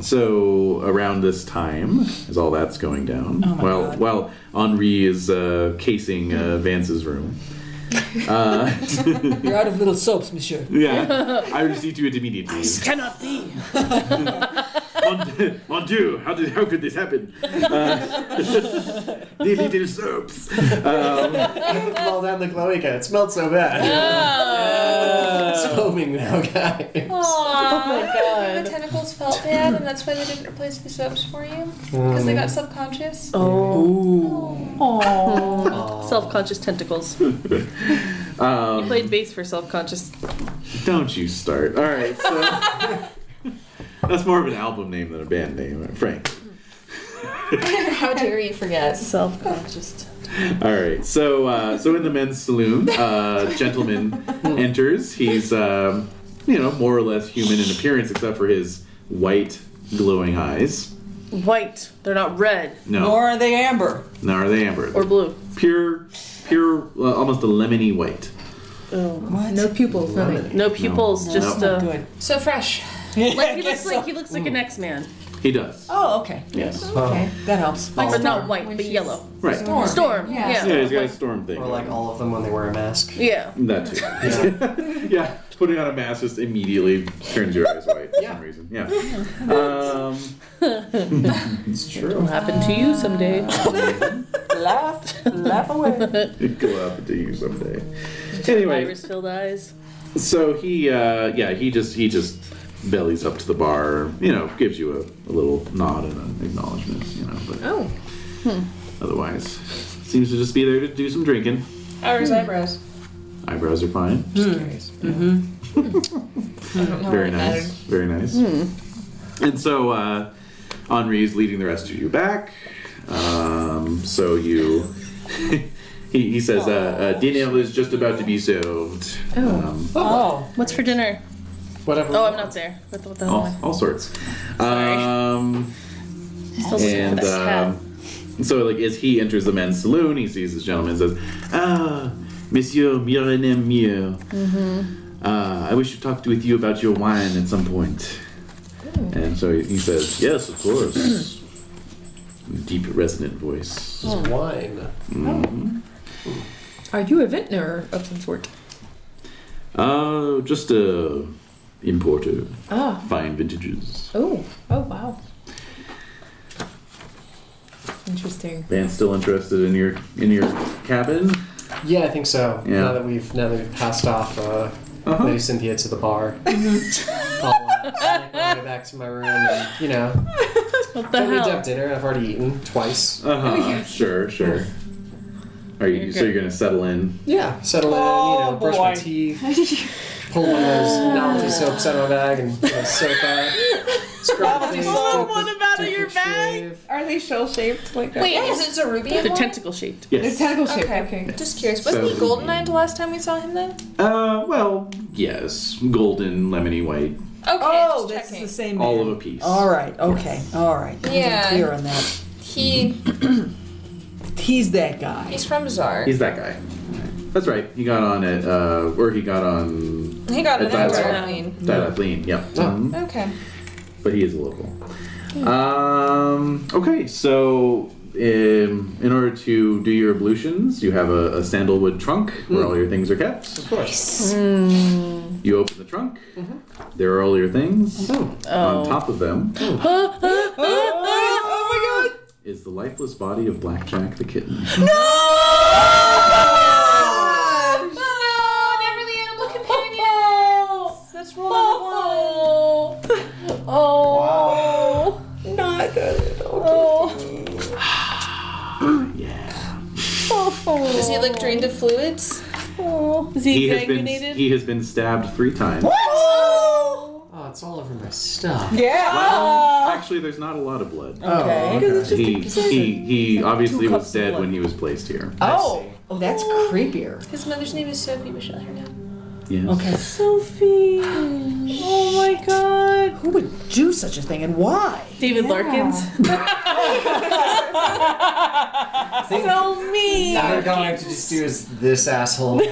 [SPEAKER 9] so around this time, as all that's going down,
[SPEAKER 6] Oh my
[SPEAKER 9] while
[SPEAKER 6] God.
[SPEAKER 9] while Henri is uh, casing uh, Vance's room. Uh,
[SPEAKER 6] Alan. You're out of little soaps, monsieur.
[SPEAKER 9] yeah, I would just eat you it immediately. This cannot be. mon, mon Dieu, how did how could this happen? Uh, these little soaps.
[SPEAKER 3] Well, that looked like It smelled so bad. It's foaming now, guys.
[SPEAKER 2] Oh my
[SPEAKER 12] The
[SPEAKER 2] god.
[SPEAKER 12] tentacles felt bad, and that's why they didn't replace the soaps for you.
[SPEAKER 6] Oh,
[SPEAKER 12] Because they got subconscious.
[SPEAKER 2] Oh.
[SPEAKER 6] Ooh.
[SPEAKER 2] Self-conscious tentacles. you played bass for self-conscious.
[SPEAKER 9] Don't you start. All right, so that's more of an album name than a band name, Frank.
[SPEAKER 4] How dare you forget?
[SPEAKER 2] Self-conscious.
[SPEAKER 9] All right. So, uh, so in the men's saloon, uh, gentleman enters. He's, um, you know, more or less human in appearance, except for his white, glowing eyes.
[SPEAKER 2] White. They're not red
[SPEAKER 9] No,
[SPEAKER 6] Nor are they amber.
[SPEAKER 9] no, are they amber?
[SPEAKER 2] or blue.
[SPEAKER 9] pure, pure, uh, almost a lemony white.
[SPEAKER 2] Oh.
[SPEAKER 6] What?
[SPEAKER 10] No pupils, nothing.
[SPEAKER 2] No pupils. Just
[SPEAKER 9] No.
[SPEAKER 2] uh,
[SPEAKER 6] Good.
[SPEAKER 4] So fresh.
[SPEAKER 2] like he looks like he looks like an X-Man,
[SPEAKER 9] He does.
[SPEAKER 6] Oh, okay.
[SPEAKER 9] Yes.
[SPEAKER 10] Okay.
[SPEAKER 6] That helps.
[SPEAKER 2] like, but not
[SPEAKER 10] Storm.
[SPEAKER 2] white,
[SPEAKER 10] When
[SPEAKER 2] but
[SPEAKER 10] she's-
[SPEAKER 2] yellow.
[SPEAKER 9] Right.
[SPEAKER 6] Storm.
[SPEAKER 2] Storm.
[SPEAKER 10] Yeah.
[SPEAKER 2] Yeah.
[SPEAKER 9] Yeah, he's got a storm thing.
[SPEAKER 3] Or like all of them when they wear a mask.
[SPEAKER 2] Yeah.
[SPEAKER 9] That too. Yeah. putting on a mask just immediately turns your eyes white for
[SPEAKER 3] Yeah.
[SPEAKER 9] some reason. Yeah. Um,
[SPEAKER 3] It's true.
[SPEAKER 2] Happen to you someday.
[SPEAKER 6] laugh, laugh away.
[SPEAKER 9] it'll happen to you someday. Anyway,
[SPEAKER 2] Iris filled eyes.
[SPEAKER 9] So he, uh, yeah, he just he just bellies up to the bar, you know, gives you a, a little nod and an acknowledgement, you know, but
[SPEAKER 4] Oh.
[SPEAKER 9] otherwise seems to just be there to do some drinking.
[SPEAKER 12] Or his eyebrows.
[SPEAKER 9] Eyebrows are fine.
[SPEAKER 6] Just curious.
[SPEAKER 4] Oh,
[SPEAKER 9] Very nice. Very nice. And so uh, Henri is leading the rest of you back. Um, so you. he, he says, uh, uh, dinner is just about to be served. Um,
[SPEAKER 6] Oh.
[SPEAKER 2] What's for dinner?
[SPEAKER 3] Whatever.
[SPEAKER 2] Oh, I'm not there. What the, what the hell
[SPEAKER 9] all,
[SPEAKER 2] am
[SPEAKER 9] all sorts. Um,
[SPEAKER 2] I? Still looking at
[SPEAKER 9] and
[SPEAKER 2] this cat.
[SPEAKER 9] um, so like as he enters the men's saloon he sees this gentleman and says ah monsieur mirenem Mio. uh, i wish to talk to, with you about your wine at some point and so he, he says yes of course deep resonant voice
[SPEAKER 3] It's wine.
[SPEAKER 10] Are you a vintner of some sort?
[SPEAKER 9] uh just a importer
[SPEAKER 10] Ah.
[SPEAKER 9] fine vintages
[SPEAKER 10] Oh. Oh wow. Interesting.
[SPEAKER 9] man still interested in your in your cabin
[SPEAKER 3] Yeah, I think so.
[SPEAKER 9] Yeah.
[SPEAKER 3] Now that we've now that we've passed off uh, Lady Cynthia to the bar, I'll uh, make my way back to my room and you know,
[SPEAKER 2] What
[SPEAKER 9] um,
[SPEAKER 2] the
[SPEAKER 3] don't need to
[SPEAKER 2] hell?
[SPEAKER 3] have dinner. I've already eaten twice.
[SPEAKER 9] uh-huh sure sure are you so you're gonna settle in
[SPEAKER 3] Yeah, settle in, you know, brush my
[SPEAKER 6] boy.
[SPEAKER 3] teeth, pull one of those novelty soaps out of my bag and you know, soak up. Scrub
[SPEAKER 6] Novelty
[SPEAKER 3] face,
[SPEAKER 6] soap.
[SPEAKER 3] take a-
[SPEAKER 6] Pull them out of
[SPEAKER 3] take a
[SPEAKER 6] your bag.
[SPEAKER 3] shave.
[SPEAKER 10] Are they shell shaped like that?
[SPEAKER 12] Wait, is it Zerubian?
[SPEAKER 2] They're
[SPEAKER 12] one?
[SPEAKER 2] tentacle shaped.
[SPEAKER 10] They're
[SPEAKER 9] yes
[SPEAKER 10] tentacle shaped.
[SPEAKER 12] Okay.
[SPEAKER 10] Okay.
[SPEAKER 12] Just curious. Wasn't he
[SPEAKER 9] So-
[SPEAKER 12] Goldeneye the last time we saw him, though?
[SPEAKER 9] Uh, well, yes, golden, lemony white,
[SPEAKER 12] Okay,
[SPEAKER 6] Oh,
[SPEAKER 12] just
[SPEAKER 6] that's
[SPEAKER 12] checking.
[SPEAKER 6] the same.
[SPEAKER 9] all
[SPEAKER 6] man.
[SPEAKER 9] of a piece.
[SPEAKER 6] All right. Okay. All right. I wasn't
[SPEAKER 12] Yeah.
[SPEAKER 6] Clear on that.
[SPEAKER 12] He
[SPEAKER 6] He's that guy.
[SPEAKER 12] he's from Bizarre.
[SPEAKER 9] He's that guy. That's right. He got on at uh, or he got on
[SPEAKER 12] He got an
[SPEAKER 9] It's that
[SPEAKER 12] answer.
[SPEAKER 9] guy.
[SPEAKER 12] I mean.
[SPEAKER 9] Diathlean. Yeah, Mhm.
[SPEAKER 12] Okay.
[SPEAKER 9] but he is a local. Um. Okay, so. Um, in order to do your ablutions, you have a, a sandalwood trunk where all your things are kept.
[SPEAKER 3] Of course.
[SPEAKER 9] You open the trunk,
[SPEAKER 6] Mm-hmm.
[SPEAKER 9] there are all your things. On top of them
[SPEAKER 6] Oh my God.
[SPEAKER 9] is the lifeless body of Blackjack the kitten.
[SPEAKER 12] Oh, never the animal companions. That's rule number one.
[SPEAKER 2] Oh.
[SPEAKER 6] Not good.
[SPEAKER 9] Yeah.
[SPEAKER 12] Does he look drained of fluids?
[SPEAKER 2] Is he,
[SPEAKER 9] He has been
[SPEAKER 2] impregnated?
[SPEAKER 9] he has been stabbed three times.
[SPEAKER 3] Oh, it's all over my stuff.
[SPEAKER 6] Yeah.
[SPEAKER 9] Actually, there's not a lot of blood.
[SPEAKER 6] Okay.
[SPEAKER 9] he he, he obviously was dead when he was placed here.
[SPEAKER 6] Oh, that's creepier.
[SPEAKER 12] His mother's name is Sophie. We shall let her know.
[SPEAKER 9] Yes.
[SPEAKER 6] Okay.
[SPEAKER 2] Sophie. Oh my god. David?
[SPEAKER 6] Who would do such a thing and why?
[SPEAKER 2] David Larkins. so mean.
[SPEAKER 3] Now they're going to just do is this asshole.
[SPEAKER 12] We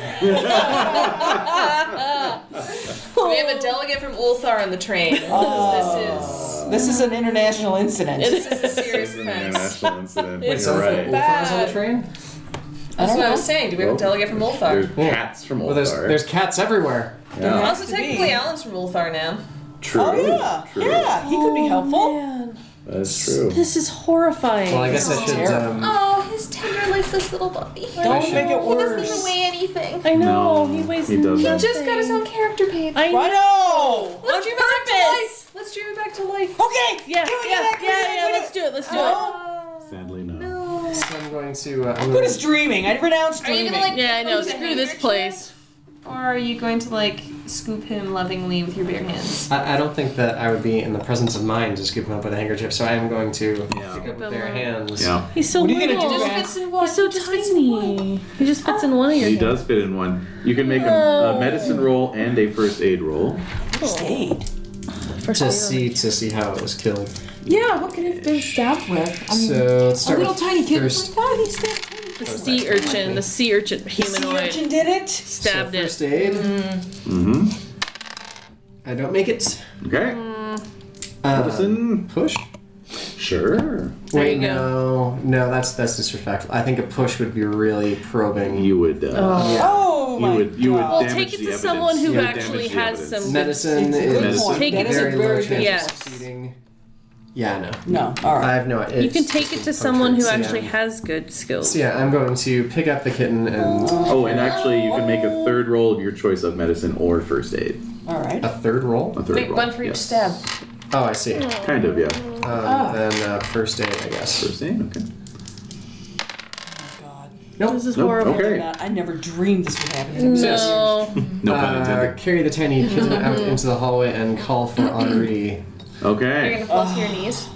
[SPEAKER 12] have a delegate from Ulthar on the train. This
[SPEAKER 6] This is an international incident.
[SPEAKER 12] is this is a serious offense.
[SPEAKER 9] international incident.
[SPEAKER 2] It's
[SPEAKER 9] You're right.
[SPEAKER 3] Ulthar's on the train?
[SPEAKER 12] That's what I was saying. Do we have a
[SPEAKER 9] Well,
[SPEAKER 12] delegate from Ulthar?
[SPEAKER 9] There's cats from
[SPEAKER 3] Well,
[SPEAKER 9] Ulthar.
[SPEAKER 3] there's there's cats everywhere.
[SPEAKER 9] yeah.
[SPEAKER 12] Also, technically, Alan's from Ulthar now.
[SPEAKER 9] True.
[SPEAKER 6] Oh yeah,
[SPEAKER 9] True.
[SPEAKER 6] yeah, he could be helpful.
[SPEAKER 2] Man,
[SPEAKER 9] That's true.
[SPEAKER 2] this is horrifying.
[SPEAKER 3] Well, I guess I should. Um,
[SPEAKER 11] Oh, his tender lifeless little body.
[SPEAKER 6] Don't
[SPEAKER 3] should-
[SPEAKER 6] make it
[SPEAKER 11] He doesn't even
[SPEAKER 6] worse.
[SPEAKER 11] weigh anything.
[SPEAKER 2] I know
[SPEAKER 9] No,
[SPEAKER 2] he wastes.
[SPEAKER 9] he doesn't. He
[SPEAKER 11] Just got his own character page.
[SPEAKER 2] I
[SPEAKER 6] I know.
[SPEAKER 12] Let's dream it back to life. Let's dream it back to life.
[SPEAKER 6] Okay.
[SPEAKER 2] Yeah,
[SPEAKER 6] Can we do
[SPEAKER 2] yeah,
[SPEAKER 6] that? Can we do
[SPEAKER 2] yeah,
[SPEAKER 6] that?
[SPEAKER 2] yeah.
[SPEAKER 6] Can we
[SPEAKER 2] Let's
[SPEAKER 6] do-
[SPEAKER 2] do it. Let's do it.
[SPEAKER 6] Oh.
[SPEAKER 9] Sadly, no.
[SPEAKER 3] so I'm going to. Uh, I'm
[SPEAKER 6] What
[SPEAKER 3] gonna-
[SPEAKER 6] is dreaming? I renounce
[SPEAKER 11] Are you
[SPEAKER 6] dreaming.
[SPEAKER 11] gonna like?
[SPEAKER 2] Yeah, I know.
[SPEAKER 11] use a
[SPEAKER 2] Screw this
[SPEAKER 11] handkerchief?
[SPEAKER 2] place.
[SPEAKER 11] Or are you going to like scoop him lovingly with your bare hands?
[SPEAKER 3] I, I don't think that I would be in the presence of mind just scooping up with a handkerchief, so I am going to pick up with bare hands.
[SPEAKER 9] Yeah.
[SPEAKER 2] He's so
[SPEAKER 6] What are you gonna
[SPEAKER 2] little.
[SPEAKER 6] do,
[SPEAKER 11] Just
[SPEAKER 6] man?
[SPEAKER 11] fits in one.
[SPEAKER 2] He's so
[SPEAKER 11] Just fits in one.
[SPEAKER 2] tiny. He just fits in one of your.
[SPEAKER 9] He does fit in one. You can make a, a medicine roll and a first aid roll.
[SPEAKER 3] To see to see how it was killed.
[SPEAKER 10] Yeah, what could it have been stabbed with? I mean,
[SPEAKER 3] So let's
[SPEAKER 10] a
[SPEAKER 3] start
[SPEAKER 10] little
[SPEAKER 3] with
[SPEAKER 10] tiny kid.
[SPEAKER 3] first.
[SPEAKER 10] Oh my god, he's that tiny.
[SPEAKER 2] The sea urchin. The sea urchin humanoid
[SPEAKER 6] Surgeon did it.
[SPEAKER 2] stabbed
[SPEAKER 3] so
[SPEAKER 2] it.
[SPEAKER 3] first aid.
[SPEAKER 9] Mm-hmm.
[SPEAKER 3] I don't make it.
[SPEAKER 9] Okay.
[SPEAKER 3] Uh,
[SPEAKER 9] Medicine.
[SPEAKER 3] push.
[SPEAKER 9] Sure.
[SPEAKER 3] Wait, no, no, that's that's disrespectful. I think a push would be really probing.
[SPEAKER 9] You would. Uh,
[SPEAKER 6] Oh
[SPEAKER 9] You
[SPEAKER 6] my
[SPEAKER 9] would. You would.
[SPEAKER 6] god.
[SPEAKER 9] damage
[SPEAKER 2] take it
[SPEAKER 9] the
[SPEAKER 2] to
[SPEAKER 9] evidence.
[SPEAKER 2] someone who
[SPEAKER 9] You would
[SPEAKER 2] actually
[SPEAKER 9] damage the
[SPEAKER 2] has
[SPEAKER 9] evidence.
[SPEAKER 2] some-
[SPEAKER 3] Medicine
[SPEAKER 6] It's a good
[SPEAKER 3] is
[SPEAKER 6] point.
[SPEAKER 2] Take
[SPEAKER 6] That
[SPEAKER 2] it-
[SPEAKER 6] is a
[SPEAKER 3] very low
[SPEAKER 6] very good
[SPEAKER 3] chance
[SPEAKER 2] yes.
[SPEAKER 3] of succeeding. Yeah, no,
[SPEAKER 6] No. All
[SPEAKER 3] I
[SPEAKER 6] right.
[SPEAKER 3] have no.
[SPEAKER 2] You can take it to someone who actually has good skills.
[SPEAKER 3] So yeah, I'm going to pick up the kitten and
[SPEAKER 9] Oh, and actually, you can make a third roll of your choice of medicine or first aid.
[SPEAKER 6] All right.
[SPEAKER 3] a third roll.
[SPEAKER 9] A third roll.
[SPEAKER 12] One for each
[SPEAKER 9] yes.
[SPEAKER 12] stab.
[SPEAKER 3] Oh, I see.
[SPEAKER 9] Kind of, yeah.
[SPEAKER 3] Um,
[SPEAKER 2] Oh.
[SPEAKER 3] Then uh, first aid, I guess.
[SPEAKER 9] First aid. Okay.
[SPEAKER 6] God.
[SPEAKER 2] This is
[SPEAKER 9] Nope,
[SPEAKER 2] horrible.
[SPEAKER 9] Okay.
[SPEAKER 6] Not- I never dreamed this would happen.
[SPEAKER 3] Mm.
[SPEAKER 2] No.
[SPEAKER 9] No pun
[SPEAKER 3] Uh,
[SPEAKER 9] intended.
[SPEAKER 3] carry the tiny kitten out into the hallway and call for Henri.
[SPEAKER 9] Okay.
[SPEAKER 12] Fall to your knees.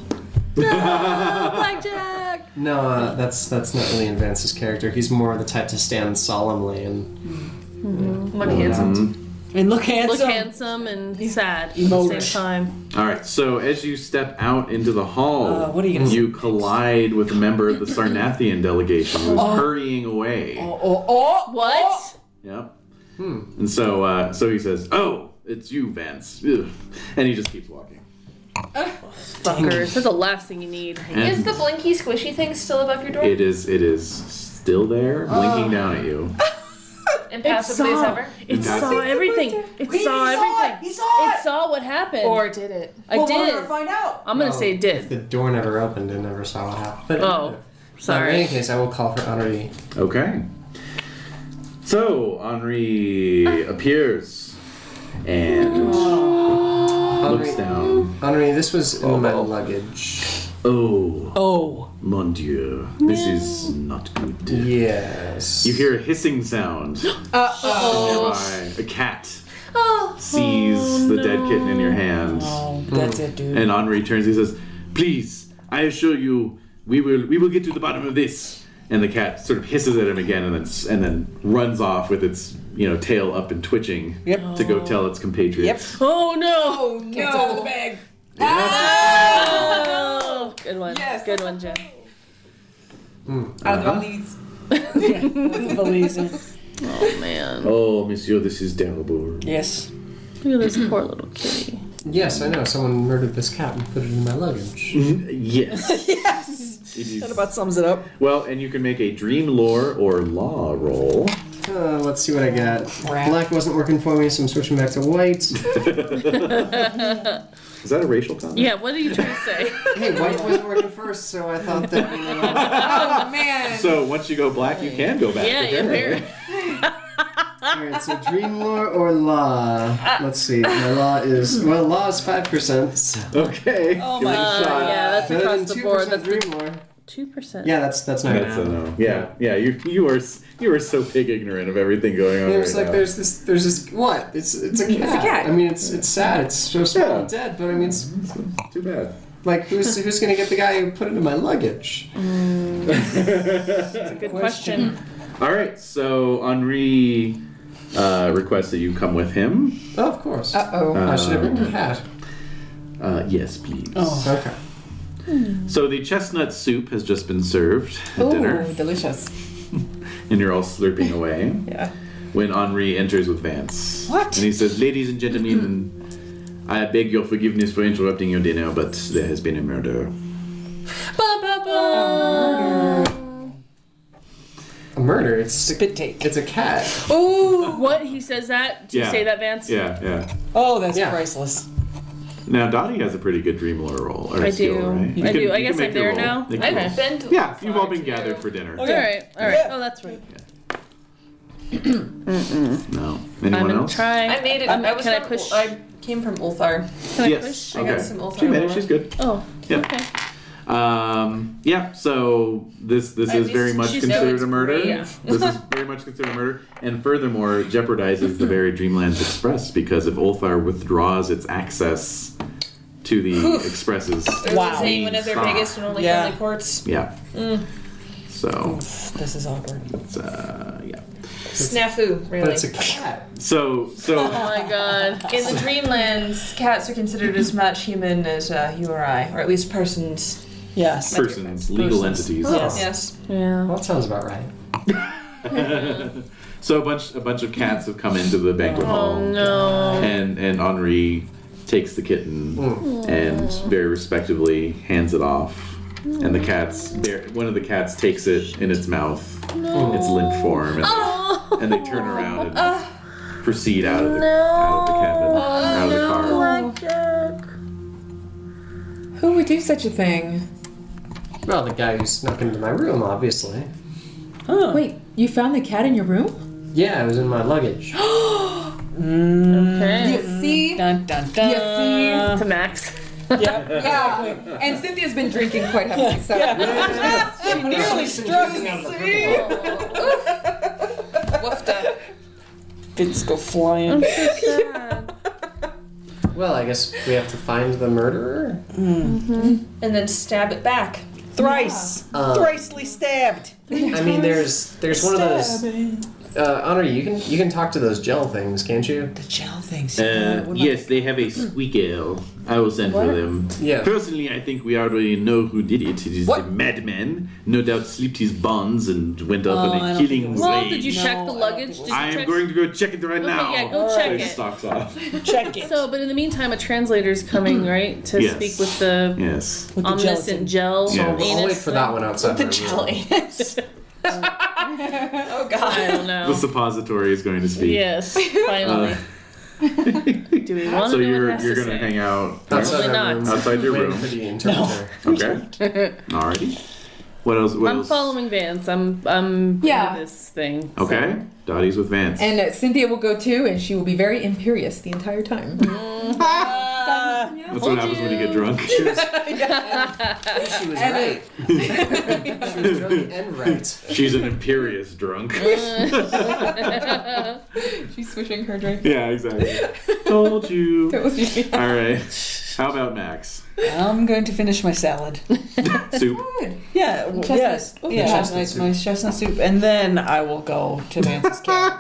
[SPEAKER 3] No, uh, that's that's not really Vance's character. He's more the type to stand solemnly and
[SPEAKER 12] Look handsome.
[SPEAKER 6] And look handsome.
[SPEAKER 2] Look handsome and sad at the
[SPEAKER 6] Emotive.
[SPEAKER 2] same time.
[SPEAKER 9] All right. So as you step out into the hall,
[SPEAKER 6] Uh, what are you gonna
[SPEAKER 9] you collide with a member of the Sarnathian delegation who's hurrying away.
[SPEAKER 6] Oh, Hmm. oh, oh,
[SPEAKER 2] What?
[SPEAKER 9] Yep. And so, uh, so he says, "Oh, it's you, Vance," Ugh. and he just keeps walking.
[SPEAKER 2] Fuckers. That's the last thing you need.
[SPEAKER 11] Is
[SPEAKER 9] And
[SPEAKER 11] the blinky squishy thing still above your door?
[SPEAKER 9] it is, it is still there, blinking
[SPEAKER 6] Oh.
[SPEAKER 9] down at you.
[SPEAKER 11] Impassively as ever?
[SPEAKER 2] It
[SPEAKER 9] That's-
[SPEAKER 2] saw everything. It
[SPEAKER 6] He
[SPEAKER 2] saw
[SPEAKER 6] saw it.
[SPEAKER 2] everything.
[SPEAKER 6] He saw it.
[SPEAKER 2] It saw what happened.
[SPEAKER 12] did it?
[SPEAKER 2] I
[SPEAKER 6] Well, we're
[SPEAKER 2] did.
[SPEAKER 6] gonna find out.
[SPEAKER 2] I'm gonna
[SPEAKER 3] No.
[SPEAKER 2] say it did.
[SPEAKER 3] the door never opened and never saw what happened. But uh,
[SPEAKER 2] Oh,
[SPEAKER 3] In any
[SPEAKER 2] sorry.
[SPEAKER 3] case, I will call for Henri.
[SPEAKER 9] Okay. So Henri appears and looks
[SPEAKER 3] Henri,
[SPEAKER 9] down.
[SPEAKER 3] Henri, this was in my luggage.
[SPEAKER 9] Oh,
[SPEAKER 6] Oh.
[SPEAKER 9] mon dieu, this is not good.
[SPEAKER 3] Yes.
[SPEAKER 9] You hear a hissing sound. Uh-oh. A cat sees the dead kitten in your hand.
[SPEAKER 6] Oh, that's it, dude.
[SPEAKER 9] And Henri turns and says, Please, I assure you, we will we will get to the bottom of this. And the cat sort of hisses at him again and then s- and then runs off with its you know tail up and twitching
[SPEAKER 6] Yep.
[SPEAKER 9] to go tell its compatriots.
[SPEAKER 2] Oh no.
[SPEAKER 6] oh no. Bag.
[SPEAKER 2] Oh, good one.
[SPEAKER 6] Yes.
[SPEAKER 2] Good one, Jen.
[SPEAKER 6] Out of the police. yeah, police.
[SPEAKER 2] Oh man.
[SPEAKER 9] Oh, monsieur, this is terrible.
[SPEAKER 6] Yes.
[SPEAKER 2] Look at this poor little kitty.
[SPEAKER 3] Yes, I know. Someone murdered this cat and put it in my luggage.
[SPEAKER 9] Yes.
[SPEAKER 6] Yes.
[SPEAKER 9] it
[SPEAKER 6] That
[SPEAKER 9] is.
[SPEAKER 6] about sums it up.
[SPEAKER 9] Well, and you can make a dream lore or law roll.
[SPEAKER 3] Uh, let's see what I got.
[SPEAKER 6] Crap.
[SPEAKER 3] Black wasn't working for me, so I'm switching back to white.
[SPEAKER 9] Is that a racial comment?
[SPEAKER 2] Yeah, what are you trying to say?
[SPEAKER 3] hey, white wasn't working first, so I thought that. You know,
[SPEAKER 6] Oh man.
[SPEAKER 9] So once you go black, you can go back.
[SPEAKER 2] Yeah,
[SPEAKER 9] apparently.
[SPEAKER 2] apparently.
[SPEAKER 3] all right, so dream lore or law? Let's see. My law is well, law is five percent. So
[SPEAKER 9] Okay. Oh
[SPEAKER 6] my
[SPEAKER 2] Uh, yeah, that's
[SPEAKER 3] better than
[SPEAKER 2] across the
[SPEAKER 3] two
[SPEAKER 2] board.
[SPEAKER 3] percent
[SPEAKER 2] That's
[SPEAKER 3] dream lore.
[SPEAKER 2] two percent.
[SPEAKER 3] Yeah, that's that's my.
[SPEAKER 9] That's a no. Yeah, yeah. You you are s- you are so pig ignorant of everything going on.
[SPEAKER 3] There's
[SPEAKER 9] right
[SPEAKER 3] like
[SPEAKER 9] now.
[SPEAKER 3] there's this there's this what it's it's a cat.
[SPEAKER 10] cat.
[SPEAKER 3] I mean it's it's sad. It's so small
[SPEAKER 9] Yeah.
[SPEAKER 3] and dead. But I mean it's
[SPEAKER 9] too bad.
[SPEAKER 3] like who's who's gonna get the guy who put it in my luggage?
[SPEAKER 2] Good question.
[SPEAKER 9] All right, so Henri uh, requests that you come with him.
[SPEAKER 3] Oh, of course.
[SPEAKER 10] Uh oh.
[SPEAKER 3] I should have been a cat.
[SPEAKER 9] Uh, yes, please.
[SPEAKER 6] Oh.
[SPEAKER 3] Okay.
[SPEAKER 9] So the chestnut soup has just been served at dinner,
[SPEAKER 10] Ooh, delicious.
[SPEAKER 9] and you're all slurping away
[SPEAKER 10] Yeah.
[SPEAKER 9] when Henri enters with Vance.
[SPEAKER 6] What?
[SPEAKER 9] And he says, Ladies and gentlemen, I beg your forgiveness for interrupting your dinner, but there has been a murder.
[SPEAKER 2] Um,
[SPEAKER 3] A murder. It's a,
[SPEAKER 6] Spit take.
[SPEAKER 3] it's a cat.
[SPEAKER 2] Ooh, what? He says that? Do you
[SPEAKER 9] Yeah.
[SPEAKER 2] say that, Vance?
[SPEAKER 9] Yeah, yeah.
[SPEAKER 6] Oh, that's
[SPEAKER 3] Yeah.
[SPEAKER 6] priceless.
[SPEAKER 9] Now, Dottie has a pretty good dream lore roll. Or
[SPEAKER 2] I
[SPEAKER 9] skill,
[SPEAKER 2] do.
[SPEAKER 9] Right? You
[SPEAKER 2] I
[SPEAKER 9] can-
[SPEAKER 2] do. I
[SPEAKER 9] you can
[SPEAKER 2] guess
[SPEAKER 9] make
[SPEAKER 2] I'm there
[SPEAKER 9] your roll.
[SPEAKER 2] now.
[SPEAKER 9] Make your
[SPEAKER 2] I've
[SPEAKER 9] roll.
[SPEAKER 2] been to
[SPEAKER 9] Yeah, you've all been gathered for dinner.
[SPEAKER 2] All right, all right. Oh, that's right.
[SPEAKER 9] No. Anyone
[SPEAKER 2] I'm gonna
[SPEAKER 9] else?
[SPEAKER 2] try.
[SPEAKER 4] I made it.
[SPEAKER 2] I'm-
[SPEAKER 4] I was
[SPEAKER 2] Um, can I
[SPEAKER 4] from,
[SPEAKER 2] push?
[SPEAKER 4] I came from Ulthar.
[SPEAKER 2] Can
[SPEAKER 9] yes.
[SPEAKER 2] I push?
[SPEAKER 9] Okay.
[SPEAKER 4] got some Ulthar
[SPEAKER 9] she made it.
[SPEAKER 4] lore.
[SPEAKER 9] She's good.
[SPEAKER 2] Oh,
[SPEAKER 9] Yeah.
[SPEAKER 2] okay.
[SPEAKER 9] Um, yeah, so this this is very
[SPEAKER 4] least
[SPEAKER 9] much
[SPEAKER 4] she's
[SPEAKER 9] considered
[SPEAKER 4] so
[SPEAKER 9] a murder.
[SPEAKER 4] brave.
[SPEAKER 9] this is very much considered a murder, and furthermore jeopardizes the very Dreamlands Express because if Ulthar withdraws its access to the expresses,
[SPEAKER 4] They're
[SPEAKER 10] Wow.
[SPEAKER 4] losing one of their
[SPEAKER 9] Ah.
[SPEAKER 4] biggest and only
[SPEAKER 6] Yeah.
[SPEAKER 4] friendly ports.
[SPEAKER 9] yeah.
[SPEAKER 2] Mm.
[SPEAKER 9] So
[SPEAKER 6] This is awkward.
[SPEAKER 9] it's, uh, yeah.
[SPEAKER 4] Snafu,
[SPEAKER 3] But
[SPEAKER 4] really.
[SPEAKER 3] it's a cat.
[SPEAKER 9] So so
[SPEAKER 2] Oh my god.
[SPEAKER 4] In the Dreamlands, cats are considered as much human as uh, you or I, or at least persons.
[SPEAKER 6] Yes.
[SPEAKER 9] persons, legal
[SPEAKER 6] Persons.
[SPEAKER 9] entities.
[SPEAKER 6] Yes.
[SPEAKER 4] Yes.
[SPEAKER 2] Yeah.
[SPEAKER 3] Well, that sounds about right.
[SPEAKER 9] So a bunch a bunch of cats have come into the banquet hall.
[SPEAKER 2] No.
[SPEAKER 9] and and Henri takes the kitten and very respectfully hands it off. And the cat's bear- one of the cats takes it in its mouth, its limp form, and, they, and they turn around and proceed out of the out of the cabin, out of the car.
[SPEAKER 10] Who would do such a thing?
[SPEAKER 3] Well, the guy who snuck into my room, obviously.
[SPEAKER 10] Wait, you found the cat in your room?
[SPEAKER 3] Yeah, it was in my luggage.
[SPEAKER 2] Okay.
[SPEAKER 10] see?
[SPEAKER 6] Dun dun dun.
[SPEAKER 10] You see?
[SPEAKER 2] To Max.
[SPEAKER 10] Yeah. And Cynthia's been drinking quite heavily, so.
[SPEAKER 3] she nearly struck me.
[SPEAKER 6] Bits go flying.
[SPEAKER 3] Well, I guess we have to find the murderer.
[SPEAKER 4] And then stab it back.
[SPEAKER 6] Thrice.
[SPEAKER 3] Um,
[SPEAKER 6] Thricely stabbed.
[SPEAKER 3] I mean, there's there's one of those. Uh, Honor, you can you can talk to those gel things, can't you?
[SPEAKER 6] The gel things.
[SPEAKER 9] Uh, yes, they
[SPEAKER 2] Hmm.
[SPEAKER 9] have a squeaker. I will send for them.
[SPEAKER 3] Yeah.
[SPEAKER 9] Personally, I think we already know who did it. It is the
[SPEAKER 3] What?
[SPEAKER 9] madman. No doubt slipped his bonds and went off
[SPEAKER 6] Oh, I
[SPEAKER 9] on
[SPEAKER 6] don't
[SPEAKER 9] a
[SPEAKER 6] think it
[SPEAKER 9] killing
[SPEAKER 6] was-
[SPEAKER 2] Well,
[SPEAKER 9] raid.
[SPEAKER 2] did you
[SPEAKER 6] No,
[SPEAKER 2] check the
[SPEAKER 6] I
[SPEAKER 2] luggage? Did you
[SPEAKER 9] I am
[SPEAKER 2] check-
[SPEAKER 9] going to go check it right
[SPEAKER 2] Okay,
[SPEAKER 9] now.
[SPEAKER 2] yeah, go
[SPEAKER 9] So
[SPEAKER 2] check
[SPEAKER 9] he
[SPEAKER 2] it.
[SPEAKER 9] stalks off.
[SPEAKER 6] Check it.
[SPEAKER 2] So, but in the meantime, a translator's coming, right, to
[SPEAKER 9] Mm-hmm. Yes.
[SPEAKER 2] speak with the
[SPEAKER 9] Yes.
[SPEAKER 6] With the
[SPEAKER 2] omniscient gel.
[SPEAKER 9] Yeah.
[SPEAKER 2] anus
[SPEAKER 3] I'll wait for
[SPEAKER 2] thing.
[SPEAKER 3] that one outside.
[SPEAKER 4] The
[SPEAKER 3] my room.
[SPEAKER 4] gel anus. oh
[SPEAKER 2] I
[SPEAKER 4] god.
[SPEAKER 2] don't
[SPEAKER 9] The
[SPEAKER 2] know.
[SPEAKER 9] suppository is going to speak.
[SPEAKER 2] Yes, finally.
[SPEAKER 9] Uh,
[SPEAKER 2] Do we want
[SPEAKER 9] so
[SPEAKER 2] to
[SPEAKER 9] you're
[SPEAKER 2] know what it
[SPEAKER 9] you're
[SPEAKER 2] has to
[SPEAKER 9] gonna hang out
[SPEAKER 3] Outside,
[SPEAKER 2] Probably
[SPEAKER 3] my
[SPEAKER 2] not.
[SPEAKER 3] room.
[SPEAKER 9] outside your
[SPEAKER 3] Waiting
[SPEAKER 9] room.
[SPEAKER 3] for the interpreter.
[SPEAKER 9] Okay.
[SPEAKER 2] say?
[SPEAKER 9] Alrighty. What else? What
[SPEAKER 2] I'm
[SPEAKER 9] else?
[SPEAKER 2] following Vance. I'm I'm into
[SPEAKER 10] Yeah.
[SPEAKER 2] this thing.
[SPEAKER 9] Okay. Dottie's with Vance.
[SPEAKER 10] And uh, Cynthia will go too, and she will be very imperious the entire time. Mm-hmm.
[SPEAKER 9] That's what happens when you get drunk.
[SPEAKER 3] She was right. she was drunk and right.
[SPEAKER 9] She's an imperious drunk.
[SPEAKER 10] She's swishing her drink.
[SPEAKER 9] yeah, exactly. Told you.
[SPEAKER 10] Told you.
[SPEAKER 9] Alright. How about Max?
[SPEAKER 6] I'm going to finish my salad.
[SPEAKER 9] Soup.
[SPEAKER 6] Yeah. w-
[SPEAKER 10] Chestnut-
[SPEAKER 6] yes.
[SPEAKER 10] oh,
[SPEAKER 6] yeah.
[SPEAKER 10] yeah.
[SPEAKER 6] Chestnut soup. My chestnut soup, and then I will go to Vance's cabin.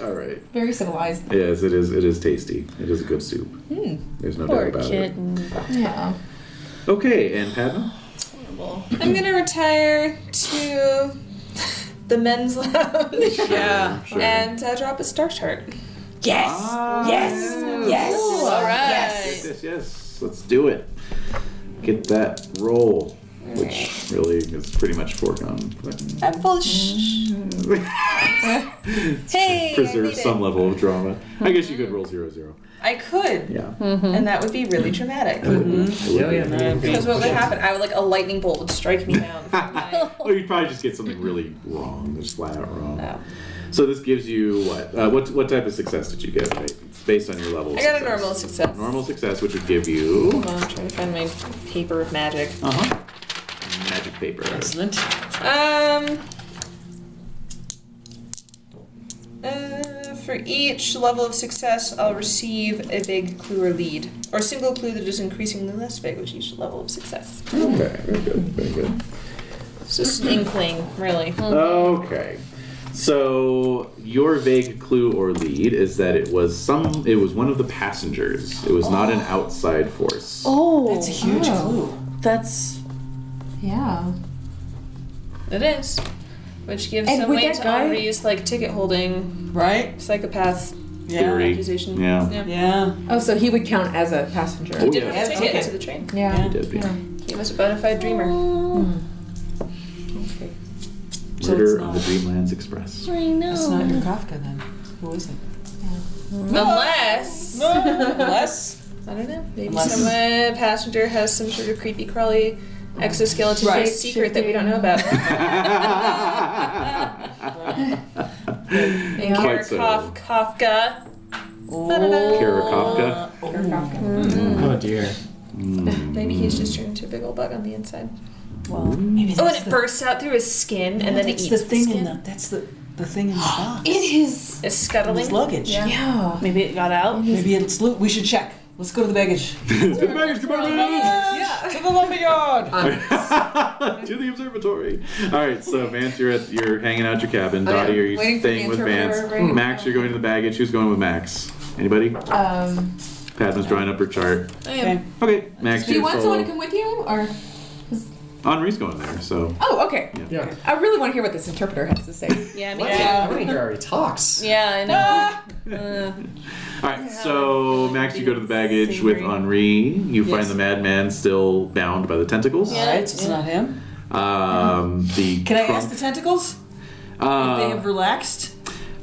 [SPEAKER 9] Alright.
[SPEAKER 10] Very civilized.
[SPEAKER 9] Yes, it is it is tasty. It is a good soup.
[SPEAKER 4] Hmm.
[SPEAKER 9] There's no doubt
[SPEAKER 2] Poor
[SPEAKER 9] about it.
[SPEAKER 2] kitten.
[SPEAKER 10] Yeah.
[SPEAKER 9] Okay, and Padma?
[SPEAKER 4] I'm gonna retire to the men's lounge
[SPEAKER 9] Yeah. Sure.
[SPEAKER 4] and uh, drop a star chart.
[SPEAKER 6] Yes. Yes. Yes.
[SPEAKER 2] All right.
[SPEAKER 9] Yes, Ah, yes, yes. Let's do it. Get that roll, which really is pretty much uh, foregone. But
[SPEAKER 4] I'm full. Shh. hey, I,
[SPEAKER 9] preserve
[SPEAKER 4] made it. Mm-hmm.
[SPEAKER 9] some level of drama. I guess you could roll zero zero.
[SPEAKER 4] I could,
[SPEAKER 9] Yeah.
[SPEAKER 4] and that would be really dramatic.
[SPEAKER 9] That would be- that would
[SPEAKER 3] Oh, Yeah,
[SPEAKER 9] be-
[SPEAKER 3] yeah, man.
[SPEAKER 4] Because what would happen? I would like a lightning bolt would strike me down. From my,
[SPEAKER 9] Or you'd probably just get something really wrong, just flat out wrong.
[SPEAKER 4] No.
[SPEAKER 9] So this gives you what? Uh, what what type of success did you get? Right? It's based on your level. of
[SPEAKER 4] I got a
[SPEAKER 9] success.
[SPEAKER 4] normal success.
[SPEAKER 9] Normal success, which would give you
[SPEAKER 4] Hold on, I'm trying to find my paper of magic.
[SPEAKER 9] uh huh magic paper.
[SPEAKER 6] Excellent.
[SPEAKER 4] Um. Uh, for each level of success, I'll receive a big clue or lead, or a single clue that is increasingly less big with each level of success.
[SPEAKER 9] Okay, very good, very good.
[SPEAKER 4] It's just an inkling, really.
[SPEAKER 9] Okay. So your vague clue or lead is that it was some. It was one of the passengers. It was not an outside force.
[SPEAKER 2] Oh,
[SPEAKER 6] That's a huge
[SPEAKER 10] Oh.
[SPEAKER 6] clue.
[SPEAKER 2] that's
[SPEAKER 10] Yeah.
[SPEAKER 11] It is. Which gives
[SPEAKER 10] And
[SPEAKER 11] some
[SPEAKER 10] would
[SPEAKER 11] weight
[SPEAKER 10] that
[SPEAKER 11] to
[SPEAKER 10] guy-
[SPEAKER 11] Henri's like ticket holding
[SPEAKER 6] Right?
[SPEAKER 11] psychopath
[SPEAKER 6] Yeah.
[SPEAKER 9] Theory.
[SPEAKER 11] accusation.
[SPEAKER 9] Yeah.
[SPEAKER 11] Yeah.
[SPEAKER 6] Yeah.
[SPEAKER 10] Oh, so he would count as a passenger.
[SPEAKER 9] Oh,
[SPEAKER 11] Did
[SPEAKER 9] yeah.
[SPEAKER 11] have a
[SPEAKER 6] Yeah,
[SPEAKER 11] ticket
[SPEAKER 6] okay.
[SPEAKER 11] to the train.
[SPEAKER 10] Yeah.
[SPEAKER 9] He did, yeah.
[SPEAKER 11] He was a bona fide dreamer.
[SPEAKER 6] Okay. So it's
[SPEAKER 9] Murder on
[SPEAKER 6] not-
[SPEAKER 9] the Dreamlands Express.
[SPEAKER 6] That's not your Kafka then. Who is it?
[SPEAKER 11] Unless
[SPEAKER 6] No. Less.
[SPEAKER 11] I don't know. Maybe
[SPEAKER 6] Unless-
[SPEAKER 11] some uh, passenger has some sort of creepy crawly exoskeleton
[SPEAKER 6] Right.
[SPEAKER 11] shaped secret that we don't know about.
[SPEAKER 9] Quite so.
[SPEAKER 11] Kaf- Kafka.
[SPEAKER 9] Karakofka.
[SPEAKER 3] Oh dear.
[SPEAKER 11] Maybe he's just turned into a big old bug on the inside. oh, and it bursts out through his skin and then it eats
[SPEAKER 6] the
[SPEAKER 11] the
[SPEAKER 6] thing
[SPEAKER 11] skin.
[SPEAKER 6] in the. That's the the thing in the box.
[SPEAKER 10] It is.
[SPEAKER 11] It's scuttling.
[SPEAKER 6] His luggage.
[SPEAKER 11] Yeah.
[SPEAKER 10] Yeah.
[SPEAKER 2] maybe it got out.
[SPEAKER 6] Maybe it's loot. We should check. Let's go to the baggage.
[SPEAKER 9] to the baggage compartment!
[SPEAKER 6] Yeah. To the lumberyard.
[SPEAKER 9] to the observatory. All right, so Vance, you're at you're hanging out your cabin. Dottie, are you
[SPEAKER 10] Waiting for the
[SPEAKER 9] staying with
[SPEAKER 10] interpreter,
[SPEAKER 9] Vance?
[SPEAKER 10] right?
[SPEAKER 9] Max, you're going to the baggage. Who's going with Max? Anybody?
[SPEAKER 10] Um,
[SPEAKER 9] Padma's drawing up her chart.
[SPEAKER 6] Okay.
[SPEAKER 9] Okay, Max,
[SPEAKER 10] do you
[SPEAKER 9] you're
[SPEAKER 10] want someone to
[SPEAKER 9] solo.
[SPEAKER 10] come with you, or?
[SPEAKER 9] Henri's going there, so
[SPEAKER 10] Oh, okay.
[SPEAKER 3] Yeah.
[SPEAKER 10] I really want to hear what this interpreter has to say.
[SPEAKER 2] Yeah, me
[SPEAKER 3] What?
[SPEAKER 2] too.
[SPEAKER 3] I want to hear how he talks.
[SPEAKER 2] Yeah, I know.
[SPEAKER 9] All right, so Max, you go to the baggage with
[SPEAKER 2] Savory.
[SPEAKER 9] Henri. You find
[SPEAKER 6] Yes.
[SPEAKER 9] the madman still bound by the tentacles.
[SPEAKER 6] All right. So it's not him.
[SPEAKER 9] Um, the
[SPEAKER 6] Can I
[SPEAKER 9] trunk-
[SPEAKER 6] ask the tentacles? if they
[SPEAKER 9] uh,
[SPEAKER 6] have relaxed.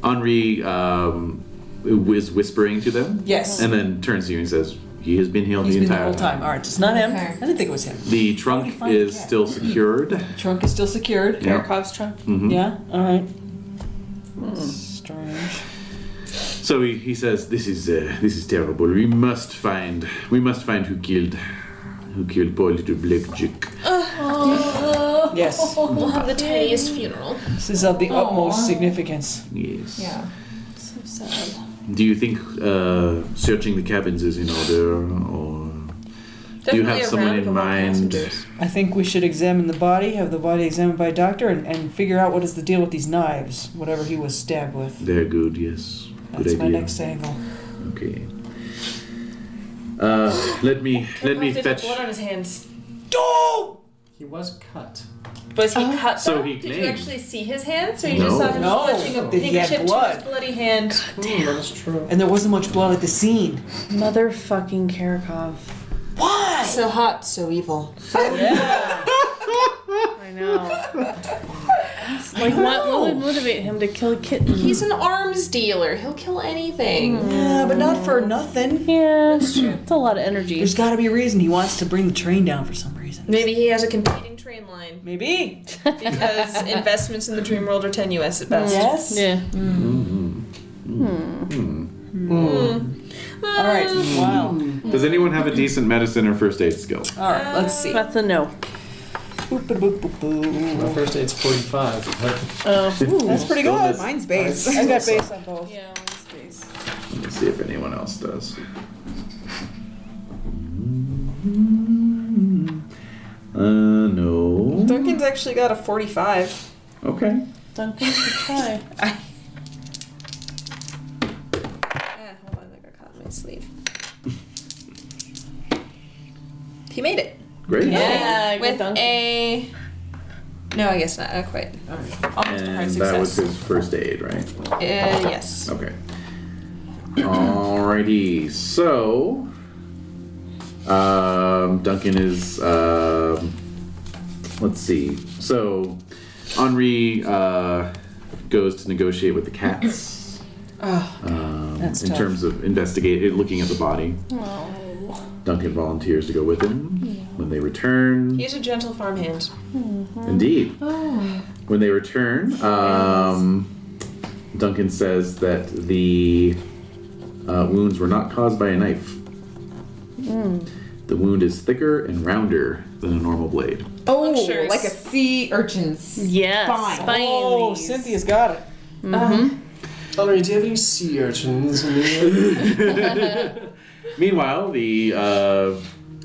[SPEAKER 9] Henri um, is whispering to them.
[SPEAKER 6] Yes.
[SPEAKER 9] and then turns to you and says, "He has been here
[SPEAKER 6] He's
[SPEAKER 9] the
[SPEAKER 6] been the
[SPEAKER 9] entire
[SPEAKER 6] whole time. All right. so It's not him.
[SPEAKER 10] Okay.
[SPEAKER 6] I didn't think it was him.
[SPEAKER 9] The
[SPEAKER 6] How do you
[SPEAKER 9] trunk
[SPEAKER 6] find the
[SPEAKER 9] is
[SPEAKER 6] cat?
[SPEAKER 9] still secured.
[SPEAKER 6] Trunk is still secured.
[SPEAKER 9] Yeah.
[SPEAKER 2] Cob's trunk.
[SPEAKER 6] Yeah. All right. Strange.
[SPEAKER 9] So he, he says, "This is uh, this is terrible. We must find we must find who killed who killed poor little Blake Jick."
[SPEAKER 6] Yes.
[SPEAKER 11] We'll have the tiniest funeral.
[SPEAKER 6] This is of the utmost significance.
[SPEAKER 9] Yes.
[SPEAKER 10] Yeah.
[SPEAKER 9] Do you think uh, searching the cabins is in order, or do you have someone in mind?
[SPEAKER 6] I think we should examine the body, have the body examined by a doctor, and, and figure out what is the deal with these knives, whatever he was stabbed with.
[SPEAKER 9] They're good. Yes.
[SPEAKER 6] That's
[SPEAKER 9] good
[SPEAKER 6] my
[SPEAKER 9] idea.
[SPEAKER 6] next angle.
[SPEAKER 9] Okay. Uh, let me let me fetch.
[SPEAKER 11] Blood on his hands.
[SPEAKER 6] Oh!
[SPEAKER 3] He was cut.
[SPEAKER 11] Was he cut?
[SPEAKER 9] So
[SPEAKER 11] though?
[SPEAKER 9] he
[SPEAKER 11] Did
[SPEAKER 9] claimed.
[SPEAKER 11] you actually see his hands, or you
[SPEAKER 9] No.
[SPEAKER 11] just saw him
[SPEAKER 6] No.
[SPEAKER 11] clutching a
[SPEAKER 6] Did he have
[SPEAKER 11] handkerchief to
[SPEAKER 6] blood?
[SPEAKER 11] his bloody hand?
[SPEAKER 3] Damn, that's Hmm, true.
[SPEAKER 6] And there wasn't much blood at the scene.
[SPEAKER 2] Motherfucking Karakov.
[SPEAKER 6] Why?
[SPEAKER 12] So hot, so evil.
[SPEAKER 2] I know. like, what, what would motivate him to kill a kitten?
[SPEAKER 11] He's an arms dealer. He'll kill anything.
[SPEAKER 6] Yeah, but not for nothing.
[SPEAKER 2] yeah, it's a lot of energy.
[SPEAKER 6] There's got to be a reason he wants to bring the train down for some reason.
[SPEAKER 11] Maybe he has a competing train line
[SPEAKER 6] Maybe.
[SPEAKER 11] because investments in the dream world are tenuous at best.
[SPEAKER 6] Yes.
[SPEAKER 2] Yeah.
[SPEAKER 6] All right. Wow.
[SPEAKER 9] Does anyone have a decent medicine or first aid skill?
[SPEAKER 6] All right. Let's see.
[SPEAKER 2] That's a no.
[SPEAKER 6] Boop, boop, boop, boop, boop.
[SPEAKER 3] My first aid's 45. but-
[SPEAKER 6] That's pretty good.
[SPEAKER 10] Mine's base.
[SPEAKER 6] I got base on both.
[SPEAKER 2] Yeah, space.
[SPEAKER 9] Let me see if anyone else does. Uh, no.
[SPEAKER 12] Duncan's actually got a 45.
[SPEAKER 9] Okay.
[SPEAKER 2] Duncan should try.
[SPEAKER 12] Ah, hold on, I got caught in my sleeve. He made it.
[SPEAKER 9] Great.
[SPEAKER 2] Yeah,
[SPEAKER 12] With
[SPEAKER 2] good Duncan.
[SPEAKER 12] a. No, I guess not. Not quite. Almost a hard
[SPEAKER 9] And
[SPEAKER 12] success.
[SPEAKER 9] that was his first aid, right?
[SPEAKER 12] Uh, yes.
[SPEAKER 9] Okay. Alrighty. So, um, Duncan is. um let's see. So, Henri uh, goes to negotiate with the cats. um,
[SPEAKER 6] that's
[SPEAKER 9] in
[SPEAKER 6] tough.
[SPEAKER 9] terms of investigate looking at the body.
[SPEAKER 6] Oh.
[SPEAKER 9] Duncan volunteers to go with him when they return.
[SPEAKER 11] He's a gentle farmhand.
[SPEAKER 9] Indeed. When they return, um, Duncan says that the uh, wounds were not caused by a knife. The wound is thicker and rounder than a normal blade.
[SPEAKER 10] Oh,
[SPEAKER 11] Luxurious.
[SPEAKER 10] like a sea urchin's.
[SPEAKER 2] Yes.
[SPEAKER 10] Fine.
[SPEAKER 2] spiny
[SPEAKER 6] Oh,
[SPEAKER 2] leaves.
[SPEAKER 6] Cynthia's got it.
[SPEAKER 3] Henry, do you have any sea urchins? in your-
[SPEAKER 9] Meanwhile, the uh,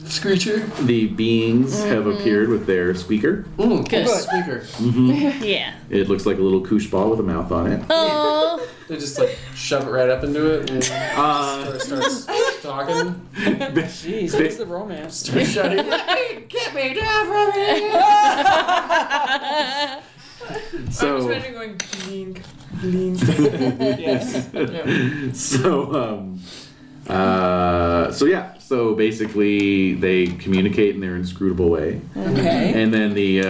[SPEAKER 3] Screecher.
[SPEAKER 9] The beings have appeared with their squeaker.
[SPEAKER 3] Mm,
[SPEAKER 2] Good.
[SPEAKER 3] good. Squeaker.
[SPEAKER 2] Yeah.
[SPEAKER 9] It looks like a little koosh ball with a mouth on it.
[SPEAKER 2] Oh.
[SPEAKER 3] They just like shove it right up into it and
[SPEAKER 9] Uh,
[SPEAKER 3] it starts talking.
[SPEAKER 6] Jeez, what's the romance?
[SPEAKER 3] Starts shouting.
[SPEAKER 6] Get me down from here!
[SPEAKER 9] so,
[SPEAKER 12] Imagine going blink.
[SPEAKER 9] so, um, uh, so yeah. So basically, they communicate in their inscrutable way.
[SPEAKER 6] Okay.
[SPEAKER 9] And then the uh,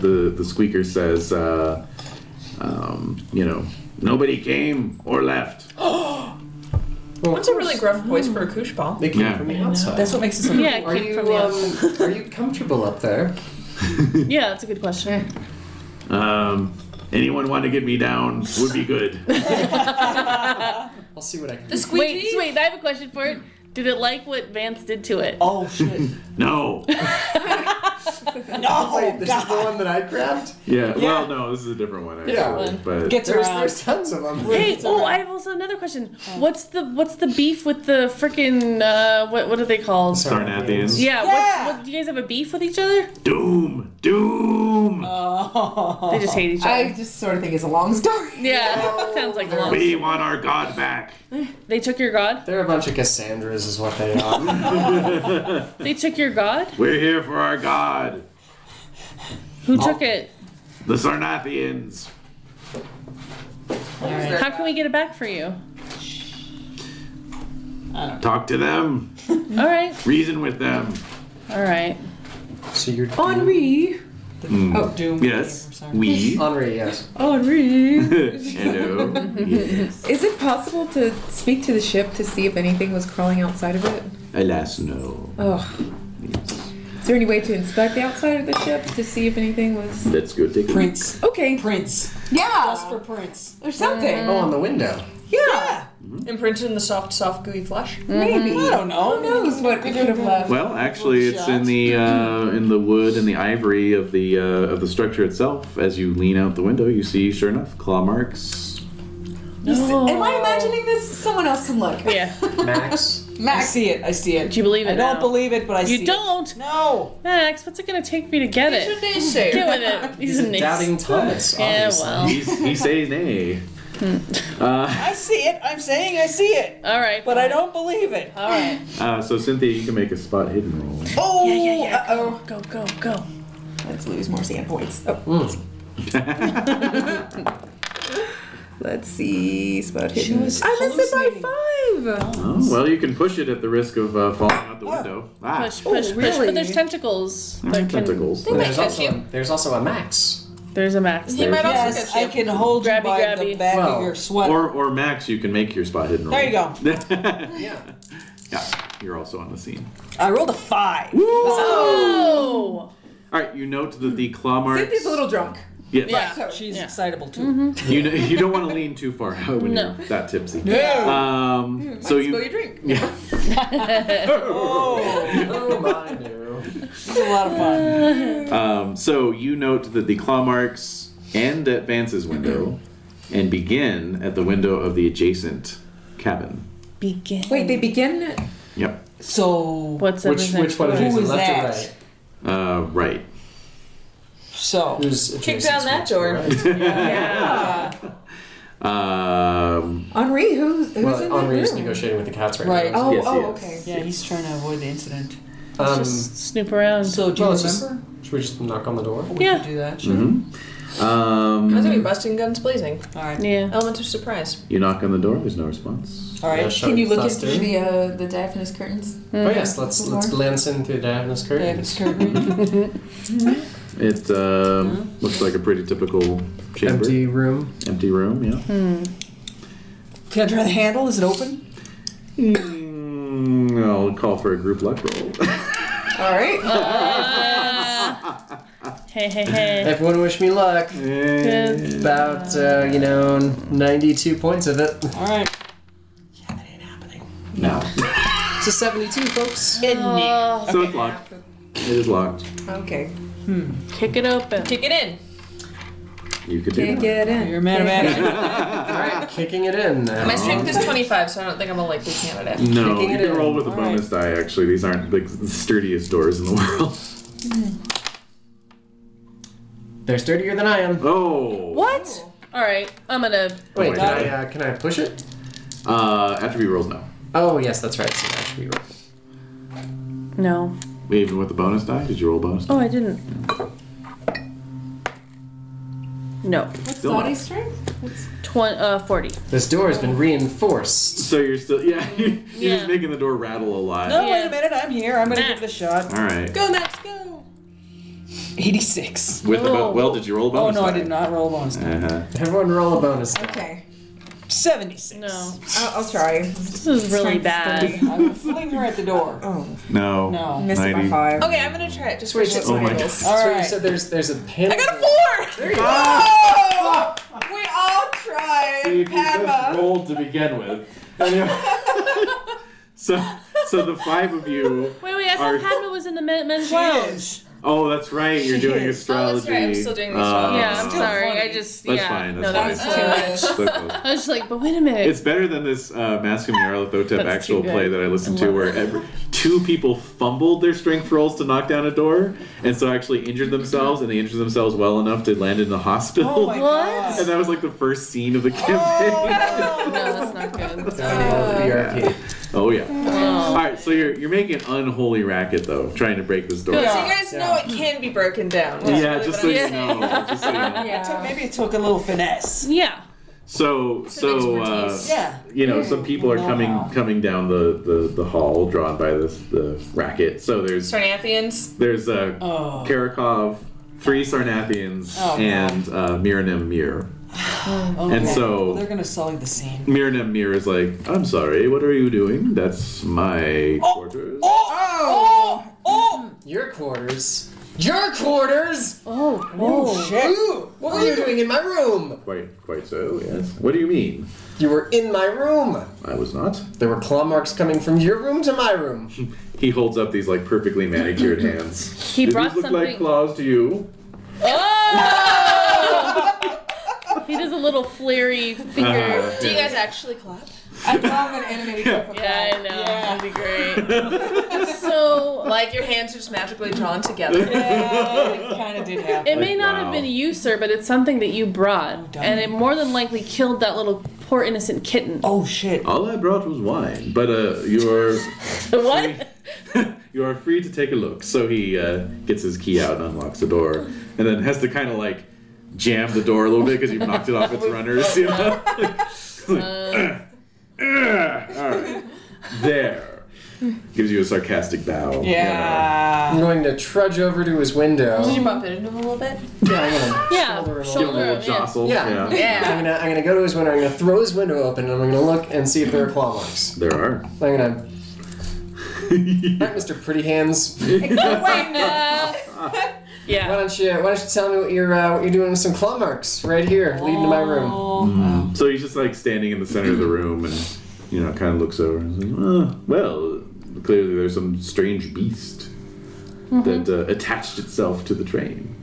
[SPEAKER 9] the the squeaker says, uh, um, you know, nobody came or left.
[SPEAKER 12] That's a really gruff voice for a koosh ball.
[SPEAKER 3] They came
[SPEAKER 9] Yeah.
[SPEAKER 3] from the outside.
[SPEAKER 6] That's what makes it so
[SPEAKER 2] Yeah,
[SPEAKER 3] Are
[SPEAKER 2] came
[SPEAKER 3] you
[SPEAKER 2] from the outside.
[SPEAKER 3] um, are you comfortable up there?
[SPEAKER 2] Yeah, that's a good question.
[SPEAKER 9] Um, anyone want to get me down would be good.
[SPEAKER 3] I'll see what I can.
[SPEAKER 11] The
[SPEAKER 3] do.
[SPEAKER 11] squeegee.
[SPEAKER 2] Wait, so wait, I have a question for it. Did it like what Vance did to it?
[SPEAKER 6] Oh, shit.
[SPEAKER 9] No.
[SPEAKER 6] No!
[SPEAKER 3] Wait, this is the one that I grabbed.
[SPEAKER 9] Yeah.
[SPEAKER 6] Yeah.
[SPEAKER 9] Well, no, this is a different one. Actually,
[SPEAKER 3] Yeah.
[SPEAKER 9] But
[SPEAKER 6] Gets
[SPEAKER 3] There's
[SPEAKER 6] around.
[SPEAKER 3] there's tons of them.
[SPEAKER 2] Hey, oh, I have also another question. What's the what's the beef with the frickin' uh, what what are they called?
[SPEAKER 9] Sarnathians.
[SPEAKER 2] Yeah,
[SPEAKER 6] Yeah.
[SPEAKER 2] What's, what, do you guys have a beef with each other?
[SPEAKER 9] Doom. Doom.
[SPEAKER 6] Oh.
[SPEAKER 2] They just hate each other.
[SPEAKER 10] I just sort of think it's a long story.
[SPEAKER 2] yeah, sounds like a lot.
[SPEAKER 9] we want our god back.
[SPEAKER 2] They took your god.
[SPEAKER 3] They're a bunch of Cassandras, is what they are.
[SPEAKER 2] They took your god.
[SPEAKER 9] We're here for our god,
[SPEAKER 2] Who took it?
[SPEAKER 9] the Sarnathians.
[SPEAKER 2] How can we get it back for you?
[SPEAKER 9] Talk to them.
[SPEAKER 2] All right,
[SPEAKER 9] Reason with them.
[SPEAKER 2] all right.
[SPEAKER 3] so you're
[SPEAKER 10] Henri.
[SPEAKER 6] Oh, Doom. I'm
[SPEAKER 9] Yes.
[SPEAKER 6] sorry.
[SPEAKER 9] We.
[SPEAKER 3] Henri, yes.
[SPEAKER 10] Henri.
[SPEAKER 9] Hello. Yes.
[SPEAKER 10] Oh, Is it possible to speak to the ship to see if anything was crawling outside of it?
[SPEAKER 9] Alas, no.
[SPEAKER 10] Oh. Is there any way to inspect the outside of the ship to see if anything was
[SPEAKER 9] Let's go take a
[SPEAKER 6] Prince.
[SPEAKER 10] okay?
[SPEAKER 6] Prince. Just
[SPEAKER 10] Yeah,
[SPEAKER 6] for Prince.
[SPEAKER 10] or something.
[SPEAKER 3] Oh, on the window.
[SPEAKER 6] Yeah.
[SPEAKER 12] Imprinted in the soft, soft, gooey flesh.
[SPEAKER 10] Maybe.
[SPEAKER 6] I don't know.
[SPEAKER 10] Who knows what we could have left?
[SPEAKER 9] Well, actually, it's in the uh, in the wood and the ivory of the uh, of the structure itself. As you lean out the window, you see, sure enough, claw marks.
[SPEAKER 10] Am I imagining this? Someone else can look.
[SPEAKER 2] Oh, Yeah.
[SPEAKER 3] Max.
[SPEAKER 6] I see it. I see it.
[SPEAKER 2] Do you believe it?
[SPEAKER 6] I don't
[SPEAKER 2] now?
[SPEAKER 6] believe it, but I see
[SPEAKER 2] You
[SPEAKER 6] it.
[SPEAKER 2] don't,
[SPEAKER 6] No.
[SPEAKER 2] Max. What's it gonna take for you to get it? Get with it. He's,
[SPEAKER 3] He's
[SPEAKER 2] a
[SPEAKER 3] a
[SPEAKER 2] nice.
[SPEAKER 3] doubting Thomas,
[SPEAKER 2] Yeah,
[SPEAKER 3] obviously.
[SPEAKER 2] well.
[SPEAKER 9] He's, he says nay. Uh,
[SPEAKER 6] I see it. I'm saying I see it.
[SPEAKER 2] All right.
[SPEAKER 6] But I don't believe it.
[SPEAKER 2] All right.
[SPEAKER 9] uh, so Cynthia, you can make a spot hidden roll.
[SPEAKER 6] Oh,
[SPEAKER 2] Yeah, yeah, yeah.
[SPEAKER 6] uh-oh.
[SPEAKER 2] Go, go, go.
[SPEAKER 10] Let's lose more sand points. Oh.
[SPEAKER 3] Hmm.
[SPEAKER 10] Let's see. Spot hidden. I missed it by five.
[SPEAKER 9] Oh, well, you can push it at the risk of uh, falling out the window. Ah,
[SPEAKER 2] Push, push, push.
[SPEAKER 10] really?
[SPEAKER 2] But there's tentacles. that can-
[SPEAKER 9] tentacles.
[SPEAKER 3] There's also, a, there's also a Max.
[SPEAKER 2] There's a max.
[SPEAKER 9] There's-
[SPEAKER 6] Yes, I can hold
[SPEAKER 2] Grabby,
[SPEAKER 6] you by the
[SPEAKER 2] grabby.
[SPEAKER 6] back
[SPEAKER 3] Wow.
[SPEAKER 6] of your sweater.
[SPEAKER 9] Or or Max, you can make your spot hidden roll.
[SPEAKER 6] there you go.
[SPEAKER 3] Yeah.
[SPEAKER 9] yeah, you're also on the scene.
[SPEAKER 6] I rolled a five.
[SPEAKER 2] Oh.
[SPEAKER 9] All right, you note that the claw marks.
[SPEAKER 10] Cynthia's a little drunk.
[SPEAKER 9] Yes.
[SPEAKER 2] Yeah.
[SPEAKER 6] She's
[SPEAKER 2] Yeah.
[SPEAKER 6] excitable too.
[SPEAKER 9] You know, you don't want to lean too far out when
[SPEAKER 2] No.
[SPEAKER 9] you're that tipsy.
[SPEAKER 6] No. Hmm,
[SPEAKER 9] Um, so
[SPEAKER 10] Spill
[SPEAKER 9] you
[SPEAKER 10] your drink.
[SPEAKER 9] yeah.
[SPEAKER 6] Oh,
[SPEAKER 3] Oh, my no.
[SPEAKER 6] this is a lot of fun.
[SPEAKER 9] Um, so you note that the claw marks end at Vance's window and begin at the window of the adjacent cabin.
[SPEAKER 2] Begin.
[SPEAKER 10] Wait, they begin.
[SPEAKER 9] Yep.
[SPEAKER 6] So,
[SPEAKER 2] What's
[SPEAKER 3] Which,
[SPEAKER 2] everything?
[SPEAKER 3] which one of
[SPEAKER 6] Who
[SPEAKER 3] these
[SPEAKER 6] was
[SPEAKER 3] is left
[SPEAKER 6] that?
[SPEAKER 3] or right?
[SPEAKER 9] Uh, right.
[SPEAKER 6] so
[SPEAKER 3] Who's adjacent
[SPEAKER 12] down
[SPEAKER 3] to
[SPEAKER 12] that
[SPEAKER 3] which
[SPEAKER 12] door.
[SPEAKER 3] one, right?
[SPEAKER 6] Oh,
[SPEAKER 9] Um,
[SPEAKER 10] Henri, who's who's in
[SPEAKER 3] Well,
[SPEAKER 10] the
[SPEAKER 3] Henri is
[SPEAKER 10] room?
[SPEAKER 3] negotiating with the cats right,
[SPEAKER 6] Right.
[SPEAKER 3] now.
[SPEAKER 10] Oh,
[SPEAKER 9] Yes,
[SPEAKER 10] oh,
[SPEAKER 9] yes.
[SPEAKER 10] okay.
[SPEAKER 6] yeah, he's trying to avoid the incident.
[SPEAKER 3] Um,
[SPEAKER 2] Just snoop around.
[SPEAKER 6] So do
[SPEAKER 3] well,
[SPEAKER 6] you
[SPEAKER 3] it's just-
[SPEAKER 6] remember?
[SPEAKER 3] should we just knock on the door?
[SPEAKER 6] We
[SPEAKER 2] Yeah.
[SPEAKER 6] could do that. Sure.
[SPEAKER 9] Mm-hmm. um,
[SPEAKER 12] Imagine busting guns blazing.
[SPEAKER 6] All right.
[SPEAKER 2] yeah.
[SPEAKER 12] Element of surprise.
[SPEAKER 9] you knock on the door. There's no response.
[SPEAKER 6] All right.
[SPEAKER 10] Can you look at
[SPEAKER 3] through?
[SPEAKER 10] the uh, the diaphanous curtains?
[SPEAKER 3] Oh yes, let's let's
[SPEAKER 10] Door.
[SPEAKER 3] glance in through the diaphanous curtains.
[SPEAKER 6] David's curtain.
[SPEAKER 9] It um, looks like a pretty typical chamber,
[SPEAKER 3] Empty room.
[SPEAKER 9] Empty room. Yeah.
[SPEAKER 6] Can I try the handle? Is it open? Hmm.
[SPEAKER 9] Mm, I'll call for a group luck roll.
[SPEAKER 10] All right.
[SPEAKER 2] Hey, hey, hey.
[SPEAKER 3] Everyone wish me luck.
[SPEAKER 2] Good.
[SPEAKER 3] About uh, you know ninety-two points of it.
[SPEAKER 6] All right.
[SPEAKER 9] no.
[SPEAKER 3] It's a seventy-two, folks.
[SPEAKER 9] So it's locked. It is locked.
[SPEAKER 10] okay.
[SPEAKER 2] Kick it open.
[SPEAKER 12] Kick it in.
[SPEAKER 9] You could do
[SPEAKER 10] Can't
[SPEAKER 9] that.
[SPEAKER 10] get in.
[SPEAKER 6] You're a man of action.
[SPEAKER 3] Alright, kicking it in
[SPEAKER 11] My
[SPEAKER 3] now.
[SPEAKER 11] strength is 25, so I don't think I'm a likely candidate.
[SPEAKER 9] No,
[SPEAKER 3] Kicking
[SPEAKER 9] you
[SPEAKER 3] it
[SPEAKER 9] can
[SPEAKER 3] in.
[SPEAKER 9] roll with a
[SPEAKER 6] All
[SPEAKER 9] bonus die. Actually, these aren't like, the sturdiest doors in the world.
[SPEAKER 3] They're sturdier than I am.
[SPEAKER 9] Oh,
[SPEAKER 2] What? All right, I'm gonna.
[SPEAKER 3] Wait,
[SPEAKER 9] my
[SPEAKER 3] can
[SPEAKER 9] God.
[SPEAKER 3] I, uh, can I push it?
[SPEAKER 9] Uh, after we rolls, no.
[SPEAKER 3] Oh, yes, that's right. So that should be right.
[SPEAKER 2] No.
[SPEAKER 9] Wait, Even with the bonus die, did you roll bonus? Die?
[SPEAKER 2] Oh, I didn't. No.
[SPEAKER 6] Oh,
[SPEAKER 10] What's
[SPEAKER 9] Still
[SPEAKER 10] body
[SPEAKER 9] not.
[SPEAKER 10] strength?
[SPEAKER 2] Twen- uh, 40.
[SPEAKER 3] This door has been reinforced.
[SPEAKER 9] So you're still yeah. You're
[SPEAKER 2] Yeah.
[SPEAKER 9] just making the door rattle a lot.
[SPEAKER 6] No, wait
[SPEAKER 2] Yeah.
[SPEAKER 6] a minute. I'm here. I'm gonna give it a shot.
[SPEAKER 9] All right.
[SPEAKER 6] Go, Max. Go. Eighty-six.
[SPEAKER 9] With the bo-
[SPEAKER 2] No.
[SPEAKER 9] well, did you roll a
[SPEAKER 6] Oh
[SPEAKER 9] bonus?
[SPEAKER 6] no, I
[SPEAKER 9] die?
[SPEAKER 6] did not roll a bonus.
[SPEAKER 9] Uh-huh.
[SPEAKER 3] Everyone roll a bonus.
[SPEAKER 10] Okay,
[SPEAKER 6] Seventy-six.
[SPEAKER 2] No.
[SPEAKER 10] I'll, I'll try.
[SPEAKER 2] This is really bad.
[SPEAKER 6] I'm gonna fling her at the door.
[SPEAKER 10] Oh,
[SPEAKER 9] No.
[SPEAKER 6] No.
[SPEAKER 10] missed it by
[SPEAKER 9] 90.
[SPEAKER 10] five.
[SPEAKER 4] Oh,
[SPEAKER 11] Okay, I'm gonna try it. Just
[SPEAKER 3] Wait,
[SPEAKER 11] wait.
[SPEAKER 3] so,
[SPEAKER 9] Oh my
[SPEAKER 10] Nice.
[SPEAKER 9] god.
[SPEAKER 6] All
[SPEAKER 3] so you
[SPEAKER 6] right.
[SPEAKER 3] said there's there's a pin.
[SPEAKER 11] I got a four!
[SPEAKER 3] There you go.
[SPEAKER 6] Oh! We all tried.
[SPEAKER 9] See, if you just
[SPEAKER 6] Padma.
[SPEAKER 9] rolled to begin with. Anyway. so, so the five of you.
[SPEAKER 2] Wait, wait, I
[SPEAKER 9] Are-
[SPEAKER 2] thought Padma was in the men- men's
[SPEAKER 6] She
[SPEAKER 2] lounge.
[SPEAKER 6] is.
[SPEAKER 9] Oh, that's right. You're doing
[SPEAKER 11] Oh, that's
[SPEAKER 9] astrology.
[SPEAKER 11] right, I'm still doing the
[SPEAKER 9] Uh,
[SPEAKER 11] astrology.
[SPEAKER 2] Yeah, I'm
[SPEAKER 11] Still
[SPEAKER 2] sorry.
[SPEAKER 11] funny.
[SPEAKER 2] I just.
[SPEAKER 9] That's
[SPEAKER 2] yeah.
[SPEAKER 9] fine,
[SPEAKER 2] no,
[SPEAKER 9] that's
[SPEAKER 2] that
[SPEAKER 9] fine.
[SPEAKER 2] was too much.
[SPEAKER 9] So close.
[SPEAKER 2] I was like, but wait a minute.
[SPEAKER 9] It's better than this uh, Mask of Nyarlathotep
[SPEAKER 2] That's
[SPEAKER 9] actual
[SPEAKER 2] too good.
[SPEAKER 9] play that I listened to, where every, two people fumbled their strength rolls to knock down a door, and so actually injured themselves, and they injured themselves well enough to land in the hospital.
[SPEAKER 6] Oh my
[SPEAKER 2] What?
[SPEAKER 9] and
[SPEAKER 6] god.
[SPEAKER 9] that was like the first scene of the campaign.
[SPEAKER 2] no,
[SPEAKER 6] Oh,
[SPEAKER 2] that's not
[SPEAKER 3] uh,
[SPEAKER 2] good.
[SPEAKER 3] BRP.
[SPEAKER 9] Oh yeah. All right, so you're you're making an unholy racket though, trying to break this door.
[SPEAKER 11] So
[SPEAKER 9] Yeah,
[SPEAKER 11] you guys know it can be broken down. That's really
[SPEAKER 9] just so
[SPEAKER 11] what
[SPEAKER 9] you
[SPEAKER 11] I'm
[SPEAKER 9] know. Just so you know.
[SPEAKER 6] It took- Maybe it took a little finesse.
[SPEAKER 2] Yeah.
[SPEAKER 9] So so uh,
[SPEAKER 11] expertise.
[SPEAKER 6] Yeah.
[SPEAKER 9] you know, some people are coming
[SPEAKER 6] Know-how.
[SPEAKER 9] coming down the, the, the hall drawn by this the racket. So there's
[SPEAKER 11] Sarnathians.
[SPEAKER 9] there's a
[SPEAKER 6] Oh.
[SPEAKER 9] Karakov, three Sarnathians,
[SPEAKER 6] Oh, no.
[SPEAKER 9] and uh, Miranim Mir.
[SPEAKER 6] Okay.
[SPEAKER 9] so-
[SPEAKER 6] they're gonna sully the scene.
[SPEAKER 9] Miranim Mir is like, I'm sorry, what are you doing? That's my
[SPEAKER 6] Oh.
[SPEAKER 9] quarters.
[SPEAKER 6] Oh! Oh! Oh!
[SPEAKER 3] Your quarters. Your quarters.
[SPEAKER 2] Oh, oh.
[SPEAKER 6] Shit.
[SPEAKER 3] Ooh, what were you doing in my room?
[SPEAKER 9] Quite, quite so. Yes. What do you mean?
[SPEAKER 3] You were in my room.
[SPEAKER 9] I was not.
[SPEAKER 3] There were claw marks coming from your room to my room.
[SPEAKER 9] He holds up these like perfectly manicured hands.
[SPEAKER 2] He
[SPEAKER 9] Do
[SPEAKER 2] brought
[SPEAKER 9] these look like
[SPEAKER 2] something. Oh!
[SPEAKER 9] claws to you?
[SPEAKER 2] He does a little flary finger.
[SPEAKER 9] Uh,
[SPEAKER 11] Do you
[SPEAKER 9] yeah.
[SPEAKER 11] guys actually clap?
[SPEAKER 10] I'd love an animated clip of
[SPEAKER 2] Yeah, I know. That'd be great. so
[SPEAKER 11] Like your hands are just magically drawn together.
[SPEAKER 6] Yeah, it kinda did happen.
[SPEAKER 2] it may
[SPEAKER 9] Like,
[SPEAKER 2] not
[SPEAKER 9] wow.
[SPEAKER 2] have been you, sir, but it's something that you brought,
[SPEAKER 6] darn.
[SPEAKER 2] and it more than likely killed that little poor innocent kitten.
[SPEAKER 6] Oh shit.
[SPEAKER 9] All I brought was wine, but uh, you are
[SPEAKER 2] what?
[SPEAKER 9] you are free to take a look. So he uh, gets his key out and unlocks the door, and then has to kind of like jam the door a little bit because you've knocked it off its runners. You know? All right, there. Gives you a sarcastic bow.
[SPEAKER 3] I'm
[SPEAKER 6] Yeah.
[SPEAKER 3] going to trudge over to his window.
[SPEAKER 11] Did you bump into him a little bit?
[SPEAKER 3] Yeah, I'm gonna
[SPEAKER 2] Yeah,
[SPEAKER 3] shoulder him.
[SPEAKER 9] You know, give him a
[SPEAKER 2] shoulder.
[SPEAKER 9] little
[SPEAKER 2] him, yeah.
[SPEAKER 9] jostle.
[SPEAKER 3] Yeah. I'm
[SPEAKER 11] Yeah.
[SPEAKER 3] gonna I'm gonna go to his window. I'm gonna throw his window open, and I'm gonna look and see if there are claw marks.
[SPEAKER 9] There are.
[SPEAKER 3] I'm gonna. Right, Mr. Pretty Hands. Why
[SPEAKER 2] Yeah.
[SPEAKER 3] don't you Why don't you tell me what you're uh, what you're doing with some claw marks right here, leading to my room?
[SPEAKER 9] Oh, So he's just like standing in the center of the room and, you know, kind of looks over and says, "Uh, well, clearly there's some strange beast that uh, attached itself to the train.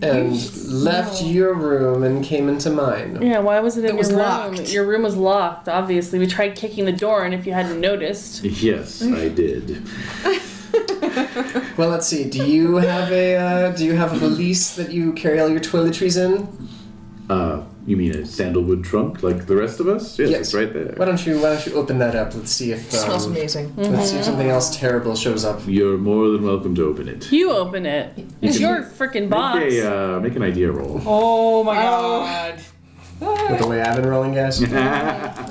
[SPEAKER 3] and left your room and came into mine.
[SPEAKER 2] Yeah, why was it in your
[SPEAKER 6] was
[SPEAKER 2] room?
[SPEAKER 6] locked.
[SPEAKER 2] Your room was locked, obviously. We tried kicking the door, and if you hadn't noticed.
[SPEAKER 9] Yes, I did.
[SPEAKER 3] Well, let's see. Do you have a uh, Do you have a valise that you carry all your toiletries in?
[SPEAKER 9] Uh, you mean a sandalwood trunk like the rest of us? Yes,
[SPEAKER 3] Yes.
[SPEAKER 9] it's right there.
[SPEAKER 3] Why don't you Why don't you open that up? Let's see if
[SPEAKER 11] Smells
[SPEAKER 3] um,
[SPEAKER 11] amazing.
[SPEAKER 3] Let's see if something else terrible shows up.
[SPEAKER 9] You're more than welcome to open it.
[SPEAKER 2] You open it. It's your freaking box.
[SPEAKER 9] Make a, uh, make an idea roll.
[SPEAKER 6] Oh my god.
[SPEAKER 3] With the way I've been rolling, guys.
[SPEAKER 11] We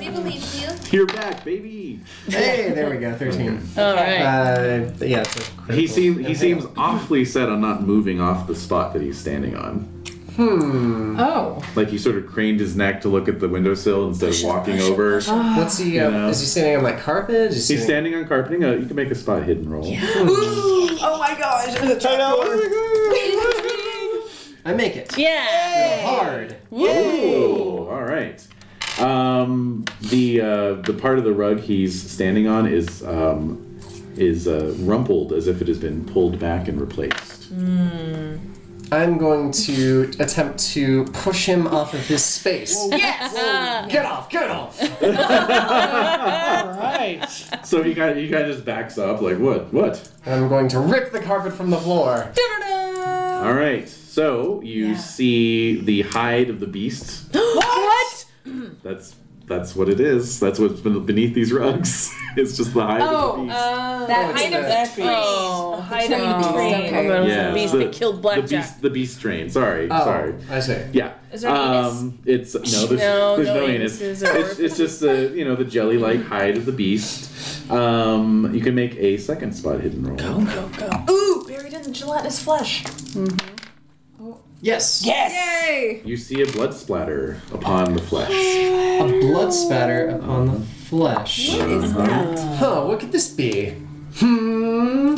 [SPEAKER 11] believe you.
[SPEAKER 9] You're back, baby.
[SPEAKER 3] hey, there we go. Thirteen.
[SPEAKER 2] All right.
[SPEAKER 3] Uh, yeah. it's a
[SPEAKER 9] He
[SPEAKER 3] critical.
[SPEAKER 9] seems he seems awfully set on not moving off the spot that he's standing on.
[SPEAKER 10] Oh,
[SPEAKER 9] Like he sort of craned his neck to look at the windowsill instead of walking over.
[SPEAKER 3] What's he? Uh,
[SPEAKER 9] You know.
[SPEAKER 3] Is he standing on my carpet? Is he
[SPEAKER 9] He's
[SPEAKER 3] standing-
[SPEAKER 9] standing on carpeting. Uh, you can make a spot hidden roll.
[SPEAKER 6] Oh my gosh. The
[SPEAKER 3] I make it
[SPEAKER 2] Yeah.
[SPEAKER 3] hard.
[SPEAKER 9] Ooh, all right. Um, the uh, the part of the rug he's standing on is um, is uh, rumpled as if it has been pulled back and replaced.
[SPEAKER 3] I'm going to attempt to push him off of his space.
[SPEAKER 2] Yes.
[SPEAKER 3] Get off! Get off!
[SPEAKER 6] All right.
[SPEAKER 9] So he guy, he guy just backs up, like, what? What?
[SPEAKER 3] I'm going to rip the carpet from the floor.
[SPEAKER 9] All right. So you see the hide of the beast.
[SPEAKER 6] What?
[SPEAKER 9] That's that's what it is. That's what's been beneath these rugs. it's just the hide of the
[SPEAKER 10] Oh,
[SPEAKER 9] uh, beast.
[SPEAKER 2] uh,
[SPEAKER 10] that
[SPEAKER 3] it's
[SPEAKER 10] kind of
[SPEAKER 3] that.
[SPEAKER 2] Oh,
[SPEAKER 10] hide of
[SPEAKER 2] oh,
[SPEAKER 10] the beast.
[SPEAKER 2] I thought it
[SPEAKER 10] Okay.
[SPEAKER 2] was
[SPEAKER 9] yeah,
[SPEAKER 2] the beast
[SPEAKER 9] the-
[SPEAKER 2] that killed
[SPEAKER 9] The
[SPEAKER 2] Blackjack.
[SPEAKER 9] beast, the beast train. Sorry,
[SPEAKER 3] Oh.
[SPEAKER 9] sorry.
[SPEAKER 3] I see.
[SPEAKER 9] Yeah.
[SPEAKER 11] Is there an anus?
[SPEAKER 9] um, It's no, there's
[SPEAKER 2] No,
[SPEAKER 9] there's
[SPEAKER 2] no
[SPEAKER 9] no, anus.
[SPEAKER 2] anuses or
[SPEAKER 9] It's, it's just the you know the jelly-like hide of the beast. Um, you can make a second spot hidden roll.
[SPEAKER 6] Go go.
[SPEAKER 11] Ooh, buried in the gelatinous flesh.
[SPEAKER 3] Yes.
[SPEAKER 6] Yes.
[SPEAKER 9] You see a blood splatter upon the flesh.
[SPEAKER 3] A blood spatter upon the flesh. What is
[SPEAKER 9] Uh-huh.
[SPEAKER 3] that? Huh? What could this be? Hmm.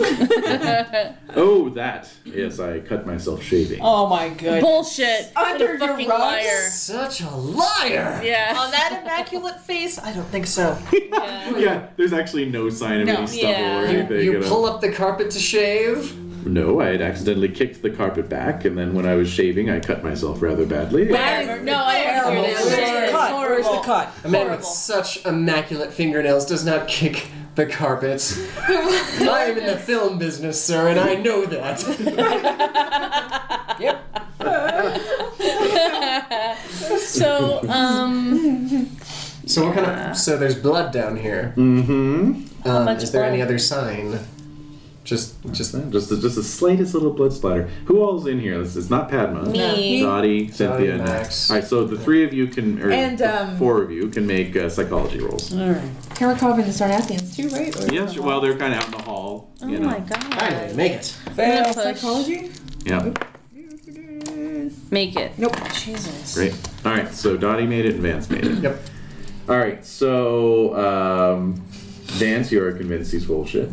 [SPEAKER 9] Oh, that. Yes, I cut myself shaving.
[SPEAKER 6] Oh my good.
[SPEAKER 2] Bullshit. what
[SPEAKER 10] Under
[SPEAKER 2] a
[SPEAKER 10] your
[SPEAKER 2] fucking
[SPEAKER 10] rug?
[SPEAKER 2] liar.
[SPEAKER 3] Such a liar.
[SPEAKER 2] Yeah.
[SPEAKER 11] On that immaculate face, I don't think so.
[SPEAKER 9] Yeah, there's actually no sign of any stubble
[SPEAKER 2] Yeah.
[SPEAKER 9] or
[SPEAKER 2] You-
[SPEAKER 9] anything.
[SPEAKER 3] You
[SPEAKER 9] at all.
[SPEAKER 3] pull up the carpet to shave.
[SPEAKER 9] No, I had accidentally kicked the carpet back, and then when I was shaving, I cut myself rather badly.
[SPEAKER 2] No, I don't
[SPEAKER 6] Terrible.
[SPEAKER 2] hear
[SPEAKER 6] Where's
[SPEAKER 2] this
[SPEAKER 6] the
[SPEAKER 2] shit.
[SPEAKER 6] cut? Where's the cut?
[SPEAKER 3] A man with such immaculate fingernails does not kick the carpet. I am in the film business, sir, and I know that.
[SPEAKER 2] So, um,
[SPEAKER 3] So what kind of? So there's blood down here.
[SPEAKER 9] Mm-hmm.
[SPEAKER 3] Um,
[SPEAKER 2] much
[SPEAKER 3] is there any
[SPEAKER 2] blood?
[SPEAKER 3] other sign? Just, just that.
[SPEAKER 9] Just, just the slightest little blood splatter. Who all's in here? This is not Padma.
[SPEAKER 2] me.
[SPEAKER 9] Dottie, Cynthia, and
[SPEAKER 3] Max.
[SPEAKER 9] All right, so the three of you can, or
[SPEAKER 10] And,
[SPEAKER 9] the
[SPEAKER 10] um, Oh,
[SPEAKER 9] four of you can make uh, psychology rolls.
[SPEAKER 6] All right.
[SPEAKER 10] Karakov and the Sarnassians too, right? Or-
[SPEAKER 9] Yes, well, they're kind of out in the hall.
[SPEAKER 2] Oh
[SPEAKER 9] you know.
[SPEAKER 2] my god.
[SPEAKER 3] Finally, make it.
[SPEAKER 2] I'm
[SPEAKER 6] Fail.
[SPEAKER 2] gonna push.
[SPEAKER 10] Psychology?
[SPEAKER 9] Yeah,
[SPEAKER 2] Make it.
[SPEAKER 10] Nope.
[SPEAKER 9] great. All right, so Dottie made it, and Vance made it.
[SPEAKER 3] Yep.
[SPEAKER 9] All right, so um, Vance, you are convinced he's full of shit.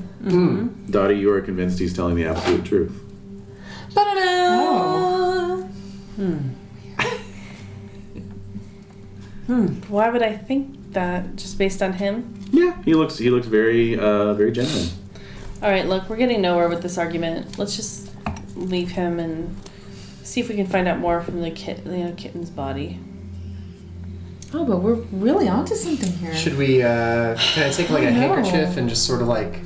[SPEAKER 9] Dottie, you are convinced he's telling the absolute truth.
[SPEAKER 11] Oh.
[SPEAKER 2] Why would I think that just based on him?
[SPEAKER 9] Yeah, he looks he looks very uh, very genuine.
[SPEAKER 2] All right, look, we're getting nowhere with this argument. Let's just leave him and see if we can find out more from the kit, you know, kitten's body.
[SPEAKER 10] Oh, but we're really onto something here.
[SPEAKER 3] Should we? Uh, can I take
[SPEAKER 2] Oh,
[SPEAKER 3] like a
[SPEAKER 10] No.
[SPEAKER 3] handkerchief and just sort of like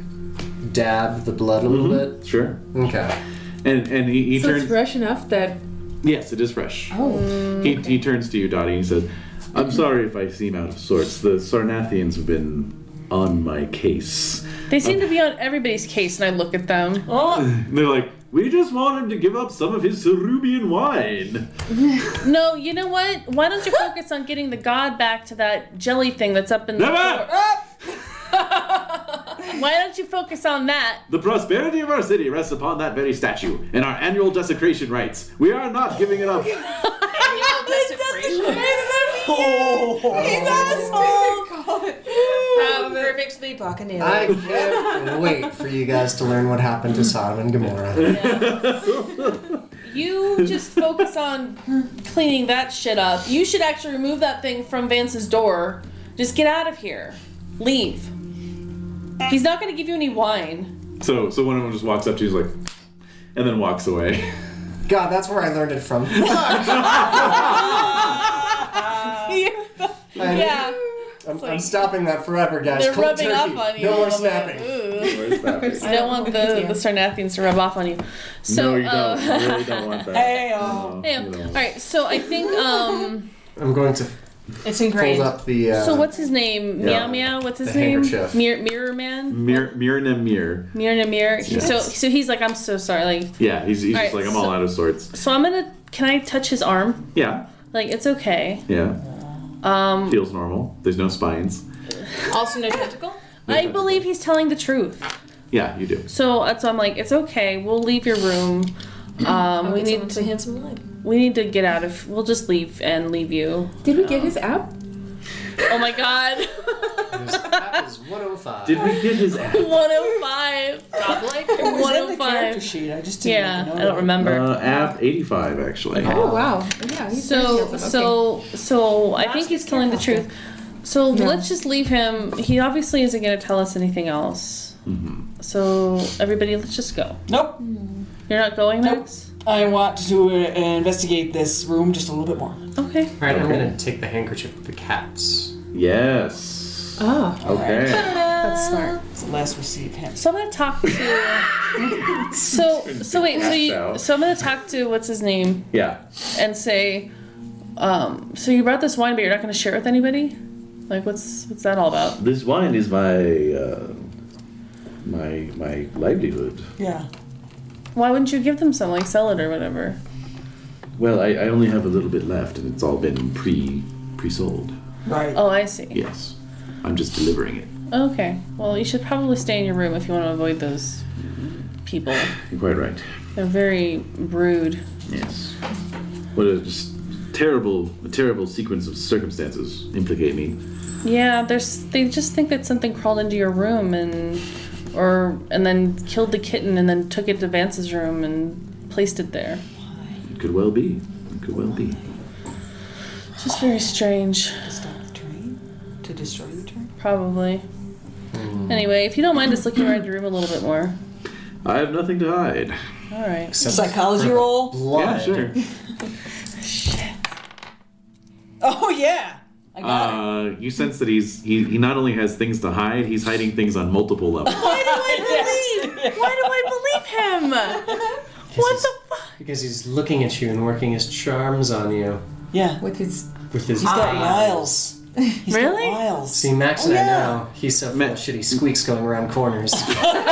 [SPEAKER 3] dab the blood a little
[SPEAKER 9] Mm-hmm.
[SPEAKER 3] bit?
[SPEAKER 9] Sure.
[SPEAKER 3] Okay.
[SPEAKER 9] And and he, he
[SPEAKER 10] so it's
[SPEAKER 9] turns.
[SPEAKER 10] fresh enough that
[SPEAKER 9] yes, it is fresh.
[SPEAKER 10] oh,
[SPEAKER 9] He, he turns to you, Dottie, and he says, I'm sorry if I seem out of sorts. The Sarnathians have been on my case.
[SPEAKER 2] They seem to be on everybody's case, and I look at them.
[SPEAKER 9] And they're like, we just want him to give up some of his Cerubian wine.
[SPEAKER 2] No, you know what? Why don't you focus on getting the god back to that jelly thing that's up in the
[SPEAKER 9] Never!
[SPEAKER 2] floor? Why don't you focus on that?
[SPEAKER 9] The prosperity of our city rests upon that very statue and our annual desecration rites. We are not giving it up.
[SPEAKER 11] How perfectly bacchanal.
[SPEAKER 3] I can't wait for you guys to learn what happened to Sodom and Gomorrah.
[SPEAKER 2] You just focus on cleaning that shit up. You should actually remove that thing from Vance's door. Just get out of here. Leave. He's not gonna give you any wine.
[SPEAKER 9] So, so one of them just walks up to you, he's like, and then walks away.
[SPEAKER 3] God, that's where I learned it from. I'm,
[SPEAKER 2] Yeah.
[SPEAKER 3] I'm, I'm stopping that forever, guys.
[SPEAKER 2] They're
[SPEAKER 3] Cold
[SPEAKER 2] rubbing
[SPEAKER 3] turkey.
[SPEAKER 2] up on you.
[SPEAKER 3] No
[SPEAKER 2] a
[SPEAKER 3] more
[SPEAKER 2] little bit.
[SPEAKER 3] snapping.
[SPEAKER 2] Ooh.
[SPEAKER 9] Where's that?
[SPEAKER 2] I don't want the, the Sarnathians to rub off on you. So
[SPEAKER 9] no, you
[SPEAKER 2] uh,
[SPEAKER 9] don't. You really don't want that.
[SPEAKER 6] Fail.
[SPEAKER 9] No,
[SPEAKER 2] yeah.
[SPEAKER 9] you
[SPEAKER 2] All
[SPEAKER 9] don't.
[SPEAKER 2] right, so I think um
[SPEAKER 3] I'm going to
[SPEAKER 11] It's
[SPEAKER 3] fold
[SPEAKER 11] ingrained.
[SPEAKER 3] up the. Uh,
[SPEAKER 2] so what's his name?
[SPEAKER 9] Yeah.
[SPEAKER 2] Meow meow, what's his
[SPEAKER 3] The
[SPEAKER 2] name?
[SPEAKER 3] handkerchief.
[SPEAKER 2] Mir- mirror man?
[SPEAKER 9] Mir- Mirna Mir.
[SPEAKER 2] Mirror and mirror. He- So so he's like I'm so sorry like
[SPEAKER 9] Yeah, he's, he's just
[SPEAKER 2] Alright,
[SPEAKER 9] like, I'm all
[SPEAKER 2] so-
[SPEAKER 9] out of sorts.
[SPEAKER 2] so I'm going to can I touch his arm?
[SPEAKER 9] Yeah,
[SPEAKER 2] Like it's okay.
[SPEAKER 9] yeah.
[SPEAKER 2] Um
[SPEAKER 9] Feels normal. There's no spines.
[SPEAKER 11] Also no tentacle?
[SPEAKER 2] I believe he's telling the truth.
[SPEAKER 9] Yeah, you do.
[SPEAKER 2] So that's so I'm like, it's okay. We'll leave your room. Um, we need
[SPEAKER 11] Oh, to handsome line.
[SPEAKER 2] we need to get out of. We'll just leave and leave you.
[SPEAKER 10] did we get his app?
[SPEAKER 2] Oh my god,
[SPEAKER 3] That is 105.
[SPEAKER 9] Did we get his app?
[SPEAKER 2] 105,
[SPEAKER 6] It was in the
[SPEAKER 2] 105.
[SPEAKER 6] character sheet. I just didn't
[SPEAKER 2] Yeah,
[SPEAKER 6] even
[SPEAKER 2] I
[SPEAKER 6] know.
[SPEAKER 2] don't remember.
[SPEAKER 9] Uh, app 85, actually.
[SPEAKER 10] Oh wow, yeah. He's
[SPEAKER 2] so so so I think he's telling the truth. So
[SPEAKER 10] No.
[SPEAKER 2] let's just leave him. He obviously isn't going to tell us anything
[SPEAKER 11] Mm-hmm.
[SPEAKER 2] else. So everybody, let's just go.
[SPEAKER 6] Nope.
[SPEAKER 2] You're not going,
[SPEAKER 6] Nope.
[SPEAKER 2] Max.
[SPEAKER 6] I want to uh, investigate this room just a little bit more.
[SPEAKER 2] Okay.
[SPEAKER 3] All right, I'm gonna take the handkerchief of the cats.
[SPEAKER 9] Yes.
[SPEAKER 10] Oh,
[SPEAKER 9] Okay.
[SPEAKER 2] That's smart.
[SPEAKER 6] It's the last receive him.
[SPEAKER 2] So I'm gonna talk to. so so wait so you, so I'm gonna talk to what's his name
[SPEAKER 9] Yeah.
[SPEAKER 2] and say, um, so you brought this wine, but you're not gonna share it with anybody. Like what's what's that all about?
[SPEAKER 9] This wine is my uh, my my livelihood.
[SPEAKER 6] Yeah.
[SPEAKER 2] Why wouldn't you give them some? Like sell it or whatever.
[SPEAKER 9] Well, I, I only have a little bit left, and it's all been pre pre sold.
[SPEAKER 6] Right.
[SPEAKER 2] Oh, I see.
[SPEAKER 9] Yes. I'm just delivering it.
[SPEAKER 2] Okay. Well, you should probably stay in your room if you want to avoid those people.
[SPEAKER 9] You're quite right.
[SPEAKER 2] They're very rude.
[SPEAKER 9] Yes. What a just terrible, a terrible sequence of circumstances implicate me.
[SPEAKER 2] Yeah, there's. They just think that something crawled into your room and, or and then killed the kitten and then took it to Vance's room and placed it there.
[SPEAKER 9] It could well be. It could well be.
[SPEAKER 2] It's just very strange,
[SPEAKER 6] To stop the train? To destroy the train?
[SPEAKER 2] probably.
[SPEAKER 9] Hmm.
[SPEAKER 2] Anyway, if you don't mind just looking around your room a little bit more.
[SPEAKER 9] I have nothing to hide.
[SPEAKER 2] All right.
[SPEAKER 6] Psychology roll?
[SPEAKER 3] Blood.
[SPEAKER 9] Yeah, sure.
[SPEAKER 6] Oh, yeah. I got it.
[SPEAKER 9] Uh, you sense that he's he, he not only has things to hide, he's hiding things on multiple levels.
[SPEAKER 2] Why do I believe him?
[SPEAKER 3] What the fuck? Because he's looking at you and working his charms on you
[SPEAKER 6] Yeah.
[SPEAKER 10] with his
[SPEAKER 3] with his
[SPEAKER 6] He's
[SPEAKER 9] Ah.
[SPEAKER 6] got
[SPEAKER 3] eyes.
[SPEAKER 6] miles. He's
[SPEAKER 2] Really?
[SPEAKER 6] got miles.
[SPEAKER 3] See, Max and
[SPEAKER 6] Oh, yeah.
[SPEAKER 3] I know he's so full
[SPEAKER 9] Ma-
[SPEAKER 3] of shit. He squeaks going around corners.
[SPEAKER 2] what the fuck?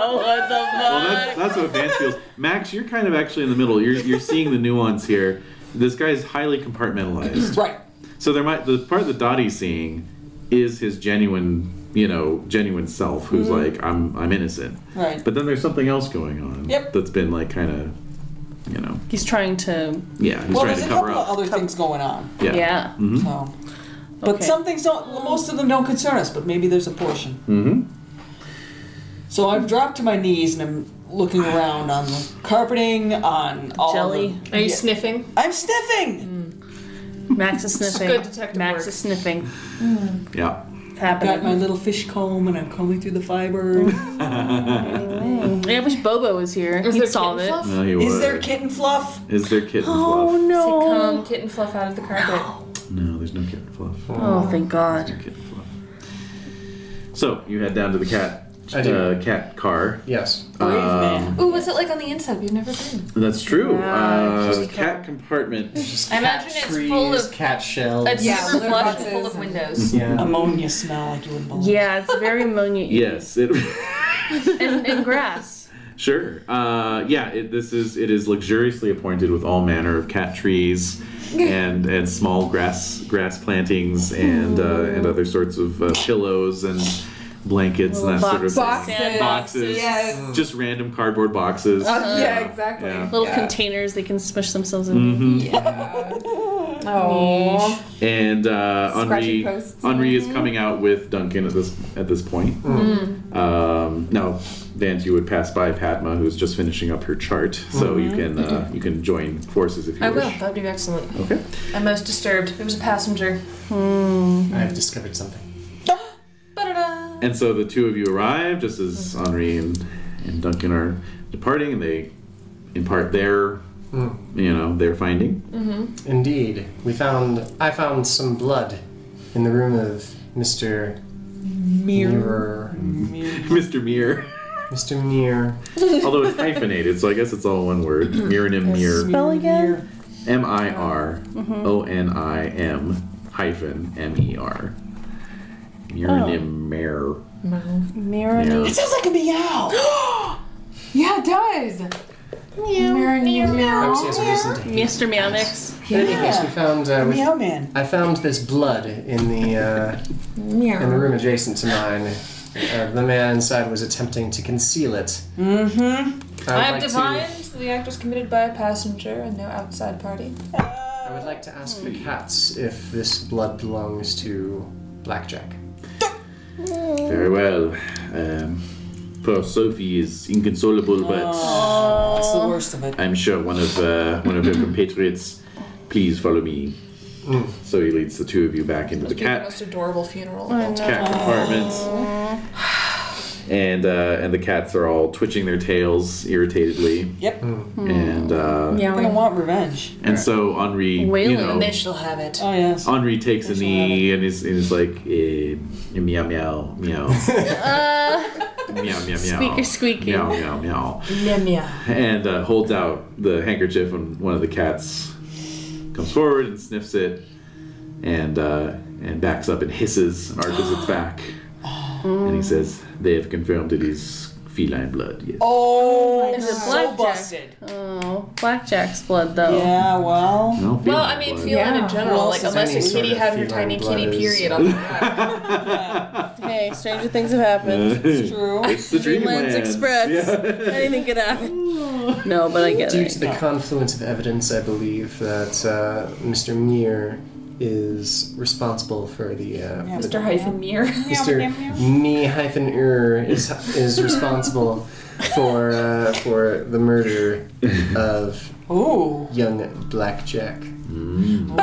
[SPEAKER 9] well, that's, that's what Vance feels. Max, you're kind of actually in the middle. You're you're seeing the nuance here. This guy's highly compartmentalized.
[SPEAKER 6] Right.
[SPEAKER 9] So there might the part that Dottie's seeing is his genuine, you know, genuine self, who's like, I'm I'm innocent.
[SPEAKER 6] Mm-hmm. Right.
[SPEAKER 9] But then there's something else going on.
[SPEAKER 6] Yep.
[SPEAKER 9] That's been like kind of, you know,
[SPEAKER 2] He's trying to.
[SPEAKER 9] yeah. He's
[SPEAKER 6] well,
[SPEAKER 9] trying
[SPEAKER 6] there's
[SPEAKER 9] to
[SPEAKER 6] a
[SPEAKER 9] cover
[SPEAKER 6] couple
[SPEAKER 9] up.
[SPEAKER 6] of other things going on.
[SPEAKER 9] yeah. Hmm.
[SPEAKER 2] Yeah.
[SPEAKER 6] So. But
[SPEAKER 2] Okay.
[SPEAKER 6] some things don't, most of them don't concern us, but maybe there's a portion.
[SPEAKER 9] Mm-hmm.
[SPEAKER 6] So I've dropped to my knees and I'm looking around on the carpeting, on all
[SPEAKER 2] Jelly.
[SPEAKER 6] The,
[SPEAKER 11] Are you
[SPEAKER 6] Yeah.
[SPEAKER 11] sniffing?
[SPEAKER 6] I'm sniffing.
[SPEAKER 2] Max is sniffing.
[SPEAKER 11] good detective
[SPEAKER 2] Max
[SPEAKER 11] work.
[SPEAKER 2] is sniffing.
[SPEAKER 9] Yeah.
[SPEAKER 2] It's
[SPEAKER 6] Got my
[SPEAKER 2] happening.
[SPEAKER 6] little fish comb and I'm combing through the fiber.
[SPEAKER 2] Yeah, I wish Bobo was here. He'd solve it.
[SPEAKER 9] No, he
[SPEAKER 6] Is there
[SPEAKER 9] would.
[SPEAKER 6] kitten fluff?
[SPEAKER 9] Is there kitten
[SPEAKER 2] Oh
[SPEAKER 9] fluff?
[SPEAKER 2] no!
[SPEAKER 11] Come, kitten fluff out of the carpet.
[SPEAKER 9] No, there's no kitten fluff.
[SPEAKER 2] Oh, thank God.
[SPEAKER 9] No kitten fluff. So you head down to the cat
[SPEAKER 3] I do.
[SPEAKER 9] uh, cat car. Um,
[SPEAKER 3] yes.
[SPEAKER 6] Brave man.
[SPEAKER 11] Ooh, what's it like on the inside? We've never been.
[SPEAKER 9] That's true.
[SPEAKER 2] Yeah, it's
[SPEAKER 9] uh,
[SPEAKER 2] just a car.
[SPEAKER 9] cat compartment.
[SPEAKER 11] I imagine
[SPEAKER 3] cat
[SPEAKER 11] it's
[SPEAKER 3] trees,
[SPEAKER 11] full of-
[SPEAKER 3] cat shells.
[SPEAKER 11] It's
[SPEAKER 10] Yeah,
[SPEAKER 11] super
[SPEAKER 10] litter
[SPEAKER 11] plush and full
[SPEAKER 10] boxes
[SPEAKER 11] of
[SPEAKER 10] and-
[SPEAKER 11] windows.
[SPEAKER 3] yeah.
[SPEAKER 6] Ammonia smell like you wouldn't believe.
[SPEAKER 2] Yeah, it's very ammonia.
[SPEAKER 9] Yes. It,
[SPEAKER 2] And, and grass.
[SPEAKER 9] sure. Uh, yeah. It, this is. It is luxuriously appointed with all manner of cat trees. And, and small grass grass plantings and uh,
[SPEAKER 2] Hmm.
[SPEAKER 9] and other sorts of uh, pillows and blankets and that
[SPEAKER 2] Little
[SPEAKER 9] sort of thing.
[SPEAKER 2] boxes.
[SPEAKER 10] boxes.
[SPEAKER 9] boxes,
[SPEAKER 10] Yes.
[SPEAKER 9] just random cardboard boxes.
[SPEAKER 10] Uh, yeah, exactly.
[SPEAKER 9] Yeah.
[SPEAKER 2] Little
[SPEAKER 10] Yeah.
[SPEAKER 2] containers they can smush themselves in.
[SPEAKER 9] Mm-hmm.
[SPEAKER 10] Oh,
[SPEAKER 9] and uh, Henri
[SPEAKER 10] Scratchy posts. Mm-hmm.
[SPEAKER 9] Henri is coming out with Duncan at this at this point.
[SPEAKER 10] Mm.
[SPEAKER 9] Um, now, Vance, you would pass by Patma, who's just finishing up her chart, so you
[SPEAKER 10] Mm-hmm.
[SPEAKER 9] can uh, you can join forces if you
[SPEAKER 11] I will.
[SPEAKER 9] wish.
[SPEAKER 11] That would be excellent.
[SPEAKER 9] Okay.
[SPEAKER 11] I'm most disturbed. It was a passenger.
[SPEAKER 3] I've discovered something.
[SPEAKER 11] Ba-da-da.
[SPEAKER 9] And so the two of you arrive just as
[SPEAKER 10] Mm-hmm.
[SPEAKER 9] Henri and, and Duncan are departing, and they impart their you know their finding.
[SPEAKER 3] Indeed, we found. I found some blood in the room of Mister Mirror.
[SPEAKER 9] Mr. Mir,
[SPEAKER 3] Mister Mirror.
[SPEAKER 9] although it's hyphenated, so I guess it's all one word. Miranim Mir.
[SPEAKER 2] Spell again? Mm-hmm.
[SPEAKER 9] M I R O N I M hyphen M E R.
[SPEAKER 2] Oh.
[SPEAKER 9] Myrnimer.
[SPEAKER 2] Mirror.
[SPEAKER 9] Yeah.
[SPEAKER 6] It sounds like a meow.
[SPEAKER 10] yeah, it does. Mirror, mirror,
[SPEAKER 13] Oh,
[SPEAKER 3] I
[SPEAKER 10] mirror.
[SPEAKER 3] would say it's a reason to hate.
[SPEAKER 2] Mr. Meow Mix.
[SPEAKER 3] In any case, we found. Uh, we,
[SPEAKER 6] meow man.
[SPEAKER 3] I found this blood in the uh, in the
[SPEAKER 10] Mirror.
[SPEAKER 3] room adjacent to mine. Uh, the man inside was attempting to conceal it. Mm-hmm. I would
[SPEAKER 11] I have
[SPEAKER 3] like
[SPEAKER 11] divined the act was committed by a passenger and no outside party.
[SPEAKER 3] To, I would like to ask the cats if this blood belongs to Blackjack.
[SPEAKER 9] Very well. Um, poor Sophie is inconsolable, but
[SPEAKER 6] That's the worst of it.
[SPEAKER 9] I'm sure one of uh, one of her compatriots. Please follow me. So he leads the two of you back into the
[SPEAKER 11] It'd be the
[SPEAKER 9] cat
[SPEAKER 11] most adorable funeral.
[SPEAKER 9] cat compartment. and uh, and the cats are all twitching their tails irritatedly,
[SPEAKER 11] Yep.
[SPEAKER 9] and uh,
[SPEAKER 11] I'm gonna
[SPEAKER 10] Meowing.
[SPEAKER 11] want revenge.
[SPEAKER 9] and so Henri,
[SPEAKER 2] Wailing.
[SPEAKER 9] you know,
[SPEAKER 13] They shall have it.
[SPEAKER 11] Oh yes.
[SPEAKER 9] Henri takes a knee and is, and is like eh, meow meow meow meow meow meow
[SPEAKER 2] Uh. Squeaker squeaking.
[SPEAKER 9] meow meow meow
[SPEAKER 13] Meow meow.
[SPEAKER 9] and uh, holds out the handkerchief and one of the cats comes forward and sniffs it and uh, and backs up and hisses and arches its back and he says they have confirmed it is feline blood yes
[SPEAKER 11] Oh,
[SPEAKER 2] Is it
[SPEAKER 11] so
[SPEAKER 2] blackjack?
[SPEAKER 11] busted.
[SPEAKER 2] Oh, Blackjack's blood though.
[SPEAKER 11] Yeah. Well.
[SPEAKER 9] no,
[SPEAKER 13] Well, I
[SPEAKER 9] feline
[SPEAKER 13] mean,
[SPEAKER 9] blood.
[SPEAKER 13] feline
[SPEAKER 10] Yeah.
[SPEAKER 13] in general.
[SPEAKER 11] What
[SPEAKER 13] Like,
[SPEAKER 11] else is
[SPEAKER 13] unless
[SPEAKER 3] any
[SPEAKER 13] your
[SPEAKER 3] sort
[SPEAKER 13] kitty
[SPEAKER 3] of
[SPEAKER 13] had her
[SPEAKER 3] feline
[SPEAKER 13] tiny
[SPEAKER 3] blood
[SPEAKER 13] kitty
[SPEAKER 3] is-
[SPEAKER 13] period on the
[SPEAKER 2] Hey, stranger things have happened.
[SPEAKER 11] It's true.
[SPEAKER 9] it's the
[SPEAKER 2] Dreamlands
[SPEAKER 9] Dreamlands
[SPEAKER 2] Express. Anything could happen. No, but I get
[SPEAKER 3] Due
[SPEAKER 2] it.
[SPEAKER 3] to the confluence of evidence, I believe that uh, Mr. Muir is responsible for the. Uh,
[SPEAKER 11] Yeah.
[SPEAKER 3] for the
[SPEAKER 4] Mr. Hyphen Mirror.
[SPEAKER 3] Mr. Me hyphen Er is is responsible for uh, for the murder of
[SPEAKER 11] Ooh.
[SPEAKER 3] young Blackjack.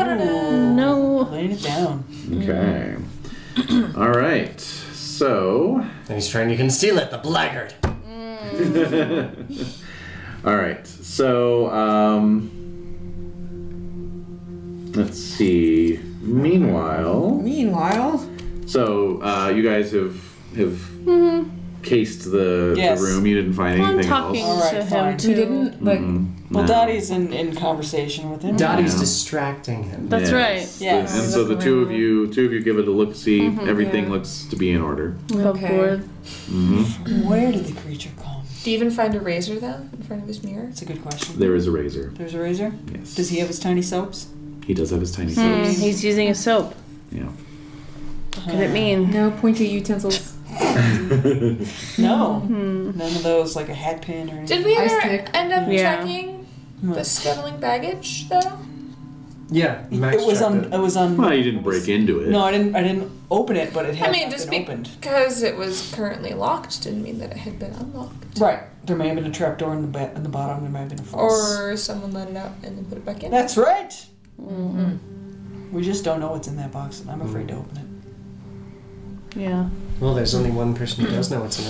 [SPEAKER 2] No.
[SPEAKER 11] Laying it down.
[SPEAKER 9] okay all right so
[SPEAKER 3] And he's trying to conceal it, the blackguard.
[SPEAKER 9] All right. So, um, let's see. Meanwhile,
[SPEAKER 11] Meanwhile.
[SPEAKER 9] so uh, you guys have have cased the,
[SPEAKER 11] Yes.
[SPEAKER 9] the room. You didn't find
[SPEAKER 2] I'm
[SPEAKER 9] anything
[SPEAKER 2] talking
[SPEAKER 9] else.
[SPEAKER 11] else?
[SPEAKER 2] to
[SPEAKER 11] Alright,
[SPEAKER 2] him
[SPEAKER 11] fine.
[SPEAKER 2] too.
[SPEAKER 10] We didn't like.
[SPEAKER 9] Mm-hmm.
[SPEAKER 11] Well,
[SPEAKER 9] No.
[SPEAKER 11] Dottie's in, in conversation with him.
[SPEAKER 3] Dottie's
[SPEAKER 9] Yeah.
[SPEAKER 3] distracting him.
[SPEAKER 2] That's
[SPEAKER 9] Yes.
[SPEAKER 2] right.
[SPEAKER 11] Yes.
[SPEAKER 9] And so the two of you, two of you, give it a look. See, everything looks to be in order.
[SPEAKER 2] Oh,
[SPEAKER 10] Okay.
[SPEAKER 2] Cupboard.
[SPEAKER 11] Where did the creature come?
[SPEAKER 4] Do you even find a razor though in front of his mirror?
[SPEAKER 11] That's a good question.
[SPEAKER 9] There is a razor.
[SPEAKER 11] There's a razor.
[SPEAKER 9] Yes.
[SPEAKER 11] Does he have his tiny soaps?
[SPEAKER 9] He does have his tiny
[SPEAKER 2] Hmm,
[SPEAKER 9] soaps.
[SPEAKER 2] he's using a soap.
[SPEAKER 9] Yeah.
[SPEAKER 2] What could it mean?
[SPEAKER 10] No pointy utensils.
[SPEAKER 11] No. None of those, like a hat pin or anything.
[SPEAKER 4] Did we
[SPEAKER 10] Ice
[SPEAKER 4] ever
[SPEAKER 10] pick.
[SPEAKER 4] end up
[SPEAKER 2] Yeah.
[SPEAKER 4] checking the scuttling baggage though?
[SPEAKER 3] Yeah, Max
[SPEAKER 11] it was
[SPEAKER 3] tracked
[SPEAKER 11] on.
[SPEAKER 3] it.
[SPEAKER 11] It was on.
[SPEAKER 9] Well, you didn't break into it.
[SPEAKER 11] No, I didn't. I didn't open it, but it had
[SPEAKER 4] I mean,
[SPEAKER 11] not
[SPEAKER 4] just
[SPEAKER 11] been opened.
[SPEAKER 4] because it was currently locked didn't mean that it had been unlocked.
[SPEAKER 11] Right. There may have been a trap door in the ba- in the bottom. There might have been a false.
[SPEAKER 4] Or someone let it out and then put it back in.
[SPEAKER 11] That's right. We just don't know what's in that box, and I'm afraid to open it.
[SPEAKER 2] Yeah.
[SPEAKER 3] Well, there's only one person who does know what's in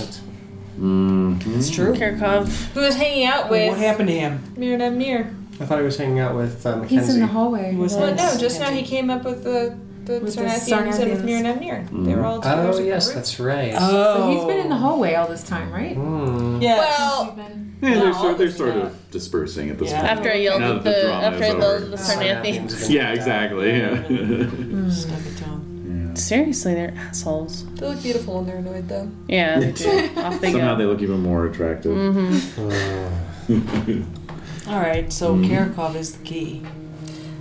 [SPEAKER 3] it.
[SPEAKER 11] It's true.
[SPEAKER 2] Kirkov.
[SPEAKER 4] Who was hanging out
[SPEAKER 11] What
[SPEAKER 4] with
[SPEAKER 11] happened to him?
[SPEAKER 4] Mirror and Mirror?
[SPEAKER 3] I thought he was hanging out with uh, Mackenzie.
[SPEAKER 10] He's in the hallway.
[SPEAKER 11] He was
[SPEAKER 4] Well,
[SPEAKER 11] in
[SPEAKER 4] no,
[SPEAKER 11] his-
[SPEAKER 4] just now he came up with the the
[SPEAKER 10] With the
[SPEAKER 4] Sarnathians and with
[SPEAKER 10] Sarnathians.
[SPEAKER 4] Mirror and Mirror. They were all together.
[SPEAKER 3] Oh
[SPEAKER 4] as a
[SPEAKER 3] yes,
[SPEAKER 4] group.
[SPEAKER 3] that's right.
[SPEAKER 10] So
[SPEAKER 11] Oh,
[SPEAKER 10] he's been in the hallway all this time, right?
[SPEAKER 3] Hmm.
[SPEAKER 11] Yeah.
[SPEAKER 4] Well,
[SPEAKER 9] Yeah, they're,
[SPEAKER 11] No,
[SPEAKER 9] sort, they're
[SPEAKER 11] obviously
[SPEAKER 9] sort
[SPEAKER 11] not.
[SPEAKER 9] of dispersing at this
[SPEAKER 11] Yeah.
[SPEAKER 9] point.
[SPEAKER 2] After I yelled
[SPEAKER 9] Now
[SPEAKER 2] at
[SPEAKER 9] that the
[SPEAKER 2] the,
[SPEAKER 9] drama
[SPEAKER 2] after I
[SPEAKER 9] is
[SPEAKER 2] yelled
[SPEAKER 9] over.
[SPEAKER 2] at the
[SPEAKER 3] Sarnathians
[SPEAKER 2] Sarnathians.
[SPEAKER 3] have been
[SPEAKER 9] Yeah,
[SPEAKER 3] knocked out.
[SPEAKER 9] exactly. Yeah.
[SPEAKER 11] Stuck it down.
[SPEAKER 2] Seriously, they're assholes.
[SPEAKER 4] They look beautiful when they're annoyed though.
[SPEAKER 2] Yeah. Off they
[SPEAKER 9] Somehow
[SPEAKER 2] go.
[SPEAKER 9] they look even more attractive.
[SPEAKER 11] All right, so Karakov is the key.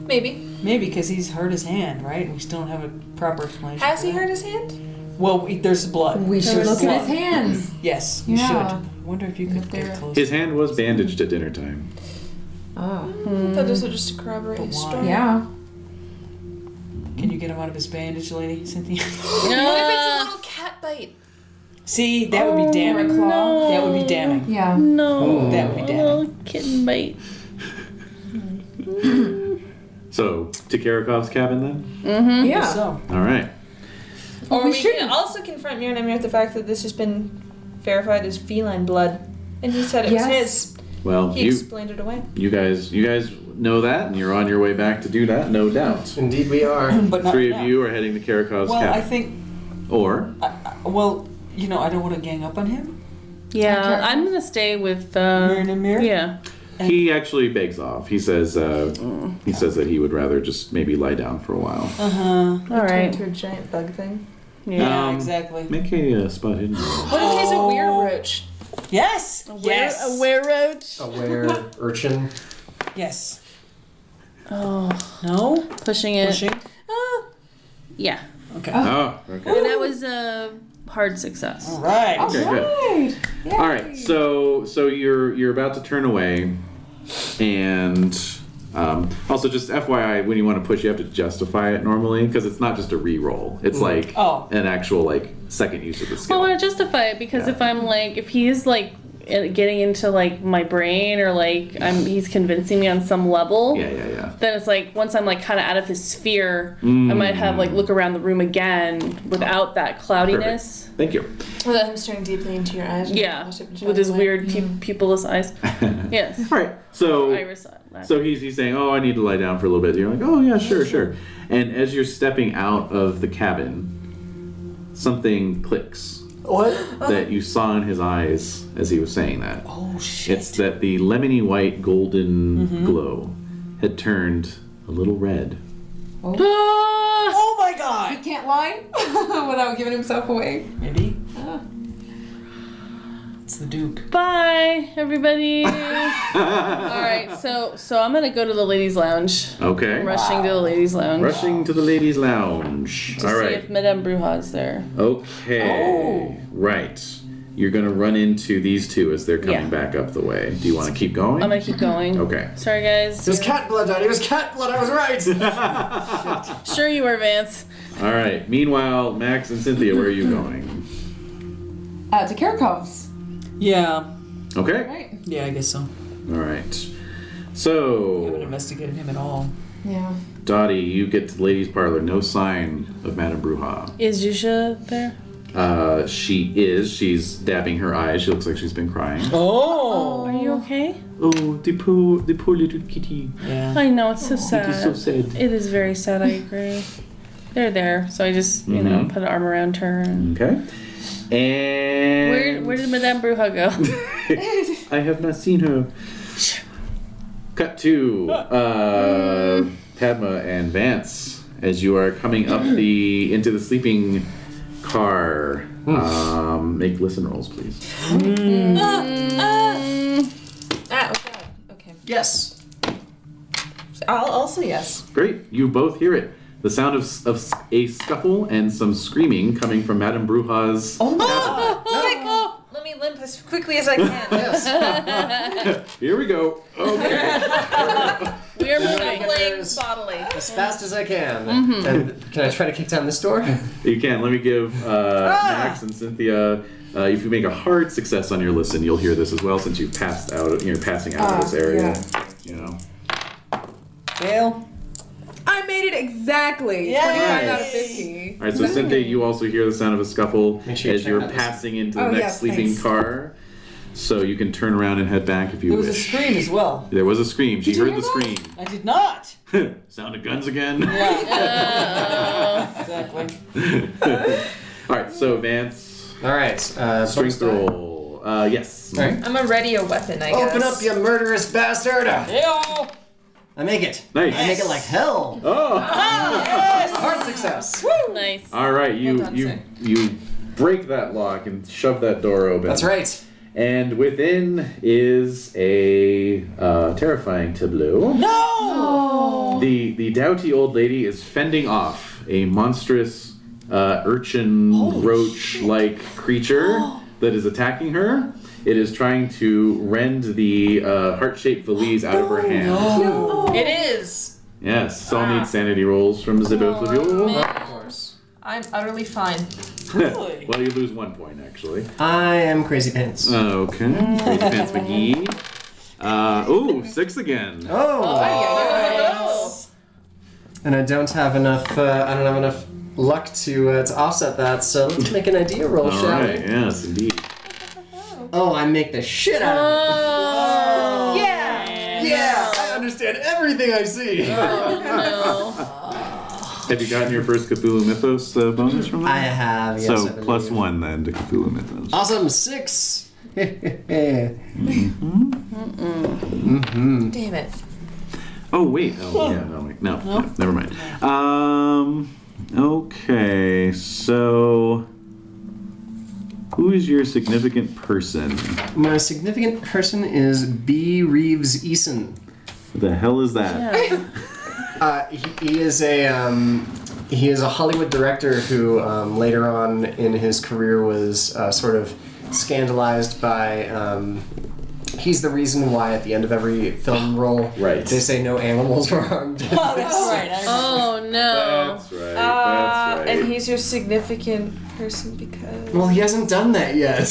[SPEAKER 4] Maybe.
[SPEAKER 11] Maybe because he's hurt his hand, right? We still don't have a proper explanation.
[SPEAKER 4] Has
[SPEAKER 11] for
[SPEAKER 4] he
[SPEAKER 11] that.
[SPEAKER 4] hurt his hand?
[SPEAKER 11] Well, we, there's blood.
[SPEAKER 10] We should
[SPEAKER 11] There's
[SPEAKER 10] look at
[SPEAKER 11] blood.
[SPEAKER 10] his hands.
[SPEAKER 11] Yes, we
[SPEAKER 10] Yeah.
[SPEAKER 11] should. I wonder if you could get
[SPEAKER 10] they're-
[SPEAKER 11] close.
[SPEAKER 9] His hand was bandaged at dinner time.
[SPEAKER 10] Oh,
[SPEAKER 4] That does it just to corroborate his
[SPEAKER 11] But why?
[SPEAKER 4] story.
[SPEAKER 10] yeah.
[SPEAKER 11] Can you get him out of his bandage, lady Cynthia?
[SPEAKER 4] What if it's a little cat bite?
[SPEAKER 11] See, that would be damning.
[SPEAKER 10] no.
[SPEAKER 11] That would be damning.
[SPEAKER 10] Yeah.
[SPEAKER 9] Oh.
[SPEAKER 2] No.
[SPEAKER 11] That would be damning.
[SPEAKER 2] Little kitten bite.
[SPEAKER 9] So to Karakov's cabin then.
[SPEAKER 11] Mm-hmm.
[SPEAKER 10] Yeah.
[SPEAKER 11] So,
[SPEAKER 9] All right.
[SPEAKER 4] Or
[SPEAKER 10] we
[SPEAKER 4] we, can
[SPEAKER 10] shouldn't.
[SPEAKER 4] also confront Mirren Amir with the fact that this has been verified as feline blood. And he said it was
[SPEAKER 10] Yes.
[SPEAKER 4] his.
[SPEAKER 9] Well,
[SPEAKER 4] He
[SPEAKER 9] you
[SPEAKER 4] explained it away.
[SPEAKER 9] you guys you guys know that, and you're on your way back to do that, no doubt.
[SPEAKER 3] Indeed, we are.
[SPEAKER 11] but not
[SPEAKER 9] Three of
[SPEAKER 11] now.
[SPEAKER 9] you are heading to Karakov's
[SPEAKER 11] Well, I
[SPEAKER 9] cabin,
[SPEAKER 11] think.
[SPEAKER 9] or
[SPEAKER 11] I, I, well, you know, I don't want to gang up on him.
[SPEAKER 2] Yeah, I'm gonna stay with. Uh,
[SPEAKER 11] Mirror in a mirror?
[SPEAKER 2] Yeah.
[SPEAKER 9] he actually begs off. He says
[SPEAKER 11] Mm.
[SPEAKER 9] uh, he says that he would rather just maybe lie down for a while.
[SPEAKER 11] Uh huh.
[SPEAKER 2] All right.
[SPEAKER 4] Into a giant bug thing.
[SPEAKER 2] Yeah.
[SPEAKER 9] Um,
[SPEAKER 11] exactly.
[SPEAKER 9] Make a uh, spot hidden. roll.
[SPEAKER 4] What if he's a weird roach?
[SPEAKER 11] Yes. yes.
[SPEAKER 2] Where, a where roach?
[SPEAKER 3] Aware urchin.
[SPEAKER 11] Yes.
[SPEAKER 2] Oh,
[SPEAKER 11] No.
[SPEAKER 2] pushing it.
[SPEAKER 11] Pushing.
[SPEAKER 4] Ah,
[SPEAKER 2] Yeah.
[SPEAKER 11] Okay.
[SPEAKER 9] Oh, okay.
[SPEAKER 2] And that was a hard success.
[SPEAKER 11] All right.
[SPEAKER 9] Okay, good.
[SPEAKER 10] Right.
[SPEAKER 9] All right, so so you're you're about to turn away, and um, also just FYI, when you want to push, you have to justify it normally because it's not just a reroll; it's like
[SPEAKER 11] Oh.
[SPEAKER 9] an actual like second use of the
[SPEAKER 2] I
[SPEAKER 9] skill.
[SPEAKER 2] want to justify it because if I'm like, if he is like it- getting into like my brain or like I'm he's convincing me on some level.
[SPEAKER 9] Yeah, yeah, yeah.
[SPEAKER 2] Then it's like once I'm like kind of out of his sphere, I might have like look around the room again without that cloudiness.
[SPEAKER 9] Thank you.
[SPEAKER 11] Without him staring deeply into your eyes.
[SPEAKER 2] Yeah, with his weird pu- pupilless eyes. yes,
[SPEAKER 9] All right. So
[SPEAKER 2] iris.
[SPEAKER 9] So he's, he's saying, Oh, I need to lie down for a little bit. You're like, Oh, yeah, sure, sure. And as you're stepping out of the cabin, something clicks
[SPEAKER 3] What?
[SPEAKER 9] that you saw in his eyes as he was saying that. Oh, shit. Mm-hmm. It's that the lemony white golden glow had turned a little red. Ah!
[SPEAKER 6] Oh my god!
[SPEAKER 10] He can't lie without giving himself away.
[SPEAKER 6] Maybe. It's the Duke.
[SPEAKER 2] Bye, everybody. All right, so so I'm gonna go to the ladies' lounge.
[SPEAKER 9] Okay.
[SPEAKER 2] Rushing to the ladies' lounge
[SPEAKER 9] Rushing to the ladies' lounge.
[SPEAKER 2] to
[SPEAKER 9] All
[SPEAKER 2] see
[SPEAKER 9] right.
[SPEAKER 2] if Madame Bruja's there. Oh.
[SPEAKER 9] Okay. Right. You're going to run into these two as they're coming
[SPEAKER 2] Yeah. Um,
[SPEAKER 9] back up the way. Do you want to keep going?
[SPEAKER 2] I'm gonna keep going.
[SPEAKER 9] okay.
[SPEAKER 2] Sorry, guys.
[SPEAKER 3] It was cat blood, Johnny. It was cat blood. I was right.
[SPEAKER 2] Sure, you were, Vance.
[SPEAKER 9] All right. Meanwhile, Max and Cynthia, where are you going?
[SPEAKER 10] Uh, to Karakov's.
[SPEAKER 6] Yeah.
[SPEAKER 9] Okay.
[SPEAKER 10] Right.
[SPEAKER 6] Yeah, I guess so.
[SPEAKER 9] All right.
[SPEAKER 6] I haven't
[SPEAKER 9] So,
[SPEAKER 6] investigated him at all.
[SPEAKER 10] Yeah.
[SPEAKER 9] Dottie, you get to the ladies' parlor. No sign of Madame Bruja.
[SPEAKER 2] Is Yusha there?
[SPEAKER 9] Uh, she is. She's dabbing her eyes. She looks like she's been crying.
[SPEAKER 6] Oh!
[SPEAKER 2] Are you okay?
[SPEAKER 9] Oh, the poor, the poor little kitty.
[SPEAKER 6] Yeah.
[SPEAKER 2] I know it's so
[SPEAKER 9] Oh, It is so
[SPEAKER 2] sad.
[SPEAKER 9] sad.
[SPEAKER 2] It is very sad. I agree. They're there, so I just you know
[SPEAKER 9] Mm-hmm.
[SPEAKER 2] put an arm around her. And...
[SPEAKER 9] Okay. And
[SPEAKER 2] Where where did Madame Bruja go?
[SPEAKER 9] I have not seen her. Cut to uh, Padma and Vance as you are coming up the into the sleeping car. Um, make listen rolls, please.
[SPEAKER 12] Ah, oh god. Okay.
[SPEAKER 6] Yes.
[SPEAKER 12] I'll also yes.
[SPEAKER 9] Great, you both hear it. The sound of, s- of s- a scuffle and some screaming coming from Madame Bruja's.
[SPEAKER 6] Oh my
[SPEAKER 12] Quick, let me limp as quickly as I can.
[SPEAKER 9] Here we go. Okay.
[SPEAKER 2] We are
[SPEAKER 3] Get
[SPEAKER 2] moving.
[SPEAKER 3] there
[SPEAKER 12] Playing
[SPEAKER 3] as,
[SPEAKER 12] bodily.
[SPEAKER 3] as fast as I can. And can I try to kick down this door?
[SPEAKER 9] you can. Let me give uh,
[SPEAKER 6] Ah!
[SPEAKER 9] Max and Cynthia. Uh, if you make a hard success on your listen, you'll hear this as well since you've passed out. You're passing out
[SPEAKER 2] Uh,
[SPEAKER 9] of this
[SPEAKER 6] Ah,
[SPEAKER 9] area. You know.
[SPEAKER 6] Fail.
[SPEAKER 10] I made it exactly.
[SPEAKER 6] Yay.
[SPEAKER 10] 25 out of 50.
[SPEAKER 9] All right, so Cynthia, you also hear the sound of a scuffle
[SPEAKER 3] Make sure you
[SPEAKER 9] as
[SPEAKER 3] check
[SPEAKER 9] you're
[SPEAKER 3] out this-
[SPEAKER 9] passing into the
[SPEAKER 10] Oh,
[SPEAKER 9] next
[SPEAKER 10] yes,
[SPEAKER 9] sleeping
[SPEAKER 10] thanks.
[SPEAKER 9] car. So you can turn around and head back if you
[SPEAKER 6] There was a
[SPEAKER 9] wish.
[SPEAKER 6] scream as well.
[SPEAKER 9] there was a scream. She
[SPEAKER 10] you
[SPEAKER 9] heard
[SPEAKER 10] hear
[SPEAKER 9] the scream.
[SPEAKER 6] I did not!
[SPEAKER 9] sound of guns again.
[SPEAKER 6] Exactly.
[SPEAKER 9] All right, so Vance,
[SPEAKER 3] All right. Uh, bonus
[SPEAKER 9] strength
[SPEAKER 3] die.
[SPEAKER 9] roll. Uh, yes.
[SPEAKER 3] All right.
[SPEAKER 12] I'm a ready a weapon, I guess.
[SPEAKER 3] Open up, you murderous bastard!
[SPEAKER 6] Fail!
[SPEAKER 3] I make it.
[SPEAKER 9] Nice.
[SPEAKER 3] I make it like hell.
[SPEAKER 9] Oh.
[SPEAKER 3] Hard success.
[SPEAKER 2] Nice.
[SPEAKER 9] All right, you
[SPEAKER 12] done,
[SPEAKER 9] you
[SPEAKER 12] sir.
[SPEAKER 9] you break that lock and shove that door open.
[SPEAKER 3] That's right.
[SPEAKER 9] And within is a uh, terrifying tableau.
[SPEAKER 6] No!
[SPEAKER 9] The the doughty old lady is fending off a monstrous uh, urchin roach-like creature that is attacking her. It is trying to rend the uh, heart-shaped valise out of
[SPEAKER 3] Oh,
[SPEAKER 9] her hand.
[SPEAKER 12] It is.
[SPEAKER 9] Yes, so I'll need sanity rolls from the both of you.
[SPEAKER 3] Of course.
[SPEAKER 12] I'm utterly fine.
[SPEAKER 6] Really?
[SPEAKER 9] Well, you lose one point actually.
[SPEAKER 3] I am crazy pants.
[SPEAKER 9] Okay, Crazy Pants McGee. Uh, ooh, six again.
[SPEAKER 3] oh.
[SPEAKER 12] Oh,
[SPEAKER 3] And I don't have enough. Uh, I don't have enough luck to uh, to offset that. So let's make an idea roll,
[SPEAKER 9] All
[SPEAKER 3] Oh, shall
[SPEAKER 9] right,
[SPEAKER 3] we?
[SPEAKER 9] yes, indeed.
[SPEAKER 3] Oh, I make the shit out of it.
[SPEAKER 12] yeah.
[SPEAKER 3] Oh. Yeah, I understand everything I see.
[SPEAKER 9] Have you gotten your first Cthulhu Mythos uh, bonus from
[SPEAKER 3] I
[SPEAKER 9] that?
[SPEAKER 3] have. Yes, I
[SPEAKER 9] so
[SPEAKER 3] believe.
[SPEAKER 9] plus one then to Cthulhu Mythos.
[SPEAKER 3] Awesome six.
[SPEAKER 12] Damn it.
[SPEAKER 9] Oh wait. Oh yeah. No. Wait. No. no. never mind. Um. Okay. So, who is your significant person?
[SPEAKER 3] My significant person is B. Reeves Eason.
[SPEAKER 9] The hell is that?
[SPEAKER 3] Uh, he, he is a um, he is a Hollywood director who um, later on in his career was uh, sort of scandalized by. Um, he's the reason why at the end of every film role,
[SPEAKER 9] Right.
[SPEAKER 3] they say no animals were harmed.
[SPEAKER 6] Oh, that's right. I remember.
[SPEAKER 2] Oh no.
[SPEAKER 9] That's
[SPEAKER 12] Uh,
[SPEAKER 9] right. that's right.
[SPEAKER 12] and he's your significant person because.
[SPEAKER 3] well, he hasn't done that yet.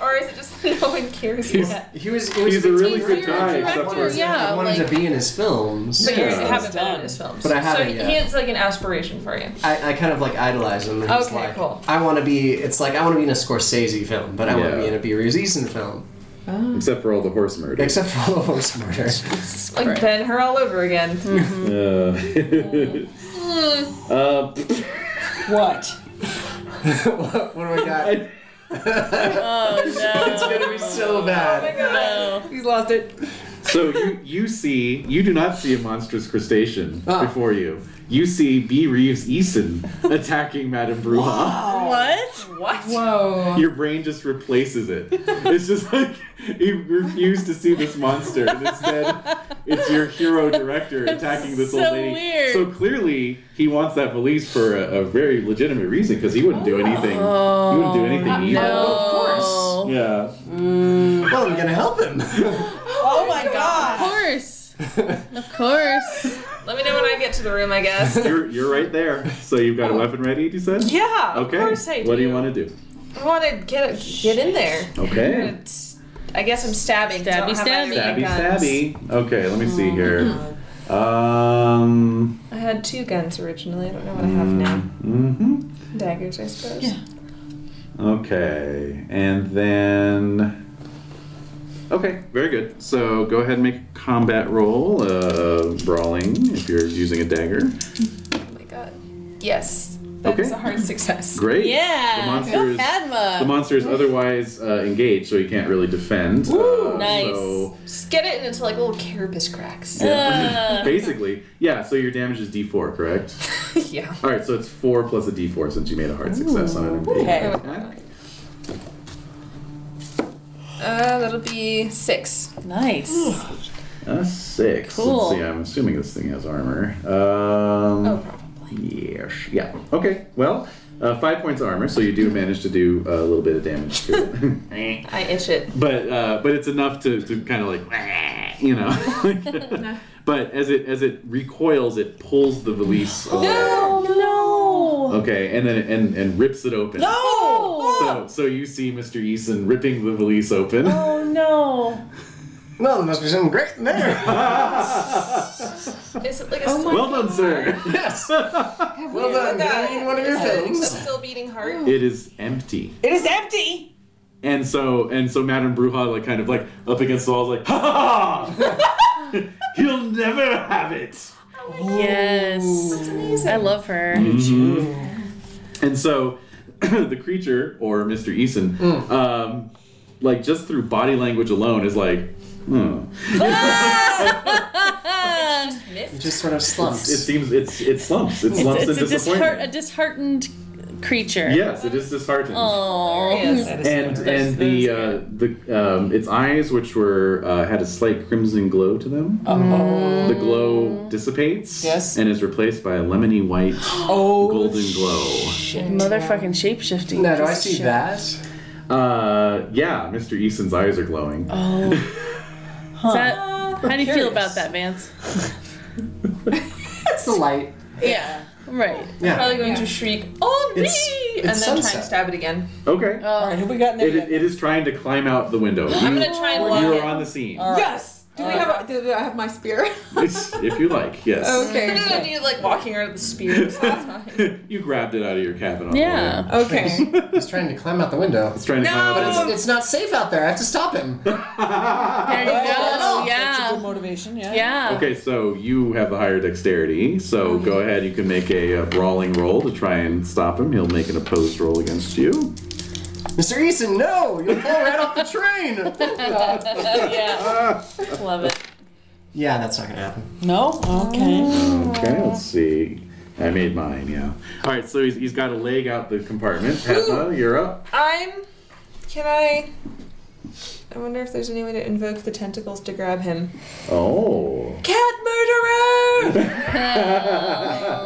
[SPEAKER 12] or is it just that no one cares
[SPEAKER 9] He's-
[SPEAKER 12] yet?
[SPEAKER 3] He was. It was
[SPEAKER 9] He's a really
[SPEAKER 3] teaser.
[SPEAKER 9] good guy, except
[SPEAKER 2] director,
[SPEAKER 9] for
[SPEAKER 2] yeah.
[SPEAKER 3] I wanted
[SPEAKER 2] like-
[SPEAKER 3] to be in his films.
[SPEAKER 12] But you
[SPEAKER 9] Yeah.
[SPEAKER 12] haven't been in
[SPEAKER 6] Done.
[SPEAKER 12] his films.
[SPEAKER 3] But I
[SPEAKER 11] So
[SPEAKER 3] haven't
[SPEAKER 11] he
[SPEAKER 3] yet.
[SPEAKER 11] it's like an aspiration for you.
[SPEAKER 3] I, I kind of like idolize him. And he's
[SPEAKER 12] Okay,
[SPEAKER 3] like,
[SPEAKER 12] cool.
[SPEAKER 3] I want to be. It's like I want to be in a Scorsese film, but I want to
[SPEAKER 9] Yeah.
[SPEAKER 3] be in a Beerus Eason film,
[SPEAKER 9] except for all the horse murders.
[SPEAKER 3] except for all the horse murder.
[SPEAKER 12] It's like Ben her all over again.
[SPEAKER 9] Uh, uh,
[SPEAKER 6] What?
[SPEAKER 3] what do I got?
[SPEAKER 9] I-
[SPEAKER 3] It's gonna be so bad.
[SPEAKER 6] He's lost it.
[SPEAKER 9] so you, you see, you do not see a monstrous crustacean
[SPEAKER 3] Ah.
[SPEAKER 9] before you. You see B. Reeves Eason attacking Madame Bruja.
[SPEAKER 2] What?
[SPEAKER 10] Whoa.
[SPEAKER 9] Your brain just replaces it. It's just like you refuse to see this monster, and instead, it's your hero director attacking this old
[SPEAKER 2] so
[SPEAKER 9] lady.
[SPEAKER 2] weird.
[SPEAKER 9] So clearly, he wants that police for a, a very legitimate reason because he wouldn't do anything. he wouldn't do anything evil.
[SPEAKER 2] No. Of course.
[SPEAKER 9] Yeah.
[SPEAKER 3] Well, I'm gonna help him.
[SPEAKER 6] Oh my god.
[SPEAKER 2] Of course. Of course.
[SPEAKER 12] Let me know when I get to the room, I guess.
[SPEAKER 9] You're, you're right there. So you've got a weapon ready, you said?
[SPEAKER 12] Yeah,
[SPEAKER 9] Okay.
[SPEAKER 12] of course I do.
[SPEAKER 9] What do you want to do?
[SPEAKER 12] I want to get get in there.
[SPEAKER 9] Okay.
[SPEAKER 12] It's- I guess I'm stabbing. 'cause I don't
[SPEAKER 2] Stabby,
[SPEAKER 12] have
[SPEAKER 2] stabby.
[SPEAKER 12] any
[SPEAKER 9] Stabby,
[SPEAKER 12] guns.
[SPEAKER 9] stabby. Okay, let me
[SPEAKER 2] Mm-hmm.
[SPEAKER 9] see here. Um.
[SPEAKER 12] I had two guns originally. I don't know what I have now.
[SPEAKER 9] Mm-hmm.
[SPEAKER 12] Daggers, I suppose.
[SPEAKER 9] Okay, and then. Okay, very good. So go ahead and make a combat roll, uh, brawling, if you're using a dagger.
[SPEAKER 12] Oh my god. Yes. that is
[SPEAKER 9] Okay.
[SPEAKER 12] a hard success.
[SPEAKER 9] Great.
[SPEAKER 2] Yeah.
[SPEAKER 9] The monster
[SPEAKER 2] Go
[SPEAKER 9] is,
[SPEAKER 2] Padma.
[SPEAKER 9] the monster is otherwise uh, engaged, so he can't really defend. Woo,
[SPEAKER 2] nice.
[SPEAKER 9] So
[SPEAKER 12] Just get it into like little carapace cracks.
[SPEAKER 2] Ah.
[SPEAKER 9] basically, yeah, so your damage is d4, correct?
[SPEAKER 12] yeah.
[SPEAKER 9] All right, so it's 4 plus a d4 since you made a hard success on it.
[SPEAKER 6] Okay.
[SPEAKER 12] Uh, that'll be six.
[SPEAKER 2] Nice.
[SPEAKER 9] A six.
[SPEAKER 2] Cool.
[SPEAKER 9] Let's see. I'm assuming this thing has armor. Um,
[SPEAKER 12] Oh, probably.
[SPEAKER 9] Yeah. sh- Yeah. Okay. Well, uh, five points of armor, so you do manage to do a little bit of damage. To it.
[SPEAKER 12] I itch it.
[SPEAKER 9] but uh, but it's enough to, to kind of like you know. but as it as it recoils, it pulls the valise away.
[SPEAKER 2] No.
[SPEAKER 9] Okay, and then it, and and rips it open.
[SPEAKER 2] Oh.
[SPEAKER 9] So so you see Mr. Eason ripping the valise open.
[SPEAKER 2] Oh no.
[SPEAKER 3] Well, there must be something great in there.
[SPEAKER 12] Is it like a still,
[SPEAKER 9] well done, sir.
[SPEAKER 3] yes. Well done. Did I mean one of your
[SPEAKER 12] a
[SPEAKER 3] films?
[SPEAKER 12] still beating heart?
[SPEAKER 9] It is empty.
[SPEAKER 6] It is empty.
[SPEAKER 9] And so and so Madame Bruja like kind of like up against the wall like ha ha ha He'll never have it.
[SPEAKER 2] Yes. I love her.
[SPEAKER 9] Mm-hmm. And so the creature or Mr. Eason um like just through body language alone is like hmm.
[SPEAKER 2] Um,
[SPEAKER 3] It just sort of slumps.
[SPEAKER 9] It seems it's it slumps. It slumps
[SPEAKER 2] It's, it's a,
[SPEAKER 9] in
[SPEAKER 2] disheart- a
[SPEAKER 9] disappointment.
[SPEAKER 2] disheartened creature.
[SPEAKER 9] yes, it is disheartened.
[SPEAKER 2] Oh.
[SPEAKER 6] That is
[SPEAKER 9] And and the uh, the um, its eyes, which were uh, had a slight crimson glow to them, the glow dissipates
[SPEAKER 6] Oh. Yes.
[SPEAKER 9] and is replaced by a lemony white
[SPEAKER 6] oh,
[SPEAKER 9] golden glow.
[SPEAKER 2] Motherfucking shapeshifting.
[SPEAKER 3] Now, do I
[SPEAKER 2] piece of
[SPEAKER 3] see
[SPEAKER 2] shit.
[SPEAKER 3] that?
[SPEAKER 9] Uh, yeah, Mr. Easton's eyes are glowing.
[SPEAKER 6] Oh.
[SPEAKER 2] Is that- How do you feel about that, Vance?
[SPEAKER 3] That's the light.
[SPEAKER 2] Yeah. Right.
[SPEAKER 3] Yeah.
[SPEAKER 12] Probably going to shriek, "Oh, me!"
[SPEAKER 3] It's-
[SPEAKER 12] and
[SPEAKER 3] it's
[SPEAKER 12] then try
[SPEAKER 3] sunset.
[SPEAKER 12] and stab it again.
[SPEAKER 9] Okay.
[SPEAKER 6] All right, who we got next?
[SPEAKER 9] it, it is trying to climb out the window.
[SPEAKER 12] I'm
[SPEAKER 9] You-
[SPEAKER 12] gonna try and
[SPEAKER 9] you
[SPEAKER 12] lock
[SPEAKER 9] are
[SPEAKER 12] it.
[SPEAKER 9] on the scene,
[SPEAKER 10] Yes. Do we have? A, do, do I have my spear?
[SPEAKER 9] It's- if you like. Yes.
[SPEAKER 12] I'm
[SPEAKER 10] okay.
[SPEAKER 12] gonna do like walking around with the spear. this whole time.
[SPEAKER 6] Oh.
[SPEAKER 9] you grabbed it out of your cabin. On
[SPEAKER 2] Yeah.
[SPEAKER 10] Okay.
[SPEAKER 3] He's trying to climb out the window.
[SPEAKER 9] It's trying to climb out.
[SPEAKER 3] It's, it's not safe out there. I have to stop him.
[SPEAKER 9] Oh,
[SPEAKER 2] There you go.
[SPEAKER 6] That's a good
[SPEAKER 2] Yeah.
[SPEAKER 6] motivation. Yeah.
[SPEAKER 2] Yeah.
[SPEAKER 9] Okay, so you have the higher dexterity,
[SPEAKER 6] Oh.
[SPEAKER 9] so go ahead. You can make a, uh brawling roll to try and stop him. He'll make an opposed roll against you.
[SPEAKER 3] Mr. Eason, no! You'll fall right off the train!
[SPEAKER 2] yeah. Love it.
[SPEAKER 3] Yeah, that's not gonna happen.
[SPEAKER 6] No.
[SPEAKER 9] Oh.
[SPEAKER 6] Okay.
[SPEAKER 9] Okay,
[SPEAKER 6] Oh.
[SPEAKER 9] let's see. I made mine. Yeah. All right, so he's, he's got a leg out the compartment. Patma, you're up.
[SPEAKER 12] I'm. Can I? I wonder if there's any way to invoke the tentacles to grab him.
[SPEAKER 9] Oh.
[SPEAKER 12] Cat murderer!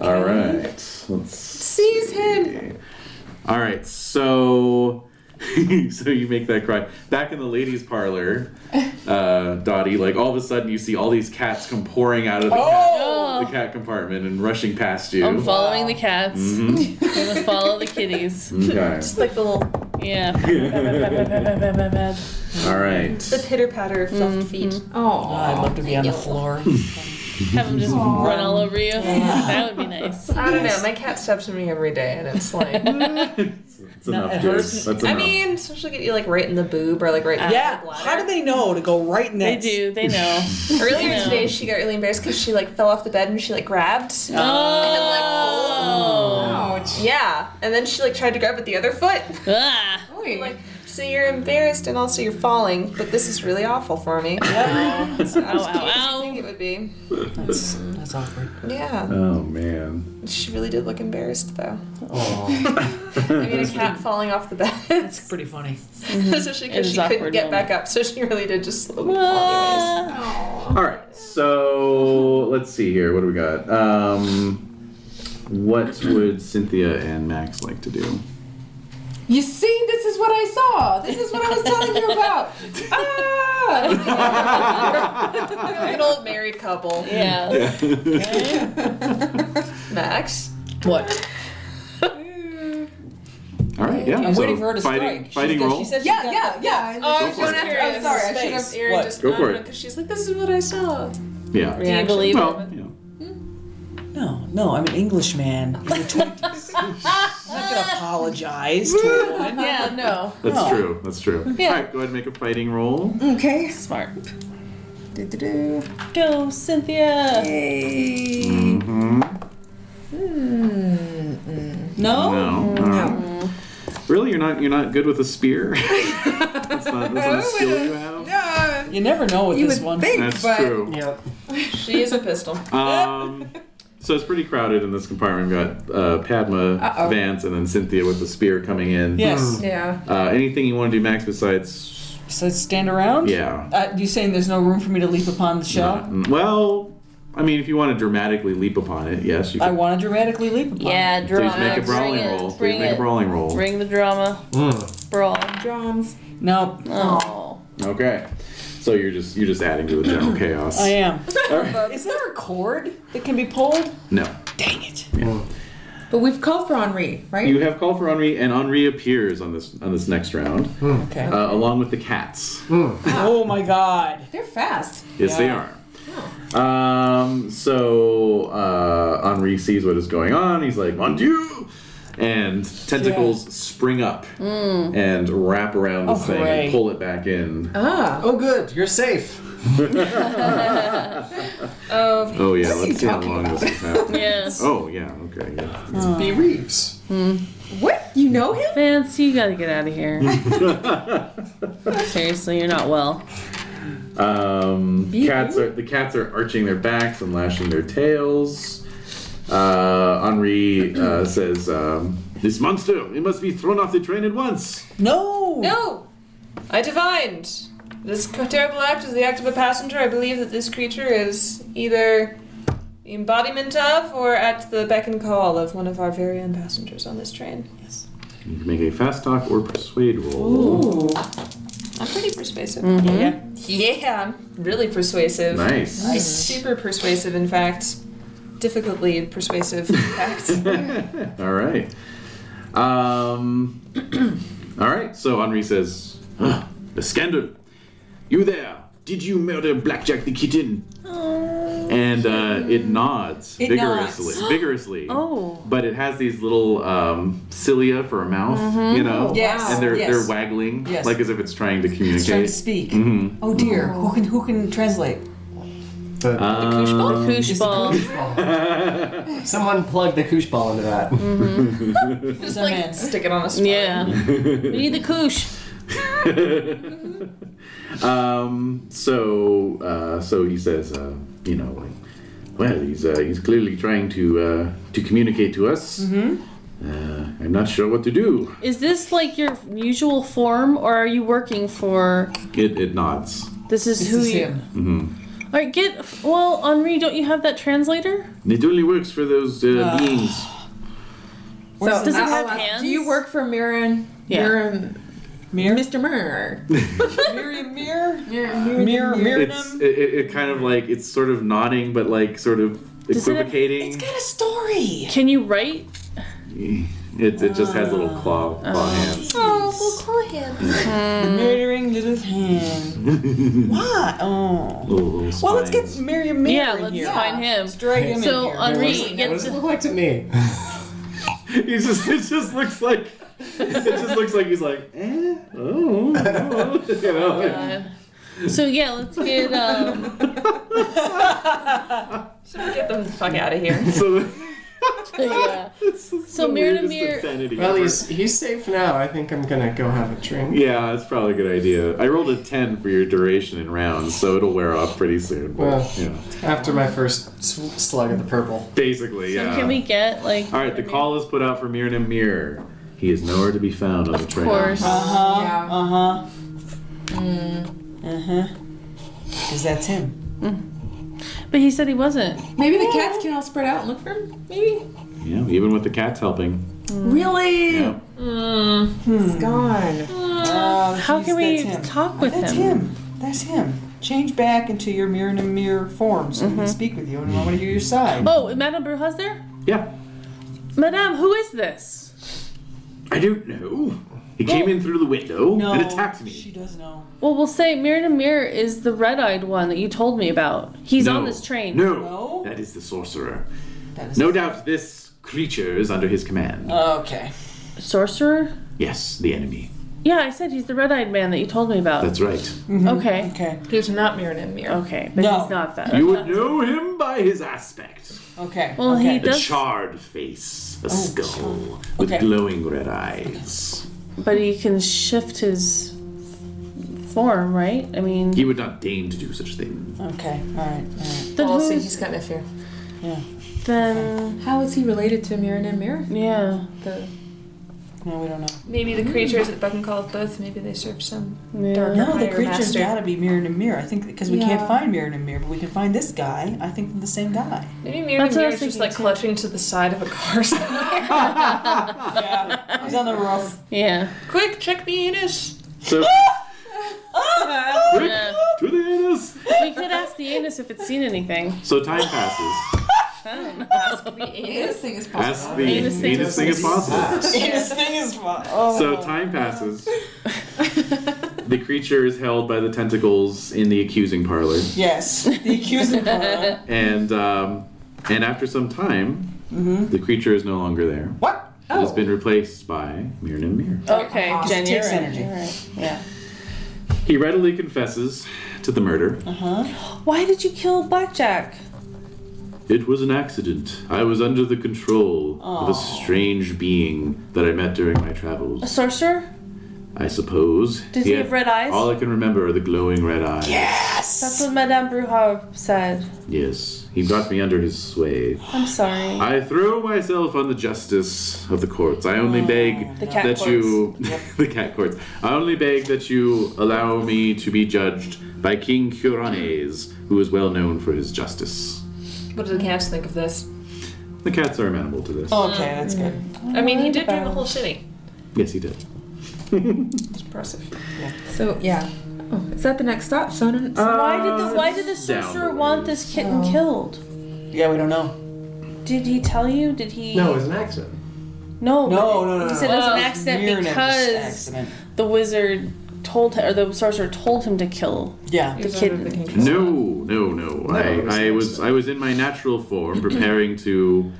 [SPEAKER 9] All right. Let's
[SPEAKER 12] Seize him!
[SPEAKER 9] All right, so so you make that cry back in the ladies' parlor, uh, Dottie. Like all of a sudden, you see all these cats come pouring out of the,
[SPEAKER 4] Oh!
[SPEAKER 2] Oh,
[SPEAKER 9] cat, the cat compartment and rushing past Oh, you. Mm-hmm.
[SPEAKER 2] I'm following the cats. I'm gonna follow the kitties.
[SPEAKER 9] Okay.
[SPEAKER 12] Just like the little
[SPEAKER 2] Yeah.
[SPEAKER 9] All right.
[SPEAKER 14] The pitter patter of fluffed
[SPEAKER 4] Mm-hmm.
[SPEAKER 14] feet.
[SPEAKER 10] Oh,
[SPEAKER 11] I'd love to be on the floor.
[SPEAKER 2] Have them just run all over you. That would be nice.
[SPEAKER 4] I don't know. My cat steps on me every day, and it's like.
[SPEAKER 9] That's enough, dude. That's enough.
[SPEAKER 4] I mean, so she'll get you like right in the boob or like right. in
[SPEAKER 11] Yeah,
[SPEAKER 4] the bladder.
[SPEAKER 11] how do they know to go right
[SPEAKER 2] They
[SPEAKER 11] next?
[SPEAKER 2] do. They know.
[SPEAKER 4] Earlier
[SPEAKER 2] Yeah.
[SPEAKER 4] today, she got really embarrassed because she like fell off the bed and she like grabbed.
[SPEAKER 2] Oh.
[SPEAKER 10] ouch.
[SPEAKER 4] Yeah, and then she like tried to grab with the other foot.
[SPEAKER 2] Ah.
[SPEAKER 10] Oy.
[SPEAKER 4] Like, so you're embarrassed and also you're falling, but this is really awful for me. So I was
[SPEAKER 2] Ow,
[SPEAKER 4] curious what
[SPEAKER 2] ow,
[SPEAKER 4] you think it would be.
[SPEAKER 11] That's, that's awkward.
[SPEAKER 4] Yeah,
[SPEAKER 9] Oh man.
[SPEAKER 4] she really did look embarrassed though. I mean, a cat falling off the bed,
[SPEAKER 11] It's pretty funny.
[SPEAKER 4] especially
[SPEAKER 2] It is
[SPEAKER 4] because she couldn't
[SPEAKER 2] awkward
[SPEAKER 4] get
[SPEAKER 2] moment.
[SPEAKER 4] back up, so she really did just slowly fall. Anyways.
[SPEAKER 9] All right. So let's see here. What do we got? Um, what would Cynthia and Max like to do?
[SPEAKER 10] You see, this is what I saw. This is what I was telling you about. Ah!
[SPEAKER 4] An old married couple,
[SPEAKER 2] Yeah.
[SPEAKER 4] Max.
[SPEAKER 11] What?
[SPEAKER 9] All right. Yeah.
[SPEAKER 11] I'm
[SPEAKER 9] so
[SPEAKER 11] waiting for her to
[SPEAKER 9] fighting,
[SPEAKER 11] strike.
[SPEAKER 9] Fighting
[SPEAKER 11] she,
[SPEAKER 9] roll.
[SPEAKER 11] She said she
[SPEAKER 10] Yeah, yeah,
[SPEAKER 11] got-
[SPEAKER 10] yeah.
[SPEAKER 4] Oh,
[SPEAKER 9] Go
[SPEAKER 4] I was
[SPEAKER 9] for it.
[SPEAKER 4] just curious.
[SPEAKER 10] I'm sorry, I should have-
[SPEAKER 4] Erin
[SPEAKER 11] What?
[SPEAKER 4] just
[SPEAKER 9] Go for it.
[SPEAKER 4] because she's like, "This is what I saw."
[SPEAKER 9] Yeah.
[SPEAKER 2] Do you believe it?
[SPEAKER 9] Well, you know.
[SPEAKER 11] No, no, I'm an Englishman. in the 20s. I'm not gonna apologize to a woman.
[SPEAKER 2] Yeah. No.
[SPEAKER 9] That's
[SPEAKER 11] No.
[SPEAKER 9] true. That's true. All right. Go ahead and make a fighting roll.
[SPEAKER 10] Okay.
[SPEAKER 2] Smart.
[SPEAKER 10] Do-do-do.
[SPEAKER 2] Go, Cynthia.
[SPEAKER 10] Yay.
[SPEAKER 11] Hmm. No?
[SPEAKER 9] Mm-hmm. No. All right. Really, you're not you're not good with a spear. that's not, that's not a skill you have.
[SPEAKER 10] Uh,
[SPEAKER 11] You never know with
[SPEAKER 10] you
[SPEAKER 11] this
[SPEAKER 10] would
[SPEAKER 11] one.
[SPEAKER 10] think,
[SPEAKER 9] That's
[SPEAKER 10] but
[SPEAKER 9] true.
[SPEAKER 3] Yep.
[SPEAKER 4] She is a pistol.
[SPEAKER 9] Um, so it's pretty crowded in this compartment. We've got uh, Padma,
[SPEAKER 10] Uh-oh.
[SPEAKER 9] Vance, and then Cynthia with the spear coming in.
[SPEAKER 11] Yes.
[SPEAKER 10] yeah.
[SPEAKER 9] Uh, anything you want to do, Max? Besides,
[SPEAKER 11] So stand around?
[SPEAKER 9] yeah.
[SPEAKER 11] Uh, you saying there's no room for me to leap upon the shell?
[SPEAKER 9] Mm, Well, I mean, if you want to dramatically leap upon it, yes, you
[SPEAKER 11] I
[SPEAKER 9] can.
[SPEAKER 11] want to dramatically leap upon
[SPEAKER 2] Yeah.
[SPEAKER 9] Please
[SPEAKER 2] Drama.
[SPEAKER 9] make a brawling
[SPEAKER 2] Bring it.
[SPEAKER 9] roll. Please
[SPEAKER 2] Bring
[SPEAKER 9] make
[SPEAKER 2] it.
[SPEAKER 9] a brawling roll. Mm.
[SPEAKER 2] Bring the drama. Brawl.
[SPEAKER 10] Drums.
[SPEAKER 11] it. No,
[SPEAKER 2] Oh.
[SPEAKER 9] Okay. So you're just you're just adding to the general chaos.
[SPEAKER 11] I am.
[SPEAKER 9] All right.
[SPEAKER 11] Is there a cord that can be pulled?
[SPEAKER 9] No.
[SPEAKER 11] Dang it.
[SPEAKER 10] But we've called for Henri, right?
[SPEAKER 9] You have called for Henri, and Henri appears on this on this next round,
[SPEAKER 11] Okay.
[SPEAKER 9] uh, along with the cats.
[SPEAKER 11] oh my god.
[SPEAKER 10] They're fast.
[SPEAKER 9] Yes, they
[SPEAKER 11] Yeah.
[SPEAKER 9] are. Um, so uh, Henri sees what is going on. He's like, "Mon Dieu!" And tentacles spring up
[SPEAKER 2] Hmm.
[SPEAKER 9] and wrap around the
[SPEAKER 11] Oh,
[SPEAKER 9] thing
[SPEAKER 11] hooray.
[SPEAKER 9] and pull it back in.
[SPEAKER 10] Ah.
[SPEAKER 3] Oh, good. You're safe.
[SPEAKER 4] Oh,
[SPEAKER 9] Oh yeah,
[SPEAKER 10] he
[SPEAKER 9] let's see how
[SPEAKER 10] talking
[SPEAKER 9] long this is happening.
[SPEAKER 2] Yeah.
[SPEAKER 9] Oh yeah, okay. Yeah.
[SPEAKER 3] Be Reeves.
[SPEAKER 10] What? You know him?
[SPEAKER 2] Vance, you gotta get out of here. Seriously, you're not well.
[SPEAKER 9] Um, cats are the cats are arching their backs and lashing their tails. Uh, Henri uh, says, um, "This monster! It must be thrown off the train at once."
[SPEAKER 11] No.
[SPEAKER 4] No! I divined! This terrible act is the act of a passenger. I believe that this creature is either the embodiment of or at the beck and call of one of our very own passengers on this train.
[SPEAKER 9] You can make a fast talk or persuade roll.
[SPEAKER 4] I'm pretty persuasive.
[SPEAKER 11] Yeah.
[SPEAKER 4] Yeah, I'm really persuasive.
[SPEAKER 9] Nice.
[SPEAKER 4] Super persuasive, in fact. Difficultly persuasive, in fact.
[SPEAKER 9] all right. Um, all right. So Henri says, "Ugh, "The scandal. You there? Did you murder Blackjack the kitten?" And uh, it nods
[SPEAKER 11] Oh. It
[SPEAKER 9] vigorously,
[SPEAKER 11] nods.
[SPEAKER 9] vigorously.
[SPEAKER 2] Oh.
[SPEAKER 9] But it has these little um, cilia for a mouth, you know,
[SPEAKER 11] Mm-hmm. Yes,
[SPEAKER 9] and they're
[SPEAKER 11] yes.
[SPEAKER 9] they're waggling,
[SPEAKER 11] Yes.
[SPEAKER 9] like as if it's trying to communicate.
[SPEAKER 11] He's trying to speak.
[SPEAKER 9] Mm-hmm.
[SPEAKER 11] Oh dear. Who can who can translate?
[SPEAKER 3] The,
[SPEAKER 9] Um,
[SPEAKER 2] Koosh ball.
[SPEAKER 3] someone plugged the koosh ball into that.
[SPEAKER 11] Just like, man.
[SPEAKER 4] Stick it on a spot.
[SPEAKER 2] Yeah. we need the koosh.
[SPEAKER 9] Um, so, uh, so he says, uh, you know, like, well, he's uh, he's clearly trying to uh, to communicate to us. Uh, I'm not sure what to do.
[SPEAKER 2] Is this like your usual form, or are you working for
[SPEAKER 9] It, it nods.
[SPEAKER 2] this is
[SPEAKER 11] This
[SPEAKER 2] who
[SPEAKER 11] is
[SPEAKER 2] you?
[SPEAKER 11] him.
[SPEAKER 2] All
[SPEAKER 9] Mm-hmm.
[SPEAKER 2] right, get well, Henri. Don't you have that translator?
[SPEAKER 9] It only works for those uh, beings.
[SPEAKER 10] So,
[SPEAKER 2] Does it
[SPEAKER 10] I'll
[SPEAKER 2] have
[SPEAKER 10] ask,
[SPEAKER 2] hands?
[SPEAKER 10] Uh, Do you work for Mirren?
[SPEAKER 2] Yeah.
[SPEAKER 10] Mirren.
[SPEAKER 11] Mir
[SPEAKER 10] Mr. Mirror.
[SPEAKER 11] Miriam Mir
[SPEAKER 10] Mirren.
[SPEAKER 11] Mir
[SPEAKER 9] It's
[SPEAKER 11] Miriam.
[SPEAKER 9] it, it, it kind of like it's sort of nodding, but like sort of
[SPEAKER 2] Does it have-
[SPEAKER 9] equivocating.
[SPEAKER 11] Got a story.
[SPEAKER 2] Can you write?
[SPEAKER 9] It, it just has little claw claw hands.
[SPEAKER 4] Oh, awful client.
[SPEAKER 6] Murdering little hand. Why? Oh. Well, let's get Miriam Mayer
[SPEAKER 2] Yeah,
[SPEAKER 6] in
[SPEAKER 2] let's
[SPEAKER 6] here.
[SPEAKER 2] find him.
[SPEAKER 6] Drag him
[SPEAKER 2] So
[SPEAKER 6] in here.
[SPEAKER 2] Henri
[SPEAKER 3] What does
[SPEAKER 2] gets
[SPEAKER 3] it look like to me?
[SPEAKER 9] He just it just looks like it just looks like he's like eh oh, oh," you know. like-
[SPEAKER 2] God. So yeah, let's get um,
[SPEAKER 11] Get them the fuck out of here.
[SPEAKER 9] so
[SPEAKER 2] yeah.
[SPEAKER 9] it's just
[SPEAKER 2] uh, So
[SPEAKER 9] the
[SPEAKER 2] Mirror to
[SPEAKER 9] weirdest
[SPEAKER 2] Mirror-
[SPEAKER 9] insanity
[SPEAKER 3] Well,
[SPEAKER 9] ever.
[SPEAKER 3] he's he's safe now. I think I'm gonna go have a drink.
[SPEAKER 9] yeah, it's probably a good idea. I rolled a ten for your duration in rounds, so it'll wear off pretty soon. But,
[SPEAKER 3] Well.
[SPEAKER 9] you know,
[SPEAKER 3] After my first s- slug of the purple.
[SPEAKER 9] basically, yeah.
[SPEAKER 2] Can we get like?
[SPEAKER 9] All right, the call is put out for Mirror to Mirror. He is nowhere to be found on the
[SPEAKER 2] Of
[SPEAKER 9] trail.
[SPEAKER 2] course.
[SPEAKER 9] Uh-huh.
[SPEAKER 10] yeah.
[SPEAKER 6] Uh huh. Uh huh. Because that's him.
[SPEAKER 2] But he said he wasn't.
[SPEAKER 10] Maybe the cats can all spread out and look for him. Maybe
[SPEAKER 9] Yeah, even with the cats helping.
[SPEAKER 2] Mm.
[SPEAKER 6] Really?
[SPEAKER 9] Yeah.
[SPEAKER 10] it's gone.
[SPEAKER 6] Oh,
[SPEAKER 2] How can we
[SPEAKER 6] jeez, that's him.
[SPEAKER 2] talk with
[SPEAKER 6] That's
[SPEAKER 2] him?
[SPEAKER 6] him. That's him. Change back into your mirror in a mirror form so we can speak with you and I want to hear your side.
[SPEAKER 2] Oh, Madame Bruja's there?
[SPEAKER 9] Yeah.
[SPEAKER 2] Madame, who is this?
[SPEAKER 9] I don't know. He came in through the window
[SPEAKER 6] No,
[SPEAKER 9] and attacked me.
[SPEAKER 6] She does know.
[SPEAKER 2] Well, we'll say Mirror to Mirror is the red eyed one that you told me about. He's on this train.
[SPEAKER 9] No.
[SPEAKER 6] No?
[SPEAKER 9] That is the sorcerer.
[SPEAKER 6] That is Uh.
[SPEAKER 9] No doubt this creature is under his command.
[SPEAKER 6] Okay.
[SPEAKER 2] Sorcerer?
[SPEAKER 9] yes, the enemy.
[SPEAKER 2] Yeah, I said he's the red eyed man that you told me about.
[SPEAKER 9] That's right.
[SPEAKER 2] Okay.
[SPEAKER 6] Okay.
[SPEAKER 11] He's not mirrored in mirror.
[SPEAKER 2] Okay, but
[SPEAKER 6] No.
[SPEAKER 2] he's not that.
[SPEAKER 9] You would know him by his aspect.
[SPEAKER 6] Okay.
[SPEAKER 2] Well, he
[SPEAKER 6] okay.
[SPEAKER 9] A
[SPEAKER 2] does,
[SPEAKER 9] charred face, a skull, with
[SPEAKER 6] Oh, Okay.
[SPEAKER 9] glowing red eyes.
[SPEAKER 2] but he can shift his form, right? I mean,
[SPEAKER 9] He would not deign to do such thing.
[SPEAKER 6] Okay. All right. All right.
[SPEAKER 2] then
[SPEAKER 10] Also,
[SPEAKER 2] who's
[SPEAKER 10] he's got no fear.
[SPEAKER 2] then?
[SPEAKER 10] How is he related to Mirren and Mirror?
[SPEAKER 2] Yeah,
[SPEAKER 10] The
[SPEAKER 6] No, we don't know.
[SPEAKER 11] Maybe the creatures at Beck and Call of both, maybe they serve some
[SPEAKER 2] yeah.
[SPEAKER 11] darker
[SPEAKER 6] No, the
[SPEAKER 11] higher
[SPEAKER 6] creature's
[SPEAKER 11] master.
[SPEAKER 6] got to be mirror to mirror. I think because we
[SPEAKER 10] Yeah.
[SPEAKER 6] can't find mirror to mirror, but we can find this guy. I think they're the same guy.
[SPEAKER 11] Maybe mirrored
[SPEAKER 2] That's
[SPEAKER 11] in
[SPEAKER 2] what I
[SPEAKER 11] mirror
[SPEAKER 2] was
[SPEAKER 11] is just
[SPEAKER 2] thinking,
[SPEAKER 11] like clutching to the side of a car.
[SPEAKER 6] Yeah, he's on the roof.
[SPEAKER 2] yeah.
[SPEAKER 11] Quick, check the anus.
[SPEAKER 9] So.
[SPEAKER 6] Oh,
[SPEAKER 9] Rick,
[SPEAKER 2] Yeah.
[SPEAKER 9] to the anus.
[SPEAKER 2] We could ask the anus if it's seen anything.
[SPEAKER 9] So time passes.
[SPEAKER 10] this thing is possible.
[SPEAKER 9] Ask the
[SPEAKER 2] Anus thing.
[SPEAKER 9] anus thing as possible.
[SPEAKER 6] This thing is fun. Oh.
[SPEAKER 9] So time passes. the creature is held by the tentacles in the accusing parlor,
[SPEAKER 6] Yes, the accusing parlor.
[SPEAKER 9] and um, and after some time, the creature is no longer there.
[SPEAKER 6] Mm-hmm. What? Oh.
[SPEAKER 9] It has been replaced by Mirren and Mir.
[SPEAKER 2] Okay, Jen, you're
[SPEAKER 6] takes
[SPEAKER 2] right,
[SPEAKER 6] energy.
[SPEAKER 2] you're right. Yeah.
[SPEAKER 9] He readily confesses to the murder.
[SPEAKER 2] Why did you kill Blackjack?
[SPEAKER 9] It was an accident. I was under the control of a strange being that I met during my travels.
[SPEAKER 2] A sorcerer?
[SPEAKER 9] I suppose.
[SPEAKER 2] Does he
[SPEAKER 9] had-
[SPEAKER 2] have red eyes?
[SPEAKER 9] All I can remember are the glowing red eyes.
[SPEAKER 2] That's what Madame Bruja said.
[SPEAKER 9] Yes, he got me under his sway.
[SPEAKER 2] I'm sorry.
[SPEAKER 9] I throw myself on the justice of the courts. I only beg
[SPEAKER 2] Oh, The cat
[SPEAKER 9] that you the cat courts. I only beg that you allow me to be judged by King Curanes, who is well known for his justice.
[SPEAKER 11] What do the cats think of this?
[SPEAKER 9] The cats are amenable to this.
[SPEAKER 2] Oh.
[SPEAKER 6] Okay, that's good.
[SPEAKER 11] I mean, he did do the whole shitty.
[SPEAKER 9] Yes, he did.
[SPEAKER 10] So yeah. Oh, is that the next stop, Sonnen?
[SPEAKER 9] Uh,
[SPEAKER 2] why did the Why did the
[SPEAKER 9] down
[SPEAKER 2] sorcerer
[SPEAKER 9] the
[SPEAKER 2] want this kitten killed?
[SPEAKER 6] Yeah, we don't know.
[SPEAKER 2] Did he tell you? Did he?
[SPEAKER 3] No, it was an accident.
[SPEAKER 2] No.
[SPEAKER 6] No, no, no.
[SPEAKER 2] He
[SPEAKER 6] no.
[SPEAKER 2] said it was an
[SPEAKER 11] Oh,
[SPEAKER 6] Mirror
[SPEAKER 2] accident
[SPEAKER 6] and
[SPEAKER 2] because
[SPEAKER 6] accident.
[SPEAKER 2] the wizard told him, or the sorcerer told him to kill
[SPEAKER 6] Yeah.
[SPEAKER 2] the kitten.
[SPEAKER 9] No, no, no. I, I was I was in my natural form, preparing to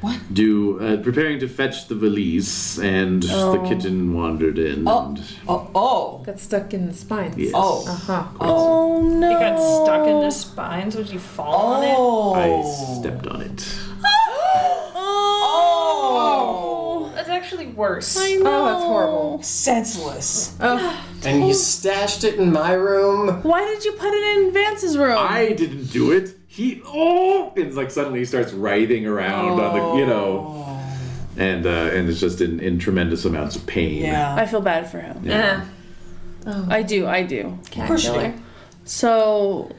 [SPEAKER 6] What?
[SPEAKER 9] do uh, preparing to fetch the valise, and the kitten wandered in. And,
[SPEAKER 6] Oh, oh,
[SPEAKER 10] Got stuck in the spine. Uh-huh.
[SPEAKER 9] yes.
[SPEAKER 6] oh,
[SPEAKER 10] Huh.
[SPEAKER 2] Oh no!
[SPEAKER 11] He got stuck in the spine, so did you fall on it?
[SPEAKER 9] I
[SPEAKER 6] oh.
[SPEAKER 9] stepped on it.
[SPEAKER 6] Oh.
[SPEAKER 11] That's actually worse.
[SPEAKER 10] Oh, that's horrible.
[SPEAKER 6] Senseless.
[SPEAKER 3] And you stashed it in my room.
[SPEAKER 2] Why did you put it in Vance's room?
[SPEAKER 6] Oh.
[SPEAKER 9] I didn't do it. He oh, and it's like suddenly he starts writhing around on the you
[SPEAKER 6] Oh.
[SPEAKER 9] know, and uh, and it's just in, in tremendous amounts of pain.
[SPEAKER 6] Yeah.
[SPEAKER 2] I feel bad for him.
[SPEAKER 11] Yeah.
[SPEAKER 2] I do. I do.
[SPEAKER 10] Uh,
[SPEAKER 6] Of course you do.
[SPEAKER 2] So,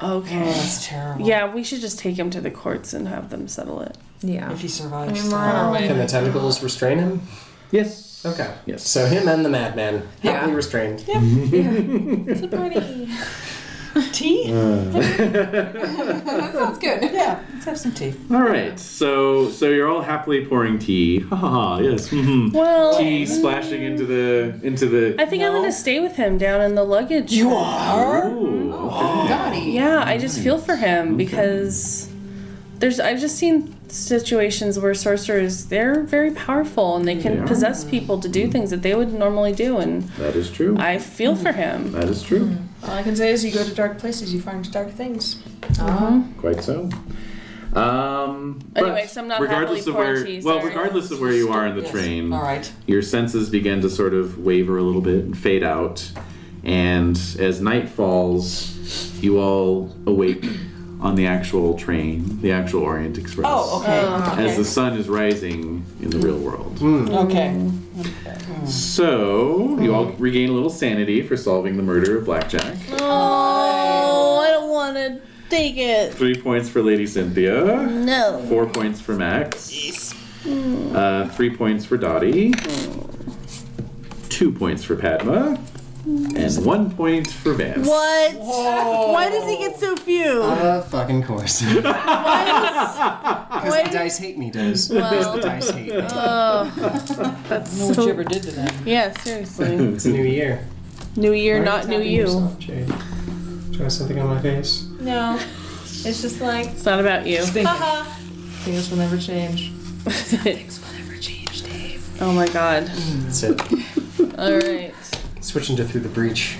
[SPEAKER 6] Oh,
[SPEAKER 2] okay.
[SPEAKER 6] that's terrible.
[SPEAKER 2] Yeah, we should just take him to the courts and have them settle it.
[SPEAKER 10] Yeah.
[SPEAKER 6] If he survives.
[SPEAKER 2] Oh,
[SPEAKER 3] Can the tentacles restrain him?
[SPEAKER 9] Yes.
[SPEAKER 3] Okay.
[SPEAKER 9] Yes.
[SPEAKER 3] So him and the madman happily restrained.
[SPEAKER 6] Tea?
[SPEAKER 10] that sounds good.
[SPEAKER 6] Yeah, let's have some tea.
[SPEAKER 9] All right, so so you're all happily pouring tea. Ha ha ha! Yes.
[SPEAKER 6] Hmm.
[SPEAKER 9] mhm.
[SPEAKER 2] Well,
[SPEAKER 9] Tea splashing into the into the.
[SPEAKER 2] I think I'm gonna stay with him down in the luggage. You
[SPEAKER 6] Are?
[SPEAKER 9] Ooh, okay.
[SPEAKER 10] Naughty.
[SPEAKER 2] Yeah, I just feel for him because there's I've just seen situations where sorcerers they're very powerful and they can
[SPEAKER 9] They are.
[SPEAKER 2] possess people to do things that they would normally do and
[SPEAKER 9] That is true.
[SPEAKER 2] I feel for him.
[SPEAKER 9] That is true.
[SPEAKER 2] Hmm.
[SPEAKER 11] All I can say is you go to dark places, you find dark things.
[SPEAKER 9] Quite so. Um, but
[SPEAKER 2] Anyway, so I'm not happily
[SPEAKER 9] regardless of where,
[SPEAKER 2] quarantined,
[SPEAKER 9] well,
[SPEAKER 2] sorry.
[SPEAKER 9] regardless of where you are in the train,
[SPEAKER 6] All right.
[SPEAKER 9] your senses begin to sort of waver a little bit and fade out. And as night falls, you all awake on the actual train, the actual Orient Express.
[SPEAKER 6] Oh, okay.
[SPEAKER 9] As the sun is rising in the real world.
[SPEAKER 2] Hmm.
[SPEAKER 6] okay.
[SPEAKER 9] So, you all regain a little sanity for solving the murder of Blackjack.
[SPEAKER 2] Oh, I don't want to take it.
[SPEAKER 9] Three points for Lady Cynthia.
[SPEAKER 2] No.
[SPEAKER 9] Four points for Max. Uh, three points for Dottie. Two points for Padma. And one point for Vance.
[SPEAKER 15] What? Why does he get so few?
[SPEAKER 3] Uh, fucking course. Because the dice hate me, does. Because the dice hate me.
[SPEAKER 2] Uh,
[SPEAKER 6] I don't know what you ever did to them.
[SPEAKER 15] Yeah, seriously.
[SPEAKER 3] It's a new year.
[SPEAKER 15] New year,
[SPEAKER 3] Why
[SPEAKER 15] not
[SPEAKER 3] are
[SPEAKER 15] new
[SPEAKER 3] you tapping
[SPEAKER 15] you.
[SPEAKER 3] yourself, Jade? Do you want something on my face?
[SPEAKER 11] No. It's just like,
[SPEAKER 2] It's not about you.
[SPEAKER 11] haha. Things will never change.
[SPEAKER 2] oh my god.
[SPEAKER 3] That's it.
[SPEAKER 2] All right.
[SPEAKER 3] Switching to Through the Breach.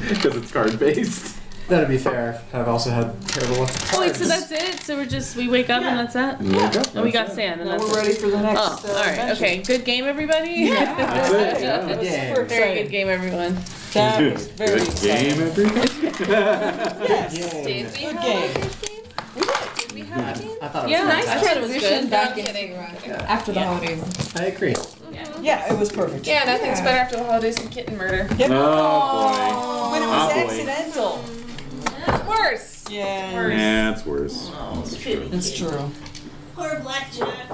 [SPEAKER 9] Because it's card based.
[SPEAKER 3] That'd be fair. I've also had terrible luck.
[SPEAKER 2] Oh wait, so that's it. So we're just we wake up and that's that. And we got sand and
[SPEAKER 6] Now
[SPEAKER 2] that's
[SPEAKER 6] we're
[SPEAKER 2] it.
[SPEAKER 6] ready for the next.
[SPEAKER 2] Oh,
[SPEAKER 6] uh,
[SPEAKER 2] all right.
[SPEAKER 6] adventure.
[SPEAKER 2] Okay. Good game, everybody.
[SPEAKER 9] That's it. Yeah.
[SPEAKER 6] That was
[SPEAKER 3] Yeah.
[SPEAKER 6] super
[SPEAKER 2] Very
[SPEAKER 6] exciting.
[SPEAKER 2] good game, everyone.
[SPEAKER 6] That was very
[SPEAKER 9] Good
[SPEAKER 6] exciting.
[SPEAKER 9] game, everybody.
[SPEAKER 3] Yay.
[SPEAKER 6] Good game.
[SPEAKER 3] I thought it was
[SPEAKER 2] Yeah,
[SPEAKER 3] nice.
[SPEAKER 2] I thought it was good.
[SPEAKER 10] Back in, after the holidays.
[SPEAKER 3] I agree.
[SPEAKER 6] Yeah, it was perfect.
[SPEAKER 11] Yeah, nothing's better after the holidays than kitten murder.
[SPEAKER 6] Yep.
[SPEAKER 9] Oh,
[SPEAKER 6] When it
[SPEAKER 9] Ah,
[SPEAKER 6] was
[SPEAKER 9] boy.
[SPEAKER 6] accidental.
[SPEAKER 11] Worse!
[SPEAKER 6] Yeah.
[SPEAKER 9] boy. Nah, it's worse.
[SPEAKER 6] Oh. That's true.
[SPEAKER 15] Poor blackjack.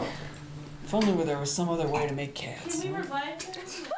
[SPEAKER 6] If only there was some other way to make cats.
[SPEAKER 15] revive this?